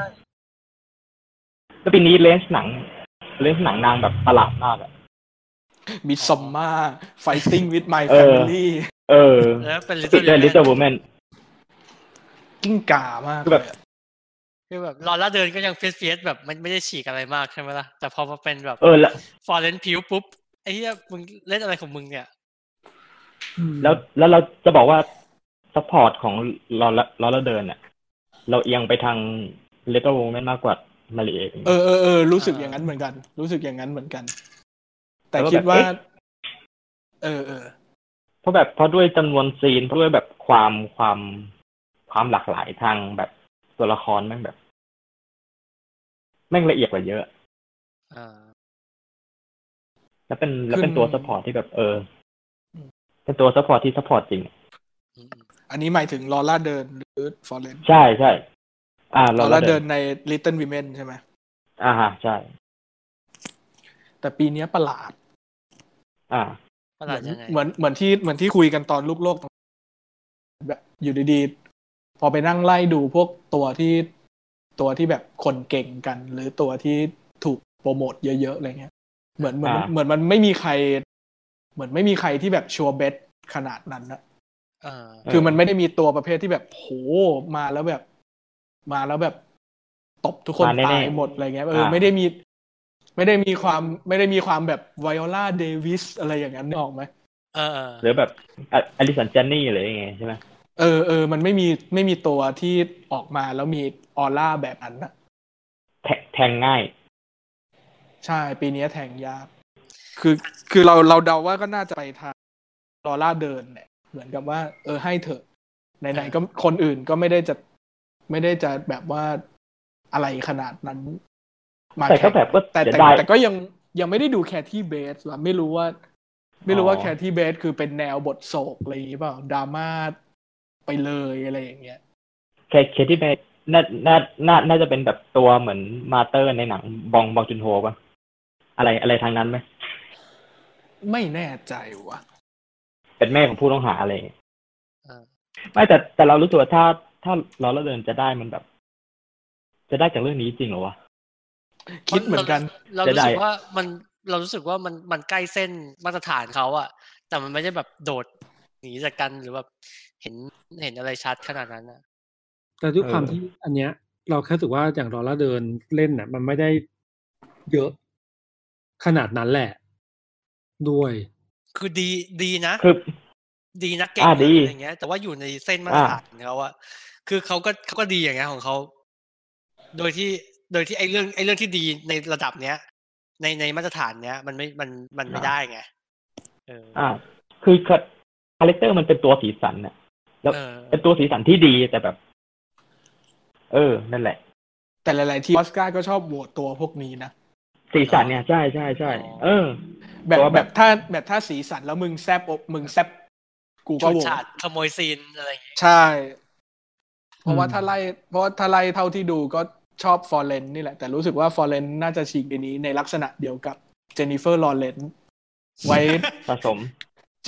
C: แล้วปีนี้เลนส์หนัง เลนส์หนังนางแบบประหลาดมากอะ
F: มีซอมมาไฟติ้งวิดไม
C: เออ
F: แฟมิลี่
C: เออ
B: แล้วเป็น
C: ติด
B: Little
C: เลย
B: Women
C: ลิตเติ้ลวูแมน
F: กิ้งกามาก
C: คือแบบ
F: เลยอะ
B: คือแบบลอร่าเดินก็ยังเฟียสเฟียสๆแบบมันไม่ได้ฉีกอะไรมากใช่ไหมล่ะ แต่พอมาเป็นแบบ
C: เออแล้ว
B: ฟอร์เรนพิวปุ๊บ ไอ้เหี้ยมึงเล่นอะไรของมึงเนี่ย
C: แล้วแล้วเราจะบอกว่าซัพพอร์ตของเราเราเราเดินอะเราเอียงไปทางลิตเติ้ลวูแมนมากกว่ามาริเอเอง
F: เออเออเออรู้สึกอย่างนั้นเหมือนกัน รู้สึกอย่างนั้นเหมือนกัน แต่
C: แล้วก็
F: คิด
C: แบบ
F: ว่า
C: เอ๊ะ
F: เออเออ
C: เพราะแบบเพราะด้วยจำนวนซีนเพราะด้วยแบบความความความหลากหลายทางแบบตัวละครแม่งแบบ แม่งละเอียดกว่าเยอะ
B: อ่า
C: แล้วเป็นแล้วเป็น
F: ขึ้น
C: ตัวซัพพอร์ตที่แบบเออ เป็นตัวซัพพอร์ตที่ซัพพอร์ตจริง
F: อันนี้หมายถึงลอร่าเดินหรือฟอร์เรน
C: ใช่ใช่อ่า
F: ล
C: เรา
F: อ
C: ละ
F: ร่า
C: เดิ
F: เดิ
C: น
F: นใน Little Women ใช่ไหม
C: อ่าฮะใช่
F: แต่ปีเนี้ยประหลาด
C: อ่า
B: ประหลาดยังไง
F: เหมือนเหมือนที่เหมือนที่คุยกันตอนลูกโลกแบบอยู่ดีๆ พอไปนั่งไล่ดูพวกตัวที่ตัวที่แบบคนเก่งกัน หรือตัวที่ถูกโปรโมทเยอะๆอะไรเงี้ย เหมือนเหมือน
C: อ่า
F: เหมือนมันไม่มีใคร เหมือนไม่มีใครที่แบบชัวร์เบสขนาดนั้นนะ
B: อ่า
F: คือมันไม่ได้มีตัวประเภทที่แบบโหมาแล้วแบบ มาแล้วแบบ ตบทุกคน
C: มาแน่ๆ
F: ตายหมดอะไรเงี้ยเออ
C: อ่า
F: ไม่ได้มี ไม่ได้มีความไม่ได้มีความแบบไวโอลาเดวิสอะไรอย่างนั้นนึกออกไหม
B: เออเออ
C: หรือแบบอ่ะอลิสันเจนนี่หรือยังไงใช่ไหม
F: เออเออมันไม่มีไม่มีตัวที่ออกมาแล้วมีออร่าแบบนั้นนะ
C: แทแทงง่าย
F: ใช่ปีนี้แทงยากคือคือเราเราเดาว่าก็น่าจะไปทางออร่าเดินเนี่ยเหมือนกับว่า เออให้เถอะไหนๆก็คนอื่นก็ไม่ได้จะไม่ได้จะแบบว่าอะไรขนาดนั้นมา
C: แต่ก็
F: ข่ง
C: แบบก็
F: แต่
C: เสีย
F: แต่
C: ดาย
F: แต่ก็ยังยังไม่ได้ดูแคที่เบสว่ะไม่รู้ว่า ไม่รู้ว่า
C: อ๋อ
F: แคที่เบสคือเป็นแนวบทโศกอะไรอย่างงี้เปล่าดราม่าไปเลยอะไรอย่างเงี้ย
C: แค่เคที่ไปน่าน่าน่าน่าจะเป็นแบบตัวเหมือนมาเตอร์ในหนังบองบองจุนโฮป่ะ อะไรอะไรทางนั้นไหม
F: ไม่แน่ใจว่ะ
C: เป็นแม่ของผู้ต้องหาอะไรอย่างเงี้ย
B: เออ
C: ไม่แต่แต่เรารู้ตัวาถ้าถ้าเราละเดินจะได้มันแบบ จะได้จากเรื่องนี้จริงเหรอวะ
F: คิดเหมือนกัน
B: เรารู้สึก
C: จะได้
B: ว่ามันเรารู้สึกว่ามันมันใกล้เส้นมาตรฐานเขาอะแต่มันไม่ได้แบบโดดหนีจากกันหรือแบบเห็นเห็นอะไรชัดขนาดนั้นอะ
E: แต่ด้วยความ
C: เออ
E: ที่อันเนี้ย เราแค่รู้สึกว่าอย่างรอล่าเดินเล่นน่ะ มันไม่ได้เยอะ ขนาดนั้นแหละ ด้วย
B: คือดีดีนะ
C: คือ
B: ดีนักเก่ง
C: อ่าดี
B: อะไรอย่างเงี้ย แต่ว่าอยู่ในเส้นมาตร
C: อ่า
B: ฐานของเขาอะคือเขาก็เขาก็ดีอย่างเงี้ยของเขา โดยที่โดยที่ไอ้เรื่องไอ้เรื่องที่ดีในระดับเนี้ย ในในมาตรฐานเนี้ย มันไม่มันมันไม่ได้ไงเออ
C: อ่า คือคาคาแรคเตอร์มันเป็นตัวสีสันน่ะ แล้ว
B: เออ
C: เป็นตัวสีสันที่ดีแต่แบบ เออ นั่นแหละ
F: แต่หลาย ๆ ที่ออสการ์ก็ชอบโหวตตัวพวกนี้นะ
C: สีสันเนี่ย ใช่ใช่ใช่เออ
F: แบบ
C: ตัวแบบ
F: แบบถ้าแบบถ้าสีสันแล้วมึงแซบอกมึงแซบกู
B: ช
F: ก็
B: น
F: โหวต
B: ชาติขโมยซีนอะไรอย่างเงี้ย
F: ใช่ เพราะว่าถ้าไล่เพราะว่าถ้าไล่เท่าที่ดูก็ชอบฟอร์เรนนี่แหละ แต่รู้สึกว่าฟอร์เรนน่าจะฉีกไปนี้ในลักษณะเดียวกับเจนนิเฟอร์ลอเรนไว้
C: สะสม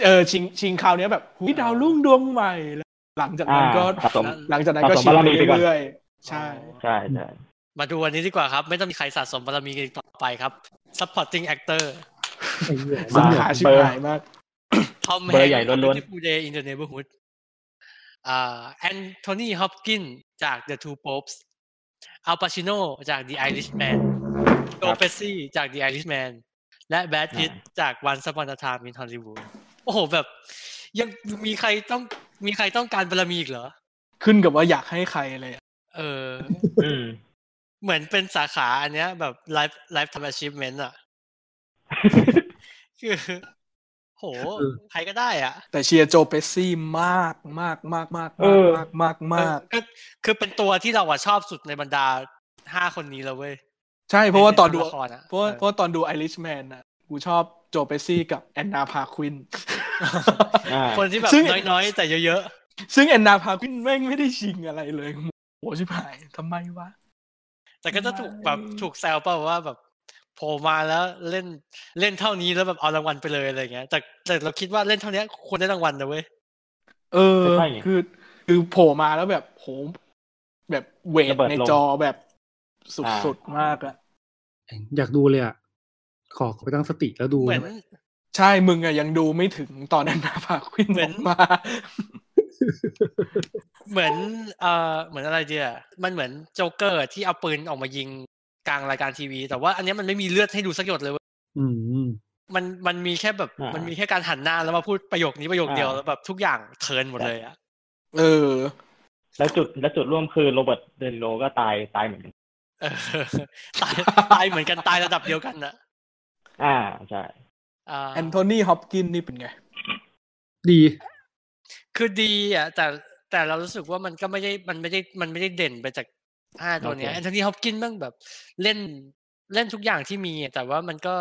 F: เออชิงชิงคราวเนี้ยแบบหุยดาวรุ่งดวงใหม่แล้วหลังจากนั้นก็
C: อ่าสะสม
F: หลังจากนั้นก็
C: สะส
F: ชิ
C: ม
F: ง
C: บาร
F: ไป
C: มีไปก่อน
F: เรื่อยๆใช่
C: ใช่ใช่
B: มาดูวันนี้ดีกว่าครับ ไม่ต้องมีใครสะสมบารมีกันอีกต่อไปครับ supporting actor
E: ไอ้เหี้ย
F: สา
E: มันเหมือ
F: ขาน ชิบหายมาก
B: Tom
C: เบอ
B: Hanks
C: ร์ใหญ่ล้วน
B: Beautiful Day in the Neighborhood อ่าแอนโทนีฮอปกินจาก The Two Popes อัลปาชิโนจาก The Irishman โจเปซซี่จาก The Irishman และแบทพิตจาก Once Upon a Time in Hollywood โอ้โหแบบ ยังมีใครต้องมีใครต้องการบารมีอีกเหรอ
F: ขึ้นกับว่าอยากให้ใครเลยอะ
B: เออ
C: ๆอืม
B: เหมือนเป็นสาขาอันเนี้ยแบบ life life time achievement อะ <laughs> คือ โห ใครก็ได้อ่ะ
F: แต่เชียร์โจเปสซี่มากมากมากมาก
C: เอ
F: มาก
C: อ
F: มากมากมาก
B: เออก็คือเป็นตัวที่เราอะชอบสุดในบรรดาห้าคนนี้แล้วเว้ย
F: ใช่เพราะว่าตอนดู
B: ใละครอะ
F: เพราะว่า
B: เออ
F: เพราะว่าตอนดูไอริชแมนน่ะกูชอบโจเปสซี่กับแอนนาพาควิน
C: <laughs> อ่า
B: คนที่แบบ
F: ซึ่ง
B: น้อยๆ แต่เยอะ
F: ซึ่งแอนนาพาควินแม่งไม่ได้ชิงอะไรเลยโหชิบหายทำไมวะ
B: ๆ แต่ก็จะถูกแบบถูกแซวเปล่าว่าแบบโผล่มาแล้วเล่นเล่นเท่านี้แล้วแบบเอารางวัลไปเลยอะไรเงี้ยแต่แต่เราคิดว่าเล่นเท่านี้ควรได้รางวัลนะเว้ย
F: เออ
C: ใช่ไง
F: คือ คือโผล่มาแล้วแบบโหแบบเวท
C: ระเบิดลง
F: ในจอแบบสุด
C: อ่า
F: สุดมากอะ
E: อยากดูเลยอ่ะ ขอขอไปตั้งสติแล้วดู
B: เหมือน
F: ใช่มึงอะยังดูไม่ถึงตอนแอนนาพาควิน
B: เหมื
F: อ
B: อน
F: อกมา <laughs>
B: เหมือนเอ่อเหมือนอะไรเดียมันเหมือนโจ๊กเกอร์ที่เอาปืนออกมายิงกลางรายการทีวี แต่ว่าอันเนี้ยมันไม่มีเลือดให้ดูสักหยดเลยเว้ย
E: อืมอืม
B: มันมันมีแค่แบบ
C: อ่ามั
B: มันมีแค่การหันหน้าแล้วมาพูดประโยคนี้ประโยคเดียว
C: อ่า
B: แล้วแบบทุกอย่างเทิร์นหมดเลยอะ
F: เออ
C: แล้วจุดแล้วจุดร่วมคือโรเบิร์ตเดนโรก็ตายตายเหมือนกัน
B: เอ <laughs> อตายตายเหมือนกันตายระดับเดียวกันนะ
C: อ่าใช่
B: อ่า
F: แอนโทนีฮอปกินนี่เป็นไง
E: ดี
B: คือดีอ่ะแต่แต่เรารู้สึกว่ามันก็ไม่ได้มันไม่ได้มันไม่ได้เด่นไปจากห้าตัวเนี้ย
C: โอเค
B: แอนโทนีฮอปกินบ้างแบบเล่นเล่นทุกอย่างที่มีอะแต่ว่ามันก็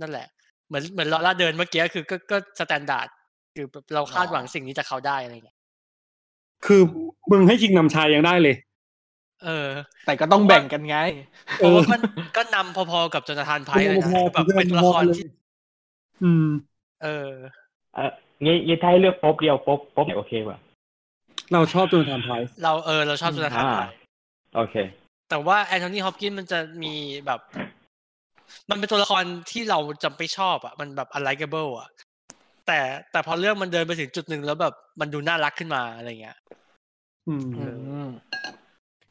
B: นั่นแหละ เหมือนเหมือนลอร่าเดินเมื่อกี้คือก็ก็สแตนดาร์ดคือแบบเราคาดหวังสิ่งนี้จากเขาได้อะไรเงี้ย
E: คือมึงให้คิงนำชายยังได้เลย
B: เออ
F: แต่ก็ต้องแบ่งกันไง
B: เพราะว่ามันก็นำพอๆกับจนทานไพร์เลยนะคือแบบเป็นตัวละครที่
E: อืม
B: เออ
C: เอองี้งี้ถ้าให้เลือกป๊บเดียวป๊บป๊บไหนโอเคป่ะ
E: เราชอบโจนทานไพรส์
B: เราเออเราชอบจนทานไพ
C: อ่า
B: ร์
C: โอเค
B: แต่ว่าแอนโทนีฮอปกินมันจะมีแบบ มันเป็นตัวละครที่เราจำไปชอบอ่ะ มันแบบ unlikable อ่ะ แต่แต่พอเรื่องมันเดินไปถึงจุดหนึ่งแล้วแบบมันดูน่ารักขึ้นมาอะไรเงี้ย
E: อืม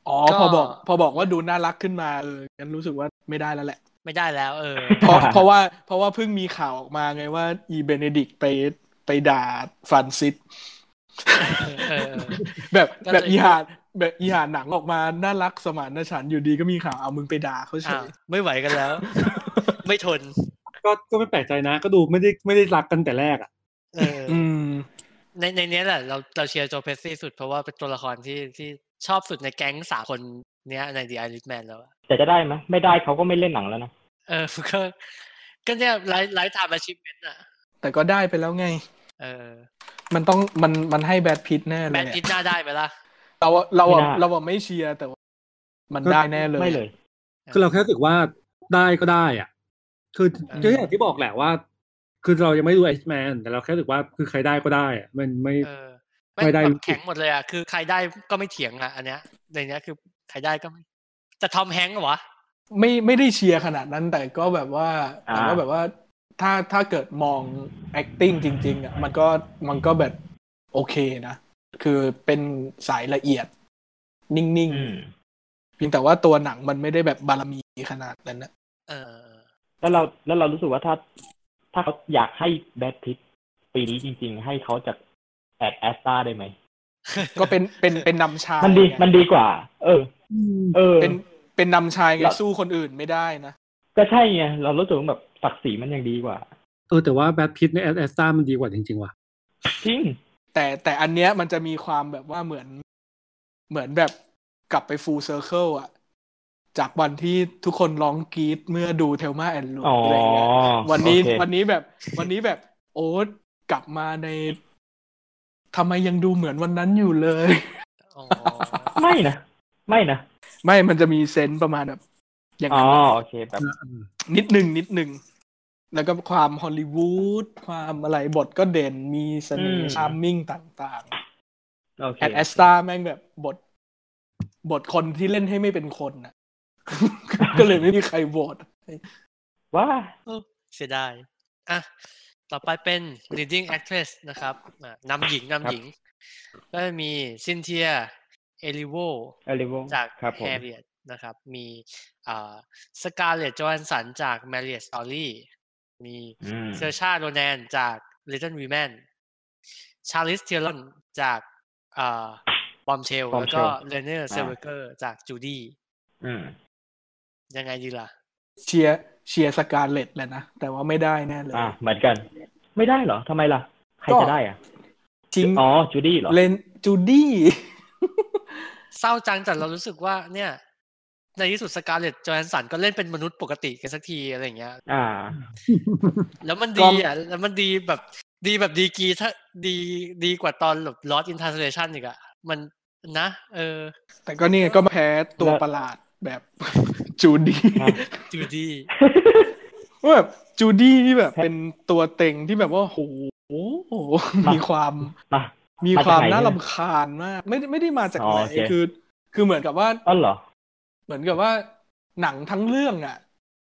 F: อ๋อ
B: ก็
F: พอบอก พอบอกว่าดูน่ารักขึ้นมาเออกันรู้สึกว่าไม่ได้แล้วแหละ
B: ไม่ได้แล้ว เออ
F: เพราะ
B: <laughs>
F: เพราะว่าเพราะว่าเพิ่งมีข่าวออกมาไงว่า อีเบเนดิกไปไปด่าฟรานซิส
B: เออ
F: แบบ
B: ก็เลย
F: แบบอีหาแบบอีหาหนังออกมาน่ารักสมานฉันท์อยู่ดีก็มีข่าวเอามึงไปด่าเขาเฉ
B: อ่ะ
F: ย
B: ไม่ไหวกันแล้ว <laughs> ไม่ทน
E: ก็ก็ไม่แปลกใจนะ ก็ดูไม่ได้ไม่ได้รักกันแต่แรกอ่ะ
B: เออ
F: อืม
B: ในในเนี้ยแหละเราเราเชียร์โจเพสซี่สุดเพราะว่าเป็นตัวละครที่ที่ชอบสุดในแก๊งสามคนเนี้ยใน The Irishman แล้วอะ
C: แต่จะได้ไหมไม่ได้เขาก็ไม่เล่นหนังแล้วนะ
B: เอ <laughs> อก็ก็เนี่ยไลฟ์ไลฟ์ไทม์อาชีพเมนต์อ่ะ
F: แต่ก็ได้ไปแล้วไง
B: เออ
F: มันต้องมันมันให้แบทพิทแน่เล
B: แม
F: ย
B: น
F: อะ
B: อินหน้าได้ไหมล่ะ
F: เราอะเราอะ
C: ไม่น่า
F: เราอะไม่เชียร์แต่ว่ามันได้แน่เลย
C: ไม่เลย
E: คือเราแค่รู้สึกว่าได้ก็ได้อ่ะ คือ
B: อืม
E: ก็อย่างที่บอกแหละว่า คือเรายังไม่ดูไอซ์แมนแต่เราแค่รู้สึกว่าคือใครได้ก็ได้อะมันไม่
B: เออ
E: ไม่ได้
B: แบบแข็งหมดเลยอ่ะคือใครได้ก็ไม่เถียงอ่ะ อันเนี้ยในเนี้ยคือใครได้ก็ไม่แต่ทอมแฮงก์เหรอวะ
F: ไม่ไม่ได้เชียร์ขนาดนั้นแต่ก็แบบว่า
C: อ่า
F: แต่ก็แบบว่าถ้าถ้าเกิดมอง acting จริง ๆอ่ะมันก็มันก็แบบโอเคนะ คือเป็นสายละเอียด นิ่ง
C: อืม
F: ๆเพียงแต่ว่าตัวหนังมันไม่ได้แบบบารมีขนาดนั้นนะ
B: เออ
C: แล้วเราแล้วเรารู้สึกว่าถ้าถ้าเขาอยากให้แบทพิทปีนี้จริง ๆ ให้เขาจากแอดแอสตาได้ไหม
F: ก็
B: <laughs>
F: เป็นเป็นเป็นนำชาย
C: มันดี
F: ไง
C: มันดีกว่า เออ เออ
F: เป็นเป็นนำชายไง
C: เรา
F: สู้คนอื่นไม่ได้นะ
C: ก็ใช่ไงเรารู้สึกว่าแบบศักดิ์ศรีมันยังดีกว่า
E: เออแต่ว่าแบทพิทในแอดแอสตามันดีกว่าจริงๆว่ะ
C: จริง
F: แต่แต่อันเนี้ยมันจะมีความแบบว่าเหมือน เหมือนแบบกลับไปฟูลเซอร์เคิลอะจากวันที่ทุกคนร้องกรีดเมื่อดูเทลมาแอนลู
C: อ๋อ
F: อะไรเงี้ย วันนี้
C: โอเค
F: วันนี้แบบ วันนี้แบบ โอ๊ตกลับมาในทำไมยังดูเหมือนวันนั้นอยู่เลย <laughs>
B: อ๋อ
C: ไม่นะ ไม่นะ
F: ไม่มันจะมีเซนส์ประมาณแบบอย่าง
C: อ๋อ
F: นั้น
C: โอเคแบบ
F: นิดหนึ่งนิดหนึ่ง แล้วก็ความฮอลลีวูดความอะไรบทก็เด่นมีเสน่ห์ชาร์มมิ่งต่าง
C: โอเค
F: ๆแอดแอสตาแม่งแบบบท บทคนที่เล่นให้ไม่เป็นคนน่ะ <laughs> ก็เลยไม่มีใครโหวต
C: ว่า
B: เสียดาย อ่ะ ต่อไปเป็น leading actress นะครับอ่ะนำหญิง นำหญิง ก็จะมีซินเทีย เอลิโว
C: e อลิโว
B: จาก
C: ครับผ
B: แฮ
C: ม
B: ร์ริเอตนะครับ มีอ่าสกาเลตจอห์นสันจาก Marriage Story มี
C: อืม
B: เซอร์ชาโรแนนจาก Little Women ชาลิสเทียรอนจากอ่าบอมเชล แล้วก็
C: Bombshell
B: เรเนอร์
C: อ่า
B: เซเวเกอร์จากจูดี้
C: อืม
B: ยังไงดีล่ะ
F: เชียร์เชียร์สการเลตแหละนะ แต่ว่าไม่ได้แน่เลย
C: อ่าเหมือนกัน ไม่ได้เหรอทำไมล่ะ ใคร
F: ก็
C: จะได้อ่ะ
F: ทิ้ง
C: อ๋อจูดี้เหรอ
F: เลนจูดี้ <laughs>
B: เศร้าจังแต่เรารู้สึกว่าเนี่ย ในที่สุดสกาเลตจอห์นสันก็เล่นเป็นมนุษย์ปกติกันสักทีอะไรอย่างเงี้ย
C: อ่า
B: แล้วมัน
F: ก็
B: ดีอ่ะแล้วมันดีแบบดีแบบดีกรีถ้าดีดีกว่าตอนแบบลอสอินทาร์เ t ชันอีกอ่ะ มันนะ เออ
F: แต่ก็นี่ไงก็มาแพ้ตัวประหลาดแบบ <laughs> จูดี้
C: ครับ
B: จูดี้
F: ว่าแบบจูดี้ที่แบบเป็นตัวเต็งที่แบบว่าโห <laughs> มีความ
C: มา
F: มีความ
C: มาจากไหน
F: น่าลำคาญมาก ไม่ได้ไม่ได้มาจาก
C: อ๋อ
F: ไหน
C: โอเค
F: คือ คือเหมือนกับว่า
C: อ๋อเหรอ
F: เหมือนกับว่าหนังทั้งเรื่องอ่ะ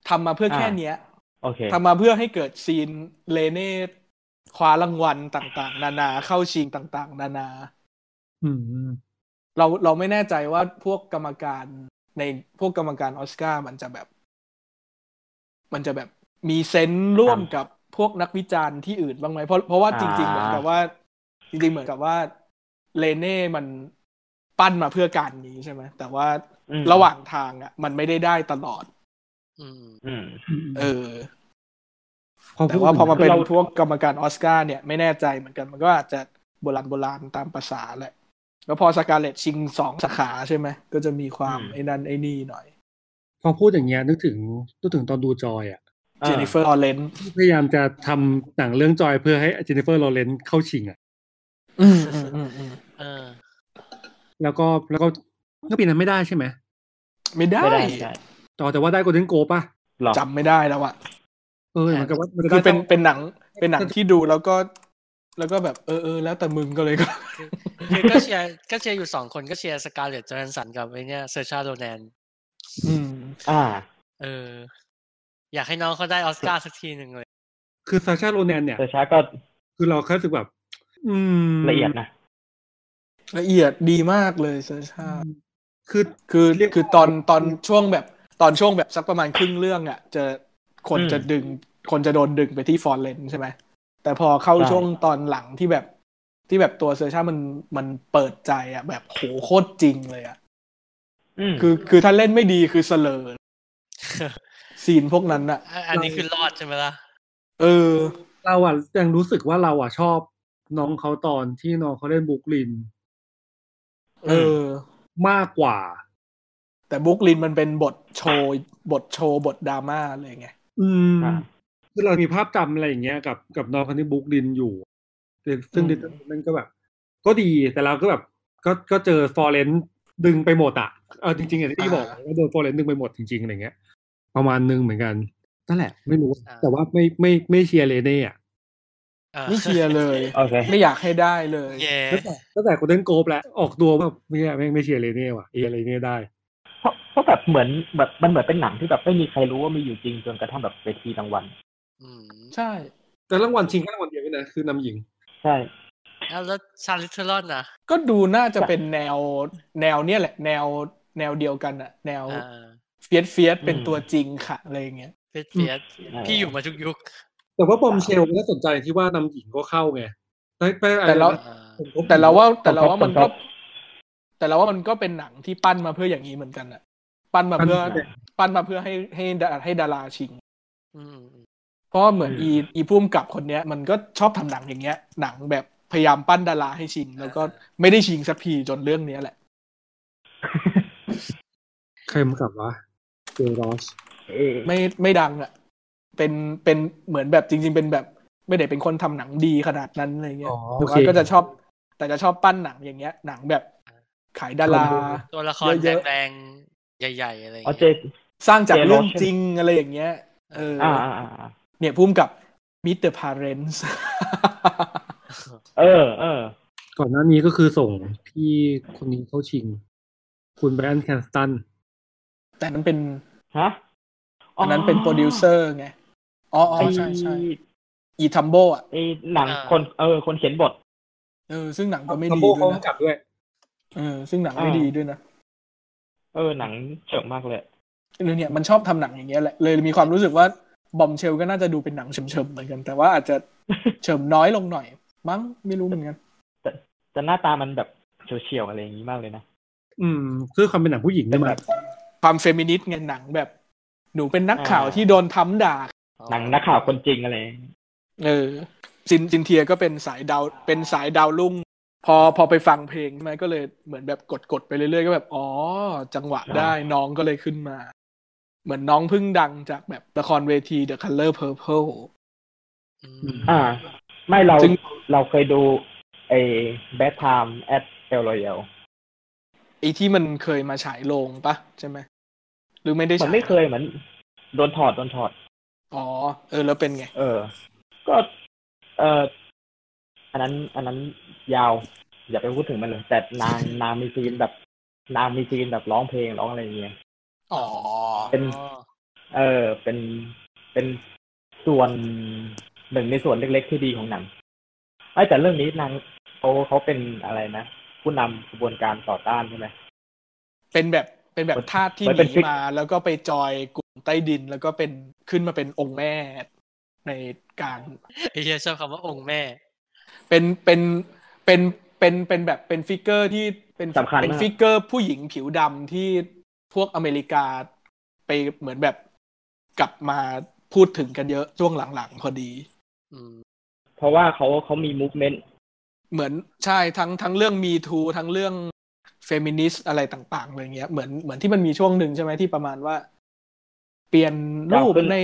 F: ทำมาเพื่อแค่
C: อ่า
F: เนี้ย
C: โอเค
F: ทำมาเพื่อให้เกิดซีนเลเน่คว้ารางวัลต่าง ๆ นานาเข้าชิงต่าง ๆ นานา
E: อืม
F: เราเราไม่แน่ใจว่าพวกกรรมการในพวกกรรมการออสการ์มันจะแบบ มันจะแบบมีเซนส์ร่วม
C: ครับ
F: กับพวกนักวิจารณ์ที่อื่นบ้างไหมเพราะเพราะว่าจริง ๆ
C: อ่า
F: เหมือนกับว่า จริง ๆ เหมือนกับว่าเลเน่มันปั้นมาเพื่อการนี้ใช่ไหมแต่ว่า
C: อืม
F: ระหว่างทางอ่ะ มันไม่ได้ได้ตลอด
B: อืม
C: อืม
F: เออ
E: พอ
F: แต่
E: พูด
F: ว่าพอมาเป็น
C: เรา
F: พวกกรรมการออสการ์เนี่ยไม่แน่ใจเหมือนกันมันก็อาจจะโบราณโบราณตามภาษาแหละ แล้วพอสกาเลตชิงสองสาขาใช่ไหมก็จะมีความ
C: อืม
F: ไอ้นั่นไอ้นี่หน่อย
E: พอพูดอย่างเงี้ยนึกถึงนึกถึงตอนดูจอยอ่ะ
C: อ่า
F: เจนนิเฟอร์ออเรน
E: พยายามจะทำหนังเรื่องจอยเพื่อให้เจนนิเฟอร์โรเลนเข้าชิงอ่ะ
B: เออ
E: แล้วก็แล้วก็ก็ปีนั้นไม่ได้ใช่ไหม
F: ไม่ได้
C: ไม่ได้ไม่ได้
E: ต่อแต่ว่าได้โกลเด้นโกลป่ะ
C: เหรอ
F: จำไม่ได้แล้วอะ
E: เออเหมือนกับว่ามันจะ
F: คือเป็น
E: ได้
F: เป็นหนังเป็นหนังที่ดูแล้วก็ แล้วก็แบบเออเออแล้วแต่มึงก็เลยก็
B: คือก็เชียร์ก็เชียร์อยู่สองคนก็เชียร์สกาเลตจอห์นสันกับไอเนี่ยเซอร์ชาโรแนน
F: อืม
C: อ่า
B: เออ อยากให้น้องเขาได้ออสการ์สักทีหนึ่งเลย <laughs>
E: คือซาชาโรแนนเนี่ย
C: เซอร์ชาก็
E: คือเราแค่รู้สึกแบบ อืม
C: ละเอียดนะ
F: ละเอียดดีมากเลยเซอร์ชา
E: คือ
F: คือ
E: เรียก
F: คือตอนตอนช่วงแบบ ตอนช่วงแบบสักประมาณครึ่งเรื่องอะจะคน
C: อืม
F: จะดึง คนจะโดนดึงไปที่ฟอนเลนใช่ไหมแต่พอเข้า
C: ใช่
F: ช่วงตอนหลังที่แบบที่แบบตัวเซอร์ชามันมันเปิดใจอะแบบโหโคตรจริงเลยอะ
C: อืม
F: คือคือถ้าเล่นไม่ดีคือเสลอ ซีนพวกนั้นอะ
B: อันนี้คือรอดใช่ไหมล่ะ
F: เออ
E: เราอ่ะยังรู้สึกว่าเราอ่ะชอบน้องเขาตอนที่น้องเขาเล่นบรุกลิน
F: เออ
E: มากกว่า
F: แต่บุ๊กลินมันเป็นบทโชว์บทโชว์บทดราม่าเลยไง
E: อืม
C: อ่า
E: คือเรามีภาพจำอะไรอย่างเงี้ยกับกับน้องคนที่บรุกลินอยู่แต่ซึ่ง
F: อืม
E: ดิจิทัลก็แบบ ก็ดีแต่เราก็แบบ ก็ก็เจอฟอเรนดึงไปหมดอ่ะเออจริงๆอย่างที่พี่บอกว่าโดนฟอเรนดึงไปหมดจริงๆอะไรเงี้ย ประมาณหนึงเหมือนกันนั่นแหละ ไม่รู้
B: อ่า
E: แต่ว่าไม่ไม่ไม่เชียร์เลเน่อะ
B: ออ
F: ไม่เชียร์เลย
C: โอเค
F: ไม่อยากให้ได้เลย
B: เย้
E: ตั้งแต่ตั้งแต่คนเล่นโกลบแล้วออกตัวแบบไม่ยไม่งไม่เชียร์เลเน่ว่ะเอเลเน่ได้
C: เพราะเพราะแบบเหมือนแบบมันเหมือนเป็นหนังที่แบบไม่มีใครรู้ว่ามีอยู่จริงจนกระทั่งแบบเวทีรางวัล
B: อืม
F: ใช่
E: แต่รางวัลชิงแค่รางวัลเดียวด้วยนะคือนำหญิง
C: ใช่
B: แล้วแล้วชาลิสเทอรอนนะ
F: ก็ดูน่าจะเป็นแนวแนวเนี้ยแหละ แนวแนวเดียวกันอะแนว
B: อ่า
F: เฟียสเฟียสเป็น
C: อืม
F: ตัวจริงค่ะอะไรอย่างเงี้ย
B: เพชรเฟียสพี่อยู่มาทุกยุค
E: แต่ว่าบอมเชลน่าสนใจที่ว่านำหญิงก็เข้าไงได้ไปอะไร
F: แต่เรา
E: นะผมพบ
F: แต่เราว่าแต่เรา
C: ผมครับ
F: ว่ามัน
C: ผมค
F: ก็
C: รับ
F: แต่เราว่ามันก็เป็นหนังที่ปั้นมาเพื่ออย่างนี้เหมือนกันอะปั้นมาเพื่อปั้นมาเพื่อให้ให้ดาให้ดาราชิง
B: อืมอืม
F: เพราะว่าเหมือนอีอีพุ่มกับคนเนี้ย มันก็ชอบทำหนังอย่างเงี้ย หนังแบบพยายามปั้นดาราให้ชิง แล้วก็ไม่ได้ชิงสักทีจนเรื่องเนี้ยแหละ
E: ใครมากลับวะเจอรอส
C: เออ
F: ไม่ไม่ดังอะเป็นเป็นเหมือนแบบจริง ๆ เป็นแบบ ไม่ได้เป็นคนทำหนังดีขนาดนั้นอะไรเงี้
E: อ๋
F: ย
E: อโอ
F: แต่
E: เค
F: ว่าก็จะชอบ แต่จะชอบปั้นหนังอย่างเงี้ย หนังแบบขายดารา
B: ตัวละคร
F: เยอะๆ
B: แดงๆใหญ่ ๆ อะไรอย่าง
C: อ๋อเจ
B: เงี้ย
F: สร้างจากเรื่อง
C: เจโรสใช่ไหม
F: จริงอะไรอย่างเงี้ย เอออ
C: อ่าอ่าอ่า
F: เนี่ยพุ่มกับมิสเตอร์พาเรนส์
C: เออเออ
E: ก่อนหน้านี้ก็คือส่งพี่คนนี้เข้าชิง คุณแบรนด์แคนสตัน
F: <laughs> แต่นั้นเป็น
C: ฮะ
F: อันนั้นเป็นโปรดิวเซอร์ไง อ๋ออ๋อใช่ใช่อีทัมโบอ่ะ
C: ไอ้หนังคน เออ คนเขียนบท
F: เออ ซึ่งหนังก็ไม่
E: ทัม
F: ดี
E: โบ
F: ด้
E: เขา
F: วยนะ
E: กำกับด้วย
F: เออ ซึ่งหนังไม่
C: อ่า
F: ดีด้วยนะ
C: เออ หนังเจ๋งมากเลย
F: เนี่ยเนี่ยมันชอบทำหนังอย่างเงี้ยแหละ เลยมีความรู้สึกว่าบอมเชลก็น่าจะดูเป็นหนังเฉมๆเหมือนกัน แต่ว่าอาจจะ เฉมน้อยลงหน่อย มั้งไม่รู้เหมือนกัน
C: แต่หน้าตามันแบบเฉียวๆอะไรอย่างนี้มากเลยนะ
E: อืม คือความเป็นหนังผู้หญิงได้มา
F: ความเฟมินิสต์ไงหนังแบบ หนูเป็นนัก
C: อ่า
F: ข่าวที่โดนทำด่า
C: หนังนักข่าวคนจริงอะไรอย่างงี้
F: เออซินซินเทียก็เป็นสายดาวเป็นสายดาวรุ่ง พอพอไปฟังเพลงใช่ไหมก็เลยเหมือนแบบกดกดไปเรื่อยๆก็แบบ อ๋อ จังหวะได้น้องก็เลยขึ้นมา เหมือนน้องเพิ่งดังจากแบบละครเวที The Color Purple
B: อืม
C: อ่า ไม่เรา
F: ซึ่ง
C: เราเคยดูไอ้แบทไทม์แอดเอลรอยล
F: ไอ้ที่มันเคยมาฉายโรงปะใช่ไหมหรือไม่ได้
C: มั
F: ฉาน ย
C: ไม่เคยเหมือนโดนถอด โดนถอด
F: อ๋อ เออ แล้วเป็นไง
C: เออ ก็ เอออันนั้น อันนั้นยาว อย่าไปพูดถึงมันเลย แต่นาง นางมีซีนแบบ นางมีซีนแบบร้องเพลงร้องอะไรอย่างเงี้ย
F: อ๋อ
C: เป็น
B: อ๋อ
C: เออ เป็น เป็นส่วนหนึ่งในส่วนเล็กๆที่ดีของหนังไอ้ยแต่เรื่องนี้นางเขาเขาเป็นอะไรนะ ผู้นำกระบวนการต่อต้านใช่ไหม
F: เป็นแบบเป็นแบบทาสที่
C: เหมือน
F: ห
C: เป็น
F: นี
C: ฟิก
F: มา แล้วก็ไปจอยกลุ่มใต้ดิน แล้วก็เป็นขึ้นมาเป็นองค์แม่ในการ
B: ไอ้เฮียชอบคำว่าองค์แม่
F: เป็นเป็นเป็นเป็นเป็นแบบเป็นฟิกเกอร์ที่เป็น
C: สำคัญมาก
F: เป็นฟิกเกอร์ผู้หญิงผิวดำที่พวกอเมริกาไปเหมือนแบบกลับมาพูดถึงกันเยอะช่วงหลังๆ พอดี
B: อืม
C: เพราะว่าเขาเขามีมูฟเมนต์
F: เหมือนใช่ทั้งทั้งเรื่องมีทูทั้งเรื่องเฟมินิสต์อะไรต่างๆอะไรเงี้ยเหมือนเหมือนที่มันมีช่วงหนึ่งใช่ไหมที่ประมาณว่า เปลี่ยนรู
C: ก
F: ป
C: ลับขึ้น
F: ใน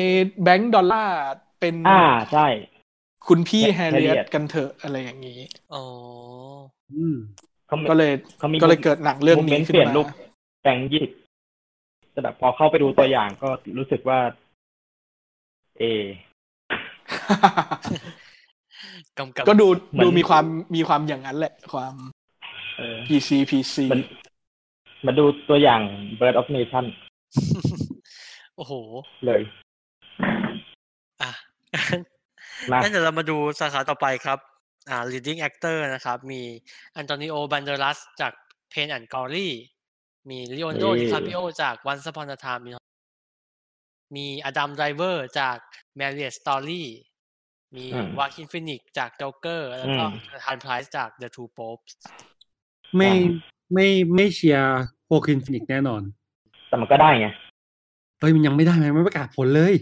F: แบงก์ดอลลาร์เป็น
C: อ่า ใช่
F: คุณพี่แฮร์เรียต
C: Harriet
F: กันเถอะอะไรอย่างนี้
B: อ๋อ
E: อืม
C: เขามี
F: ก็เลย
C: เขามี
F: ก็เลยเกิดหนังเรื่องนี้
C: มูฟมต์
F: ขึ้น
C: เปลี่ยน
F: มา
C: รูปแปลงยี่สิบแต่แบบพอเข้าไปดูตัวอย่างก็รู้สึกว่า เอ
B: กำกับ
F: <laughs> ก็ดู
C: เหมือน
F: ดูมีความมีความอย่างนั้นแหละ ความ
C: เออ
F: PC PC
C: มันมาดูตัวอย่าง Bird of Nation
B: โอ้โห
C: เลย
B: อ่ะ
C: มา
B: งั้นเดี๋ยวเรามาดูสาขาต่อไปครับ อ่า leading actor นะครับ มีอันโตนิโอบันเดรัสจากเพนแอนด์กอรี่ มีล e โอ d o
C: เอ้ย
B: ดิคาปิโอจาก Once Upon a Time in Hollywood มีอดัมไดเวอร์จาก Marriage Story มี
C: อืม
B: วาคินฟินิกจาก Joker แล้วก็
C: อืม
B: ทานไพรส์จาก The Two Popes
E: ไม่ไม่ไม่เชียร์โฮคินฟินิกแน่นอน
C: แต่มันก็ได้ไง
E: เฮ้ยมันยังไม่ได้มันไม่ประกาศผลเลย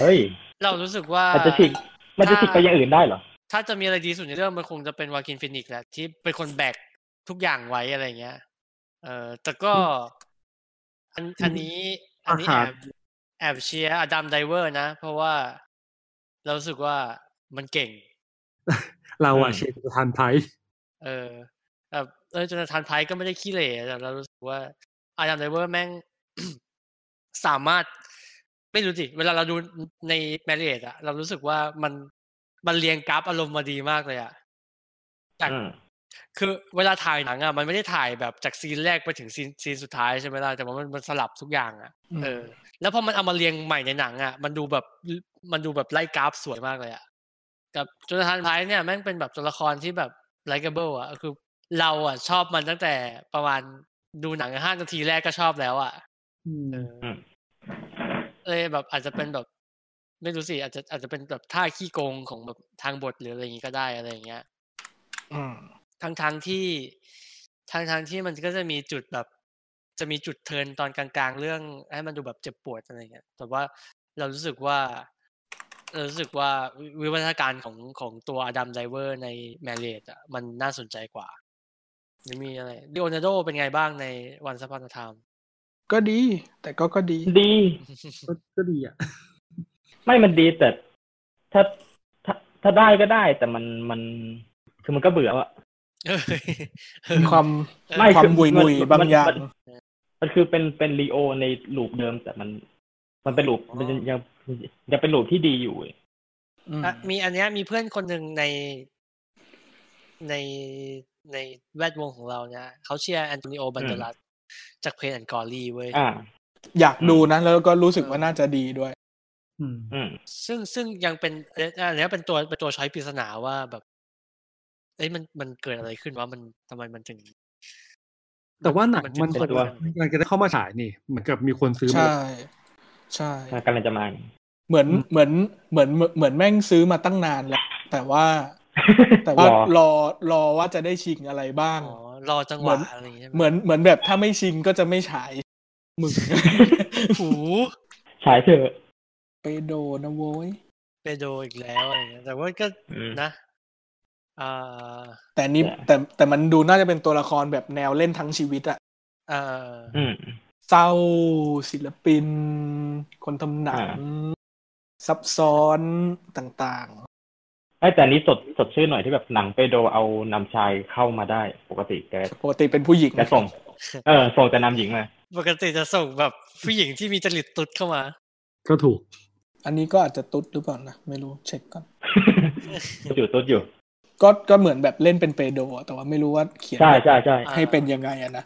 C: เฮ้ย
B: เรารู้สึกว่า
C: มันจะฉีกมันจะฉีกไปอย่างอื่นได้เหรอ
B: ถ้าจะมีอะไรดีสุดในเรื่องมันคงจะเป็นวากินฟินิกแหละที่เป็นคนแบกทุกอย่างไว้อะไรเงี้ย เออแต่ก็ อันอันนี้ อันนี้
E: อ่า
B: แอ
E: ครับ
B: บแอบเชียร์อดัมไดเวอร์นะ เพราะว่าเรารู้สึกว่ามันเก่ง
E: เราอะ
C: อืม
E: เชียร์ประธานไทย
B: เออแบบเออจนทานไพรส์ก็ไม่ได้ขี้เหร่แต่เรารู้สึกว่าอาดัมไดเวอร์แม่ง <coughs> สามารถ ไม่รู้สิเวลาเราดูในแมรี่เออะเรารู้สึกว่ามันมันเรียงกราฟอารมณ์มาดีมากเลยอะ จาก
C: อืม
B: คือเวลาถ่ายหนังอ่ะมันไม่ได้ถ่ายแบบจากซีนแรกไปถึงซีนซีนสุดท้ายใช่ไหมล่ะแต่ว่ามันมันสลับทุกอย่างอ่ะ
F: อืม
B: เออ แล้วพอมันเอามาเรียงใหม่ในหนังอ่ะมันดูแบบมันดูแบบไล่กราฟสวยมากเลยอ่ะกับจนทานไพรส์เนี่ยแม่งเป็นแบบตัวละครที่แบบไลก a เบิลอ่ะคือ เราอ่ะชอบมันตั้งแต่ประมาณดูหนังห้านาทีแรกก็ชอบแล้วอ่ะ
E: อืม
B: เอออ
C: ม
B: เลยแบบอาจจะเป็นแบบ ไม่รู้สิอาจจะอาจจะเป็นแบบท่าขี้โกงของแบบทางบทหรืออะไรอย่างงี้ก็ได้อะไรอย่างเงี้ย
F: อืม
B: ทั้งทางๆที่ทางทางๆที่มันก็จะมีจุดแบบ จะมีจุดเทิร์นตอนกลางๆ เรื่องให้มันดูแบบเจ็บปวดอะไรเงี้ยแต่ว่าเรารู้สึกว่า เรารู้สึกว่าวิวิวัฒนาการของของตัวอดัมไดเวอร์ในแมเรดอ่ะมันน่าสนใจกว่าไม่มีอะไรดิโอนาโดเป็นไงบ้างในวันสปอนทาม
F: ก็ดี แต่ก็ก็ดี
C: ดี
E: ก็ก็ดีอ่ะ
C: ไม่มันดีแต่ถ้าถ้าถ้าได้ก็ได้ แต่มันมันคือมันก็เบื่ออะ
F: มีความ
B: <laughs> เออ
C: ไม่
F: ความ
C: คือ
F: บุย
C: มัน
F: บุย
C: มัน
F: บางอย่าง
C: มัน มันคือเป็นเป็นรีโอในลูปเดิม แต่มัน มันเป็นลูปมันยังยังยังเป็นลูปที่ดีอยู่
B: อ่ะมีอันเนี้ยมีเพื่อนคนหนึ่งในในในแวดวงของเราเนี่ยเขาเชียร์แอนโตนิโอบันเดลัสจากเพนแอนกอรีเว้ย
C: อ่า
F: อยากดูนะ แล้วก็รู้สึกว่าน่าจะดีด้วย
E: อืม
C: อืม
B: ซึ่งซึ่งยังเป็นเอ่ออันเนี้ยเป็นตัวเป็นตัวช้อยปริศนาว่าแบบเอ้ยมันมันเกิดอะไรขึ้นวะมันทำไมมันถึง
E: แต่ว่าหนังมัน
B: ถึง
E: กำลั
B: เปิ
E: ง
B: ด
C: ตั
B: ตัว
E: มันจะได้เข้ามาฉายนี่เหมือนกับมีคนซื้อมา
F: ใช่ ใช่
C: กำลังจะมา
F: เหมือนเหมือนเหมือนเหมือนแม่งซื้อมาตั้งนานแล้ว แต่ว่า แต่ว่าร
C: อ
F: รอรอว่าจะได้ชิงอะไรบ้าง
B: อ๋อรอจังหวะ
F: เหมือน
B: อะไรอย่างเงี้ย
F: เหมือนเหมือนแบบถ้าไม่ชิงก็จะไม่ฉาย มึง <laughs>
B: หู
C: ฉายเถอะ
F: ไปโดนนะโว้ย
B: เปโดอีกแล้วอะไรอย่างเงี้ยแต่ว่าก็
C: อืม
B: นะอ่า
F: แต่นี่
C: แต่
F: แต่แต่มันดูน่าจะเป็นตัวละครแบบแนวเล่นทั้งชีวิตอะ
B: เอ่อ
C: อืม
F: เศร้าศิลปิน คนทำหนัง
C: อ่า
F: ซับซ้อนต่าง
C: ไอยแต่อันนี้สดสดชื่นหน่อยที่แบบหนังเปโดเอานำชายเข้ามาได้ ปกติแก
F: ๆ ปกติเป็นผู้หญิง
C: แกส่ง เออ ส่งแต่นำหญิง
F: <laughs>
C: มา
B: <laughs> ปกติจะส่งแบบผู้หญิงที่มีจริตตุดเข้ามา
E: ก็ถูก
F: อันนี้ก็อาจจะตุ๊ดหรือเปล่านะ ไม่รู้เช็คก่อน
C: อยู่ตุ๊ดอยู่
F: ก็ก็เหมือนแบบเล่นเป็นเปโดอะแต่ว่าไม่รู้ว่าเขียน
C: ใช่ใช่ใช่
B: อ่า
F: ให้เป็นยังไงอะนะ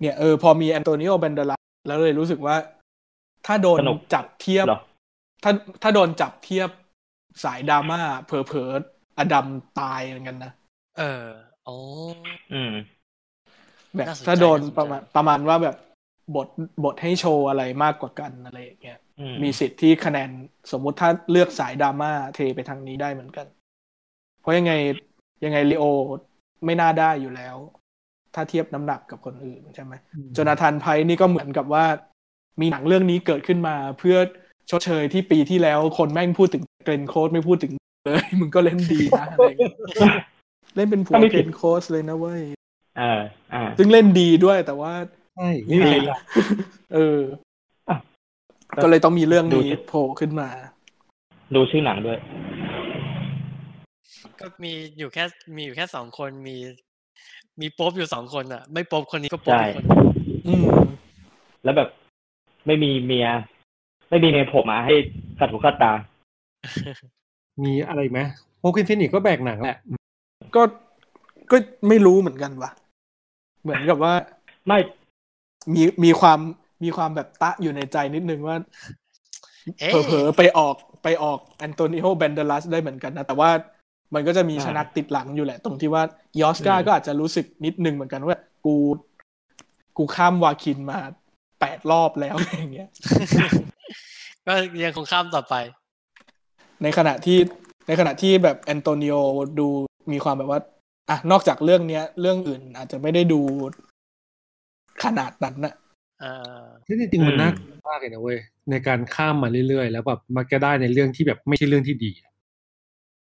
F: เนี่ยเออพอมีแอนโตนิโอแบนเดลัสแล้วเลยรู้สึกว่า ถ้าโดน
C: สนุก
F: จับเทียบ
C: เหรอ
F: ถ้าถ้าโดนจับเทียบสายดราม่าเผลอๆอดัมตายเหมือนกันนะ
B: เอออ๋อ
C: อืม
F: แบบ
B: น่าสนใจ
F: ถ้าโดน
B: น่าสนใจ
F: ประมาณประมาณว่าแบบบทบทให้โชว์อะไรมากกว่ากันอะไรอย่างเงี้ย
C: อืม
F: มีสิทธิ์ที่คะแนนสมมุติถ้าเลือกสายดราม่าเทไปทางนี้ได้เหมือนกัน เพราะยังไงยังไงลีโอไม่น่าได้อยู่แล้ว ถ้าเทียบน้ำหนักกับคนอื่นใช่ไหมโจนาธานไพร์นี่ก็เหมือนกับว่า มีหนังเรื่องนี้เกิดขึ้นมาเพื่อชดเชยที่ปีที่แล้วคนแม่งพูดถึงเกรนโคสไม่พูดถึงเลย มึงก็เล่นดีนะอะไรอย่างเงี้ยเล่นเป็นผัว
C: ก็ไม่
F: เก
C: ผิ
F: ร
C: ด
F: นโคสเลยนะเว้ย
C: เอออ่า
F: ซึ่งเล่นดีด้วยแต่ว่า
E: ใช่ไม่มีใคร
C: ดี
E: รัก
F: เออ
C: อ่ะ
F: ก็เลยต้องมีเรื่อง
C: ดู
F: นี้
C: สิ
F: โผล่ขึ้นมา
C: ดูชื่อหนังด้วย
B: ก็มีอยู่แค่มีอยู่แค่สองคนมี มีโป๊ปอยู่สองคนอ่ะ ไม่โป๊ปคนนี้ก็โป๊ป
C: ใช่
B: อีกคน
F: อืม
C: แล้วแบบไม่มีเมีย ไม่มีเมียผมมาให้ขัดหูขัดตา
E: มีอะไรอีกไหมโฮกินฟินิกก็แบกหนังแหละ
F: ก็ก็ไม่รู้เหมือนกันว่ะ เหมือนกับว่า
C: ไม่
F: มีมีความมีความแบบตะอยู่ในใจนิดนึงว่า
B: <laughs> เอ๊ะ
F: เผลอๆไปออกไปออกแอนโตนิโอแบนเดลัสได้เหมือนกันนะ แต่ว่ามันก็จะมี
C: อ่า
F: ชนะติดหลังอยู่แหละ ตรงที่ว่ายอสกา
C: อืม
F: ก็อาจจะรู้สึกนิดนึงเหมือนกันว่า กู กูข้ามวาคินมาแปดรอบแล้ว อะไรอย่างเงี้ย
B: ก็ยังคงข้ามต่อไป
F: ในขณะที่ในขณะที่แบบแอนโตนิโอดูมีความแบบว่าอ่ะนอกจากเรื่องเนี้ย เรื่องอื่นอาจจะไม่ได้ดูขนาดนั้นนะ
B: อ่า
E: ที่จริงๆมัน
C: อืม
E: น่ากลัวมากเลยนะเว้ยในการข้ามมาเรื่อยๆ แล้วแบบมันก็ได้ในเรื่องที่แบบไม่ใช่เรื่องที่ดีอะ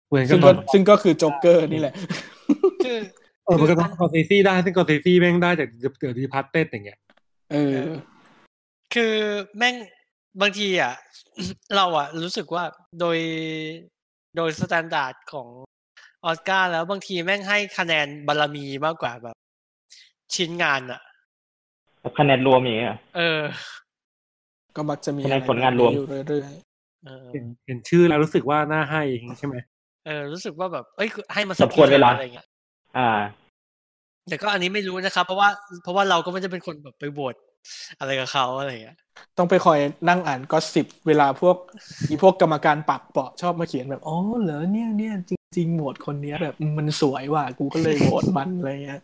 E: เหมือนกั
F: ซึ่
E: บ
F: ง
E: ต
F: ก็
E: อน
F: ซึ่งก็คือโจ๊กเกอร์นี่แหละ
B: คือ
E: เออมันก็ทำกอร์เซซี่ได้ซึ่งกอร์เซซี่แม่งได้จากเดือดดีพาร์ตเต็ดอย่างเงี้ย
F: เออ
B: คือแม่งบางทีอ่ะ <coughs> เราอ่ะ รู้สึกว่าโดยโดยสแตนดาร์ดของออสการ์แล้วบางทีแม่งให้คะแนนบารมีมากกว่าแบบ ชิ้นงานอ่ะ
C: แบบคะแนนรวมอย่างเงี้ย
B: เออ
F: ก็มักจะมี
C: คะแนนผลงานรวม
F: อยู่เรื่อย
B: เออ
E: เห็นเห็นชื่อแล้วรู้สึกว่าน่าให้อย่างงี้ใช่ไหม
B: เออ รู้สึกว่าแบบ เอ้ยคือให้มา
C: สมควรเวลา
B: อะไรเงี้ย
C: อ่า
B: แต่ก็อันนี้ไม่รู้นะครับ เพราะว่าเพราะว่าเราก็ไม่จะเป็นคนแบบไปโหวตอะไรกับเขาอะไรเงี้ย
F: ๆต้องไปคอยนั่งอ่านก็สิบเวลาพวก อีพวกกรรมการปากเปาะชอบมาเขียนแบบอ๋อเหรอเนี่ยเนี่ยจริงๆโหมดคนเนี้ยแบบอืมมันสวยว่ะกูก็เลยโหวตมันอะไรเงี้ย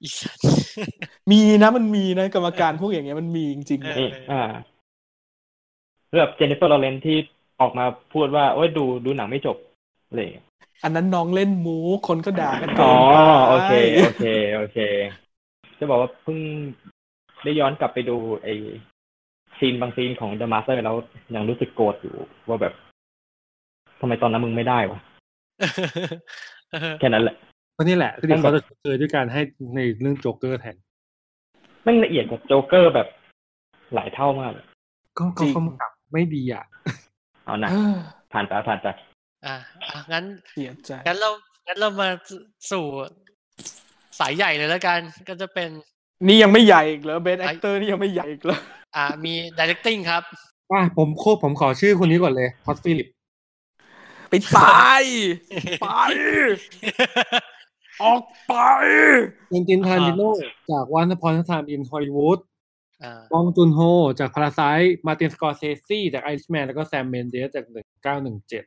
B: อีสัตว์ <laughs>
F: มีนะมันมีนะ กรรมการพวกอย่างเงี้ยมันมีจริงๆนะ
C: นี่ อ่า แล้วแบบเจนนิเฟอร์ลอเรนที่ออกมาพูดว่าโอ้ยดูดูหนังไม่จบอะไรอย่างเงี้ย
F: อันนั้นน้องเล่นมูคนก็ด่ากัน
C: อ๋อ
F: ไป
C: โอเคโอเคโอเค จะบอกว่าเพิ่งได้ย้อนกลับไปดูไอซีนบางซีนของ The Master แล้วยังรู้สึกโกรธอยู่ว่าแบบทำไมตอนนั้นมึงไม่ได้วะ
B: เออ
C: แค่นั้นแหละ
E: ก็นี่แหละที่เดี๋ยวเขาจะชดเชยด้วยการให้ในเรื่องโจ๊กเกอร์แทน
C: แม่งละเอียดกว่าโจ๊กเกอร์แบบหลายเท่ามากเลย
E: ก็ก็กำกับไม่ดีอ่ะ
C: เอานะ
F: เออ
C: ผ่านไปผ่านไป
B: อ่ะอ่ะงั้น
F: เสียใจ
B: งั้นเรางั้นเรามาสู่สายใหญ่เลยแล้วกัน ก็จะเป็น
F: นี่ยังไม่ใหญ่อีกเหรอเบส
B: ไอ้
F: แอคเตอร์นี่ยังไม่ใหญ่อีกเหรอ
B: อ่ามี directing ครับ <laughs>
E: อ่ะผมโคผมขอชื่อคนนี้ก่อนเลยฮอตฟิลิป
F: <laughs> ไปตายไป ออกไป
E: เอนตินทาริโน
B: อ่
E: จากวันพรทามอินฮอลลีวูด
B: อ่า
E: บองจุนโฮ จากพาราไซมาตินสกอร์เซซี่จากไอซ์แมนแล้วก็แซมเมนเดสจากหนึ่งเก้าหนึ่งเจ็ด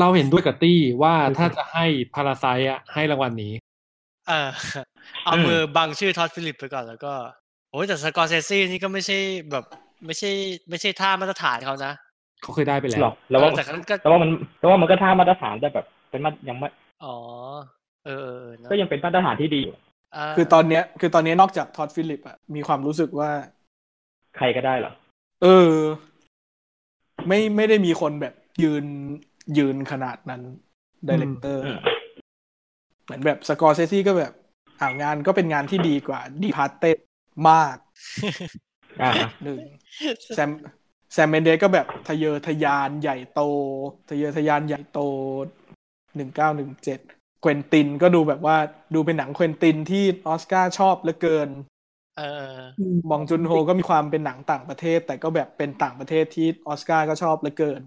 E: เราเห็นด้วยกับตี้ว่าถ้าจะให้พาราไซอะให้รางวัลนี้
B: เออเอามือบังชื่อท็อดฟิลิปไปก่อนแล้วก็ โอ้ยแต่สกอร์เซซี่นี่ก็ไม่ใช่แบบ ไม่ใช่ ไม่ใช่ท่ามาตรฐานเขานะ
E: เขาเคยได้ไปแล้
C: หร
E: ว
C: อกแล้วว่า
B: เออแต่ครั้งก็
C: แล้วว่ามันแล้วว่ามันก็ท่ามาตรฐานแต่แบบ เป็นมายังไม่
B: อ๋อ เออเออเออเนอะ
C: ก็ยังเป็นมาตรฐานที่ดีอยู่
B: า
F: คือตอนเนี้ย คือตอนเนี้ยนอกจากท็อดฟิลิปอะมีความรู้สึกว่า
C: ใครก็ได้เหรอ
F: เออ ไม่ไม่ได้มีคนแบบยืนยืนขนาดนั้นดีเลกเตอร์
C: อืม
F: เหมือนแบบสกอร์เซซี่ก็แบบอ่างานก็เป็นงานที่ดีกว่าดีพาร์เตมาก
C: อ่า <laughs>
F: หนึ่งแซมแซมเมนเดสก็แบบทะเยอทะยานใหญ่โต ทะเยอทะยานใหญ่โตหนึ่งเก้าหนึ่งเจ็ดเควนตินก็ดูแบบว่าดูเป็นหนังเควนตินที่ออสการ์ชอบเหลือเกิน
B: เออเออ
F: มองจุนโฮก็มีความเป็นหนังต่างประเทศ แต่ก็แบบเป็นต่างประเทศที่ออสการ์ก็ชอบเหลือเกิน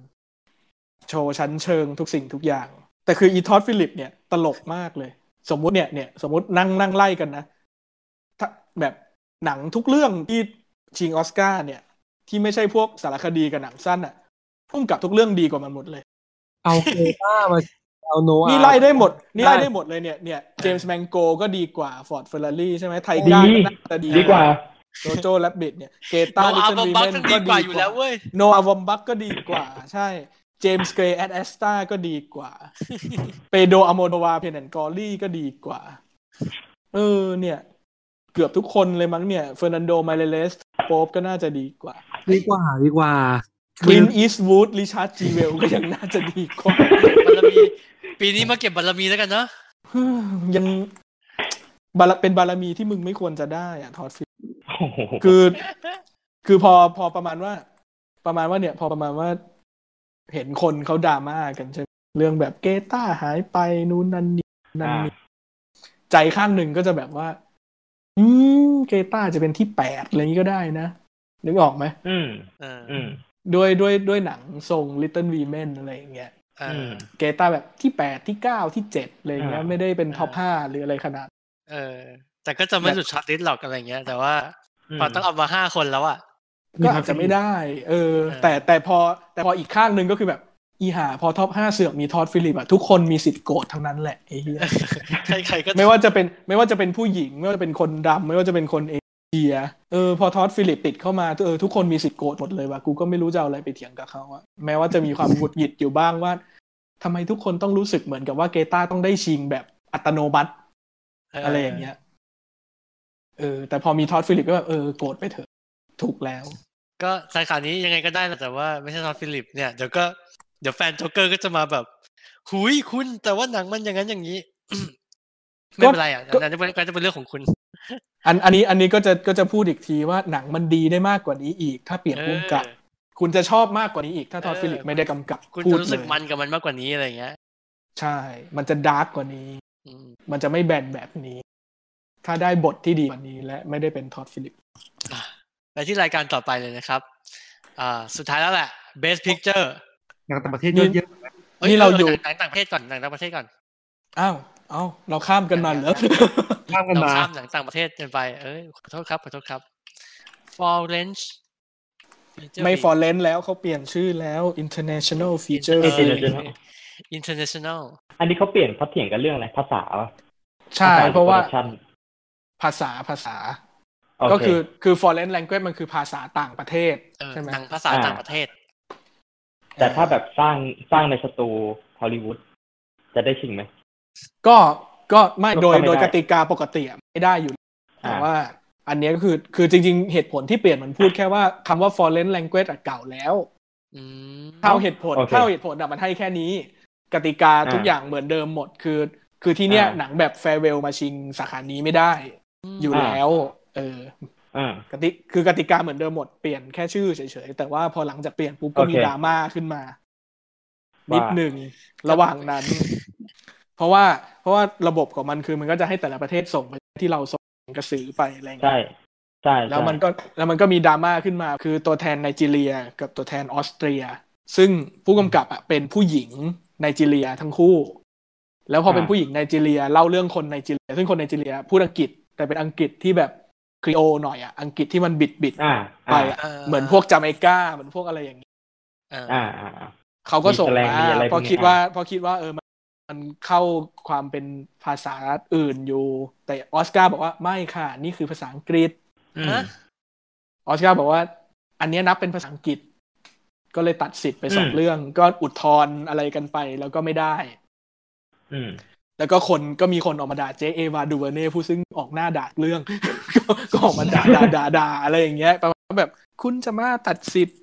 F: โชว์ชั้นเชิงทุกสิ่งทุกอย่าง แต่คืออีทอดฟิลิปเนี่ยตลกมากเลย สมมุติเนี่ยเนี่ยสมมตินั่งนั่งไล่กันนะถ้าแบบหนังทุกเรื่องที่ชิงออสการ์เนี่ย ที่ไม่ใช่พวกสารคดีกับหนังสั้นอะพุ่มกับทุกเรื่องดีกว่ามันหมดเลย
E: เอาเคต้ามาเอาโนอา
F: นี่ไล่ได้หมด นี่ไล่ได้หมดเลยเนี่ยเนี่ยเจมส์แมงโกก็ดีกว่าฟอร์ดเฟอร์รารี่ใช่ไหมไทก้าก็น่าจะดี
C: ดีกว่า
F: โจโจและบิดเนี่ยเกตา
B: เอา
F: ดิ
B: เอา
F: สัน
B: บัง
F: วี
B: บัง
F: แมน
B: มัน
F: ก็
B: ดีก
F: ดี
B: ว่าอยู่แล้วเว้ย
F: โนอาวอมบักก็ดีกว่า ใช่ เจมส์เกรย์แอดแอสตาก็ดีกว่า เปโดอโมโดวาเพนแอนกอรี่ก็ดีกว่า เออ เนี่ย เกือบทุกคนเลยมั้งเนี่ยเฟอร์นันโดมาเลเลสโป๊ปก็น่าจะดีกว่า
E: ดีกว่าดีกว่า
F: คลินอีสวูดริชาร์ดจีเวลก็ยังน่าจะดีกว่า <sighs>
B: บารมี ปีนี้มาเก็บบารมีแล้วกันเนาะ
F: ยังบารเป็นบารมีที่มึงไม่ควรจะได้อะทอดฟิ
C: โอ้โห
F: คือ คือพอพอประมาณว่า ประมาณว่าเนี่ย พอประมาณว่า เห็นคนเขาดราม่ากันใช่ไหมเรื่องแบบเกต้าหายไปนู้นนั่นนี่นั่น
C: อ่า
F: นี่ใจข้างหนึ่งก็จะแบบว่า อืมเกต้าจะเป็นที่แปดอะไรอย่างนี้ก็ได้นะ นึกออกไหม
C: อืม
B: เออ
C: อืม
F: ด้วยด้วยด้วยหนังทรง Little Women อะไรอย่างเงี้ย
B: เออ
F: เกต้าแบบที่แปดที่เก้าที่เจ็ดอะไรอย่างเงี้ย
C: อ่า
F: ไม่ได้เป็นท็อป
B: อ่า
F: ห้าหรืออะไรขนาด
B: เออ แต่ก็จะไม่หลุดชาร์ตลิสต์หรอกอะไรเงี้ย แต่ว่าพอต้องเอามาห้าคนแล้วอ่ะ <laughs>
F: ก็อาจจะไม่ได้ เออ
B: เออ
F: แต่แต่พอแต่พออีกข้างหนึ่งก็คือแบบ อีหาพอท็อปห้าเสือกมีท็อดฟิลิปอะทุกคนมีสิทธิ์โกรธทั้งนั้นแหละไอ้เหี้ย
B: ใครใครๆก็
F: ไม่ว่าจะเป็นไม่ว่าจะเป็นผู้หญิง ไม่ว่าจะเป็นคนดำไม่ว่าจะเป็นคนเอเชีย เออพอท็อดฟิลิปติดเข้ามาเออทุกคนมีสิทธิ์โกรธหมดเลยว่ะกูก็ไม่รู้จะเอาอะไรไปเถียงกับเขาอะแม้ว่าจะมีความหงุดหงิดอยู่บ้างว่าทำไมทุกคนต้องรู้สึกเหมือนกับว่าเกตาต้องได้ชิงแบบอัตโนมัติ อะไรอย่างเงี้ย เออ แต่พอมีท็อดฟิลิปก็แบบเออโกรธไปเถอะถูกแล้ว
B: ก็สาขานี้ยังไงก็ได้แหละแต่ว่าไม่ใช่ทอดฟิลิป เนี่ย เดี๋ยวก็ เดี๋ยวแฟนโจ๊กเกอร์ก็จะมาแบบ หุยคุณ แต่ว่าหนังมันอย่างนั้นอย่างนี้ <coughs> ไม่เป็นไรอ่ะ
F: ก็
B: นั่นจะเป็นก็จะเป็นเรื่องของคุณ
F: อันอันนี้อันนี้ก็จะก็จะพูดอีกทีว่าหนังมันดีได้มากกว่านี้อีก ถ้าเปลี่ยน
B: เอ
F: ภูมิ
B: อ
F: กับ คุณจะชอบมากกว่านี้อีก ถ้าทอด
B: เออ
F: ฟิลิปไม่ได้กำกับ
B: คุณ
F: พู
B: จะ
F: ด
B: รู้
F: เล
B: สึกมัน
F: ย
B: กับมันมากกว่านี้อะไรอย่างเงี้ย
F: ใช่ มันจะดาร์กกว่านี้
B: อืม
F: มันจะไม่แบนแบบนี้ ถ้าได้บทที่ดีกว่านี้ และไม่ได้เป็นทอดฟิลิป
B: ไปที่รายการต่อไปเลยนะครับ อ่า สุดท้ายแล้วแหละ best picture
E: อย่างต่างประเทศเยอะแยะ
B: อ้ย
F: นี่เราอยู่
B: หนังต่างประเทศก่อนหนังต่างประเทศก่อน
F: อ้าวเอ้าเราข้ามกันมาเหรอ
E: ข้ามกัน
B: เรา
E: มา
B: ข้ามหนังต่างประเทศกันไป เอ้ย ขอโทษครับ ขอโทษครับ Florence Feature
F: ไม่ฟ
B: Film
F: อร์เรนแล้วเขาเปลี่ยนชื่อแล้ว international feature
B: เออ
C: International
B: International
C: อันนี้เขาเปลี่ยนเขาเถียงกันเรื่องอะไรภาษาวะ
F: ใช่
C: ภษหอ
F: เพราะว่า
C: production?
F: ภาษาภาษา
C: โเ
F: ก็คือคือ foreign language มันคือภาษาต่างประเทศ
B: เออ
F: ใช่ไหม
B: หนังภาษา
C: อ่า
B: ต่างประเทศ
C: แต่ถ้าแบบสร้างสร้างในสตูฮอลลีวูดจะได้ชิงไหม
F: ก็ก็ไม่โดย
C: ก็ไม่ได้
F: โดยกติกาปกติอะไม่ได้อยู่แล้วแต่ว่าอันเนี้ยก็คือคือจริง ๆ เหตุผลที่เปลี่ยนมันพูดแค่ว่าคำว่า foreign language อะเก่าแล้ว
B: อืม
F: เท่าเหตุผล
C: โอเค
F: เท่าเหตุผลอะมันให้แค่นี้ กติกาทุก
C: อ่า
F: อย่างเหมือนเดิมหมดคือ คือที่เนี้ย
C: อ่า
F: หนังแบบแฟเวลมาชิงสาขานี้ไม่ได้ อยู่แล้ว เออ
C: อ่า
F: กติคือกติกาเหมือนเดิมหมดเปลี่ยนแค่ชื่อเฉยๆ แต่ว่าพอหลังจากเปลี่ยนปุ๊บก็มี
C: โอเค
F: ดราม่าขึ้นมา
C: ว่านิ
F: นิดหนึ่งระหว่างนั้น เพราะว่าเพราะว่าระบบของมันคือมันก็จะให้แต่ละประเทศส่งไปที่เราส่งกระสือไปอะไร
C: ใช่
F: เงี้ย
C: ใช่
F: แล้วมัน
C: ใช่
F: ก็แล้วมันก็มีดราม่าขึ้นมา คือตัวแทนไนจีเรีย กับตัวแทนออสเตรีย ซึ่งผู้กำกับอ่ะเป็นผู้หญิงไนจีเรียทั้งคู่ แล้วพออา เป็นผู้หญิงไนจีเรียเล่าเรื่องคนไนจีเรีย ซึ่งคนไนจีเรียพูดอังกฤษแต่เป็นอังกฤษที่แบบครีโอหน่อยอ่ะอังกฤษที่มันบิดบิดๆ
C: อ่า
F: ไป
C: อ่า
F: อะเหมือนพวกจาเมกาเหมือนพวกอะไรอย่างนี้
B: เออ
C: อ่าอ่าอ่า
F: เขาก็ส่ง
C: มีแสลง
F: มา
C: มีอะไร
F: เพ
C: พว
F: อ
C: กนี้
F: คิดว่าเพอคิดว่าเออมันมันเข้าความเป็นภาษาอื่นอยู่ แต่ออสการ์บอกว่าไม่ค่ะ นี่คือภาษาอังกฤษ
C: อืม
B: ฮะ
F: ออสการ์บอกว่า อันเนี้ยนับเป็นภาษาอังกฤษ ก็เลยตัดสิทธิ์ไปสอง
C: อืม
F: เรื่อง ก็อุทธรณ์อะไรกันไปแล้วก็ไม่ได้
C: อืม
F: แล้วก็คนก็มีคนออกมาด่าเจเอวาดูเวอร์เน่ผู้ซึ่งออกหน้าด่าเรื่อง <laughs> ก็ก็ออกมาด่าด่าด่าด่าอะไรอย่างเงี้ยประมาณว่าแบบคุณจะมาตัดสิทธิ์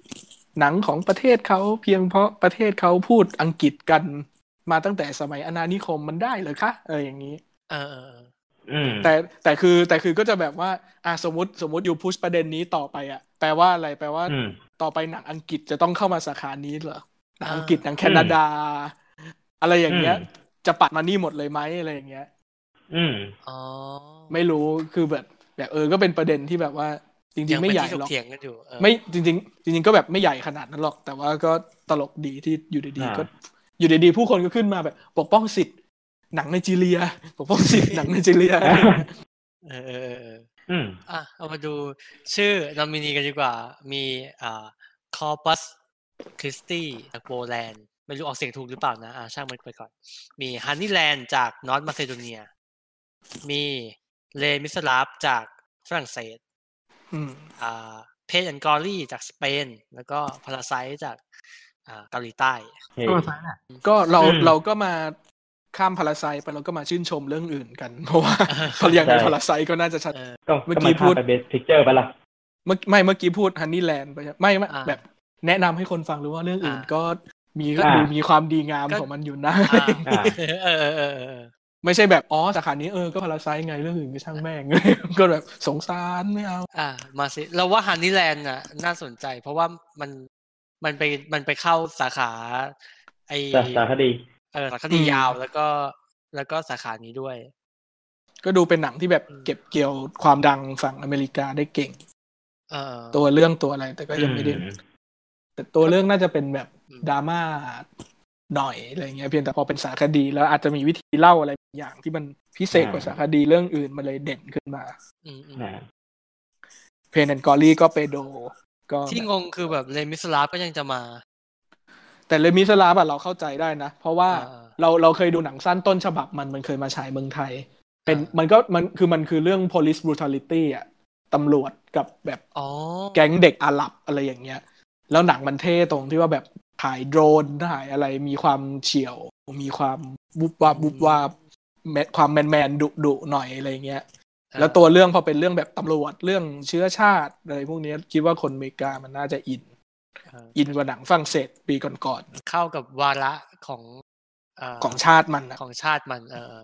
F: หนังของประเทศเขาเพียงเพราะประเทศเขาพูดอังกฤษกันมาตั้งแต่สมัยอาณานิคมมันได้เลยคะอะไรอย่างนี้
B: เออเออเออ
C: อืม
F: แต่แต่คือแต่คือก็จะแบบว่าอ่ะสมมติสมมติอยู่พุชประเด็นนี้ต่อไปอ่ะแปลว่าอะไรแปลว่า
C: อืม
F: ต่อไปหนังอังกฤษจะต้องเข้ามาสาขานี้เหรอหนังอังกฤษหนังแคนาดา อะไรอย่างเงี้ย
C: อืม
F: จะปัดมานี่หมดเลยไหมอะไรอย่างเงี้ย
C: อืม
B: อ๋อ
F: ไม่รู้คือแบบแบบเออก็เป็นประเด็นที่แบบว่า จริ
B: ยัง
F: งๆ
B: ไม่
F: ไม่
B: ให
F: ให
B: ญ่
F: ญ่
B: ห
F: ห
B: รอ
F: รอก ก
B: เถียงกันอยู่เออ
F: ไม่จริง ๆ จริง ๆ ก็แบบไม่ใหญ่ขนาดนั้นหรอก แต่ว่าก็ตลกดีที่อยู่ดีๆ
C: อ่า
F: ก็อยู่ดีๆ ผู้คนก็ขึ้นมาแบบ ปกป้องสิทธิ์หนังไนจีเรีย ปกป้องสิท
C: <laughs>
F: ธิ์หนังไนจีเรีย
B: เออเออเออเออ
C: อืม
B: อ่ะเอามาดูชื่อนอมินีกันดีกว่า มีอ่าคอปัสคริสตี้จากโปแลนด์ไม่รู้ออกเสียงถูกหรือเปล่านะอ่าช่างมันไปก่อน มีฮันนี่แลนด์จากนอร์ m มาซิโดเนีย มีเลมิสลาฟจากฝรั่งเศส
F: อืม
B: อ่าเพจแอนกอรี่จากสเปน แล้วก็พาราไซจากอ่าเกาหลีใต้ <laughs>
C: เฮ้
E: ก็ซ้ายน่ะ
F: ก็เรา
C: อืม
F: เราก็มาข้ามพาราไซไปเราก็มาชื่นชมเรื่องอื่นกัน เพราะ <laughs> ว่า
B: อ่า
F: พออย่างใน
C: ใช่
F: พาราไซก็น่าจะชัด
B: เออ
C: ก็
F: เมื่อ
C: ก็
F: กี้
C: มัน
F: พู
C: ข้าม
F: ด
C: ไปเบสพิกเจอร์ไปละ
F: เมื่อไม่เมื่อกี้พูดฮันนี่แลนด์ไปใช่ไม่ไม่
B: อ่า
F: แบบ แนะนำให้คนฟังรู้ว่าเรื่องอื่น
B: อ่า
F: ก็มี
B: ก็
F: ดูมีความดีงาม
B: ก็
F: ของมันอยู่นะ
B: อ่าเออเออเออเออ
F: <laughs> ไม่ใช่แบบอ๋อสาขานี้เออก็พาราไซไงเรื่องอื่นก็ช่างแม่ง ก็แบบสงสารไม่เอา
B: อ่ามาสิเราว่าฮันนี่แลนด์น่ะน่าสนใจ เพราะว่ามันมันไปมันไปเข้าสาขาไอ
C: สาสารคดี
B: เออสารคดี
F: อืม
B: ยาว แล้วก็ แล้วก็สาขานี้ด้วย
F: ก็ดูเป็นหนังที่แบบ
B: อืม
F: เก็บเกี่ยวความดังฝั่งอเมริกาได้เก่ง
B: เออ
F: ตัวเรื่องตัวอะไรแต่ก็ยังไม่ได้แต่ตัวเรื่องน่าจะเป็นแบบ
B: อืม
F: ดราม่าหน่อยอะไรเงี้ยเพียงแต่พอเป็นสารคดี แล้วอาจจะมีวิธีเล่าอะไรบางอย่างที่มันพิเศษกว่า
C: อ่า
F: สารคดีเรื่องอื่นมันเลยเด่นขึ้นมา
B: อืมอืม
C: อ่า
F: เพนแอนกอรี่ก็เปโดก็
B: ที่งงคือแบบเลมิสลาฟก็ยังจะมา
F: แต่เลมิสลาบอะเราเข้าใจได้นะ เพราะว่า
B: อ่า
F: เราเราเคยดูหนังสั้นต้นฉบับมันมันเคยมาฉายเมืองไทย เป็น
B: อ่ามั
F: มันก็มันคือมันคือเรื่อง police brutality อะตำรวจกับแบบ
B: อ๋อ
F: แก๊งเด็กอาหรับอะไรอย่างเงี้ย แล้วหนังมันเท่ตรงที่ว่าแบบถ่ายโดรนถ่ายอะไรมีความเฉียว มีความบุบวาบบุบวาบแมความแมนแมนดุดุหน่อยอะไรเงี้ย
B: อ่า
F: แล้วตัวเรื่องพอเป็นเรื่องแบบตำรวจเรื่องเชื้อชาติอะไรพวกเนี้ยคิดว่าคนอเมริกามันน่าจะอิน
B: เออ
F: อินกว่าหนังฝรั่งเศสปีก่อน
B: เข้ากับวาระของเ
F: ๆของชาติมันนะ
B: ของชาติมัน เออ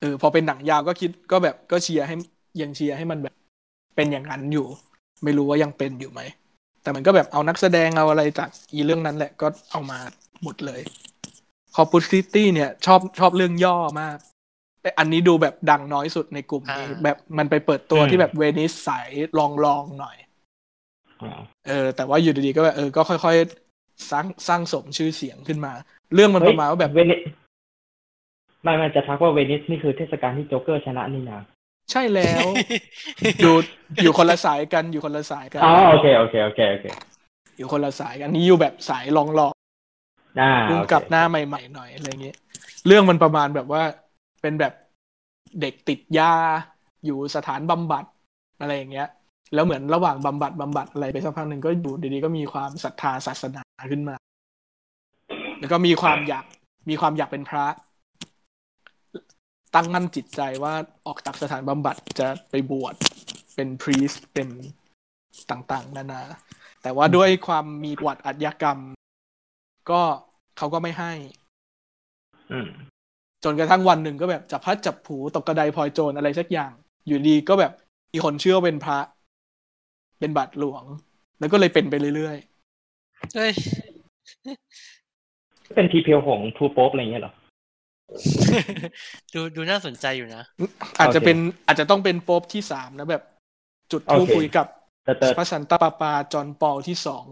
F: เออพอเป็นหนังยาวก็คิดก็แบบก็เชียร์ให้ยังเชียร์ให้มันแบบเป็นอย่างนั้นอยู่ ไม่รู้ว่ายังเป็นอยู่ไหม แต่มันก็แบบเอานักแสดงเอาอะไรจากอีเรื่องนั้นแหละก็เอามาหมดเลยคอ p ูซิตี้เนี่ย ชอบชอบเรื่องย่อมาก แต่อันนี้ดูแบบดังน้อยสุดในกลุ่มนี้
B: อ่า
F: แบบมันไปเปิดตัว
C: อืม
F: ที่แบบเวนิสสายลองลองๆหน่อย
C: อ่า
F: เออแต่ว่าอยู่ดีๆก็แบบเออก็ค่อยๆสร้างสร้างสมชื่อเสียงขึ้นมา เรื่องมัน
C: เฮ้
F: ป
C: ย
F: ระมาณว่าแบบ
C: เวนิสไม่ไม่จะทักว่าเวนิสนี่คือเทศกาลที่โจ๊กเกอร์ชนะนี่นะ
F: ใช่แล้ว อยู่อยู่คนละสายกันอยู่คนละสายกัน
C: อ๋อโอเคโอเคโอเคโอเค
F: อยู่คนละสายกันนี่อยู่แบบสายลองหลอก
C: อ่า
F: รุ่ง
C: โอเค
F: กับหน้าใหม่ๆหน่อยอะไรเงี้ยเรื่องมันประมาณแบบว่าเป็นแบบเด็กติดยา อยู่สถานบำบัดอะไรอย่างเงี้ย แล้วเหมือนระหว่างบำบัดบำบัดอะไรไปสักพักหนึ่งก็อยู่ดีๆก็มีความศรัทธาศาสนาขึ้นมา แล้วก็มีความอยากมีความอยากเป็นพระ ตั้งมั่นจิตใจว่าออกจากสถานบำบัดจะไปบวชเป็นพรีสเป็นต่างๆ นานา แต่ว่าด้วยความมีประวัติอาชญากรรม ก็เขาก็ไม่ให้
C: อืม
F: จนกระทั่งวันหนึ่งก็แบบจับพลัดจับผลูตกกระไดพลอยโจรอะไรสักอย่าง อยู่ดีก็แบบมีคนเชื่อว่าเป็นพระ เป็นบาทหลวง แล้วก็เลยเป็นไปเรื่อย
B: เฮ้ย
C: เป็นทีเพียวของทูโป๊ปอะไรอย่างเงี้ยเหรอ
B: ดูดูน่าสนใจอยู่นะ
F: ๆ อาจจะเป็นอาจจะต้องเป็นโป๊ปที่สามนะแบบ จุดทูป
C: โอเค
F: คุยกับ
C: แต่แต่
F: พระสันตะปาปาจอห์นปอลที่สอง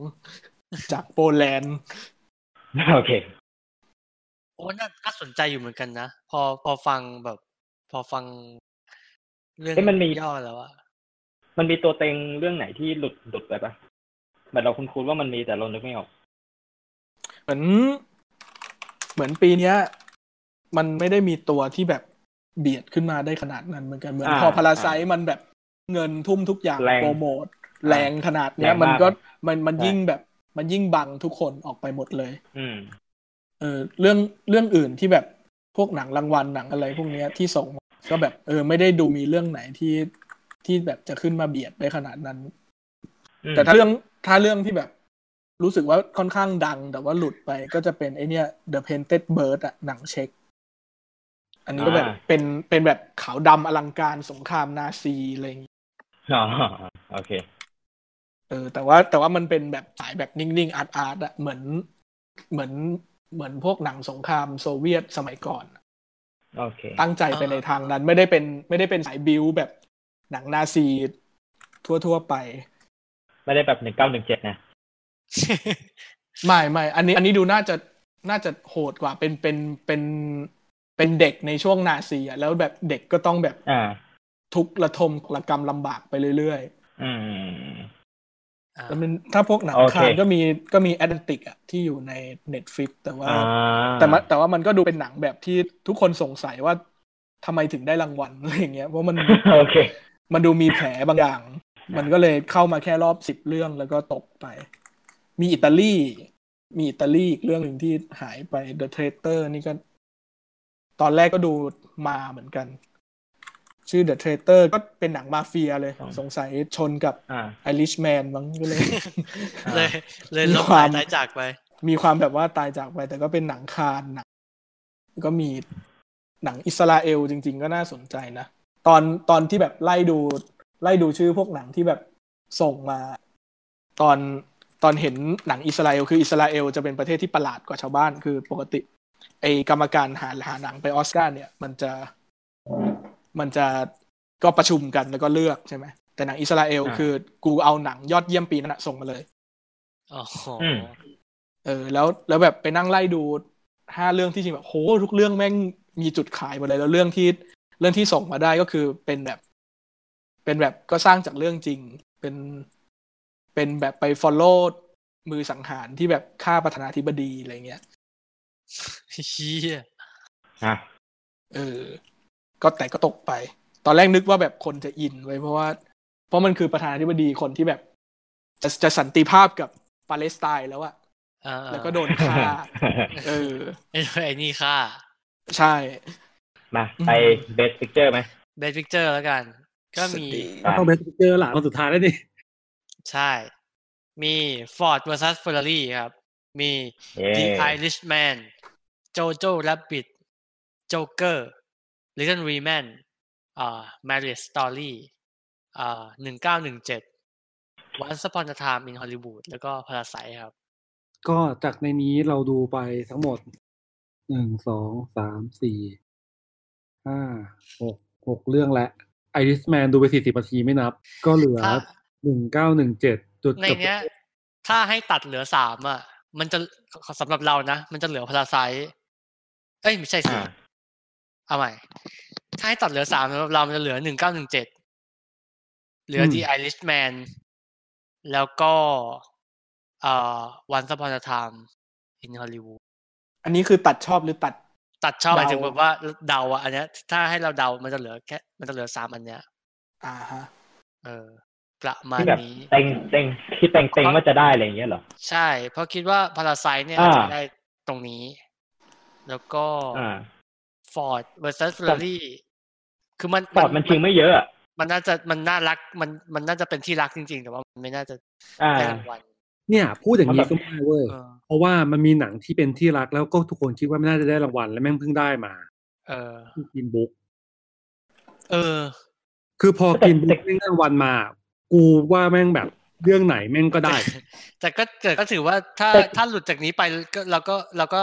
F: จากโปแลนด์
C: <laughs> โอเค
B: โอ้น่าน่าสนใจอยู่เหมือนกันนะ พอพอฟังแบบ พอฟัง เรื่อง
C: เอ๊ะมันมี
B: ย่อแล้วอะ
C: มันมีตัวเต็งเรื่องไหนที่หลุดหลุดไปปะแบบเราคุ้นๆว่ามันมีแต่เรานึกไม่ออก
F: เหมือนเหมือนปีเนี้ย มันไม่ได้มีตัวที่แบบเบียดขึ้นมาได้ขนาดนั้นเหมือนกันเหมือน
C: อ่า
F: พอพาราไซต์มันแบบเงินทุ่มทุกอย่าง
C: แรง
F: โปรโมทแรงขนาดเนี้ย
C: แรงมาก
F: มันก็มันมัน
C: ใช่
F: ยิ่งแบบ มันยิ่งบังทุกคนออกไปหมดเลย
C: อืม
F: เออเรื่องเรื่องอื่นที่แบบพวกหนังรางวัลหนังอะไร พวกเนี้ยที่ส่งมาก็แบบ เออ ไม่ได้ดูมีเรื่องไหนที่ที่แบบจะขึ้นมาเบียดได้ขนาดนั้น
C: อืม
F: แต่ถ้าเรื่องถ้าเรื่องที่แบบ รู้สึกว่าค่อนข้างดัง แต่ว่าหลุดไปก็จะเป็นไอเนี้ย The Painted Bird อะหนังเช็ค อันนี้ก็แบบ
C: อ่า
F: เป็นเป็นแบบขาวดำอลังการสงครามนาซีอะไรอย่างงี้
C: อ๋อโอเค
F: เออ แต่ว่าแต่ว่ามันเป็นแบบสายแบบนิ่งๆอาร์ตอาร์ตอะเหมือนเหมือนเหมือนพวกหนังสงครามโซเวียตสมัยก่อน
C: โอเค
F: ตั้งใจไปในทางนั้น ไม่ได้เป็นไม่ได้เป็นสายบิวแบบหนังนาซีทั่วๆไป
C: ไม่ได้แบบหนึ่งเก้าหนึ่งเจ็ดนะ
F: ไม่ไม่อันนี้อันนี้ดูน่าจะน่าจะโหดกว่าเป็นเป็นเป็นเป็นเด็กในช่วงนาซีอ่ะแล้วแบบเด็กก็ต้องแบบ
C: อ่า
F: ทุกข์ระทมระกรรมลำบากไปเรื่อย
C: อืม
B: อ่า
F: ๆแล้วมันถ้าพวกหนัง
C: โอเค
F: คานก็มีก็มีแอตแลนติกอ่ะที่อยู่ใน Netflix แต่ว่า
C: อ่า
F: แต่มันแต่ว่ามันก็ดูเป็นหนังแบบที่ทุกคนสงสัยว่าทำไมถึงได้รางวัลอะไรอย่างเงี้ยเพราะมัน
C: โอเค
F: มันดูมีแผลบางอย่าง มันก็เลยเข้ามาแค่รอบสิบเรื่องแล้วก็ตกไป มีอิตาลี มีอิตาลีอีกเรื่องหนึ่งที่หายไป The Traitor นี่ก็ ตอนแรกก็ดูมาเหมือนกัน ชื่อ The Traitor ก็เป็นหนังมาเฟียเลย
C: อ๋อ
F: สงสัยชนกับ
C: อ่า
F: Irishman มั้งก็เลย
B: <laughs> เลยเลย
F: มี
B: ลบ
F: ความ
B: หายตายจากไป
F: มีความแบบว่าตายจากไป แต่ก็เป็นหนังคานหนังก็มีหนังอิสราเอลจริง ๆ ก็น่าสนใจนะ ตอนตอนที่แบบไล่ดู ไล่ดูชื่อพวกหนังที่แบบส่งมา ตอนตอนเห็นหนังอิสราเอลคืออิสราเอลจะเป็นประเทศที่ประหลาดกว่าชาวบ้านคือปกติ ไอกรรมการหาหาหนังไปออสการ์เนี่ย มันจะมันจะก็ประชุมกันแล้วก็เลือกใช่ไหมแต่หนังอิสราเอล
C: อ่า
F: คือกูเอาหนังยอดเยี่ยมปีนั้นนะส่งมาเลย
B: อ๋อโห
C: อืม
F: เออแล้วแล้วแบบไปนั่งไล่ดูห้าเรื่องที่จริงแบบโหทุกเรื่องแม่งมีจุดขายหมดเลยแล้วเรื่องที่เรื่องที่ส่งมาได้ก็คือเป็นแบบ เป็นแบบก็สร้างจากเรื่องจริง เป็นเป็นแบบไป follow มือสังหารที่แบบฆ่าประธานาธิบดีอะไรเงี้ย
B: เฮีย
C: อ่า
F: เออ ก็แต่ก็ตกไป ตอนแรกนึกว่าแบบคนจะอินไว้ยเพราะว่า เพราะมันคือประธานาธิบดีคนที่แบบ จะจะสันติภาพกับปาเลสไตน์แล้วอะ
B: อ่าๆ
F: แล้วก็โดนฆ่าเออ
B: ไอ้ไอ้นี่ค่ะ
F: ใช่
C: <laughs> มาไปเบสพิกเจอร์ไหม
B: เบสพิกเจอร์แล้วกัน ก็มี
E: ต้องเบสเจอร์หลานคนสุดท้ายแล้วนี่
B: ใช่ มี Ford vs Ferrari ครับ มี
C: เย้
B: The Irishman Jojo Rabbit Joker Little Women อ่า Marriage Story อ่าหนึ่งเก้าหนึ่งเจ็ด Once Upon a Time in Hollywood แล้วก็ Parasite ครับ
E: ก็จากในนี้เราดูไปทั้งหมดหนึ่งสองสามสี่ห้าหกหกเรื่องและไอริสแมนดูไปสี่สิบนาทีไม่นับ ก็เหลือ
B: ถ้า
E: หนึ่งเก้าหนึ่งเจ็ดจุด
B: ใน
E: จบ
B: เนี้ย ถ้าให้ตัดเหลือสามอ่ะ มันจะสำหรับเรานะ มันจะเหลือ Parasite เอ้ย ไม่ใช่สิ
C: อ่า
B: เอาใหม่ ถ้าให้ตัดเหลือสามสำหรับเรามันจะเหลือหนึ่งเก้าหนึ่งเจ็ด เหลือ The Irishman แล้วก็เอ่อ Once Upon a Time in Hollywood
F: อันนี้คือตัดชอบหรือตัด
B: ตัดชอบห
F: เดา
B: มายถึงแบบว่าเดาอะอันเนี้ย ถ้าให้เราเดา มันจะเหลือแค่ มันจะเหลือสามอันเนี้ย
F: อ่าฮะ
B: เออ ประมาณ
C: ที่แบบ
B: นี้
C: เต็งเต็งที่เต็งเต็งว่าจะได้อะไรอย่างเงี้ยเหรอ
B: ใช่ เพราะคิดว่าพาราไซเนี่ย
C: อ่า
B: อาจจะได้ตรงนี้ แล้วก็
C: อ่า
B: Ford versus Ferrari คือมัน
C: ปอดมันชิงไม่เยอะอะ
B: มันน่าจะมันน่ารักมันมันน่าจะเป็นที่รักจริง ๆ แต่ว่ามันไม่น่าจะ
C: อ่า
B: ได้รางวัล
E: เนี่ย พูดอย่างนี้ก็ไม่ได้เวอ
B: เอ
E: ร์
B: อ
E: เพราะว่ามันมีหนังที่เป็นที่รักแล้วก็ทุกคนคิดว่าไม่น่าจะได้รางวัลและแม่งเพิ่งได้มา
B: เออ
E: กินบุ๊ก
B: เออ
E: คือพอ
C: แต่
E: กินบุ๊
C: แต่
E: กแม่งได้รางวัลมา กูว่าแม่งแบบเรื่องไหนแม่งก็
B: <laughs>
E: ได้
B: แต่ก็เกิดก็ถือว่าถ้า
C: แต่
B: ถ้าหลุดจากนี้ไปก็เราก็เราก็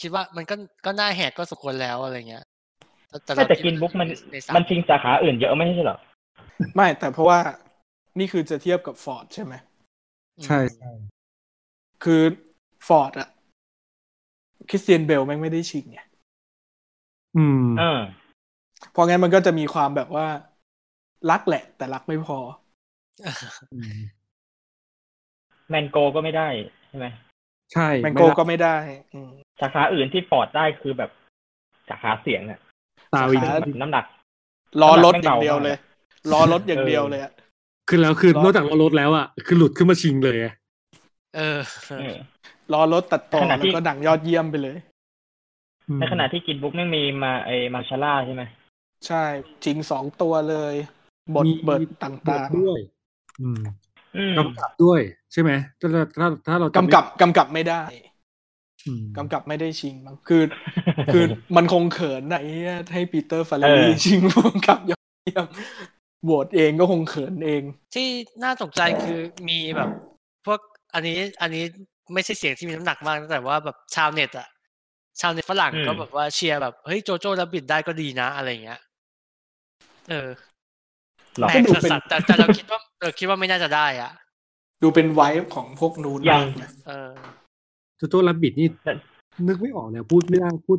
B: คิดว่ามันก็ก็น่าแหกก็สมควรแล้วอะไรเงี้ย
C: ไม่แต่
B: คิด
C: กินบุ๊กมัน
B: ใสา
C: มันชิงสาขาอื่นเยอะไม่ใช่เหรอ
F: ไม่แต่เพราะว่านี่คือจะเทียบกับฟอร์ดใช่ไหม
B: อืม
E: ใช่ใช่
F: คือฟอร์ดอะคริสเตียนเบลแม่งไม่ได้ชิงไง
E: อืม
C: เออ
F: เพราะงั้นมันก็จะมีความแบบว่า รักแหละ แต่รักไม่พอ
C: แมนโกก็ไม่ได้ใช่ไหม
E: ใช่
F: แมงโกก็ไม่ได้ อืม
C: สาขาอื่นที่ฟอร์ดได้คือแบบสาขาเสียงอะ
E: ตาวี
F: สาขา
C: น้ำหนัก
F: ล้อรถอย่างเดียวเลยล้อรถอย่างเดียวเลยอะ
E: คือแล้วคือ
F: รอ
E: นอกจากรอรถแล้วอ่ะคือหลุดขึ้นมาชิงเลยอะ
B: เออ
C: เออ
F: ล้อรถตัดต่อ
C: ขณะ
F: แล้
C: ที่
F: วก็หนังยอดเยี่ยมไปเลย
E: อืม
C: ในขณะที่กินบุ๊กไม่มีมาไอมาชาร่าใช่ไหม
F: ใช่จริงสองตัวเลย บท
E: มี
F: เบิดต
E: บท่
F: าง
E: ด้วย อืม
C: อืม
E: กำกับด้วย ใช่ไหมถ้าเราถ้าถ้าเรา
F: ๆ
E: จำไม่
F: กำกับกำกับไม่ได้
E: อืม
F: กำกับไม่ได้ชิงมั้งคือ
C: <laughs>
F: คือมันคงเขินไหนะไอ้เหี้ยให้ปีเตอร์ฟาเรลลี่ชิงผู้กำกับยอดเยี่ยมโหวตเองก็คงเขินเอง
B: ที่น่าตกใจคือมีแบบ พวกอันนี้อันนี้ไม่ใช่เสียงที่มีน้ำหนักมากนะแต่ว่าแบบชาวเน็ตอะชาวเน็ตฝรั่งก็แบบว่าเชียร์แบบเฮ้ยโจโจ้แล้วบิดได้ก็ดีนะอะไรเงี้ยเออ
C: หรอ
B: แปลกสัสๆแต่แต่เราคิดว่าเราคิดว่าไม่น่าจะได้อ่ะ
F: ดูเป็นไวฟ์ของพวกนูน
C: ยัง
F: นะ
B: เออ
E: โจโจ้รับบิดนี่
C: แต่
E: นึกไม่ออกเนี่ยพูดไม่ได้พูด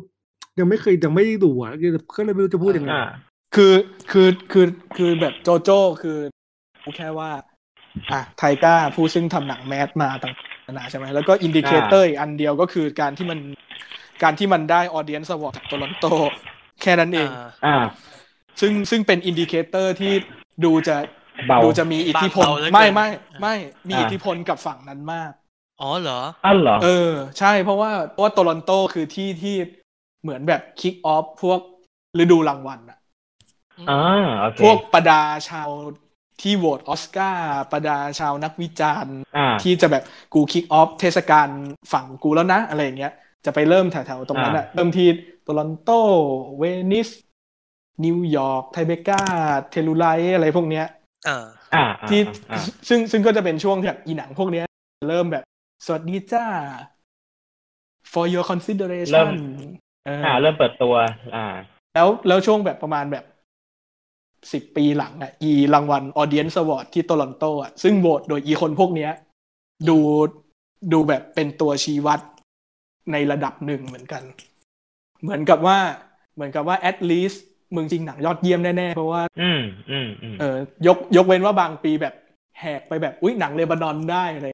E: ยังไม่เคยยังไม่ได้ดูอ่ะก็เลยไม่รู้จะพูดยังไง
C: อ่า
F: คือคือคือคือแบบโจโจ้คือรู้แค่ว่า อ่ะไทก้าผู้ซึ่งทำหนังแมสมาต่างๆนานาใช่ไหมแล้วก็อินดิเคเตอร์อีกอันเดียวก็คือการที่มันการที่มันได้ออเดียนสวอตจากโตลอนโต แค่นั้นเอง
B: อ่า
C: อ่า
F: ซึ่งซึ่งเป็นอินดิเคเตอร์ที่ดูจะ
C: เบา
F: ดูจะมีอิทธิพล
B: เบาเหลือเกิน
F: ไม่ไม่ไม่มี
C: อ่า
F: อิทธิพลกับฝั่งนั้นมาก
B: อ๋อเหรอ
C: อันเหรอ
F: เออ ใช่เพราะว่าเพราะว่าโตลอนโตคือที่ที่เหมือนแบบคิกออฟพวกฤดูรางวัลอะ
C: อ่าโอเค
F: พวกประดาชาวที่โหวตออสการ์ประดาชาวนักวิจารณ์
C: อ่า
F: ที่จะแบบกูคิกออฟเทศกาลฝั่งกูแล้วนะ อะไรอย่างเงี้ย จะไปเริ่มแถวๆตรงนั้นอะเริ่มที่โตลอนโต เวนิส นิวยอร์กไทเบกาเทลูไลอะไรพวกเนี้ย
B: เออ
C: อ่าอ่า
F: ที่
C: อ่า
F: ซึ่งซึ่งก็จะเป็นช่วงที่แบบอีหนังพวกเนี้ย เริ่มแบบ สวัสดีจ้า for your
C: เริ่
F: consideration
C: ม
F: เอออ
C: อ่า เริ่มเปิดตัว อ่า
F: แล้วแล้วช่วงแบบประมาณแบบสิบปีหลังอ่ะ อีรางวัลออเดียนสวอร์ดที่โตลอนโตอ่ะ ซึ่งโหวตโดยอีคนพวกเนี้ย ดูดูแบบเป็นตัวชี้วัดในระดับหนึ่งเหมือนกัน เหมือนกับว่า เหมือนกับว่า at least มึงจริงหนังยอดเยี่ยมแน่ ๆ เพราะว่า
C: อืมอืมอืม
F: เออยกยกเว้นว่าบางปีแบบแหกไปแบบอุ้ยหนังเลบานอนได้อะไร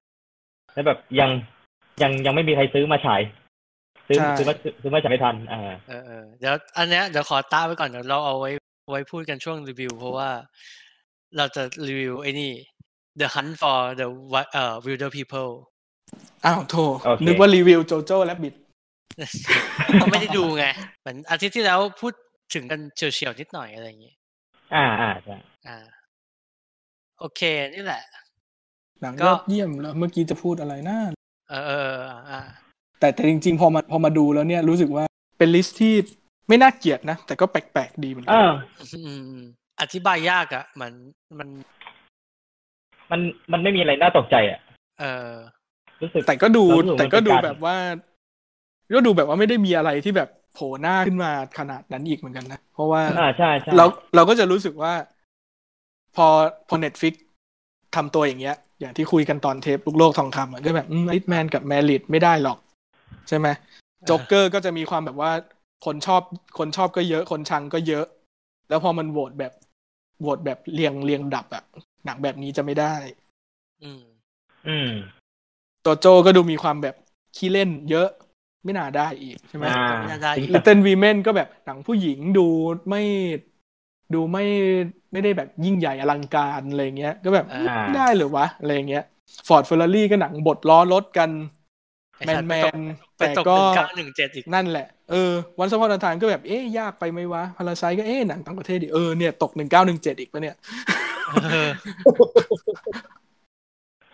C: แล้วแบบยังยังยังไม่มีใครซื้อมาฉาย ซื้อ
F: ใช่
C: ซื้อมาซื้อมาฉายไม่ทัน อ่า
B: เออเออเดี๋ยวอันเนี้ยเดี๋ยวขอต้าไว้ก่อนเดี๋ยวเราเอาไว้ไว้พูดกันช่วงรีวิว เพราะว่าเราจะรีวิวไอ้นี่ The Hunt for the Wi- เอ่อ Wilder People
F: อ้าวโท
C: โอเค
F: นึกว่ารีวิวโจโจ้และบิด
B: ก็ไม่ได้ดูไงเหมือนอาทิตย์ที่แล้วพูดถึงกันเฉียวๆนิดหน่อยอะไรอย่างงี้
C: อ่าอ่าใช่
B: อ่า โอเค นี่แหละ
F: หนัง
B: ก็
F: ยอดเยี่ยมแล้วเมื่อกี้จะพูดอะไรนะ
B: เออเออเอออ่า
F: แต่แต่จริงๆ พอมาพอมาดูแล้วเนี่ยรู้สึกว่าเป็นลิสต์ที่ไม่น่าเกลียดนะ แต่ก็แปลกๆดีเหมือนกั
C: เอนอ
B: อืมอืมอธิบายยากอะเหมือนมัน
C: มันมันไม่มีอะไรน่าตกใจอ่ะ
B: เออ
C: รู้สึก
F: แต่ก็ดู
C: แล้วรู้สึกว่า
F: แต่ก็ดู
C: มันเป็นการ
F: แบบว่า ก็ดูแบบว่าไม่ได้มีอะไรที่แบบโผล่หน้าขึ้นมาขนาดนั้นอีกเหมือนกันนะ เพราะว่า
C: อ่าใช่ใช่
F: เราเราก็จะรู้สึกว่า พอพอเน็ตฟิกทำตัวอย่างเงี้ย อย่างที่คุยกันตอนเทปลูกโลกทองคำอะก็แบบลิทแมนกับแมริดไม่ได้หรอก ใช่ไหมจ็อกเกอร์ก็จะมีความแบบว่าคนชอบคนชอบก็เยอะ คนชังก็เยอะ แล้วพอมันโหวตแบบโหวตแบบเรียงเรียงดับแบบหนังแบบนี้จะไม่ได้
B: อืม
C: อืม
F: ตัวโจก็ดูมีความแบบขี้เล่นเยอะไม่น่าได้อีกใช่ไหม
C: อ่า
B: ไม่น่าได้อีก
F: Little Women ก็แบบหนังผู้หญิงดูไม่ ดูไม่ไม่ได้แบบยิ่งใหญ่อลังการอะไรเงี้ย ก็แบบ
B: อ่า
F: ได้เหรือวะอะไรเงี้ยฟอร์ดเฟอร์รารี่ก็หนังบทล้อรถกัน
B: ไอ้
F: แม
B: สัต
F: น
B: ว์
F: แมน
B: ไป
F: แต่
B: ตก
F: ก็
B: หนึ่งเก้าหนึ่งเจ็ดอีก
F: นั่นแหละ เออ วันสปอร์ตทานก็แบบ เอ๊ะ ยากไปไหมวะพาราไซก็เอ๊ะ หนังต่างประเทศดิ เออ เนี่ย ตกหนึ่งเก้าหนึ่งเจ็ดอีกปะเนี่ย
B: เออ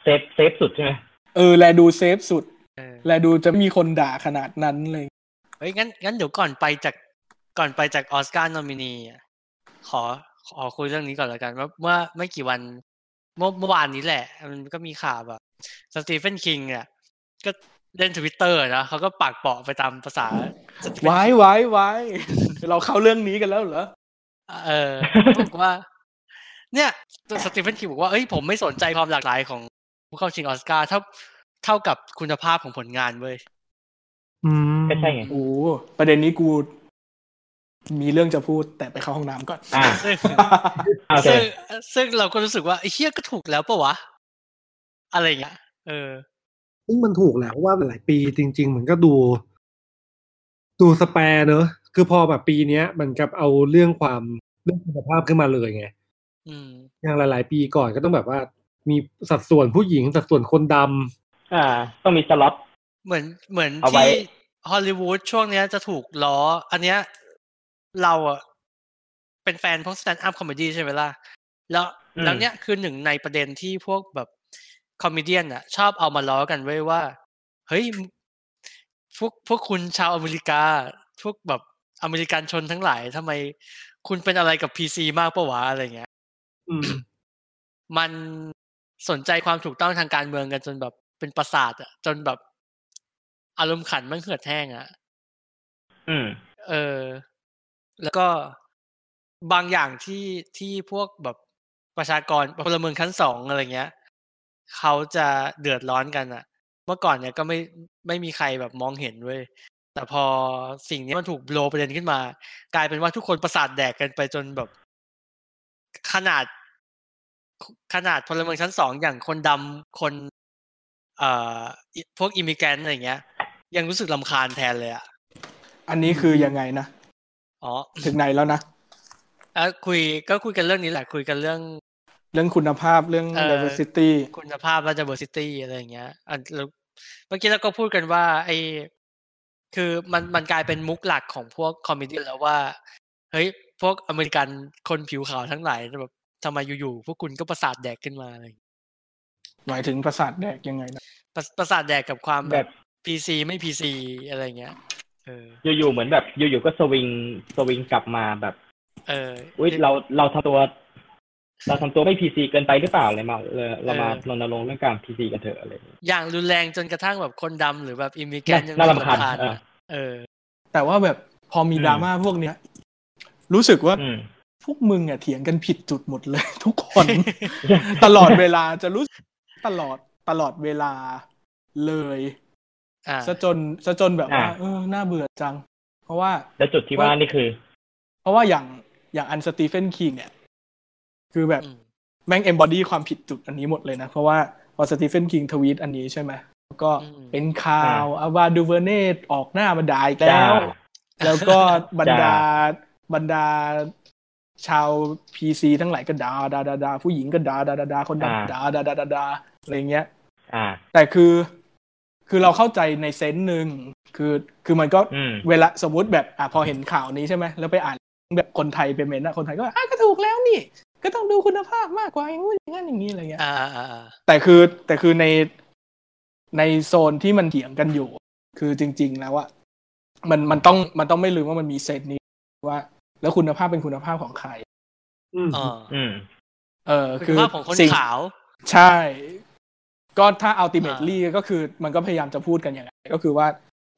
C: เซฟเซฟสุดใช่ไหม
F: เออ แลดูเซฟสุด
B: เออ
F: แลดูจะไม่มีคนด่าขนาดนั้นเลย
B: เฮ้ยงั้นงั้นเดี๋ยวก่อนไปจากก่อนไปจากออสการ์นอมินีอะขอขอคุยเรื่องนี้ก่อนละกันว่าเมื่อไม่กี่วันเมื่อเมื่อวานนี้แหละ มันก็มีข่าวแบบสตีเฟนคิงเนี่ยก็เล่นทวิตเตอร์นะเขาก็ปากเปาะไปตามภาษา Stephen
F: ไว้ไว้ไว้ เราเข้าเรื่องนี้กันแล้วเหรอ
B: เออ บอกว่า เนี่ยสตีเฟนคิงบอกว่าเอ้ยผมไม่สนใจความหลากหลายของผู้เข้าชิงออสการ์เท่าเท่ากับคุณภาพของผลงานเว้ย <laughs>
E: อืม
C: ก็ใช่ไง
F: โอ้ ประเด็นนี้กู มีเรื่องจะพูดแต่ไปเข้าห้องน้ำก่อน
C: อ่า
B: ซึ่ง
C: โอเค
B: ซึ่งซึ่งเราก็รู้สึกว่าไอ้เฮียก็ถูกแล้วปะวะ อะไรอย่างเงี้ยเออ
E: ซึ่งมันถูกแหละเพราะว่าหลายปีจริง ๆ มันก็ดู ดูสแปร์เนอะคือพอแบบปีเนี้ยมันกับเอาเรื่องความเรื่องคุณภาพขึ้นมาเลยไง
B: อืม
E: อย่างหลาย ๆ ปีก่อนก็ต้องแบบว่า มีสัดส่วนผู้หญิงสัดส่วนคนดำ
C: อ่า ต้องมีสล็อต
B: เหมือนเหมือน
C: เอาไว้
B: ที่ฮอลลีวูดช่วงเนี้ยจะถูกล้อ อันเนี้ยเราอะเป็นแฟนพวกสแตนด์อัพคอมเมดี้ใช่ไหมล่ะ แล้ว
C: อืม
B: แล้วเนี้ยคือหนึ่งในประเด็นที่พวกแบบคอมเมเดี้น่ะ ชอบเอามาล้อกันไว้ยว่า เฮ้ย พวกพวกคุณชาวอเมริกา พวกแบบอเมริกันชนทั้งหลายทำไมคุณเป็นอะไรกับพีซีมากปะวะอะไรเงี้ย มันสนใจความถูกต้องทางการเมืองกันจนแบบเป็นประสาทอะจนแบบอารมณ์ขันมันเหือดแห้งอะ
C: อืม
B: เออ แล้วก็บางอย่างที่ที่พวกแบบประชากรพลเมืองชั้นสองอะไรเงี้ยเขาจะเดือดร้อนกันอะเมื่อก่อนเนี่ยก็ไม่ไม่มีใครแบบมองเห็นเว้ยแต่พอสิ่งเนี้ยมันถูกโบลประเด็นขึ้นมา กลายเป็นว่าทุกคนประสาทแดกกันไปจนแบบ ขนาด ขนาดพลเมืองชั้นสองอย่างคนดำคน เอ่ออิพวกอิมิแกรนอะไรอย่างเงี้ย ยังรู้สึกลำคาญแทนเลยอ่ะ
F: อันนี้คือยังไงนะ
B: อ๋อ
F: ถึงไหนแล้วนะ
B: เอ่อคุยก็คุยกันเรื่องนี้แหละคุยกันเรื่อง
F: เรื่องคุณภาพเรื่อง
B: เอ่อ
F: diversity
B: คุณภาพและ diversity อะไรอย่างเงี้ยอันแล้วเมื่อกี้เราก็พูดกันว่า ไอ้คือมันมันกลายเป็นมุกหลักของพวกคอมเมดี้แล้วว่า เฮ้ย พวกอเมริกันคนผิวขาวทั้งหลายแบบทำไมอยู่ๆพวกคุณก็ประสาทแดกขึ้นมาอะไรอย่างเงี้ย
F: หมายถึงประสาทแดกยังไงนะ
B: ประประสาทแดกกับความ
C: แบ
B: แบบ บ PC ไม่ PC อะไรอย่างเงี้ย เออ
C: อยู่ๆเหมือนแบบ อยู่ๆก็สวิงสวิงกลับมาแบบ
B: เออ
C: อุ้ย
B: เ
C: เราเราทำตัว เราทำตัวไม่พีซีเกินไปหรือเปล่าเลยมาเลยเรามา
B: เออ
C: รณรงค์เรื่องการพีซีกันเถอะอะไรอย่างเงี้ย
B: อย่างรุนแรงจนกระทั่งแบบคนดำหรือแบบอิมิแกน
C: น่า
B: ยัง
C: น่ารำคาญ
B: อะ
C: เออ
B: เออ
F: แต่ว่าแบบพอมี
C: อืม
F: ดราม่าพวกเนี้ย รู้สึกว่า
C: อืม
F: พวกมึงอ่ะเถียงกันผิดจุดหมดเลย <laughs> ทุกคนตลอดเวลาจะรู้สึกตลอดตลอดเวลาเลย
B: อ่า
F: ซะจนซะจนแบบว่า
C: อ่ะ
F: เออน่าเบื่อจัง เพราะว่า
C: แล้วจุดที่ว่านี่คือ
F: เพราะว่าอย่างอย่างอันสตีเฟนคิงเนี่ย คือแบบ
B: อืม
F: แม่ง embody ความผิดจุดอันนี้หมดเลยนะ เพราะว่าพอสตีเฟนคิงทวีตอันนี้ใช่ไหมแล้วก็เป็นข่าวอาวาดูเวเนตออกหน้ามาด่าอีกแล้ว
C: จ้า
F: แล้วก็บรรดา
C: จ้า
F: บรรดาชาวพีซีทั้งหลายก็ด่าด่าด่าด่าผู้หญิงก็ด่าด่าด่าด่าคนดำก็ด่าด่าด่าด่าด่าอะไรเงี้ย
C: อ่า
F: แต่คือคือเราเข้าใจในเซนส์หนึ่งคือคือมันก็
C: อืม
F: เวลาสมมติแบบอ่ะพอเห็นข่าวนี้ใช่ไหมแล้วไปอ่านแบบคนไทยไปเมนต์อะคนไทยก็อ่ะก็ถูกแล้วนี่ ก็ต้องดูคุณภาพมากกว่าอย่างงู้นอย่างนั้นอย่างนี้อะไรเงี้ย
B: อ่าอ่าอ่า
F: แต่คือแต่คือในในโซนที่มันเถียงกันอยู่ คือจริง ๆ แล้วอะมันมันต้องมันต้องไม่ลืมว่ามันมีเซนส์นี้ว่า แล้วคุณภาพเป็นคุณภาพของใคร
E: อืม
B: อ๋อ
C: อืม
F: เออ
B: คุ
F: คื
B: ณ
F: อ
B: ภาพของคน
F: สิ่ง
B: ขาว
F: ใช่ ก็ถ้า ultimately ก็คือมันก็พยายามจะพูดกันอย่างไรก็คือว่า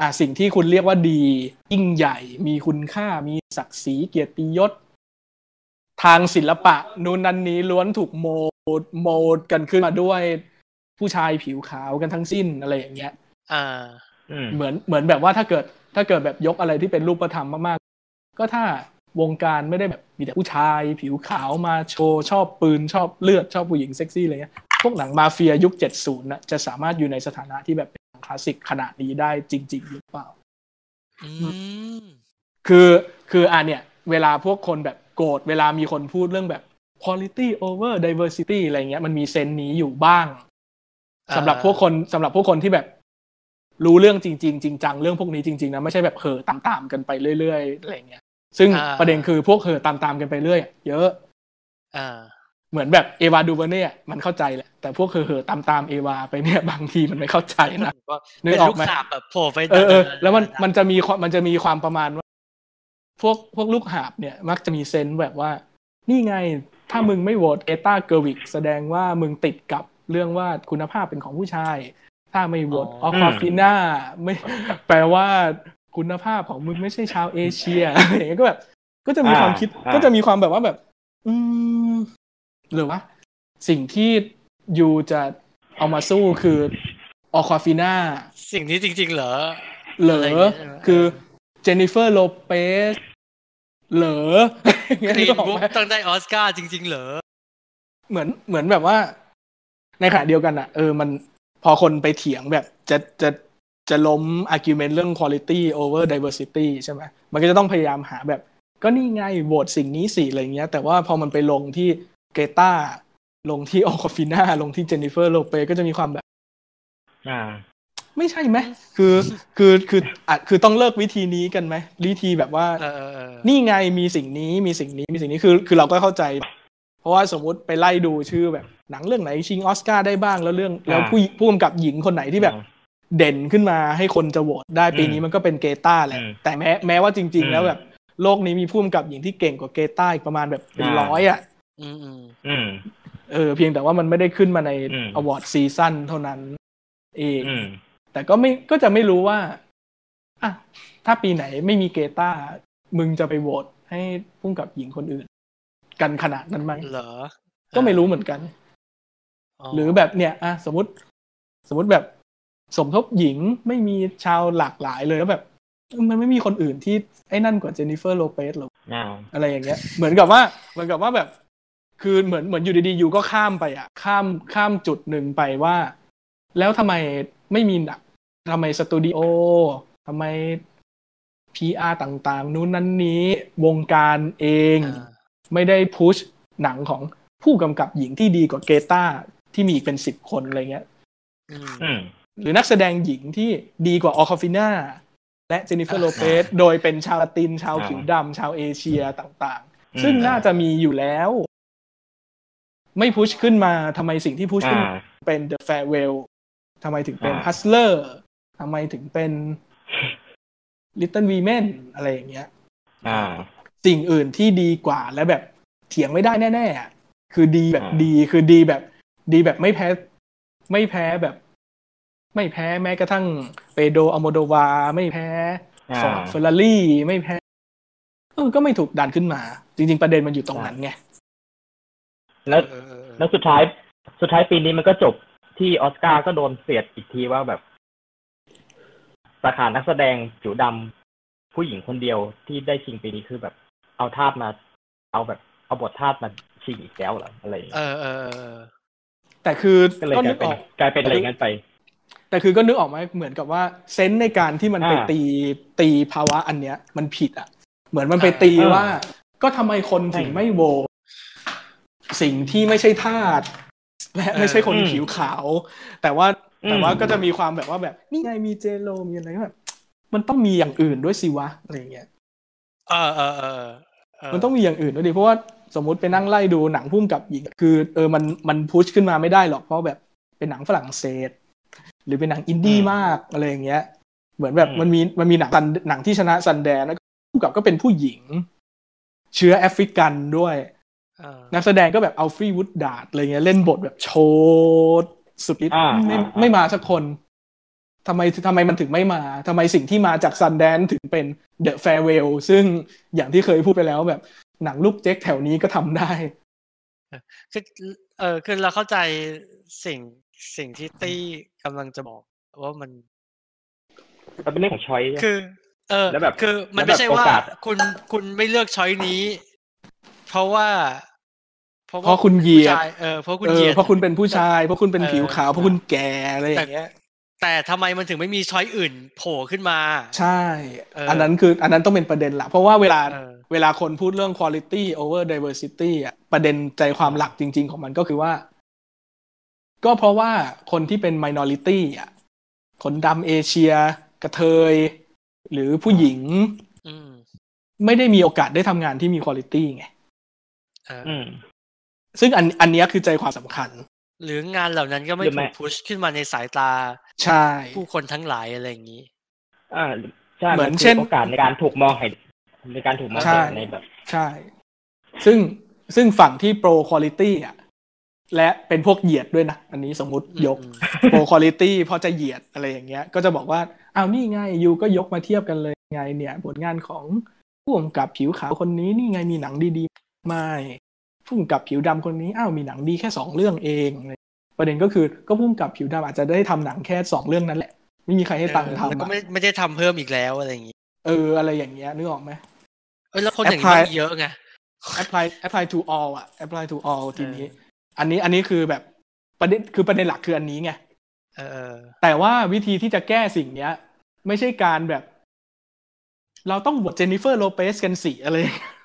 F: อ่ะสิ่งที่คุณเรียกว่าดียิ่งใหญ่ มีคุณค่ามีศักดิ์ศรีเกียรติยศ ทางศิลปะ นู่นนั่นนี้ล้วนถูกโมดโมดกันขึ้นมาด้วยผู้ชายผิวขาวกันทั้งสิ้นอะไรอย่างเงี้ย
B: อ่า
C: อืม
F: เหมือนเหมือนแบบว่าถ้าเกิดถ้าเกิดแบบยกอะไรที่เป็นรูปธรรมมากๆ ก็ถ้าวงการไม่ได้แบบมีแต่ผู้ชาย ผิวขาวมาโชว์ ชอบปืนชอบเลือดชอบผู้หญิงเซ็กซี่อะไรเงี้ยพวกหนังมาเฟียยุค 70นะจะสามารถอยู่ในสถานะที่แบบเป็นหนังคลาสสิกขนาดนี้ได้จริง ๆ หรือเปล่า
B: อืม
F: คือคืออ่ะเนี่ย เวลาพวกคนแบบ โกรธเวลามีคนพูดเรื่องแบบ quality over diversity อะไรเงี้ย มันมีเซนส์นี้อยู่บ้างสำหรับพวกคนสำหรับพวกคนที่แบบ รู้เรื่องจริง ๆ จริงจังเรื่องพวกนี้จริง ๆ นะ ไม่ใช่แบบเหอตามๆกันไปเรื่อยๆอะไรเงี้ย ซึ่ง
B: อ่า
F: ประเด็นคือพวกเหอตามๆกันไปเรื่อยอะเยอะ
B: อ่า
F: เหมือนแบบเอวาดูเวเน่อะมันเข้าใจแหละ แต่พวกเหอเหอตามตามๆเอวาไปเนี่ย <laughs> บางทีมันไม่เข้าใจนะ
B: ก็
F: นึก
B: เป็น
F: ออก
B: ลูก
F: ไหม
B: สาบแบบโผล่ไป
F: เออเออ
B: เดิๆ
F: แล้วมันมันจะมีความมันจะมีความประมาณว่า พวกพวกลูกหาบเนี่ย มักจะมีเซนส์แบบว่า นี่ไงถ้ามึงไม่โหวตเอตาเกอร์วิกแสดงว่ามึงติดกับเรื่องว่าคุณภาพเป็นของผู้ชาย ถ้าไม่โหวตอ
C: อ๋อ
F: อคาฟิน่าไม่ แปลว่าคุณภาพของมึงไม่ใช่ชาวเอเชีย อะไรอย่างเงี้ยก็แบบ ก็จะมีความคิด
C: อ่า
F: ก็จะมีความแบบว่าแบบ อืมหรือว่า สิ่งที่ยูจะเอามาสู้คือออคาฟิน่า
B: สิ่งนี้จริง ๆ เหรอ
F: เหล
B: อะไรอย่าง
F: อ
B: เงี้ยใช่ไหม
F: คือเจนนิเฟอร์โลเปสเหลอ <laughs>
B: คลี
F: นึ
B: น
F: กออก
B: บุ๊ก
F: ไหม
B: ต้องได้ออสการ์จริง ๆ เหรอ
F: เหมือนเหมือนแบบว่า ในขณะเดียวกันอ่ะ เออมันพอคนไปเถียงแบบจะจะจะล้ม argument เรื่อง quality over diversity ใช่ไหมมันก็จะต้องพยายามหาแบบ ก็นี่ไงโหวตสิ่งนี้สิอะไรเงี้ย แต่ว่าพอมันไปลงที่เกตาลงที่อ <laughs> อคฟิน่าลงที่เจนนิเฟอร์โลเปก็จะมีความแบบ
C: อ่า
F: ไม่ใช่ไหมคือคือคืออะคือต้องเลิกวิธีนี้กันไหมวิธีแบบว่า
B: เออเออเออ
F: นี่ไงมีสิ่งนี้มีสิ่งนี้มีสิ่งนี้คือคือเราก็เข้าใจ เพราะว่าสมมุติไปไล่ดูชื่อแบบหนังเรื่องไหนชิงออสการ์ได้บ้างแล้วเรื่อง แล้วผู้ผู้กำกับหญิงคนไหนที่แบบเด่นขึ้นมาให้คนจะโหวตได้ปีนี้มันก็เป็นเกตาแหละ
C: อืม
F: แต่แม้แม้ว่าจริง
C: อื
F: ๆ
C: ม
F: แล้วแบบโลกนี้มีผู้กำกับหญิงที่เก่งกว่าเกตาอีกประมาณแบบเป็น
C: อ่า
F: ร้อยอ่ะ
B: อืมอืม
C: อืม
F: เออเพียงแต่ว่ามันไม่ได้ขึ้นมาใน
C: อืม
F: อวอร์ดซีซั่นเท่านั้นเอง
C: อืม
F: แต่ก็ไม่ก็จะไม่รู้ว่าอ่ะถ้าปีไหนไม่มีเกตามึงจะไปโหวตให้พุ่งกับหญิงคนอื่น กันขนาดนั้นไหม
B: เหรอ
F: ก็ไม่รู้เหมือนกัน หรือแบบเนี่ยอ่ะสมมติ สมมติแบบสมทบหญิงไม่มีชาวหลากหลายเลยแล้วแบบ มันไม่มีคนอื่นที่ไอ้นั่นกว่าเจนนิเฟอร์โลเปสหรอ
C: อ่า
F: อะไรอย่างเงี้ย เหมือนกับว่า เหมือนกับว่าแบบ คือเหมือนเหมือนอยู่ดีๆอยู่ก็ข้ามไปอ่ะ ข้ามข้ามจุดหนึ่งไปว่า แล้วทำไมไม่มีหนักทำไมสตูดิโอทำไม PR ต่างๆ นู้นนั้นนี้วงการเอง
B: อ่า
F: ไม่ได้พุชหนังของผู้กำกับหญิงที่ดีกว่าเกตาที่มีอีกเป็นสิบคนอะไรเงี้ย
B: อืม
C: อืม
F: หรือนักแสดงหญิงที่ดีกว่าออคาฟิน่าและเจนนิเฟอ
B: อ่า
F: ร์โลเปสโดยเป็นชาวละติน ชาว
C: อ่า
F: ผิวดำชาวเอเชียต่าง
C: อืม
F: ๆ ซึ่งน่าจะมีอยู่แล้ว ไม่พุชขึ้นมาทำไมสิ่งที่พุชขึ้นมา
C: อ่า
F: เป็น The Farewell ทำไมถึงเป็น
C: อ่า
F: Hustler ทำไมถึงเป็น Little Women อะไรอย่างเงี้ย
C: อ่า
F: สิ่งอื่นที่ดีกว่าและแบบเถียงไม่ได้แน่ๆอะคือดีแบบ
C: อ่า
F: ดีคือดีแบบ ดีแบบไม่แพ้ ไม่แพ้แบบ ไม่แพ้แม้กระทั่งเปโดอลโมโดวา ไม่แพ้
C: อ่า
F: ฟอร์ดเฟอร์รารี่ไม่แพ้เออก็ไม่ถูกดันขึ้นมา จริง ๆ ประเด็นมันอยู่ตรงนั้นไง
C: แล้ว
B: เออเออเออ
C: แล้วสุดท้าย สุดท้ายปีนี้มันก็จบที่ออสการ์ก็โดนเสียดอีกทีว่าแบบสาขานักแสดงผิวดำผู้หญิงคนเดียวที่ได้ชิงปีนี้คือแบบ เอาทาสมา เอาแบบ เอาบททาสมาชิงอีกแล้วเหรออะไรอย่างเงี้
B: เอย อเออเออเออ
F: แต่คือ
C: ก็เลย
F: ก็
C: กลา
F: นึ
C: ย
F: ก
C: เป็
F: อน อก
C: กลายเป็นอะไรงั้นไป
F: แต่คือก็นึกออกไหมเหมือนกับว่าเซนส์ในการที่มันไป
C: อ่า
F: ตีตีภาวะอันเนี้ย มันผิดอ่ะ เหมือนมันไปตี
C: เออ
F: ว่า ก็ทำไมคนถึง
C: ใช่
F: ไม่โหวตสิ่งที่ไม่ใช่ทาสและไม่ใช่คน
C: อืม
F: ผิวขาว แต่ว่า
C: อืม
F: แต่ว่าก็จะมีความแบบว่าแบบ นี่ไงมีเจโลมีอะไรแบบมันต้องมีอย่างอื่นด้วยสิวะอะไรอย่างเงี้ย
B: เออเออเออเ
F: มันต้องมีอย่างอื่นด้วยดิเพราะว่าสมมติไปนั่งไล่ดูหนังพุ่มกับหญิงคือเออมันมันพุชขึ้นมาไม่ได้หรอกเพราะแบบเป็นหนังฝรั่งเศส หรือเป็นหนังอินดี้
C: อืม
F: มากอะไรอย่างเงี้ย เหมือนแบบ
C: อืม
F: มันมีมันมีหนังซันหนังที่ชนะซันแดนแล้วก็พุ่มกับก็เป็นผู้หญิง เชื้อแอฟริกันด้วย
B: เออ
F: นักแสดงก็แบบอัลฟรีวูดดาร์ดอะไรเงี้ยเล่นบทแบบโชดสุดฤทธิ์
C: อ่า
F: ไม่
C: อ่า
F: ไม่มาสักคนทำไมทำไมมันถึงไม่มาทำไมสิ่งที่มาจากซันแดนถึงเป็นเดอะแฟร์เวลซึ่งอย่างที่เคยพูดไปแล้วแบบหนังลูกเจ๊กแถวนี้ก็ทำได้
B: คือเออคือเราเข้าใจสิ่งสิ่งที่ตี้กำลังจะบอกว่ามัน
C: มันเป็นเรื่องของชอย
B: คือ เออ
C: แล้วแบบ
B: คือมัน
C: แล้วแบบ
B: ไม่ใช่ว่า
C: โอกาส
B: คุณคุณไม่เลือกช้อยนี้ เพราะว่า เพราะ
F: เพราะคุณเหยียด
B: ผู้ชาเออเพราะคุณ
F: เอ
B: เหยี
F: อย
B: ด
F: เพราะคุณเป็นผู้ชายเพราะคุณเป็น
B: เออ
F: ผิวขาวเพราะคุณแก่อะไรอ
B: แต่
F: ย่างเงี้ย
B: แต่ทำไมมันถึงไม่มีช้อยอื่นโผล่ขึ้นมา
F: ใช่
B: เอออั
F: อันนั้นคืออันนั้นต้องเป็นประเด็นหลักเพราะว่าเวลา
B: เออ
F: เวลาคนพูดเรื่อง quality over diversity อ่ะประเด็นใจความหลักจริง ๆ ของมันก็คือว่า ก็เพราะว่าคนที่เป็น minority อ่ะคนดำเอเชีย กระเทย หรือผู้หญิง
B: อืม
F: ไม่ได้มีโอกาสได้ทำงานที่มี quality ไง
B: เอออ
C: อืม
F: ซึ่งอันอันเนี้ยคือใจความสำคัญ
B: หรืองานเหล่านั้นก็ไม่
C: หรือไม่
B: ถูกพุชขึ้นมาในสายตา
F: ใช่
B: ผู้คนทั้งหลายอะไรอย่างนี้
C: อ่าใช่
F: เหมือน
C: คื
F: เช่น
C: โอกาสในการถูกมองเห็นในการถูกมอง
F: ใช่
C: เห็นในแบบ
F: ใช่ ซึ่งซึ่งฝั่งที่โปรคุณลิตี้อ่ะ และเป็นพวกเหยียดด้วยนะ อันนี้สมมุติยก
B: อืม
F: โปรคุณลิตี้พอจะเหยียดอะไรอย่างเงี้ย ก็จะบอกว่า อ้าวนี่ไงยูก็ยกมาเทียบกันเลยไง เนี่ย ผลงานของผู้กำกับผิวขาวคนนี้นี่ไงมีหนังดีๆไม่ผู้กำกับผิวดำคนนี้อ้าวมีหนังดีแค่สองเรื่องเองอะไรประเด็นก็คือก็ผู้กำกับผิวดำอาจจะได้ทำหนังแค่สองเรื่องนั้นแหละ ไม่มีใครให้ตังค์ทำ
B: แล้วก็
F: อะ
B: ไม่ไม่ได้ทำเพิ่มอีกแล้วอะไรอย่างนี้
F: เอออะไรอย่างเงี้ยนึกออกไหม
B: เอยแล้วคนอย่าง
F: Apply
B: นี้มีเยอะไง
F: apply apply to all อ่ะ apply to all ทีนี้
B: เอ
F: อันนี้อันนี้คือแบบประเด็นคือประเด็นหลักคืออันนี้ไง
B: เออ
F: แต่ว่าวิธีที่จะแก้สิ่งเนี้ย ไม่ใช่การแบบ เราต้องบทเจนนิเฟอร์โลเปสกันสี่อะไรอย่างเงี้ย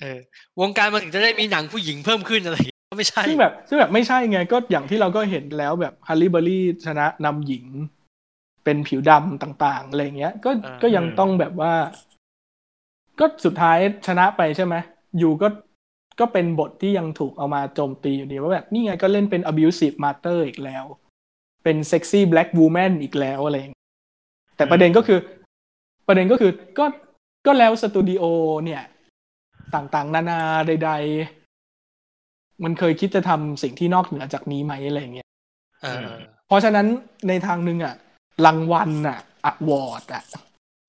B: เออ วงการมันถึงจะได้มีหนังผู้หญิงเพิ่มขึ้นอะไรอย่างงี้ก็ไม่ใช่
F: ซึ่งแบบซึ่งแบบไม่ใช่ไง ก็อย่างที่เราก็เห็นแล้วแบบฮัลลีเบอรี่ชนะนำหญิง เป็นผิวดำต่างๆ อะไรอย่างเงี้ย ก็
B: อ่า
F: ก็ยังต้องแบบว่า ก็สุดท้ายชนะไปใช่ไหมยูก็ก็เป็นบทที่ยังถูกเอามาโจมตีอยู่ดีว่าแบบนี่ไงก็เล่นเป็น abusive mother อีกแล้ว เป็น sexy black woman อีกแล้วอะไรอย่างเงี้ยแต่ประเด็นก็คือ ประเด็นก็คือก็ก็แล้วสตูดิโอเนี่ย ต่างๆ นานาใด ๆ มันเคยคิดจะทำสิ่งที่นอกเหนือจากนี้ไหมอะไรอย่างเงี้ย
B: เออ
F: เพราะฉะนั้นในทางหนึ่งอะรางวัลอะอวอร์ดอะ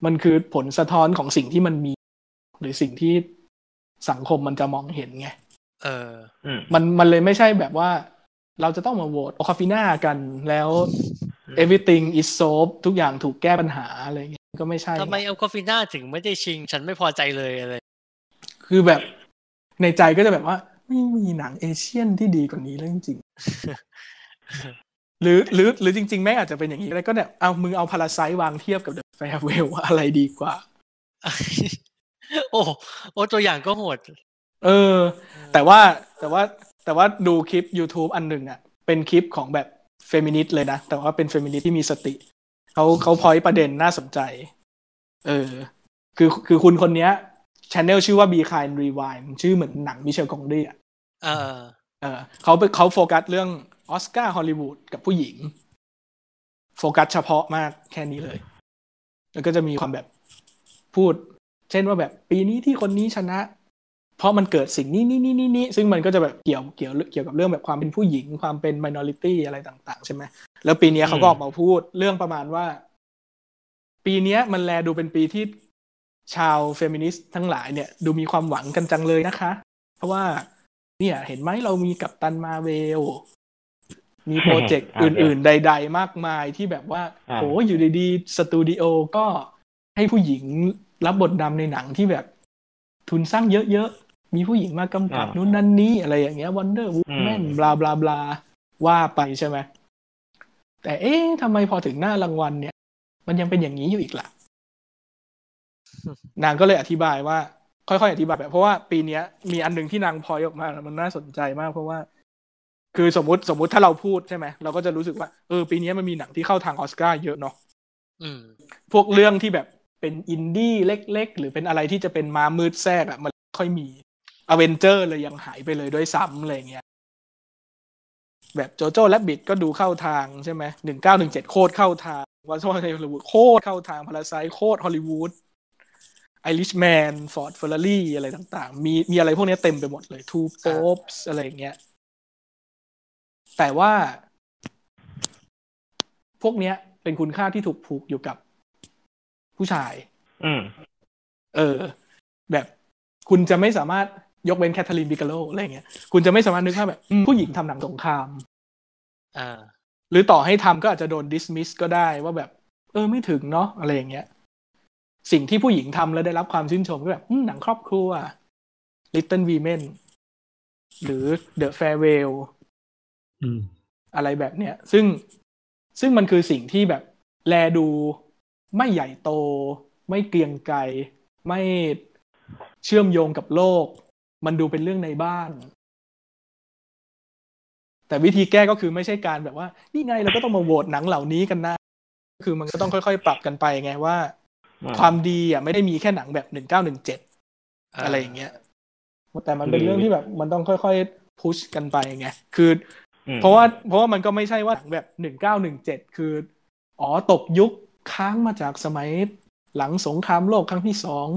F: มันคือผลสะท้อนของสิ่งที่มันมี หรือสิ่งที่สังคมมันจะมองเห็นไง
B: เออ
C: อืม
F: มันมันเลยไม่ใช่แบบว่า เราจะต้องมาโหวตโอคาฟิน่ากันแล้ว everything is solved ทุกอย่างถูกแก้ปัญหาอะไรเงี้ยก็ไม่ใช่
B: ทำไมเอลคอฟิน่าถึงไม่ได้ชิง ฉันไม่พอใจเลยอะไร <laughs>
F: คือแบบในใจก็จะแบบว่า ไม่มีหนังเอเชียนที่ดีกว่านี้แล้วจริงๆ หรือหรือหรือจริง ๆ แม่งอาจจะเป็นอย่างนี้ก็ได้ก็แบบเอามึงเอาพาราไซวางเทียบกับเดอะแฟร์เวลอะไรดีกว่า
B: โอ้โอ้ตัวอย่างก็โหด
F: เออ แต่ว่าแต่ว่าแต่ว่าดูคลิป YouTube อันหนึ่งอ่ะ เป็นคลิปของแบบเฟมินิสต์เลยนะ แต่ว่าเป็นเฟมินิสต์ที่มีสติเขาเขาพอยต์ประเด็นน่าสนใจ เออ คือคือคุณคนเนี้ยชแนลชื่อว่า Be Kind Rewind ชื่อเหมือนหนังมิเชลกองดี้อะ
B: เออ
F: เออเขาไปเขาโฟกัสเรื่องออสการ์ฮอลลีวูดกับผู้หญิง โฟกัสเฉพาะมากแค่นี้เลย แล้วก็จะมีความแบบพูด เช่นว่าแบบปีนี้ที่คนนี้ชนะ เพราะมันเกิดสิ่งนี้นี่นี่นี่นี่ซึ่งมันก็จะแบบเกี่ยวเกี่ยวเกี่ยวกับเรื่องแบบความเป็นผู้หญิงความเป็นมิน o r ริตี้อะไรต่าง ๆ ใช่ไหมแล้วปีเนี้ยเขาก็
C: อืม
F: ออกมาพูดเรื่องประมาณว่า ปีเนี้ยมันแลดูเป็นปีที่ชาวเฟมินิสต์ทั้งหลายเนี่ย ดูมีความหวังกันจังเลยนะคะ เพราะว่า เนี่ยเห็นไหมเรามีกับตันมาเวล
C: <laughs>
F: มีโปรเจกต์
C: อ่า
F: อื่นๆ ใด ๆ มากมายที่แบบว่า
C: อ่า
F: โหอยู่ดีๆ สตูดิโอก็ให้ผู้หญิงรับบทนำในหนังที่แบบ ทุนสร้างเยอะๆ มีผู้หญิงมากำกับ
C: อ่านู่
F: นู้นนั่นนี้อะไรอย่างเงี้ยวันเดอร์วูแมน
C: อืม
F: บลาบลาบลาว่าไปใช่ไหม แต่เอ๊ะทำไมพอถึงหน้ารางวัลเนี่ย มันยังเป็นอย่างนี้อยู่อีก <laughs> ล่ะ นางก็เลยอธิบายว่า ค่อยๆอธิบายแบบเพราะว่าปีเนี้ยมีอันหนึ่งที่นางพลอยออกมาแล้วมันน่าสนใจมากเพราะว่า คือสมมติสมมติถ้าเราพูดใช่ไหมเราก็จะรู้สึกว่าเออปีเนี้ยมันมีหนังที่เข้าทางออสการ์เยอะเนาะ
B: อืม
F: พวกเรื่องที่แบบเป็นอินดี้เล็กๆ หรือเป็นอะไรที่จะเป็นมามืดแทรกอะมันไม่ค่อยมีอเวนเจอร์เลยยังหายไปเลยด้วยซ้ำอะไรอย่างเงี้ยแบบโจโจ้และบิดก็ดูเข้าทางใช่ไหมหนึ่งเก้าหนึ่งเจ็ดโคตรเข้าทางวันสวรรค์ฮอลลีวูดโคตรเข้าทางพาราไซโคตรฮอลลีวูด ไอริชแมน ฟอร์ดเฟอร์รารี่อะไรต่างๆ มีมีอะไรพวกเนี้ยเต็มไปหมดเลยทูโป๊ปส์อะไรอย่างเงี้ย แต่ว่า พวกเนี้ย เป็นคุณค่าที่ถูกผูกอยู่กับผู้ชาย
C: อืม
F: เออ แบบคุณจะไม่สามารถยกเว้นแคทเธอรีนบิกาโลอะไรอย่างเงี้ยคุณจะไม่สามารถนึกภาพแบบอืมผู้หญิงทำหนังสงคราม
B: อ่า
F: หรือต่อให้ทำก็อาจจะโดนดิสมิสก็ได้ว่าแบบ เออไม่ถึงเนาะอะไรอย่างเงี้ย สิ่งที่ผู้หญิงทำแล้วได้รับความชื่นชมก็แบบอืมหนังครอบครัว Little Women หรือ The Farewell
E: อืม
F: อะไรแบบเนี้ย ซึ่ง ซึ่งมันคือสิ่งที่แบบแลดูไม่ใหญ่โต ไม่เกรียงไกรไม่เชื่อมโยงกับโลก มันดูเป็นเรื่องในบ้าน แต่วิธีแก้ก็คือไม่ใช่การแบบว่า นี่ไงเราก็ต้องมาโหวตหนังเหล่านี้กันนะคือมันก็ต้องค่อยๆ ปรับกันไปไงว่า ความดีอ่ะไม่ได้มีแค่หนังแบบหนึ่งเก้าหนึ่งเจ็ดอะไรอย่างเงี้ยแต่มันเป็นเรื่องที่แบบมันต้องค่อยๆพุชกันไปไงคือ เพราะว่าเพราะว่ามันก็ไม่ใช่ว่าหนังแบบหนึ่งเก้าหนึ่งเจ็ดคือ อ๋อตกยุคค้างมาจากสมัยหลังสงครามโลกครั้งที่สอง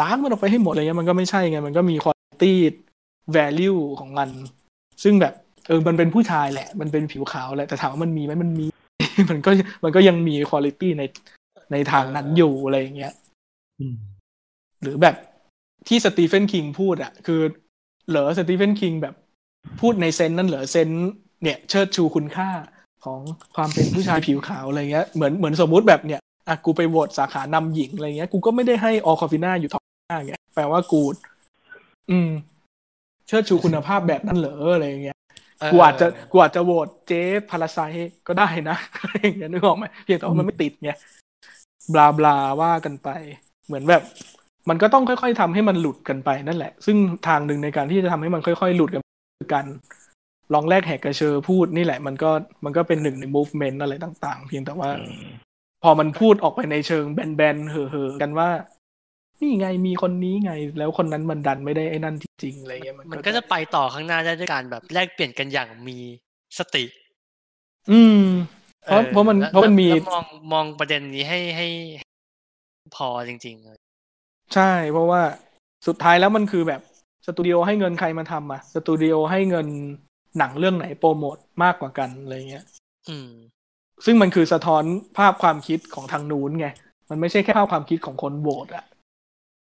F: ล้างมันออกไปให้หมดเลยเนี่ยมันก็ไม่ใช่ไง มันก็มีคุณตี้ value ของมัน ซึ่งแบบ เออมันเป็นผู้ชายแหละ มันเป็นผิวขาวแหละ แต่ถามว่ามันมีไหมมันมี <laughs> มันก็มันก็ยังมีคุณตี้ในในทางนั้นอยู่อะไรอย่างเงี้ยหรือแบบที่สตีเฟนคิงพูดอะคือ เหรอสตีเฟนคิงแบบพูดในเซนนั้นเหรอเซนเนี่ย เชิดชูคุณค่าของความเป็นผู้ชายผิวขาวอะไรเงี้ยเหมือนเหมือนสมมุติแบบเนี่ยอ่ะกูไปโหวตสาขานำหญิงอะไรเงี้ย กูก็ไม่ได้ให้ออคอฟิน่าอยู่ท็อปห้าเงี้ยแปลว่ากู อืม เชิดชูคุณภาพแบบนั้นเหรออะไรเงี้ยกูอาจจะกูอาจจะโหวตเจ๊พาราไซก็ได้นะ <laughs> อะไรเงี้ยนึกออกไหมเพียงแต่ว่ามันไม่ติดไงบลาบลาว่ากันไป เหมือนแบบ มันก็ต้องค่อยๆทำให้มันหลุดกันไปนั่นแหละ ซึ่งทางหนึ่งในการที่จะทำให้มันค่อยๆ หลุดกันคือการลองแรกแหกกระเชอพูดนี่แหละ มันก็มันก็เป็นหนึ่งใน movement อะไรต่าง ๆ เพียงแต่ว่าพอมันพูดออกไปในเชิงแบนๆเห่อๆกันว่า นี่ไงมีคนนี้ไง แล้วคนนั้นมันดันไม่ได้ไอ้นั่นจริงๆอะไรเงี้ย
B: มันก็จะไปต่อข้างหน้าได้ด้วยการแบบแลกเปลี่ยนกันอย่างมีสติ
F: อืม เพราะเพราะมันเพราะมันมี
B: มองมองประเด็นนี้ให้ให้พอจริงๆเลย
F: ใช่เพราะว่าสุดท้ายแล้วมันคือแบบสตูดิโอให้เงินใครมาทำอ่ะสตูดิโอให้เงินหนังเรื่องไหนโปรโมทมากกว่ากันอะไรเงี้ย
B: อืม
F: ซึ่งมันคือสะท้อนภาพความคิดของทางนู้นไง มันไม่ใช่แค่ภาพความคิดของคนโหวตอะ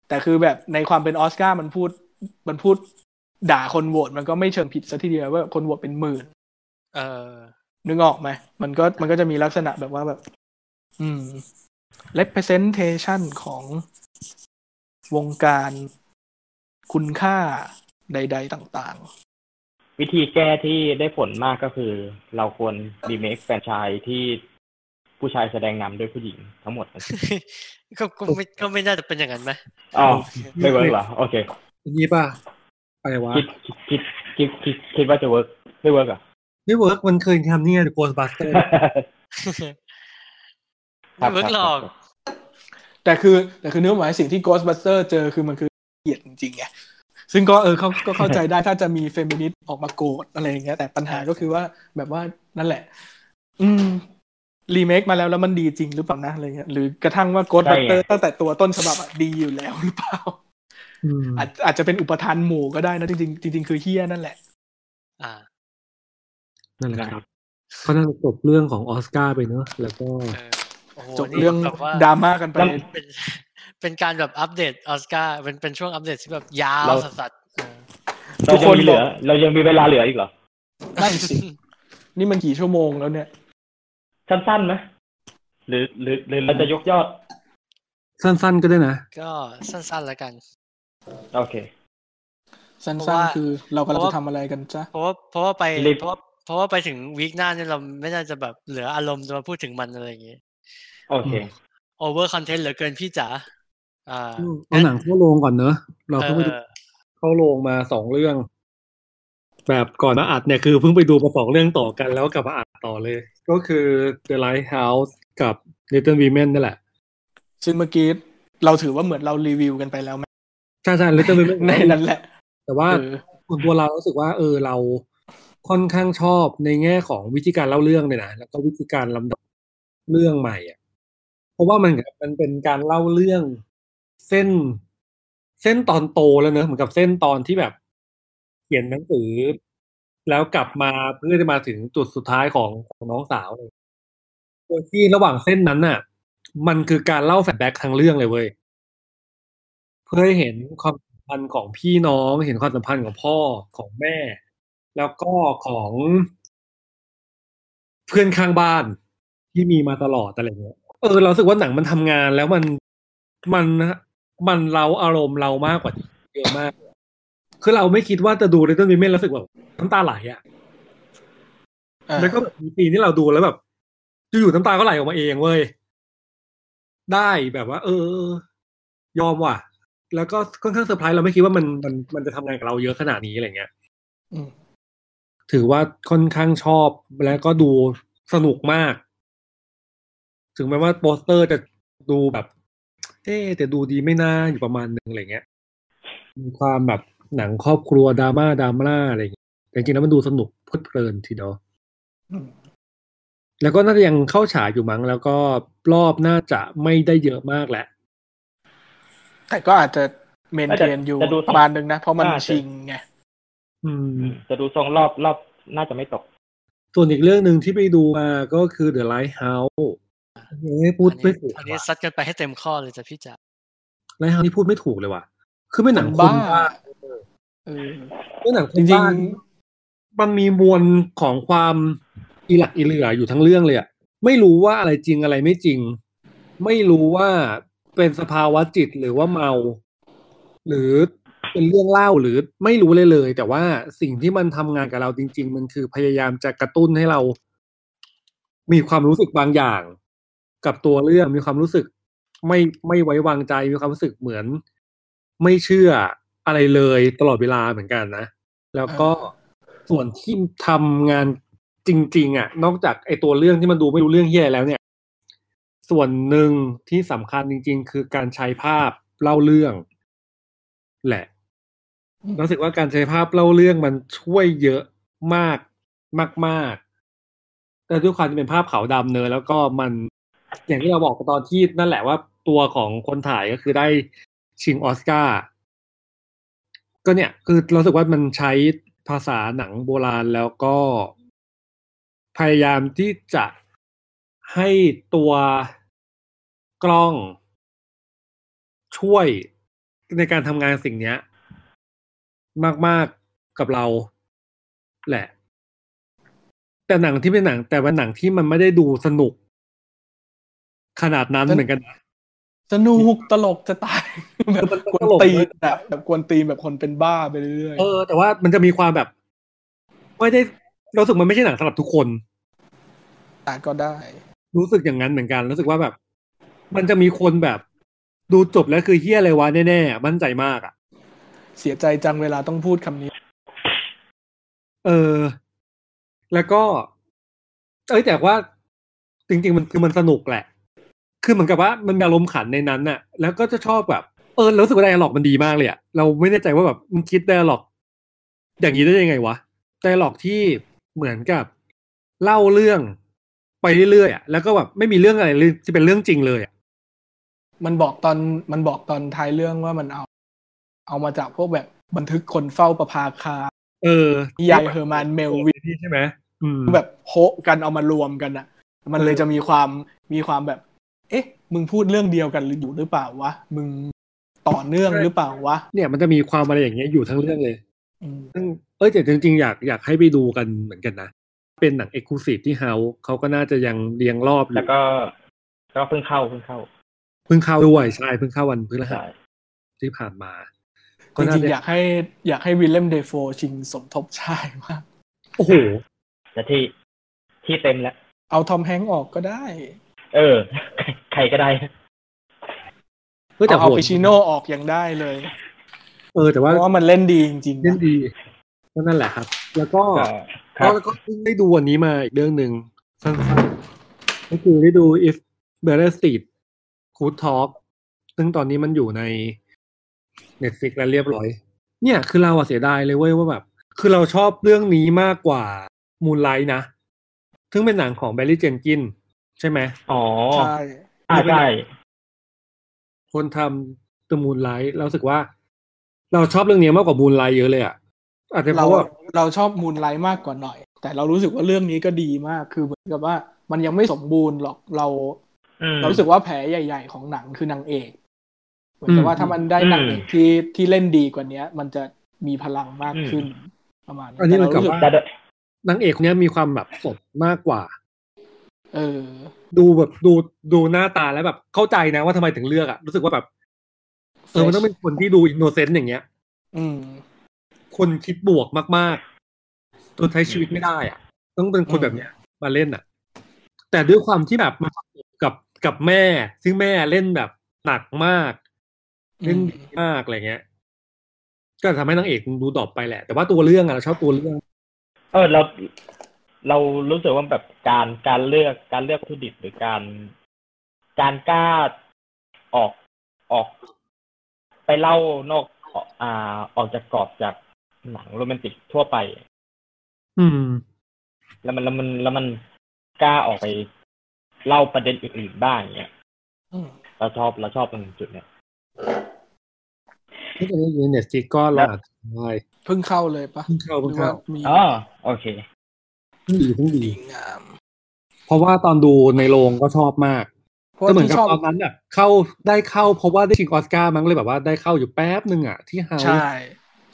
F: แต่คือแบบในความเป็นออสการ์มันพูด มันพูดด่าคนโหวตมันก็ไม่เชิงผิดซะทีเดียวว่าคนโหวตเป็นหมื่น
B: เออ
F: นึกออกไหม มันก็มันก็จะมีลักษณะแบบว่าแบบ อืม representation ของวงการคุณค่าใด ๆ ต่าง
C: วิธีแก้ที่ได้ผลมากก็คือ เราควรรีเมคแฟนชายที่ผู้ชายแสดงนำด้วยผู้หญิงทั้งหม <laughs> ด
B: ก็ก็ไม่ก็ไม่น่าจะเป็นอย่างนั้นไหม <laughs>
C: อ๋อไม่เวิร์กเหรอ โอ <laughs> เค
E: นี่ป่ะอะไรวะ
C: คิดคิดคิดคิดคิดว่าจะเวิร์กไม่เวิร์กอ่ะ <laughs>
E: ไม่เวิร์กมันเคยทำนี่ไงโกสบัสเตอร์
B: ไม่เวิร์กหรอก
F: แต่คือ แต่คือเนื้อหมายสิ่งที่ Ghostbuster เจอคือมันคือเหยียดจริงๆไงซึ่งก็เออเขาก็เข้าใจได้ถ้าจะมีเฟมินิสต์ออกมาโกรธอะไรอย่างเงี้ยแต่ปัญหาก็คือว่าแบบว่านั่นแหละ อืมรีเมคมาแล้วแล้วมันดีจริงหรือเปล่านะอะไรเงี้ยหรือกระทั่งว่าโกดบัตเตอร์ตั้งแต่ตัวต้นฉบับอะดีอยู่แล้วหรือเปล่าอาจอาจจะเป็นอุปทานหมู่ก็ได้นะจริงจริงจริงคือเฮี้ยนั่นแหละ
B: อ่า
E: นั่นแหละครับเพราะนั้นจบเรื่องของออสการ์ไปเนอะแล้วก็
F: จบเรื่องดราม่ากันไป
B: เป็น <laughs> การแบบอัปเดตออสการ์เป็นเป็นช่วงอัปเดตที่แบบยาวสัส
C: ๆเราคนเหลือ เรายังมีเวลาเหลืออีกเหรอ
F: ได้สิ นี่มันกี่ชั่วโมงแล้วเนี่ย
C: สั้นๆไหมหรือหรือหรือเราจะยกยอด
E: สั้นๆก็ได้นะ
B: ก็สั้นๆแล้วกัน
C: โอเค
F: สั้นๆคือ เรากำลังจะทำอะไรกันจ้ะ
B: เพราะว่าเพราะว่าไปเพราะเพราะว่าไปถึงวีคหน้าเนี่ยเราไม่น่าจะแบบเหลืออารมณ์จะมาพูดถึงมันอะไรอย่างเงี้ย
C: โอเค
B: โอเวอร์คอนเทนต์เหลือเกินพี่จ๋าอ่า
E: เอาหนังเข้าโรงก่อนเนอะ เราเพิ่งไปเข้าโรงมาสองเรื่อง แบบก่อนมาอัดเนี่ยคือเพิ่งไปดูมาสองเรื่องต่อกันแล้วกลับมาอัดต่อเลย ก็คือ The Lighthouse กับ Little Women นั่นแหละ
F: ซึ่งเมื่อกี้เราถือว่าเหมือนเรารีวิวกันไปแล้วไหม
E: ใช่ใช่ Little Women
F: ในนั้นแหละ
E: แต่ว่าส่วนตัวเรารู้สึกว่า เออเราค่อนข้างชอบในแง่ของวิธีการเล่าเรื่องเนี่ยนะแล้วก็วิธีการลำดับเรื่องใหม่อ่ะราะว่ามันมันเป็นการเล่าเรื่องเส้น เส้นตอนโตแล้วเนอะเหมือนกับเส้นตอนที่แบบ เขียนหนังสือ แล้วกลับมาเพื่อจะมาถึงจุดสุดท้ายของของน้องสาวเลยโดยที่ระหว่างเส้นนั้นน่ะ มันคือการเล่าแฟลแบ็กทางเรื่องเลยเว้ยเพื่อให้เห็นความสัมพันธ์ของพี่น้องเห็นความสัมพันธ์ของพ่อของแม่ แล้วก็ของเพื่อนข้างบ้านที่มีมาตลอดอะไรเงี้ยเออเราสึกว่าหนังมันทำงานแล้วมันมันมันเราอารมณ์เรามากกว่าเยอะมาก คือเราไม่คิดว่าจะดูเรตเติ้ลวิเมนแล้วรู้สึกแบบน้ำตาไหลอ่ะ
F: อ่า
E: แล้วก็แบบมีปีที่เราดูแล้วแบบอยู่ๆน้ำตาก็ไหลออกมาเองเว้ย ได้แบบว่า เออยอมว่ะ แล้วก็ค่อนข้างเซอร์ไพรส์เราไม่คิดว่ามันมันมันจะทำงานกับเราเยอะขนาดนี้อะไรเงี้ย
F: อืม
E: ถือว่าค่อนข้างชอบแล้วก็ดูสนุกมาก ถึงแม้ว่าโปสเตอร์จะดูแบบเอ๊ะแต่ดูดีไม่น่าอยู่ประมาณนึงอะไรเงี้ย มีความแบบหนังครอบครัวดราม่าดราม่าอะไรอย่างเงี้ยแต่จริงๆแล้วมันดูสนุกเพลิดเพลินทีเดียว
F: อืม
E: แล้วก็น่าจะยังเข้าฉายอยู่มั้ง แล้วก็รอบน่าจะไม่ได้เยอะมากแหละ
F: แต่ก็อาจจะเมน
C: น่า
F: เท
C: จะ
F: นอยู่
C: จะดู
F: ประมาณนึงนะ เพราะมัน
C: น่าจะ
F: ชิงไง
E: อืม
C: จะดูทรงรอบรอบน่าจะไม่ตก
E: ส่วนอีกเรื่องหนึ่งที่ไปดูมาก็คือ The Lighthouse ยังไม่พูดไม่ถูก
B: อันนี้
E: ว่ะ
B: ซัดกันไปให้เต็มข้อเลยจ้ะพี่จ๋า
E: Lighthouse นี่พูดไม่ถูกเลยว่ะ คือเป็นหนังคน
F: บ้า
E: บ้า
F: เออ
E: เป็นหนังค
F: จ
E: น
F: ริง
E: บ้า
F: ๆ
E: มันมีมวลของความอีหลักอีเหลืออยู่ทั้งเรื่องเลยอะไม่รู้ว่าอะไรจริงอะไรไม่จริง ไม่รู้ว่าเป็นสภาวะจิตหรือว่าเมา หรือเป็นเรื่องเล่าหรือไม่รู้เลยเลย แต่ว่าสิ่งที่มันทำงานกับเราจริง ๆ มันคือพยายามจะกระตุ้นให้เรา มีความรู้สึกบางอย่าง กับตัวเรื่องมีความรู้สึก ไม่ไม่ไว้วางใจมีความรู้สึกเหมือน ไม่เชื่ออะไรเลยตลอดเวลาเหมือนกันนะ แล้วก็ส่วนที่ทำงานจริง ๆ อ่ะ นอกจากไอตัวเรื่องที่มันดูไม่รู้เรื่องเฮียอะไรแล้วเนี่ย ส่วนหนึ่งที่สำคัญจริง ๆ คือการใช้ภาพเล่าเรื่อง แหละ
F: อืม
E: รู้สึกว่าการใช้ภาพเล่าเรื่องมันช่วยเยอะมากมากๆแต่ด้วยความที่เป็นภาพขาวดำเนอะแล้วก็มันอย่างที่เราบอกไปตอนที่นั่นแหละว่าตัวของคนถ่ายก็คือได้ชิงออสการ์ก็เนี่ย คือเรารู้สึกว่ามันใช้ภาษาหนังโบราณแล้วก็ พยายามที่จะให้ตัวกล้อง ช่วยในการทำงานสิ่งเนี้ย มากๆกกับเรา แหละ แต่หนังที่เป็นหนัง แต่ว่าหนังที่มันไม่ได้ดูสนุก ขนาดนั้นเหมือนกันนะ
F: สนุกตลกจะตาย <laughs> แบบ
E: มัน
F: กวน
E: ตลก
F: ตีนอะแบบกวนตีนแบบคนเป็นบ้าไปเรื่อย
E: เออ แต่ว่ามันจะมีความแบบ ไม่ได้เรารู้สึกมันไม่ใช่หนังสำหรับทุกคน
F: ๆแต่ก็ได้
E: รู้สึกอย่างนั้นเหมือนกัน รู้สึกว่าแบบ มันจะมีคนแบบ ดูจบแล้วคือเฮี้ยอะไรวะแน่ๆมั่นใจมากอ่ะ
F: เสียใจจังเวลาต้องพูดคำนี้
E: เออ แล้วก็ เอ้ยแต่ว่า จริง ๆ มันคือมันสนุกแหละ คือเหมือนกับว่ามันมีอารมณ์ขันในนั้นน่ะ แล้วก็จะชอบแบบ เออรู้สึกว่าไดอะล็อกมันดีมากเลยอะเราไม่แน่ใจว่าแบบมันคิดไดอะล็อก อย่างนี้ได้ยังไงวะไดอะล็อกที่เหมือนกับเล่าเรื่องไปเรื่อยๆอะแล้วก็แบบไม่มีเรื่องอะไรเลยที่เป็นเรื่องจริงเลยอะ
F: มันบอกตอนมันบอกตอนท้ายเรื่องว่ามันเอา เอามาจากพวกแบบบันทึกคนเฝ้าประภาคาร
E: เออ
F: นิ
E: <laughs>
F: ยายเฮอร์มานเมลวิน
E: ที่ใช่ไหมอืม
F: แบบโฮะกันเอามารวมกันอะมันเลยจะมีความมีความแบบ เอ๊ะ มึงพูดเรื่องเดียวกันหรืออยู่หรือเปล่าวะมึงต่อเนื่องหรือเปล่าวะ
E: เนี่ยมันจะมีความอะไรอย่างเงี้ยอยู่ทั้งเรื่องเลย
F: อืม
E: ซึ่งเอ้ยแต่จริง ๆ อยากอยากให้ไปดูกันเหมือนกันนะ เป็นหนังเอกลูซีฟที่เฮาเขาก็น่าจะยังเรียงรอบอ
C: แล้ว
E: ยู่
C: ก็ ก็เพิ่งเข้าเพิ่งเข้า
E: เพิ่งเข้าด้วยใช่เพิ่งเข้าวันพฤหัส
C: ใช่
E: ที่ผ่านมา
F: จ
E: ก็น่า
F: ริง
E: จะ
F: ๆอยากให้อยากให้วิลเลมเดโฟชิงสมทบชายมาก <laughs>
E: โอ้โห
C: แต่ที่ที่เต็มแล้ว
F: เอาทอมแฮงก์ออกก็ได้
C: เออ <laughs> ใครก็ได้
E: เฮ้ยแต่
F: เอาเอา
E: โหด
F: ปิชิโนออกอย่างได้เลย
E: เออแต่
F: เพ
E: ว่า
F: ราะว่ามันเล่นดีจริงๆ
E: เล่
F: นะ
E: นดีก็นั่นแหละครับ แล้วก็
C: ก็ครับ
E: แล้วก็เพิ่งได้ดูวันนี้มาอีกเรื่องหนึ่งสั้นๆก็คือได้ดู if better street good talk ซึ่งตอนนี้มันอยู่ใน Netflix แล้วเรียบร้อย เนี่ยคือเราอะเสียดายเลยเว้ยว่าแบบ คือเราชอบเรื่องนี้มากกว่ามูนไลท์นะ ซึ่งเป็นหนังของแบร r ี่เจนกิน ใช่ไหม
C: อ๋อ
F: ใช่
C: อ่าใช่
E: คนทำตัวมูนไลท์เรารู้สึกว่า เราชอบเรื่องนี้มากกว่ามูนไลท์เยอะเลยอะอาจจะเพ
F: เรา
E: ราะว่า
F: เราชอบมูนไลท์มากกว่าหน่อย แต่เรารู้สึกว่าเรื่องนี้ก็ดีมากคือเหมือนกับว่ามันยังไม่สมบูรณ์หรอกเรา
C: อืม
F: เรารู้สึกว่าแผลใหญ่ ๆ ของหนังคือนางเอกเหมือนกับว่าถ้ามันได้นางเอกที่ที่เล่นดีกว่าเนี้ย มันจะมีพลังมากขึ้นประมาณ
E: อันนี้มันกับ
F: แต่เรารู้สึ
E: ว่า
C: แต่โดย
E: นางเอกคนนี้มีความแบบสดมากกว่า
F: เออ
E: ดูแบบดูดูหน้าตาแล้วแบบเข้าใจนะว่าทำไมถึงเลือกอะรู้สึกว่าแบบ เออ
F: Fresh
E: มันต้องเป็นคนที่ดูอินโนเซนต์อย่างเงี้ย
F: อืม
E: คนคิดบวกมากๆจนใช้ชีวิตไม่ได้อะ ต้องเป็นคนแบบเนี้ย มาเล่นอ่ะ แต่ด้วยความที่แบบมาประกบกับกับแม่ ซึ่งแม่เล่นแบบหนักมาก เล่นดีมากอะไรเงี้ย ก็ทำให้นางเอกดูดรอปไปแหละ แต่ว่าตัวเรื่องอะเราชอบตัวเรื่อง
C: เออเราเรารู้สึกว่าแบบการการเลือกการเลือกวัตถุดิบหรือการการกล้าออกออก ไปเล่านอกอ่าออกจากกรอบจากหนังโรแมนติกทั่วไป
E: อืม
C: แล้วมันแล้วมันแล้วมันกล้าออกไปเล่าประเด็นอื่นๆบ้างเงี้ย
F: อืม
C: เราชอบเราชอบตรงจุดเนี้ย
E: ที่ตอนนี้อยู่ในเน็ตฟลิกก็รอดได้
F: เพิ่งเข้าเลยปะ
E: เพิ่งเข้า
F: ห
E: เพิ่
F: รื
E: ง
F: อ
E: เข้า
F: ว่ามี
C: อ๋อโอเค
E: เพิ่งดีเพิ่งดี
F: ดีงาม
E: เพราะว่าตอนดูในโรงก็ชอบมาก
F: เพราะ
E: ก็เหมือนกับ
F: ที่ชอบ
E: ตอนนั้นอ่ะเข้าได้เข้าเพราะว่าได้ชิงออสการ์มั้งเลยแบบว่าได้เข้าอยู่แป๊บหนึ่งอ่ะ ที่เฮา
F: ใช่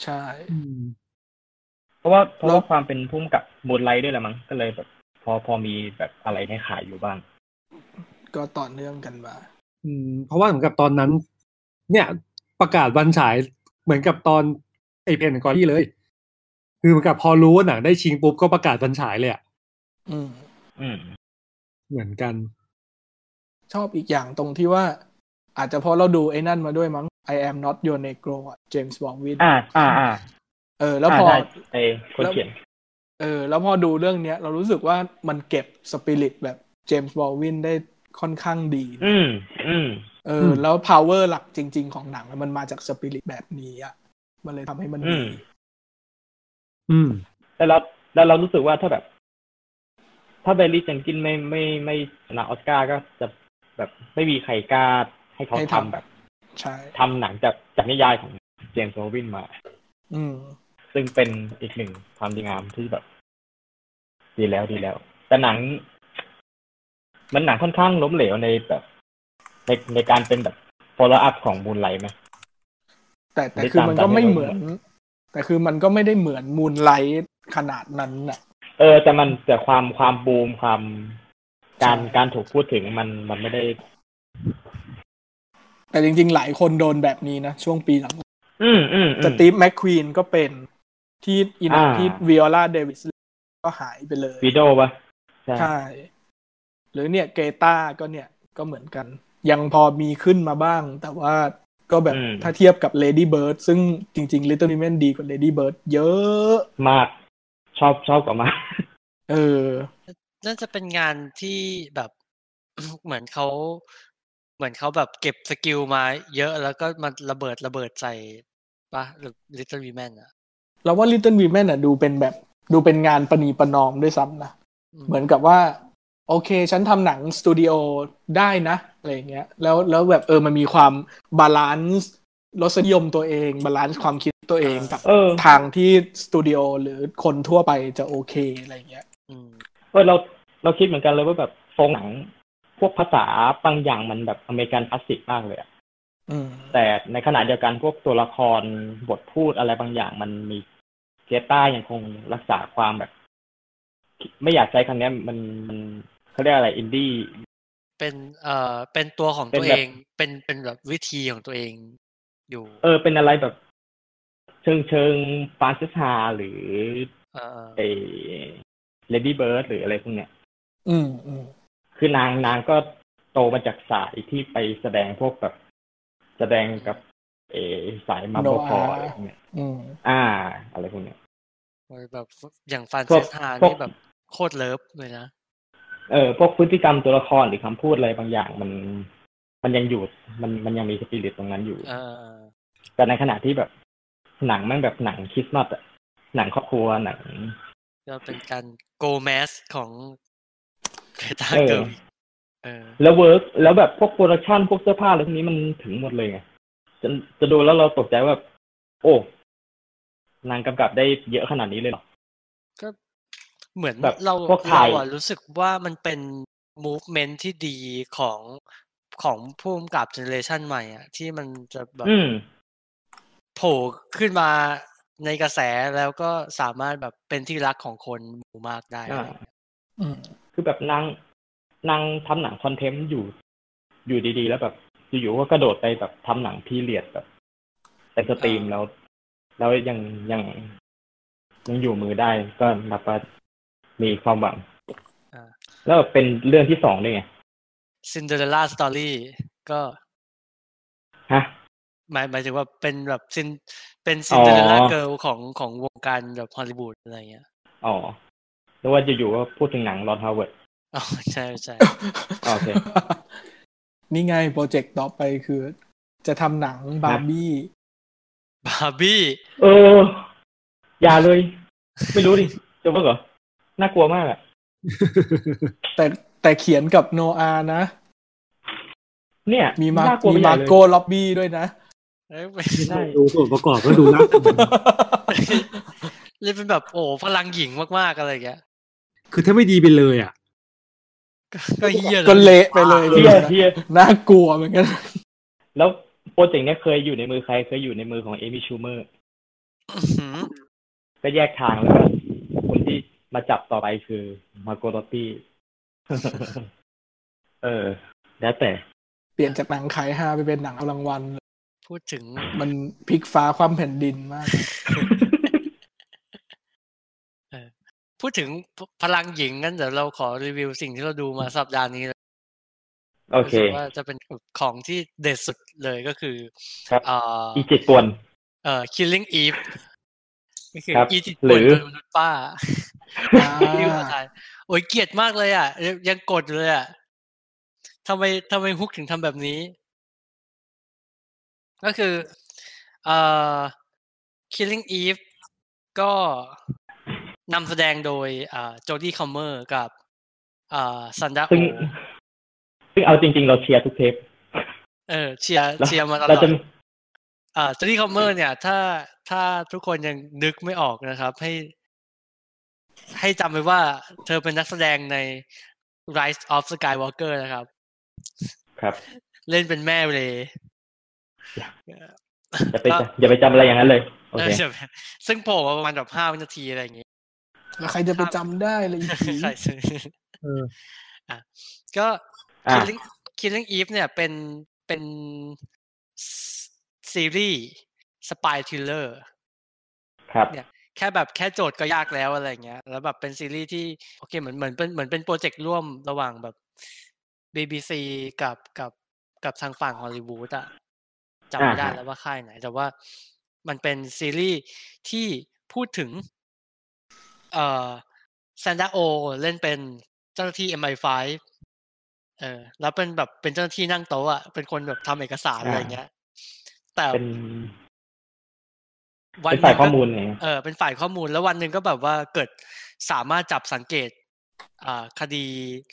F: ใช่
E: อืม
C: เพราะว่าเพ
F: แล้ว
C: ราะ่าว ความเป็นพุ่มกับมูนไลท์ด้วยแหละมั้งก็เลยแบบ พอพอมีแบบอะไรให้ขายอยู่บ้าง
F: ก็ต่อเนื่องกันมา
E: อืม เพราะว่าเหมือนกับตอนนั้น เนี่ยประกาศวันฉายเหมือนกับตอนไอเพนกอรี่เลย คือเหมือนกับพอรู้ว่าหนังได้ชิงปุ๊บก็ประกาศวันฉายเลยอ่ะ
F: อืม
C: อืม
E: เหมือนกัน
F: ชอบอีกอย่างตรงที่ว่า อาจจะเพราะเราดูไอ้นั่นมาด้วยมั้ง I am not your negro เจมส์บองวิน
C: อ่า อ่าอ่า
F: เออ แล้วพอ
C: าได้ไอ้คนเขียน
F: เออ แล้วพอดูเรื่องเนี้ย เรารู้สึกว่ามันเก็บสปิริตแบบเจมส์บอลวินได้ค่อนข้างดี
C: อืม อืม
F: เอ
E: อื
F: อ
E: ม
F: แล้ว power หลักจริง ๆ ของหนังอะมันมาจากสปิริตแบบนี้อ่ะ มันเลยทำให้มัน
C: อื
F: ดี
C: ม
E: อืม
C: แล้วเราแล้วเรารู้สึกว่าถ้าแบบ ถ้าเบลลี่จังกินไม่ไม่ไม่ชนะออสการ์ก็จะแบบไม่มีใครกล้าให้เขา
F: ให้
C: ทำ
F: ทำ
C: แบบ
F: ใช่
C: ทำหนังจากจากนิยายของเจมส์โรบินมา
F: อืม
C: ซึ่งเป็นอีกหนึ่งความดีงามที่แบบ ดีแล้วดีแล้ว แต่หนัง มันหนังค่อนข้างล้มเหลวในแบบ ในในการเป็นแบบ follow up ของมูลไลท์ไหม
F: แต่แต่
C: ได้
F: คือ
C: ตาม
F: มันก็
C: ตามที่
F: ไม่
C: เรา
F: เหมือน แต่คือมันก็ไม่ได้เหมือนมูนไลท์ขนาดนั้นน่ะ
C: เออ แต่มันแต่ความความบูมความการ
F: ใช่
C: การถูกพูดถึงมันมันไม่ได้
F: แต่จริง ๆ หลายคนโดนแบบนี้นะ ช่วงปีหลัง
C: อืมอืมอืม
F: สตีฟแมคควีนก็เป็นที่อินา
C: อ่า
F: ที่วิโอลาเดวิสก็หายไปเลย
C: วิดโอปะใช่
F: ใช่ หรือเนี่ยเกตาก็เนี่ยก็เหมือนกัน ยังพอมีขึ้นมาบ้าง แต่ว่าก็แบบ
C: อืม
F: ถ้าเทียบกับ Lady Bird ซึ่งจริง ๆ Little Women ดีกว่า Lady Bird เยอะ
C: มากชอบชอบกว่ามาก
F: เออ
B: น่าจะเป็นงานที่แบบ <coughs> เหมือนเขาเหมือนเขาแบบเก็บสกิลมาเยอะแล้วก็มันระเบิดระเบิดใส่ปะหรือ Little Women อ่ะ
F: เราว่า Little Women อ่ะดูเป็นแบบดูเป็นงานประนีประนอมด้วยซ้ำนะ
B: อืม
F: เหมือนกับว่า โอเค ฉันทำหนังสตูดิโอได้นะอะไรอย่างเงี้ยแล้วแล้วแบบเออมันมีความบาลานซ์รสนิยมตัวเองบาลานซ์ความคิดตัวเองกับ
C: เออ
F: ทางที่สตูดิโอหรือคนทั่วไปจะโอเคอะไรอย่างเงี้ย
B: อืม
C: เออเราเราคิดเหมือนกันเลยว่าแบบทรงหนัง พวกภาษาบางอย่างมันแบบอเมริกันคลาสสิกมากเลยอะ
F: อืม
C: แต่ในขณะเดียวกันพวกตัวละครบทพูดอะไรบางอย่างมันมีเกต้ายังคงรักษาความแบบ ไม่อยากใช้คำเนี้ยมันมันเขาเรียกอะไรอินดี้
B: เป็นเอ่อเป็นตัวของ
C: เป็น
B: ตัว
C: แบบ
B: เองเป็นเป็นแบบวิธีของตัวเองอยู่
C: เออเป็นอะไรแบบ เชิงเชิงฟานซิสฮาหรือ
B: เอ่อ
C: เอเลดี้เบิร์ดหรืออะไรพวกเนี้ย
F: อืมอืม
C: คือนางนางก็โตมาจากสายที่ไปแสดงพวกแบบ แสดงกับ เออสายมาโบคอร์อะไรพวกเนี้ย
F: อืม
C: อ่า อะไรพวกเนี้ย
B: แบบอย่างฟาน
C: พ
B: เซ
C: วก
B: สฮา
C: พวก
B: นี่แบบโคตรเลิฟเลยนะ
C: เออพวกพฤติกรรมตัวละครหรือคำพูดอะไรบางอย่างมัน มันยังอยู่มันมันยังมีสปิริตตรงนั้นอยู่
B: เออ
C: แต่ในขณะที่แบบหนังแมันแบบหนังคริสต์มาสอะหนังครอบครัวหนัง
B: ก็เป็นการโกแมสของเกตา
C: เออ
B: เกิร์ลเออ
C: แล้วเวิร์กแล้วแบบพวกโปรดักชันพวกเสื้อผ้าอะไรพวกนี้มันถึงหมดเลยไงจะจะดูแล้วเราตกใจว่าแบบโอ้นางกำกับได้เยอะขนาดนี้เลยเหรอ
B: ก็เหมือน
C: แบบ
B: เรา
C: พวกไท
B: เรา
C: ย
B: อะรู้สึกว่ามันเป็น movement ที่ดีของของผู้กำกับเจเนเรชันใหม่อ่ะ ที่มันจะแบบ
C: อืม
B: โผล่ขึ้นมาในกระแสแล้วก็สามารถแบบเป็นที่รักของคนหมู่มากได้อะไรอย่างเงี้ย
F: อืม
C: คือแบบนางนางทำหนังคอนเทนต์อยู่ อยู่ดีๆ แล้วแบบอยู่ๆก็กระโดดไปแบบทำหนังพีเรียดแบบแต่สตรีมแล้ว แล้วยังยังยังอยู่มือได้ก็นับว่า มีความหวังแล้วเป็นเรื่องที่สองด้วยไง
B: ซินเดอเรลล่าสตอรี่ก็
C: ฮะ
B: หมายหมายถึงว่าเป็นแบบซินเป็นซินเดอเรลล่าเกิลของของวงการแบบฮอลลีวูดอะไรเงี้ย <laughs>
C: อ๋อแล้วว่าอยู่ๆก็พูดถึงหนังรอนฮาวเวิร์ด
B: อ๋อใช่ใช่
C: โอเค
F: <laughs> นี่ไงโปรเจกต์ต่อไปคือ จะทำหนังบาร์บี้
B: บาร์บี้
C: เออ อย่าเลย ไม่รู้ดิจะว่าเหรอน่ากลัวมากอะ
F: แต่แต่เขียนกับโนอานะ
C: เนี่ย
F: มีมา
C: น่ากลัว
F: มี
C: ไปใหญ่
F: มา
C: เลย
F: โกล็อบบี้ด้วยนะ
B: เอ้ย <laughs>
C: ใช่
E: ดูส่วนประกอบก็ดูน่ากลัว
B: เลยเป็นแบบโอ้พลังหญิงมากๆอะไรเงี้ย <laughs>
E: คือถ้าไม่ดีไปเลยอ่ะ
B: ก็เฮีย
F: <laughs> ก็เละไปเลย
C: เฮียเฮีย
F: น่ากลัวเหมือนกัน
C: แล้วโปรเจกต์เนี้ยเคยอยู่ในมือใครเคยอยู่ในมือของเอมิชูเมอร์
B: อื้อหือ
C: ก็แยกทางแล้วก็คนที่มาจับต่อไปคือมาโกโรตี้ <laughs> เออ แล้วแต่
F: เปลี่ยนจากหนังขายห้าไปเป็นหนังเอารางวัล
B: พูดถึง
F: มันพลิกฟ้าความแผ่นดินมาก
B: พูดถึงพลังหญิงงั้นเดี๋ยวเราขอรีวิวสิ่งที่เราดูมาสัปดาห์นี้เลย
C: โอ
B: รู้
C: เค
B: สึกว่าจะเป็นของที่เด็ดสุดเลยก็คือ
C: ครับ
B: เอ่อ
C: อีเจ็ดกวน
B: เอ่อ Killing Eve ก็คือ
C: ครับ
B: อีจิต
C: หรื
B: ป่วย
C: อ
B: โดยมนุษย์
C: <laughs>
B: ป้า
F: อ่า
B: ที่ภาษาไทยโอ้ยเกลียดมากเลยอ่ะ ยังยังกดอยู่เลยอ่ะทำไมทำไมฮุกถึงทำแบบนี้ ก็คือเอ่อ Killing Eve ก็นำแสดงโดยโจดี้คอมเมอร์กับซันดาโอ
C: ซึ่ง ซึ่งเอาจริง ๆ เราเชียร์ทุกเทป
B: เออเชียร์
C: แล้ว
B: เชียร์มาตล
C: เรา
B: อด
C: จะ
B: โจดี้คอมเมอร์เนี่ย ถ้าถ้าทุกคนยังนึกไม่ออกนะครับ ให้ ให้จำไว้ว่าเธอเป็นนักแสดงใน Rise of Skywalker นะครับ
C: ครับ
B: เล่นเป็นแม่เลย
C: อย่าไปจำอย่าไปจำอะไรอย่างนั้นเลย โอ
B: เอ
C: เค
B: อใช่ไหมซึ่งโผล่มาประมาณแบบห้าวินาทีอะไรอย่างงี้
F: แล้วใครจะไปจำได้เลยอีผี
B: ใช่ใช่
E: เออ
B: <laughs> อ่ะก็
C: อ่ะ
B: Killing Killing Eve เนี่ยเป็นเป็นซซีรีส์สปายทริลเลอร์
C: ครับ
B: แค่แบบแค่โจทย์ก็ยากแล้วอะไรเงี้ย แล้วแบบเป็นซีรีส์ที่โอเคเหมือนเหมือนเป็นเหมือนเป็นโปรเจกต์ร่วมระหว่างแบบ BBC กับกับกับทางฝั่งฮอลลีวูดอะจำไม่ได้
C: อ่าฮะ
B: แล้วว่าค่ายไหน แต่ว่ามันเป็นซีรีส์ที่พูดถึง เอ่อซันดาโอเล่นเป็นเจ้าหน้าที่ MI5 เออแล้วเป็นแบบเป็นเจ้าหน้าที่นั่งโต๊ะอะเป็นคนแบบทำเอกสารอะไรเงี้ย แต่
C: เป็น
B: วัน
C: เป็นฝ่าย
B: หนึ่ง
C: ข้
B: ก็
C: อมูลไง
B: เออเป็นฝ่ายข้อมูลแล้ววันหนึ่งก็แบบว่าเกิดสามารถจับสังเกต อ่าคดี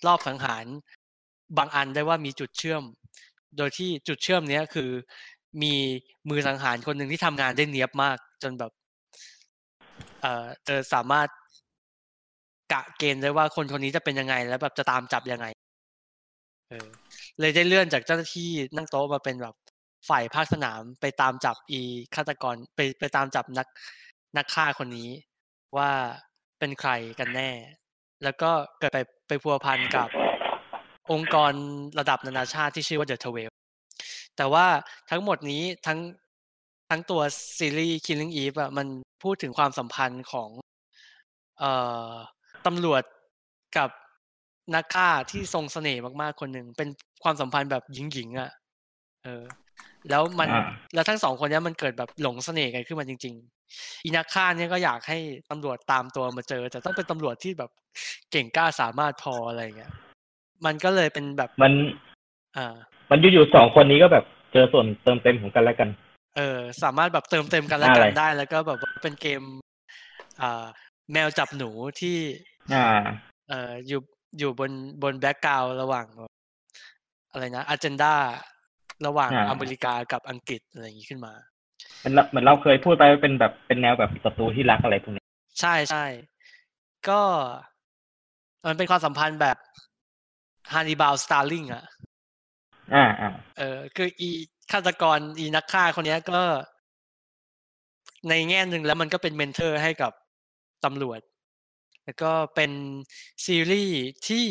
B: รอบสังหาร บางอันได้ว่ามีจุดเชื่อม โดยที่จุดเชื่อมเนี้ยคือ มีมือสังหารคนหนึ่งที่ทำงานได้เนียบมาก จนแบบ เอ่อเธอสามารถกะเกณฑ์ได้ว่าคนคนนี้จะเป็นยังไง แล้วแบบจะตามจับยังไง เออ เลยได้เลื่อนจากเจ้าหน้าที่นั่งโต๊ะมาเป็นแบบฝ่ายภาคสนามไปตามจับอีฆาตกรไปไปตามจับนักนักฆ่าคนนี้ ว่าเป็นใครกันแน่ แล้วก็เกิดไปไปพัวพันกับองค์กรระดับนานาชาติที่ชื่อว่าเดอะทเวลแต่ว่าทั้งหมดนี้ทั้งทั้งตัวซีรีส์ Killing Eve อ่ะมันพูดถึงความสัมพันธ์ของ เอ่อตำรวจกับนักฆ่าที่ทรงเสน่ห์มากๆคนหนึ่ง เป็นความสัมพันธ์แบบหญิงๆอ่ะ เออ แล้วมัน
C: อ่า
B: แล้วทั้งสองคนเนี้ยมันเกิดแบบหลงเสน่ห์กันขึ้นมาจริง ๆ อีนักฆ่าเนี่ยก็อยากให้ตำรวจตามตัวมาเจอ แต่ต้องเป็นตำรวจที่แบบเก่งกล้าสามารถพออะไรเงี้ย มันก็เลยเป็นแบบ
C: มัน
B: อ่า
C: มันอยู่ๆสองคนนี้ก็แบบเจอส่วนเติมเต็มของกันและกัน
B: เออ สามารถแบบเติมเต็มกันและกัน
C: อะไร
B: ได้ แล้วก็แบบว่าเป็นเกม อ่า แมวจับหนูที่
C: อ่า
B: เอ่ออยู่อยู่บนบนแบ็กกราวระหว่าง อะไรนะอ g เจนดาระหว่าง
C: อ่า
B: อเมริกากับอังกฤษอะไรอย่างนี้ขึ้นมา
C: มันเราเหมือนเราเคยพูดไปว่าเป็นแบบเป็นแนวแบบศัตรูที่รักอะไรพวกนี้
B: ใช่ใช่ก็ มันเป็นความสัมพันธ์แบบฮ a น n ิบาลสตาร์ลิงอะ
C: อ่าอ่า
B: เออคืออีฆาตกรอีนักฆ่าคนเนี้ยก็ ในแง่หนึ่งแล้วมันก็เป็นเมนเทอร์ให้กับตำรวจ แล้วก็เป็นซีรีส์ที่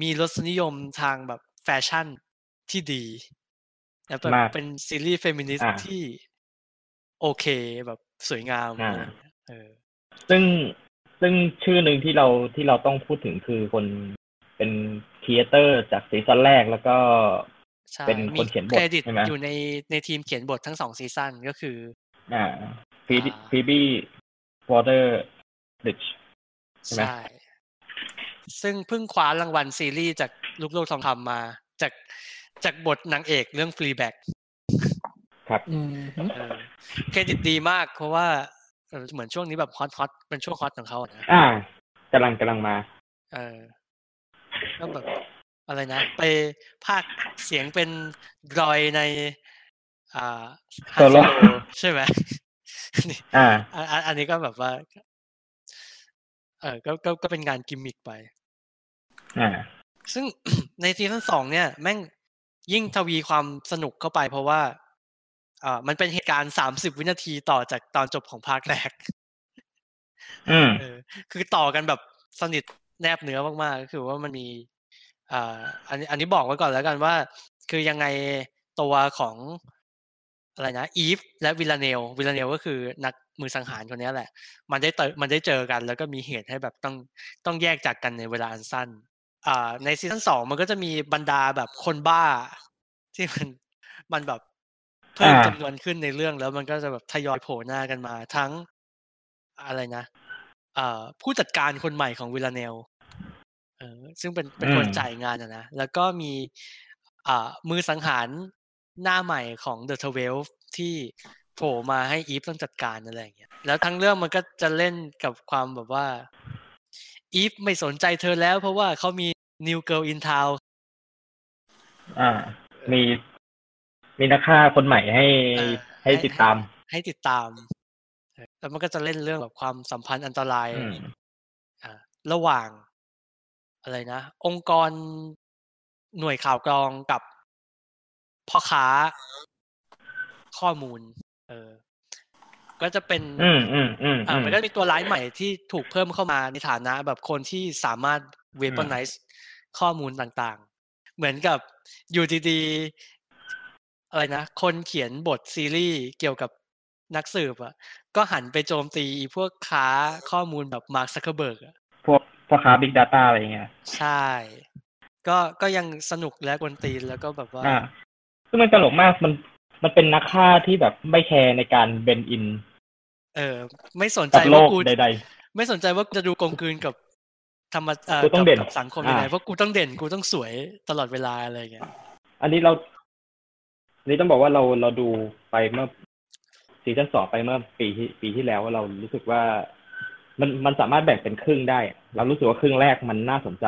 B: มีรสนิยมทางแบบแฟชั่นที่ดีแล้วแบบ
C: มาก
B: เป็นซีรีส์เฟมินิสต์
C: อ่า
B: ที่โอเคแบบสวยงาม
C: อ่า
B: อะไรอย่างเงี้ยเออ
C: ซึ่ง ซึ่งชื่อหนึ่งที่เราที่เราต้องพูดถึงคือคนเป็นครีเอเตอร์จากซีซั่นแรกแล้วก็
B: ใช่
C: เป็นคนเขียนบท
B: มีเครดิต
C: ใช่ไหม
B: อยู่ในในทีมเขียนบททั้งสองซีซั่นก็คือ
C: อ่าฟี
B: อ่า
C: ฟีบี้วอเตอร์ดิช ใช่ไหม
B: ใช่ ซึ่งเพิ่งคว้ารางวัลซีรีส์จากลูกโลกทองคำมา จากจากบทนางเอกเรื่องฟรีแบ็ก
C: ครับ
F: อืม
B: เครดิตดีมากเพราะว่าเอ่อเหมือนช่วงนี้แบบฮอตฮอตเป็นช่วงฮอตของเขาอะนะ
C: อ่ากำลังกำลังมา
B: เออก็แบบอะไรนะ ไปภาคเสียงเป็นดรอยใน อ่า Han
C: Solo
B: Solo ใช่ไหมนี่
C: อ่า
B: อันอันอันนี้ก็แบบว่า เออก็ก็ก็เป็นงานกิมมิกไป
C: อ่า
B: ซึ่ง <coughs> ในซีซั่นสองเนี่ย แม่งยิ่งทวีความสนุกเข้าไป เพราะว่าอ่ามันเป็นเหตุการณ์สามสิบวินาทีต่อจากตอนจบของภาคแรก
C: อืม
B: เออคือต่อกันแบบสนิทแนบเนื้อมากๆก็คือว่ามันมีอ่าอันนี้อันนี้บอกไว้ก่อนแล้วกันว่า คือยังไงตัวของอะไรนะอีฟและวิลลาเนลวิลลาเนลก็คือนักมือสังหารคนเนี้ยแหละ มันได้เตอมันได้เจอกัน แล้วก็มีเหตุให้แบบต้องต้องแยกจากกันในเวลาอันสั้น อ่า ในซีซั่นสองมันก็จะมีบรรดาแบบคนบ้า ที่มันมันแบบเพิ่ม
C: อ่า
B: จำนวนขึ้นในเรื่องแล้วมันก็จะแบบทยอยโผล่หน้ากันมาทั้ง อะไรนะเอ่อผู้จัดการคนใหม่ของวิลลาเนลเออซึ่งเป็นเป็นคน
C: อืม
B: จ่ายงานอะนะ แล้วก็มีอ่ามือสังหารหน้าใหม่ของเดอะทเวลที่โผล่มาให้อีฟต้องจัดการอะไรอย่างเงี้ยแล้วทั้งเรื่องมันก็จะเล่นกับความแบบว่า อีฟไม่สนใจเธอแล้วเพราะว่าเขามีนิวเกิลอินทาว
C: อ่า มี มีนักฆ่าคนใหม่ให้
B: เออ
C: ให้
B: ให้
C: ติดตาม
B: ให้ติดตามเออแล้วมันก็จะเล่นเรื่องแบบความสัมพันธ์อันตราย
C: อืม
B: อ่าระหว่างอะไรนะ องค์กรหน่วยข่าวกรองกับพ่อค้าข้อมูล เออ ก็จะเป็น
C: อืมอืมอืม
B: อ่า
C: อืม
B: มันก็มีตัวร้ายใหม่ที่ถูกเพิ่มเข้ามาในฐานะ แบบคนที่สามารถ weaponize ข้อมูลต่างๆ เหมือนกับอยู่ดีๆอะไรนะ คนเขียนบทซีรีส์เกี่ยวกับนักสืบอ่ะ ก็หันไปโจมตีพวกค้าข้อมูลแบบมาร์คซักเคอร์เบิร์กอ่ะ
C: พวกพ่อค้าบิ๊กดาต้าอะไรอย่างเงี้ย
B: ใช่ ก็ก็ยังสนุกและกวนตีนแล้วก็แบบว่า
C: อ่า ซึ่งมันตลกมาก มัน มันเป็นนักฆ่าที่แบบไม่แคร์ในการเบนอิน
B: เออ ไม่สนใจ
C: กับโล
B: ว่าก กู
C: ใด
B: ไม่สนใจว่ากูจะดูกลมกลืนกับธรรมเอ่อ
C: กูต้อง
B: กั
C: เด่
B: บ
C: น
B: กับสังคมยังไง
C: อ่า
B: เพราะกูต้องเด่นกูต้องสวยตลอดเวลาอะไรอย่างเงี้ย
C: ๆ อันนี้เรา อันนี้ต้องบอกว่าเรา เราดูไปเมื่อซีซั่นสองไปเมื่อปีที่ปีที่แล้วเรารู้สึกว่า มัน มันสามารถแบ่งเป็นครึ่งได้ เรารู้สึกว่าครึ่งแรกมันน่าสนใจ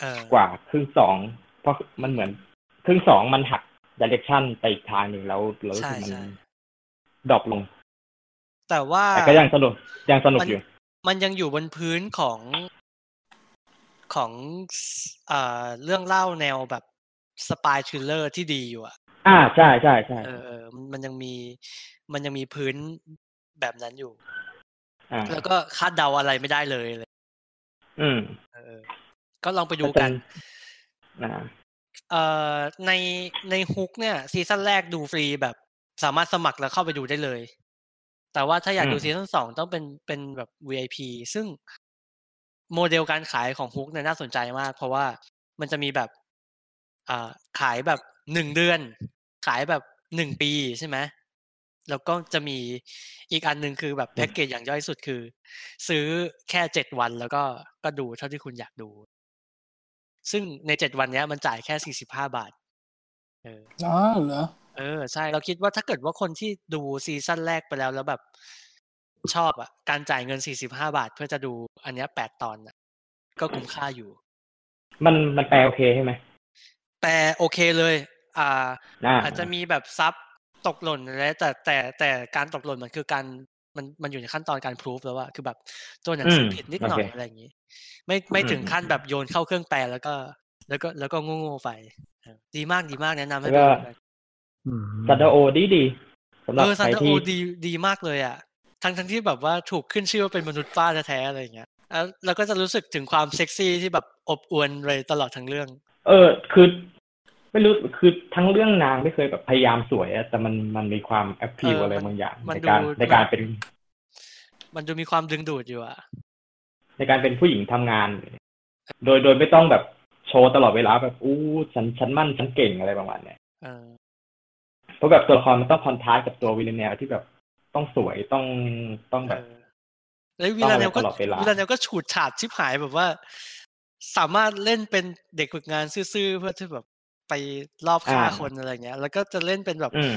B: เออก
C: ว่าครึ่งสองเพราะมันเหมือน ครึ่งสองมันหักดิเรกชันไปอีกทางหนึ่งแล้วแล้วรู้
B: ใช่
C: สึกมัน
B: ใช่
C: ดรอปลง
B: แต่ว่า
C: แต่ก็ยังสนุกยังสนุก
B: มัน
C: อยู่
B: มันยังอยู่บนพื้นของของเอ่อเรื่องเล่าแนวแบบสปายทริลเลอร์ที่ดีอยู่อะ
C: อ่าใช่ใช่ใช่
B: เออเออมันมันยังมีมันยังมีพื้นแบบนั้นอยู่
C: อ่า
B: แล้วก็คาดเดาอะไรไม่ได้เลยเลย
C: อืม
B: เออเออ ก็ลองไปดูกัน
C: มันเป็น อ่า
B: เอ่อในในฮุกเนี่ย ซีซั่นแรกดูฟรีแบบสามารถสมัครแล้วเข้าไปดูได้เลย แต่ว่าถ้าอยากดู
C: อืม
B: ซีซั่นสองต้องเป็นเป็นแบบ VIP ซึ่งโมเดลการขายของฮุกเนี่ยน่าสนใจมาก เพราะว่ามันจะมีแบบอ่าขายแบบหนึ่งเดือน ขายแบบหนึ่งปีใช่ไหมแล้วก็จะมีอีกอันหนึ่งคือแบบแพ็กเกจอย่างย่อยสุดคือ ซื้อแค่เจ็ดวันแล้วก็ก็ดูเท่าที่คุณอยากดู ซึ่งในเจ็ดวันเนี้ยมันจ่ายแค่สี่สิบห้าบาท เออ
F: อ๋อเหรอ
B: เออใช่เราคิดว่าถ้าเกิดว่าคนที่ดูซีซั่นแรกไปแล้วแล้วแบบชอบอ่ะการจ่ายเงินสี่สิบห้าบาท เพื่อจะดูอันเนี้ยแปดตอนน่ะ ก็คุ้มค่าอยู่
C: มันมันแปลโอเคใช่ไหม
B: แต่โอเคเลย อ่า
C: อ่า
B: อาจจะมีแบบซับตกหล่นอะไรแต่แต่แต่การตกหล่นมันคือการมันมันอยู่ในขั้นตอนการพรูฟแล้วอะคือแบบตัวหนังสือผิดนิดหน่อยอะไรอย่างนี้ ไม่ไม่ถึงขั้นแบบโยนเข้าเครื่องแปลแล้วก็ แล้วก็แล้วก็โง่ๆไปเออดีมากดีมากแนะนำให้ดูกัน
E: อืม
C: ซันเดอร์โอดีดีสำหรับ
B: เออ
C: ใค
B: ซัน
C: ร
B: เดอร์โอ
C: ที่
B: ดีดีมากเลยอ่ะ ทั้งทั้งที่แบบว่าถูกขึ้นชื่อว่าเป็นมนุษย์ป้าแท้ๆอะไรอย่างเงี้ยแล้วเราก็จะรู้สึกถึงความเซ็กซี่ที่แบบอบอวลเลยตลอดทั้งเรื่อง
C: เออ คือ ไม่รู้คือทั้งเรื่องนางไม่เคยแบบพยายามสวยอะแต่มันมันมีความแอพพิว
B: เออ
C: อะไร
B: มัน
C: บางอย่าง
B: มัน
C: ในการ
B: ดู
C: ในการเป็น
B: มันดูมีความดึงดูดอยู่อ่ะ
C: ในการเป็นผู้หญิงทำงาน โดยโดยไม่ต้องแบบโชว์ตลอดเวลาแบบอู้ฉันฉันมั่นฉันเก่งอะไรประมาณเนี้ย
B: เออ
C: เพราะแบบตัวละครมันต้องคอนทราสต์กับตัววิลเลนแนลที่แบบต้องสวยต้องต้องแบบ
B: เออแล้ววิลาเนลก็
C: ต้องเอาไว้ตลอดเวลา
B: วิลาเนลก็ฉูดฉาดชิบหายแบบว่า สามารถเล่นเป็นเด็กฝึกงานซื่อๆเพื่อที่แบบไปรอบฆ่าคนอะไรเงี้ย แล้วก็จะเล่นเป็นแบบ
C: อืม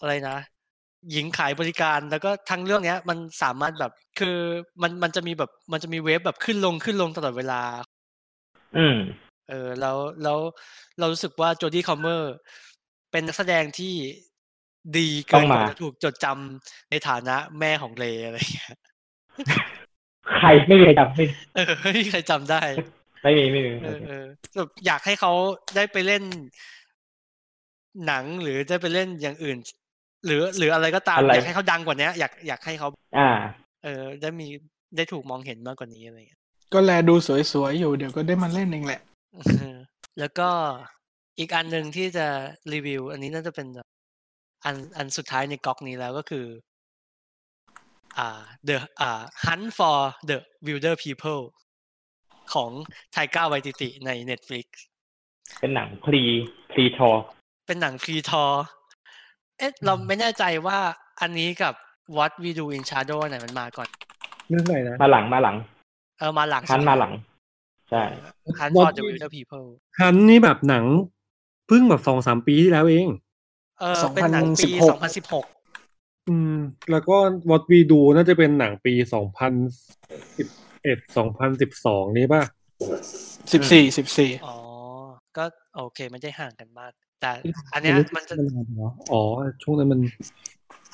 B: อะไรนะ หญิงขายบริการแล้วก็ทั้งเรื่องเนี้ย มันสามารถแบบคือมันมันจะมีแบบมันจะมีเวฟแบบขึ้นลงขึ้นลงตลอดเวลา
C: อืม
B: เออแล้วแล้วเรารู้สึกว่าโจดี้คอมเมอร์ เป็นนักแสดงที่ดีเกินกว่า
C: ต้องมา
B: จะถูกจดจำในฐานะแม่ของเลอะไรเงี้ย
C: ใครไม่มีใครจำไม่
B: เออไม่มีใครจำได้
C: ไม่มีไม่มี
B: เออเออแบบอยากให้เขาได้ไปเล่น หนังหรือได้ไปเล่นอย่างอื่น หรือ หรืออะไรก็ตาม อยากให้เขาดังกว่าเนี้ยอยากอยากให้เขา
C: อ่า
B: เออได้มีได้ถูกมองเห็นมากกว่านี้อะไรอย่างเงี้ย <laughs>
F: ก็แลดูสวยๆอยู่เดี๋ยวก็ได้มาเล่นเองแหละ
B: เออแล้วก็อีกอันหนึ่งที่จะรีวิว อันนี้น่าจะเป็นแบบอันอันสุดท้ายในก๊อกนี้แล้วก็คือ อ่า the อ่า hunt for the wilder people ของไทก้าไวติติใน Netflix
C: เป็นหนังพลีพลีทอร์
B: เป็นหนังฟรีทอร์เอ๊ะ เราไม่แน่ใจว่าอันนี้กับ What We Do in Shadow ไหนมันมาก่อน
E: เรื่องอะไรนะ
C: มาหลังมาหลัง
B: เออ มาหลัง
C: คันมาหลัง ใช่
B: ฮันฟอร์ดเดอะวิลเดอร์พีเพิล
E: ฮันนี่แบบหนังเพิ่งแบบสองสามปีที่แล้วเอง
B: เออ เป็นหนังปี
F: 2016
B: 2016
E: อืม แล้วก็ What We Do น่าจะเป็นหนังปีสองพันสิบเอ็ดสองพันสิบสองนี่ป่ะ
F: สิบสี่สิบสี่
B: อ๋อ ก็โอเค ไม่ได้ห่างกันมาก แต่อันเนี้ยมันจะ
E: อ๋อ ช่วงนั้นมัน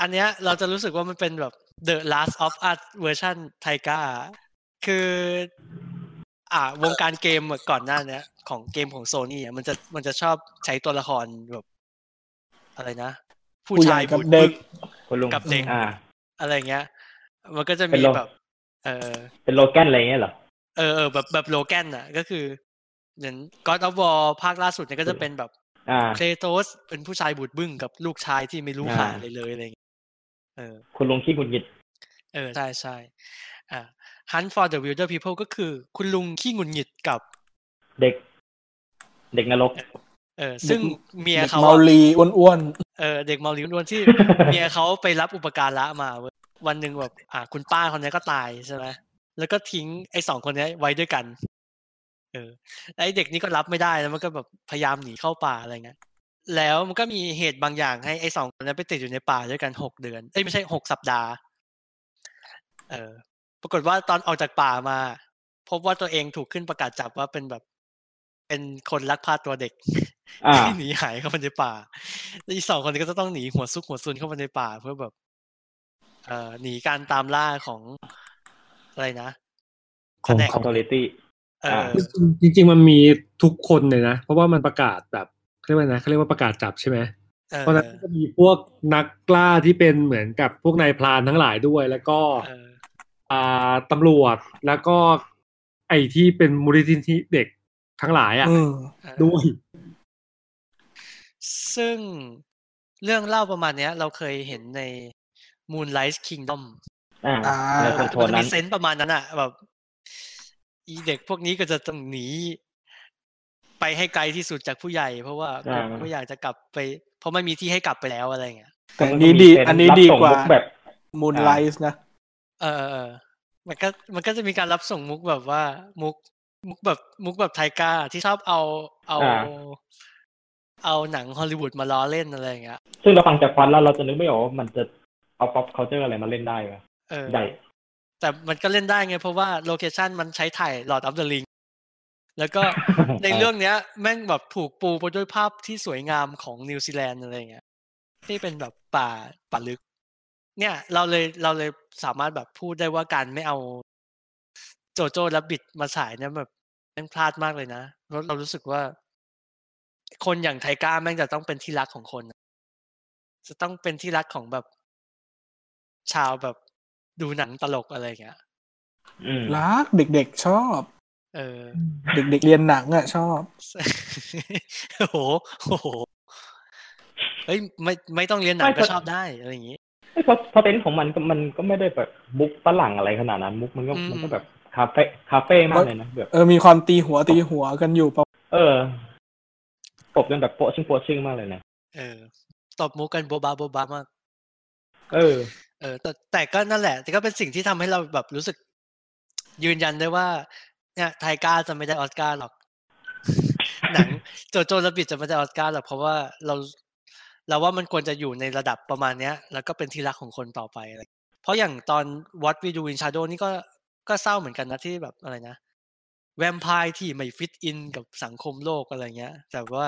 B: อันเนี้ยเราจะรู้สึกว่ามันเป็นแบบ The Last of Us เวอร์ชันไทก้า คือ อ่าวงการเกมก่อนหน้าเนี้ย ของเกมของโซนี่มันจะมันจะชอบใช้ตัวละครแบบ อะไรนะ ผู้
F: ผู้ให
B: ชา
F: ญ่
B: ย
F: กับ
B: บุญ
F: เด็ก
C: คนลุง
B: กับเด็ก
C: อ่า
B: อะไรเงี้ย มันก็จะ
C: เป็
B: มี
C: นโล
B: แบบ เออ
C: เป็นโลแกนอะไรเงี้ยเหรอ
B: เออเออแบบแบบโลแกนน่ะ ก็คืออย่าง God of War ภาคล่าสุดเนี่ยก็จะเป็นแบบ
C: อ่า
B: เค t ตสเป็นผู้ชายบูดบึ้งกับลูกชายที่ไม่รู้
C: อ่า
B: หาอะไรเลยอะไรเงี้ยเออ
C: คุณลุงขี้หงุดหงิด
B: เออ ใช่ใช่อ่า Hunt for the Wilder People ก็คือคุณลุงขี้หงุนหงิดกับ
C: เด็ก เด็กนรก
B: เออซึ่งเมีย
F: เด็ก
B: เขา
F: เมา
B: อะ
F: ลีอ้วน
B: เออเด็กเมาลิวนวลที่ เมียเขาไปรับอุปการะมาเว้ยวันหนึ่งแบบอ่า คุณป้าคนนี้ก็ตายใช่ไหมแล้วก็ทิ้งไอ้สองคนนี้ไว้ด้วยกัน เออแล้วไอ้เด็กนี้ก็รับไม่ได้แล้วมันก็แบบพยายามหนีเข้าป่าอะไรเงี้ยแล้วมันก็มีเหตุบางอย่างให้ไอ้สองคนนี้ไปติดอยู่ในป่าด้วยกันหกเดือนเอ้ยไม่ใช่หกสัปดาห์ เออ ปรากฏว่าตอนออกจากป่ามา พบว่าตัวเองถูกขึ้นประกาศจับว่าเป็นแบบ เป็นคนลักพาตัวเด็ก
C: อ่า
B: ที่หนีหายเข้าไปในป่า แล้วอีกสองคนนี้ก็จะต้องหนีหัวซุกหัวซุนเข้าไปในป่า เพื่อแบบ เอ่อหนีการตามล่าของอะไรนะ
E: ของ
B: แสด
C: คอมโพลิตี้
B: เออ
E: จริงๆมันมีทุกคนเลยนะ เพราะว่ามันประกาศแบบเขาเรียกว่านะเขาเรียกว่าประกาศจับใช่ไหม
B: เออ
E: เพราะฉะนั้นก็จะมีพวกนักกล้าที่เป็นเหมือนกับพวกนายพรานทั้งหลายด้วย แล้วก็
B: เออ
E: อ่าตำรวจแล้วก็ไอ้ที่เป็นมูลนิธิเด็กทั้งหลาย
F: ๆ
E: อ่ะ
F: อืม
B: เออ
E: ด้วย
B: ซึ่งเรื่องเล่าประมาณเนี้ย เราเคยเห็นใน Moonlight Kingdom
C: อ่า
F: อ่า
C: ใน
B: เอ
C: ค
B: อ
C: อนโทร
B: มัน
C: ล
B: จะ
C: นั้
B: มี
C: น
B: เซนส์ประมาณนั้นอะแบบอีเด็กพวกนี้ก็จะต้องหนี ไปให้ไกลที่สุดจากผู้ใหญ่ เพราะว่า
C: อ่า
B: ไม่อยากจะกลับไป เพราะไม่มีที่ให้กลับไปแล้วอะไรเงี้ย
F: แต่อันนี้ดี
C: มัก็มี
F: อันนี้
C: รับ
F: ดี
C: ส่ง
F: กว่า
C: มุแบบ
F: มูนไลท์นะ
B: เออเออเออมันก็มันก็จะมีการรับส่งมุกแบบว่า มุก มุกแบบ มุกแบบไทก้าที่ชอบเอาเอา
C: อ่า
B: เอาหนังฮอลลีวูดมาล้อเล่นอะไรเงี้ย
C: ซึ่งเราฟังจากฟันแล้วเราจะนึกไม่ออกว่ามันจะเอา pop culture อะไรมาเล่นได้ปะ
B: เออ
C: ใหญ่
B: แต่มันก็เล่นได้ไง เพราะว่าโลเคชันมันใช้ถ่าย Lord of the Ring แล้วก็ <laughs> ในเรื่องเนี้ย แม่งแบบถูกปูไปด้วยภาพที่สวยงามของนิวซีแลนด์อะไรเงี้ยที่เป็นแบบป่าป่าลึก เนี่ย เราเลยเราเลยสามารถแบบพูดได้ว่าการไม่เอาโจโจ้และบิดมาฉายเนี่ยแบบแม่งพลาดมากเลยนะเพราะเรารู้สึกว่า คนอย่างไทก้าแม่งจะต้องเป็นที่รักของคนนะจะต้องเป็นที่รักของแบบ ชาวแบบดูหนังตลกอะไรเงี้ย
C: อืม
F: รักเด็กๆชอบ
B: เออ
F: เด็กๆเรียนหนังอ่ะชอบ
B: <laughs> โอ้โหโอ้โห เฮ้ยไม่ไม่ต้องเรียนหนังก็ชอบได้อะไรอย่างนี้
C: เพราะเพราะเต็นของมันก็มันก็ไม่ได้แบบมุกฝรั่งอะไรขนาดนั้น มุกมันก็
B: อืม
C: มันก็แบบ คาเฟ่คาเฟ่มากเลยนะแบบ
F: เออมีความตีหัวตีหัวกันอยู่ประ
C: เออตบกันแบบโปะชิงโปะชิงมากเลยนะ
B: เออตบมุกกันโบบาโบบามาก
C: เออ
B: เออแต่แต่ก็นั่นแหละ แต่ก็เป็นสิ่งที่ทำให้เราแบบรู้สึก ยืนยันได้ว่า เนี่ยไทยกาจะไม่ได้ออสการ์หรอก <laughs> หนังโจโจระบิดจะไม่ได้ออสการ์หรอกเพราะว่าเราเราว่ามันควรจะอยู่ในระดับประมาณเนี้ย แล้วก็เป็นที่รักของคนต่อไปอะไรเพราะอย่างตอน What We Do in Shadow นี่ก็ก็เศร้าเหมือนกันนะที่แบบอะไรนะ แวมไพร์ที่ไม่ฟิตอินกับสังคมโลกอะไรเงี้ย แต่ว่า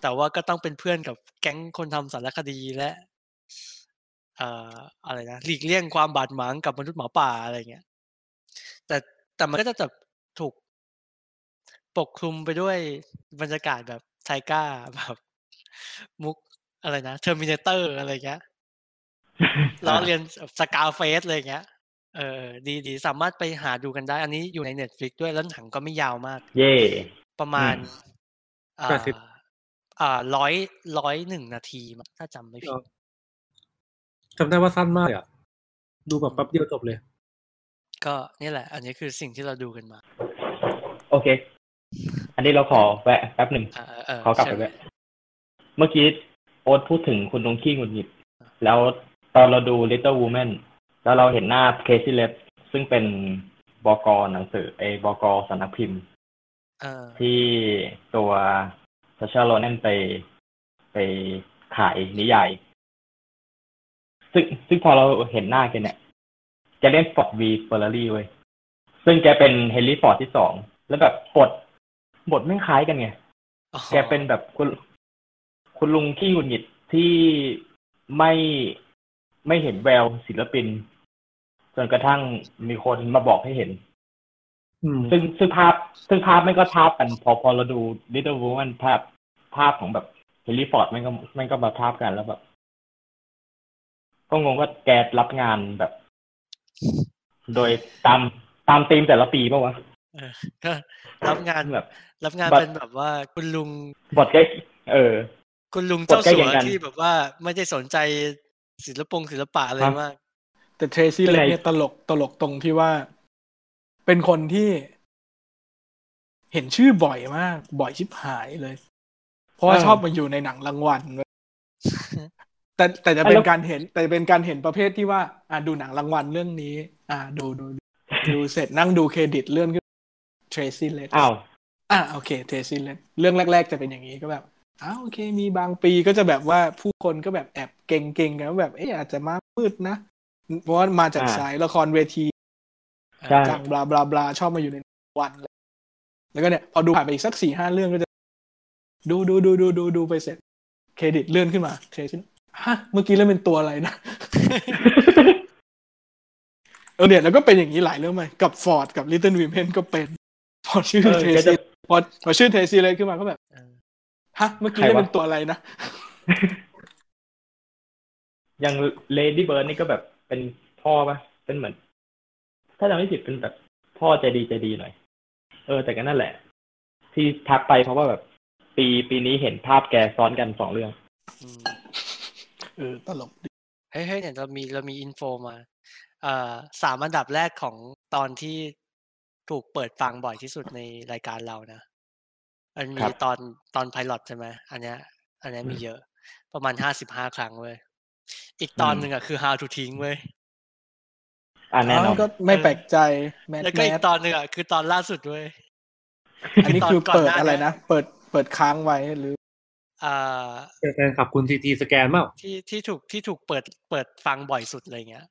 B: แต่ว่าก็ต้องเป็นเพื่อนกับแก๊งคนทำสารคดีและ เอ่ออะไรนะหลีกเลี่ยงความบาดหมางกับมนุษย์หมาป่าอะไรเงี้ย แต่แต่มันก็จะแบบถูกปกคลุมไปด้วยบรรยากาศแบบไทก้าแบบ <laughs> มุกอะไรนะเทอร์มินเตอร์อะไร
E: <laughs>
B: เงี้ยล้อเรียนสกาเฟสอะไรเงี้ย เออ ดีดีสามารถไปหาดูกันได้ อันนี้อยู่ในเน็ตฟลิกด้วยแล้วหนังก็ไม่ยาวมาก
C: เย่
B: ประมาณ
C: อืม
B: อ่า
E: แปดสิบ
B: อ่าร้อยร้อยหนึ่งนาทีมั้งถ้าจำไม่ผิด
E: จำได้ว่าสั้นมากเลยอะดูแบบแป๊บเดียวจบเลย
B: ก็นี่แหละ อันนี้คือสิ่งที่เราดูกันมา
C: โอเค อันนี้เราขอแวะแป๊บหนึ่ง
B: อ่าเออ
C: ขอกลับไป
B: ใช่
C: แวะเมื่อกี้โอ๊ตพูดถึงคุณตรงขี้หงุดหงิด แล้วตอนเราดู Little Woman แล้วเราเห็นหน้าเคซี่เลฟซึ่งเป็นบกหนังสือเอยบกสำนักพิมพ์
B: เออ
C: ที่ตัวทัชชาโรแนนไปไปขายนิยาย ซึ่งซึ่งพอเราเห็นหน้าแกเนี่ยแกเล่นฟอร์ดวีเฟอร์รารี่เว้ย ซึ่งแกเป็นเฮนรี่ฟอร์ดที่สอง แล้วแบบบทบทไม่งคล้ายกันไง
B: อ๋อ
C: แกเป็นแบบคุณคุณลุงที่หงุดหงิดที่ไม่ไม่เห็นแววศิลปิน จนกระทั่งมีคนมาบอกให้เห็น
E: อืม
C: ซึ่งซึ่งภาพ ซึ่งภาพไม่ก็ภาพกัน พอพอเราดู Little Woman ภาพภาพของแบบเฮลิฟอร์ดมันก็มันก็มาภาพกันแล้วแบบ ก็งงว่าแกรับงานแบบ โดยตามตามธีมแต่ละปีป่าวะ
B: เออก็รับงาน
C: แบบ
B: รับงาน
C: บัตร
B: เป็นแบบว่าคุณลุง
C: บทใกล้เออ
B: คุณลุงเจ้า
C: บทใกล้
B: สัว
C: เคี
B: ย
C: งกัน
B: ที่แบบว่าไม่ได้สนใจศิลปงศิลปะอะไรมาก
F: แต่เทรซี่เลฟเนี่ยตลกตลกตรงที่ว่า เป็นคนที่ เห็นชื่อบ่อยมาก บ่อยชิบหายเลย เพราะว่า
C: เออ
F: ชอบมาอยู่ในหนังรางวัลเว้ยแต่แต่จะเป็นการเห็น แต่เป็นการเห็นประเภทที่ว่า อ่าดูหนังรางวัลเรื่องนี้ อ่าดูดูดูเสร็จนั่งดูเครดิตเลื่อนขึ้นเทรซี่เลฟ
C: <laughs> อ้าว
F: อ่ะโอเคเทซินเลยเรื่องแรก ๆ จะเป็นอย่างนี้ก็แบบอ้าวโอเค มีบางปีก็จะแบบว่าผู้คนก็แบบแอบเก่งๆกันว่าแบบเอออาจจะมามืดนะ เพราะว่ามาจาก
C: อ่า
F: สายละครเวที
C: ใช่
F: จังบลาบลาบลาชอบมาอยู่ในวันเลยแล้วก็เนี่ย พอดูผ่านไปอีกสักสี่ห้าเรื่องก็จะ ดูดูดูดูดูดูไปเสร็จ เครดิตเลื่อนขึ้นมาเทซินฮะเมื่อกี้เล่นเป็นตัวอะไรนะ เออเนี่ยแล้วก็เป็นอย่างนี้หลายเรื่องไหมกับฟอร์ดกับลิตเติ้ลวีเมนก็เป็นพอชื่อ
C: เออ
F: เท
C: แก
F: ซิ
C: จะ
F: นพอพอชื่อเทซินเลยขึ้นมาก็แบบ
B: เออ
F: ฮะเมื่อกี้
C: ใครวะ
F: เล่นเป็นตัวอะไรนะ
C: อย่างเลดี้เบิร์ดนี่ก็แบบเป็นพ่อปะเป็นเหมือน ถ้าจำไม่ผิดเป็นแบบพ่อใจดีใจดีหน่อย เออ แต่ก็นั่นแหละ ที่ทักไปเพราะว่าแบบ ปีปีนี้เห็นภาพแกซ้อนกันสองเรื่อง
B: อืม
F: เออตลกดี
B: เฮ้ยเฮ้ยเนี่ยเรามีเรามีอินโฟมาเอ่อสามอันดับแรกของตอนที่ถูกเปิดฟังบ่อยที่สุดในรายการเรานะ อัน
C: ค
B: มี
C: รับ
B: ตอนตอนไพลอตใช่ไหมอันเนี้ย อันเนี้ยมีเยอะ ประมาณห้าสิบห้าครั้งเว้ยอีกตอนหนึ่งอ่ะคือ how to ทิ้งเว้ย
C: อ่าแน่นอน
F: ก็ไม่แปลกใจแมท
B: แล้วก็
F: แม
B: อี
F: ท
B: กตอนหนึ่งอ่ะคือตอนล่าสุดเว้ย
F: อันนี้
B: ตอน
F: คือ
B: ก่อน
F: เปิด
B: หน้า
F: อะไร
B: นะ
F: นะ เปิดเปิดค้างไว้หรือ
B: อ่า
E: เจอแฟนขับคุณทีทีสแกนเปล่า
B: ที่ที่ถูกที่ถูกเปิดเปิดฟังบ่อยสุดอะไรเงี้ย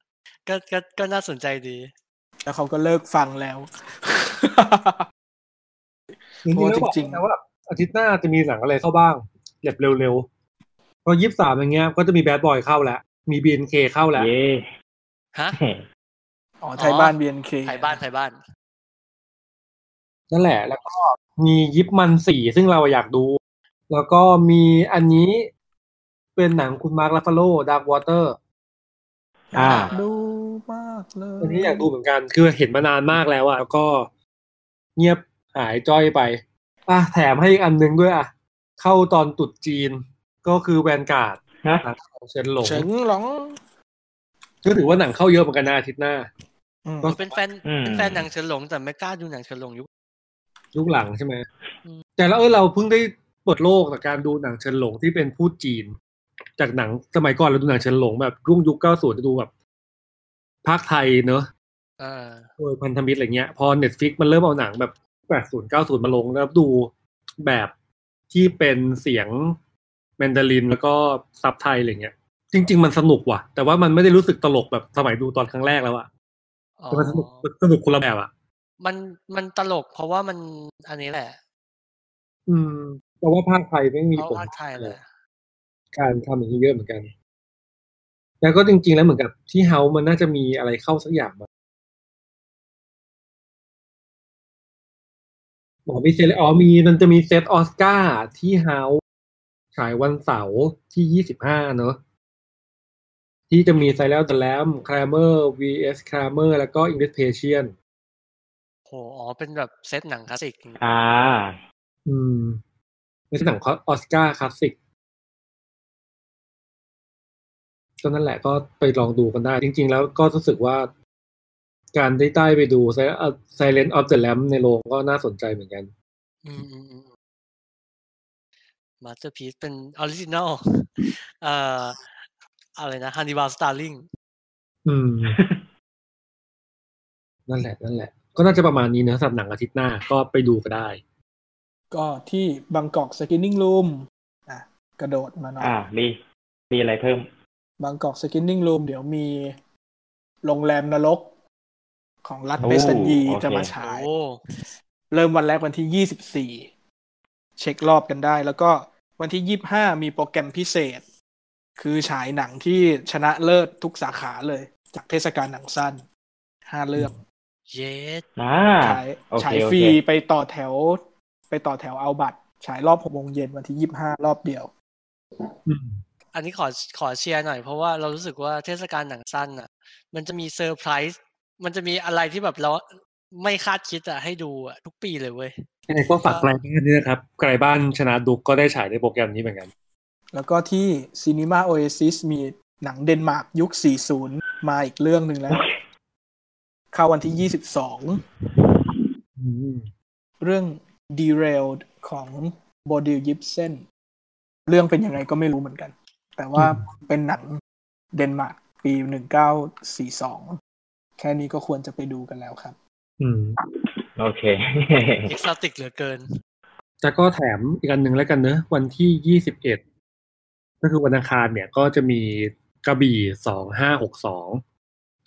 B: ก็ก็ก็น่าสนใจดี
F: แล้วเขาก็เลิกฟังแล้ว
E: จริงๆแล้วบอก
F: จริงๆ
E: นะว่าอาทิตย์หน้าจะมีหนังอะไรเข้าบ้างแบบเร็วๆเพอยี่สิบสามอย่างเงี้ย ก็จะมีแบดบอยเข้าแล้ว มีบีเอ็นเคเข้าแล้ว
C: เย่
B: ฮะ
F: อ๋อไทยบ้านเบียนเค
B: ไทยบ้านไทยบ้าน
E: นั่นแหละ แล้วก็มียิปมันสี่ซึ่งเราอยากดู แล้วก็มีอันนี้เป็นหนังคุณมาร์คลาฟาโลดาร์กวอเตอร์
C: อ่า
F: ดูมากเลย
E: อันนี้อยากดูเหมือนกัน คือเห็นมานานมากแล้วอะแล้วก็เงียบหายจ้อยไป อ่ะแถมให้อีกอันนึงด้วยอะเข้าตอนตรุดจีน ก็คือแวนการ์ด
C: ฮะ
E: หนังของเชนหลง
F: เฉิงหลง
E: ก็ถือว่าหนังเข้าเยอะเหมือนกันนะอาทิตย์หน้า
F: อืม
B: เป็นแฟน
C: อืม
B: เป็นแฟนหนังเฉินหลงแต่ไม่กล้าดูหนังเฉินหลงยุค
E: ยุคหลังใช่ไหม
B: อืม
E: แต่แล้วเออเราเพิ่งได้เปิดโลกจากการดูหนังเฉินหลงที่เป็นพูดจีน จากหนังสมัยก่อนเราดูหนังเฉินหลงแบบรุ่งยุคเก้าูจะดูแบบภาคไทยเนอะ
B: อ่า
E: โดยพันธมิตรอะไรเงี้ย พอเน็ตฟิกมันเริ่มเอาหนังแบบแปดศูนย์เก้าูนมาลงแล้วดูแบบที่เป็นเสียงแมนดารินแล้วก็ซับไทยอะไรเงี้ย จริง ๆ มันสนุกว่ะ แต่ว่ามันไม่ได้รู้สึกตลกแบบสมัยดูตอนครั้งแรกแล้วอะ
B: อ๋อ
E: แต่มันสนุกสนุกคนละแบบอะ
B: มันมันตลกเพราะว่ามันอันนี้แหละ
E: อืมแต่ว่าภาคไทยไม่มี
B: เพราะ
E: ผล
B: ภาคไทยแหละ
E: การทำอย่างนี้เยอะเหมือนกัน แล้วก็จริง ๆ แล้วเหมือนกับที่เฮามันน่าจะมีอะไรเข้าสักอย่างมาบอกมีเซตอ๋อมีมันจะมีเซตออสการ์ที่เฮาฉายวันเสาร์ที่ยี่สิบห้าเนอะที่จะมีไซแล้วแต่แลมคลาเมอร์ vs คลาเมอร์แล้วก็อิงเลสเพเชียน
B: โหอ๋อเป็นแบบเซตหนังคลาสสิก
C: <laughs> อ่า
E: อืมไม่ใช่หนังคอออสการ์คลาสสิกก็นั่นแหละก็ไปลองดูกันได้ จริง ๆ แล้วก็รู้สึกว่า การได้ใต้ไปดู Silent of the Lamb ในโรงก็น่าสนใจเหมือนกัน
B: อืมอืมอืมมาสเตอร์พีซเป็นออริจินอลเอ่ออะไรนะฮันนิบาลสตาร์ลิง
E: อืม นั่นแหละ นั่นแหละ ก็น่าจะประมาณนี้นะสำหรับหนังอาทิตย์หน้าก็ไปดูก็ได้
F: ก็ที่บางกอกสกินนิ่งรูมอ่ะกระโดดมาหน่อย
C: อ่ามีมีอะไรเพิ่ม
F: บางกอกสกินนิ่งรูมเดี๋ยวมีโรงแรมนรก ของรัฐ
C: โอ้
F: เวสตันยี
C: โอเค
F: จะมาฉาย
B: โอ้
F: เริ่มวันแรกวันที่ยี่สิบสี่เช็ครอบกันได้ แล้วก็วันที่ยี่บห้ามีโปรแกรมพิเศษ คือฉายหนังที่ชนะเลิศทุกสาขาเลย จากเทศกาลหนังสั้นห้าเรื่อง
B: เย็ด
C: อ่า
F: ฉาย
C: โอเค
F: ฉาย
C: โอเค
F: ฟรีไปต่อแถว ไปต่อแถวเอาบัตร ฉายรอบหกโมงเย็นวันที่ยี่บห้ารอบเดียว
E: อืม
B: อันนี้ขอขอเชียร์หน่อย เพราะว่าเรารู้สึกว่าเทศกาลหนังสั้นอ่ะ มันจะมีเซอร์ไพรส์มันจะมีอะไรที่แบบเราไม่คาดคิดอ่ะให้ดูอ่ะทุกปีเลยเว้ย
E: ยังไงก็ฝากไกลบ้านด้วยนะครับไกลบ้านชนะดุกก็ได้ฉายในโปรแกรมนี้เหมือนกัน
F: แล้วก็ที่ Cinema Oasis มีหนังเดนมาร์กยุค 40 มาอีกเรื่องหนึ่งแล้ว เข้าวันที่
E: อืม
F: 22 เรื่อง Derailed ของโบดิลยิปเซนเรื่องเป็นยังไงก็ไม่รู้เหมือนกัน แต่ว่าเป็นหนังเดนมาร์กปี 1942 แค่นี้ก็ควรจะไปดูกันแล้วครับ
E: อืม
C: โอเค <laughs>
B: เอกซติกเหลือเกิน
E: แต่ก็แถมอีกอันหนึ่งแล้วกันเนอะวันที่ยี่สิบเอ็ดก็คือวันอังคารเนี่ยก็จะมีกระบี่สองห้าหกสอง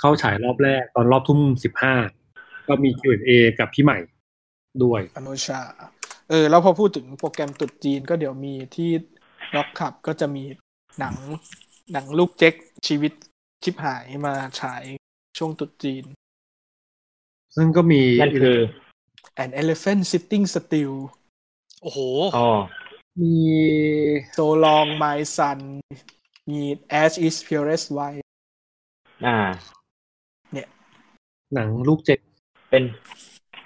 E: เข้าฉายรอบแรกตอนรอบทุ่มสิบห้าก็มี Q&A กับพี่ใหม่ด้วย
F: อนุชา เออ แล้วพอพูดถึงโปรแกรมตรุดจีนก็เดี๋ยวมีที่ล็อกขับก็จะมีหนังหนังลูกเจ๊กชีวิตชิบหายมาฉายช่วงตรุดจีน
E: ซึ่งก็มี
C: นั่นคือ
F: An Elephant Sitting Still
B: โอ้โห
C: อ๋อ
E: มี
F: So Long My Son มี Ash Is Purest White
C: อ่า
E: หนังลูกเจ็ด
C: เป็น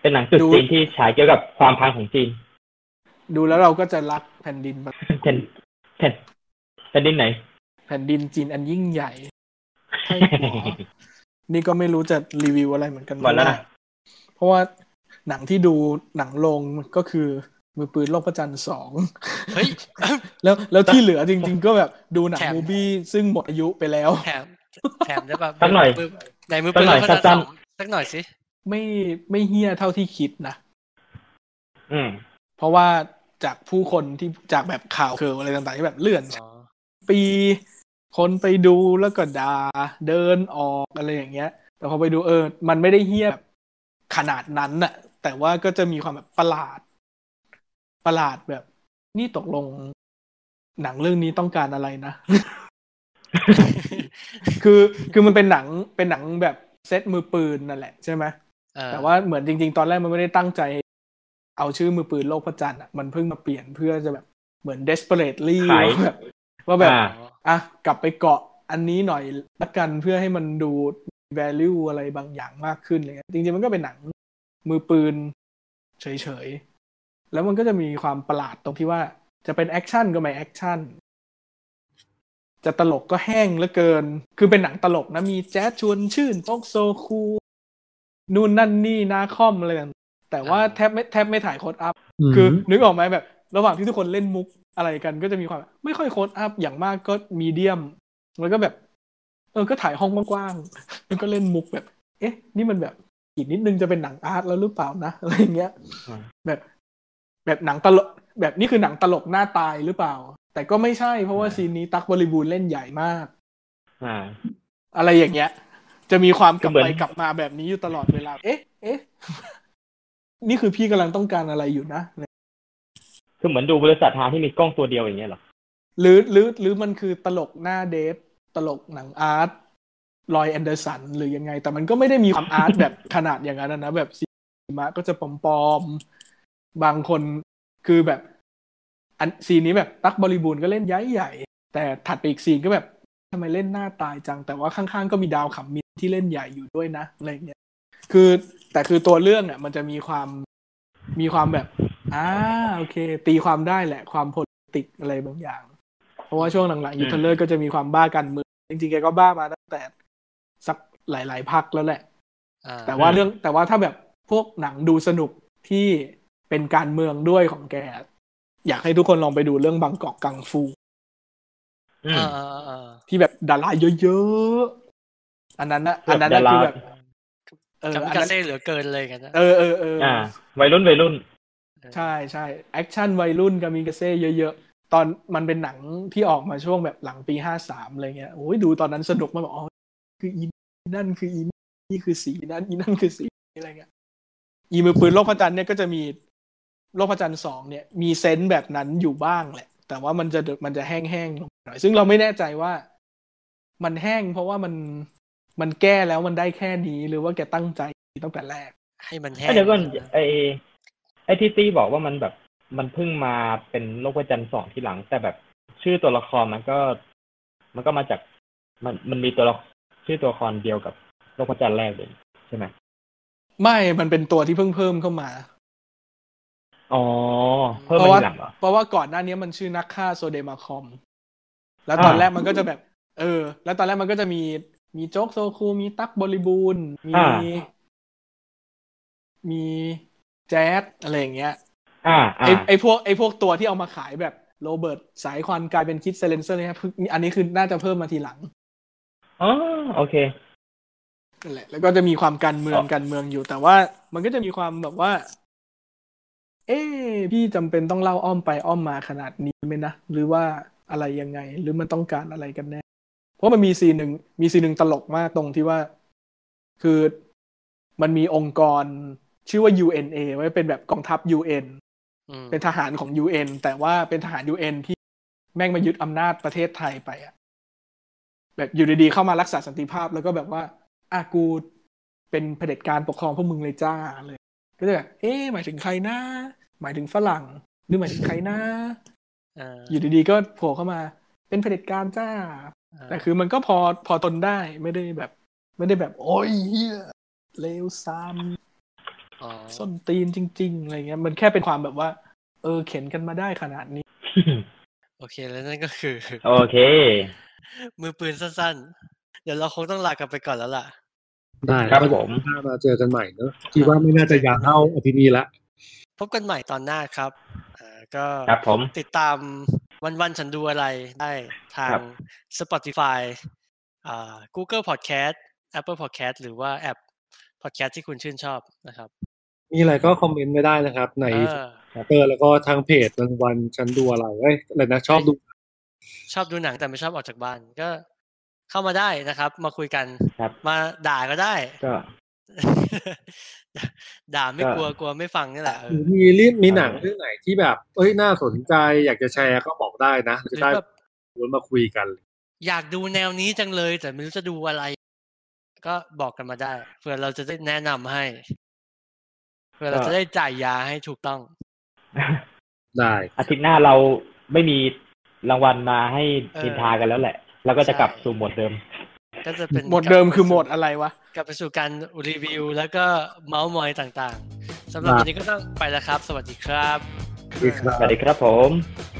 C: เป็นหนังตรุด
F: ดู
C: จีนที่ฉายเกี่ยวกับความพังของจีน <laughs>
F: ดูแล้วเราก็จะรักแผ่นดิน
C: แผ่นแผ่นแผ่นดินไหน
F: แผ่นดินจีนอันยิ่งใหญ่ใช่หรอ นี่ก็ไม่รู้จะรีวิวอะไรเหมือนกัน
C: หมดแล้วนะ
F: เพราะว่าหนังที่ดูหนังลงก็คือมือปืนโลกประจันทร์สอง
B: เฮ้ย <coughs>
F: แล้วแล้วที่เหลือจริง ๆ ก็แบบดูหนัง
B: แถม
F: มูบี้ซึ่งหมดอายุไปแล้ว
B: แถมแถมได้แบบ
C: สักหน่อย
B: ในมือปืน
C: สักหน่อย
B: แล้วก็จะ
C: สั้
B: ส
C: น
B: องสักหน่อยสิ
F: ไม่ไม่เฮี้ยเท่าที่คิดนะ
C: อืม
F: เพราะว่าจากผู้คนที่จากแบบข่าวเคืออะไรต่างๆที่แบบเลื่อน
B: อ๋อ
F: ปี คนไปดูแล้วก็ดา่าเดินออกอะไรอย่างเงี้ย แต่พอไปดูเออ มันไม่ได้เฮี้ยแบบขนาดนั้นน่ะ แต่ว่าก็จะมีความแบบประหลาด ประหลาดแบบ นี่ตกลง หนังเรื่องนี้ต้องการอะไรนะ <laughs> คือคือมันเป็นหนังเป็นหนังแบบเซตมือปืนนั่นแหละใช่ไหม
B: เออ
F: แต่ว่าเหมือนจริง ๆ ตอนแรกมันไม่ได้ตั้งใจ เอาชื่อมือปืนโลกพระจันทร์อ่ะมันเพิ่งมาเปลี่ยนเพื่อจะแบบเหมือน desperately
C: ขาย
F: ว่าแบบว่าแบบ
C: อ่า
B: อ๋อ
F: อ่ะกลับไปเกาะอันนี้หน่อยละกันเพื่อให้มันดู value อะไรบางอย่างมากขึ้นอะไรเลยจริง ๆ มันก็เป็นหนังมือปืนเฉย ๆ แล้วมันก็จะมีความประหลาดตรงที่ว่าจะเป็นแอคชั่นก็ไม่แอคชั่น จะตลกก็แห้งเหลือเกิน คือเป็นหนังตลกนะ มีแจ๊ดชวนชื่นโฟกโซคู นู่นนั่นนี่หน้าคอมอะไรต่างๆแต่ว่าแทบไม่แทบไม่ถ่ายโค้ดอัพ
E: ม
F: คือนึกออกไหมแบบ ระหว่างที่ทุกคนเล่นมุกอะไรกันก็จะมีความ ไม่ค่อยโค้ดอัพอย่างมากก็มีเดียม แล้วก็แบบ เออก็ถ่ายห้องกว้างๆแล้วก็เล่นมุกแบบ เอ๊ะ นี่มันแบบอีกนิดนึงจะเป็นหนังอาร์ตแล้วหรือเปล่านะอะไรอย่างเงี้ย
C: อืม
F: แบบ แบบหนังตลก แบบนี่คือหนังตลกหน้าตายหรือเปล่า แต่ก็ไม่ใช่เพราะว่าซีนนี้ตั๊กบริบูรณ์เล่นใหญ่มาก
C: อ่า
F: อะไรอย่างเงี้ย จะมีความกลับ
C: เหมื
F: ไป
C: อน
F: กลับมาแบบนี้อยู่ตลอดเวลา เอ๊ะ เอ๊ะ <laughs> นี่คือพี่กำลังต้องการอะไรอยู่นะ
C: คือเหมือนดูบริษัททางที่มีกล้องตัวเดียวอย่างเงี้ยเหรอ
F: หรือหรือหรือมันคือตลกหน้าเดฟตลกหนังอาร์ตลอยแอนเดอร์สันหรือยังไง แต่มันก็ไม่ได้มีความอาร์ต แบบขนาดอย่างนั้นนะ แบบซีมะก็จะปลอมๆ บางคนคือแบบ อันซีนนี้แบบตักบริบูรณ์ก็เล่นย้ายใหญ่ แต่ถัดไปอีกซีนก็แบบทำไมเล่นหน้าตายจัง แต่ว่าข้างๆ ก็มีดาวขำมินที่เล่นใหญ่อยู่ด้วยนะอะไรอย่างเงี้ยคือแต่คือตัวเรื่องอ่ะมันจะมีความมีความแบบอ่าโอเค ตีความได้แหละความโพลิกอะไรบางอย่าง เพราะว่าช่วงหลังๆยูทธเลอร์ก็จะมีความบ้ากันเมืองจริงๆแกก็บ้ามาตั้งแต่สักหลายๆพักแล้วแหละ
B: อ่า
F: แต่ว่าเรื่องแต่ว่าถ้าแบบพวกหนังดูสนุกที่เป็นการเมืองด้วยของแก อยากให้ทุกคนลองไปดูเรื่องบางกอกกังฟู
C: อืม
B: อ่าอ่าอ่า
F: ที่แบบดาราเยอะๆ อันนั้นนะอันนั้นนะ
C: แบบดารา
F: คือแบบเออ
B: กับมิ
F: อัน
B: กา
F: นั้น
B: เซ่เหลือเกินเลยกันนะ
F: เออเออเออ
C: อ่า วัยรุ่นวัยรุ่น
F: ใช่ใช่แอคชั่นวัยรุ่นกามิกาเซ่เยอะๆ ตอนมันเป็นหนังที่ออกมาช่วงแบบหลังปีห้าสามอะไรเงี้ยโอ้ยดูตอนนั้นสนุกมากบอกอ๋อคืออีนั่นคืออีนี่คือสีนั่นอีนั่นคือสีอะไรเงี้ยอีมือปืนโลกพระจันทร์เนี่ยก็จะมีโลกพระจันทร์สองเนี่ย มีเซนส์แบบนั้นอยู่บ้างแหละ แต่ว่ามันจะมันจะแห้งๆลงหน่อย ซึ่งเราไม่แน่ใจว่า มันแห้งเพราะว่ามันมันแก้แล้วมันได้แค่นี้หรือว่าแกตั้งใจตั้งแต่แรก
B: ให้มันแห้
C: เอ้ยเดี๋ยวก่อน
B: ง
C: ไอไอที่ตี้บอกว่ามันแบบมันเพิ่งมาเป็นโลกประจันทร์สองทีหลัง แต่แบบชื่อตัวละครมันก็ มันก็มาจากมันมันมีตัวละชื่อตัวละครเดียวกับโลกประจันทร์แรกเลยใช่ไหม
F: ไม่มันเป็นตัวที่เพิ่งเพิ่มเข้ามา
C: อ๋อ เพิ่ม
F: เพ
C: มา
F: ราะว่า
C: ทีหลังเหรอ
F: เพราะว่าก่อนหน้านี้มันชื่อนักฆ่าโซเดมาคอม แล้วตอน
C: อ่า
F: แรกมันก็จะแบบ เออ แล้วตอนแรกมันก็จะมีมีโจ๊กโซคูมีตั๊กบริบูรณ์มี
C: อ่า
F: มีแจ๊ดอะไรอย่างเงี้ย
C: อ่า
F: ไอ
C: อ่า
F: ไอพวกไอพวกตัวที่เอามาขายแบบโรเบิร์ตสายควันกลายเป็นคิดเซเลนเซอร์เนี่ยพึ่งอันนี้คือน่าจะเพิ่มมาทีหลัง
C: อ๋อโอเค <laughs>
F: นั่นแหละแล้วก็จะมีความการเมือง
C: อ๋อ
F: การเมืองอยู่แต่ว่ามันก็จะมีความแบบว่า เอ๊ะพี่จำเป็นต้องเล่าอ้อมไปอ้อมมาขนาดนี้ไหมนะ หรือว่าอะไรยังไง หรือมันต้องการอะไรกันแน่ เพราะมันมีซีนหนึ่งมีซีนหนึ่งตลกมากตรงที่ว่า คือมันมีองค์กรชื่อว่า UNA ไว้เป็นแบบกองทัพ UN
B: อืม
F: เป็นทหารของ UN แต่ว่าเป็นทหาร UN ที่แม่งมายึดอำนาจประเทศไทยไปอะแบบอยู่ดีๆเข้ามารักษาสันติภาพแล้วก็แบบว่าอากูเป็นเผด็จการปกครองพวกมึงเลยจ้าเลย ก็จะแบบเอ๊ะหมายถึงใครนะหมายถึงฝรั่ง หรือหมายถึงใครนะ
B: อ่า
F: อยู่ดีๆก็โผล่เข้ามา เป็นเผด็จการจ้า แต่คือมันก็พอพอทนได้ไม่ได้แบบ ไม่ได้แบบ โอ้ยเฮียเลวซ้
B: อ๋อ
F: ำส้นตีนจริง ๆอะไรเงี้ยมันแค่เป็นความแบบว่า เออ เข็นกันมาได้ขนาดนี้
B: โอเคแล้วนั่นก็คือ <laughs>
C: โอเค
B: มือปืนสั้นๆ เดี๋ยวเราคงต้องลากลับไปก่อนแล้วล่ะ
E: ได้
C: ครับผม
E: ถ้ามาเจอกันใหม่เนอะคิดว่าไม่น่าจะยาวเท่าอาทิตย์นี้ละ
B: พบกันใหม่ตอนหน้าครับอ่าก็
C: ครับผม
B: ติดตามวันวันๆฉันดูอะไรได้ทาง
C: ครับ
B: Spotify อ่า Google Podcast Apple Podcast หรือว่าแอป Podcast ที่คุณชื่นชอบนะครับ
E: มีอะไรก็คอมเมนต์ไม่ได้นะครับ ใน
B: เออ
E: เตอร์แล้วก็ทางเพจวันวันฉันดูอะไรเอ้ยอะไรนะชอบดู
B: ชอบดูหนังแต่ไม่ชอบออกจากบ้านก็เข้ามาได้นะครับ มาคุยกัน
C: ครับ
B: มาด่าก็ได้ <laughs>
C: ก็
B: ด่าไม่
C: ก็
B: กลัวกลัวไม่ฟังนี่แหละเออ
E: มีเรื่องมีหนังเรื่องไหนที่แบบ เอ้ยน่าสนใจอยากจะแชร์ก็บอกได้นะจะได้
B: หรือแบบ
E: วนมาคุยกัน
B: อยากดูแนวนี้จังเลย แต่ไม่รู้จะดูอะไร ก็บอกกันมาได้เผื่อเราจะได้แนะนำให้เผื่อเราจะได้จ่ายยาให้ถูกต้อง
E: ได้
C: อาทิตย์หน้าเราไม่มีรางวัลมาให้นินทากันแล้วแหละ แล้วก็จะกลับสู่โหมดเดิม
B: ก็จะเป็น
F: หมดเดิมคือหม
B: ก
F: ด
B: ลับไปสู่
F: อะไรวะ
B: กลับไปสู่การรีวิว แล้วก็เมาส์มอยต่างๆสำหรับวันนี้ก็ต้องไปแล้วครับ สวัสดีครับ
E: ดีครับ
C: สวัสดีครับผม
E: ค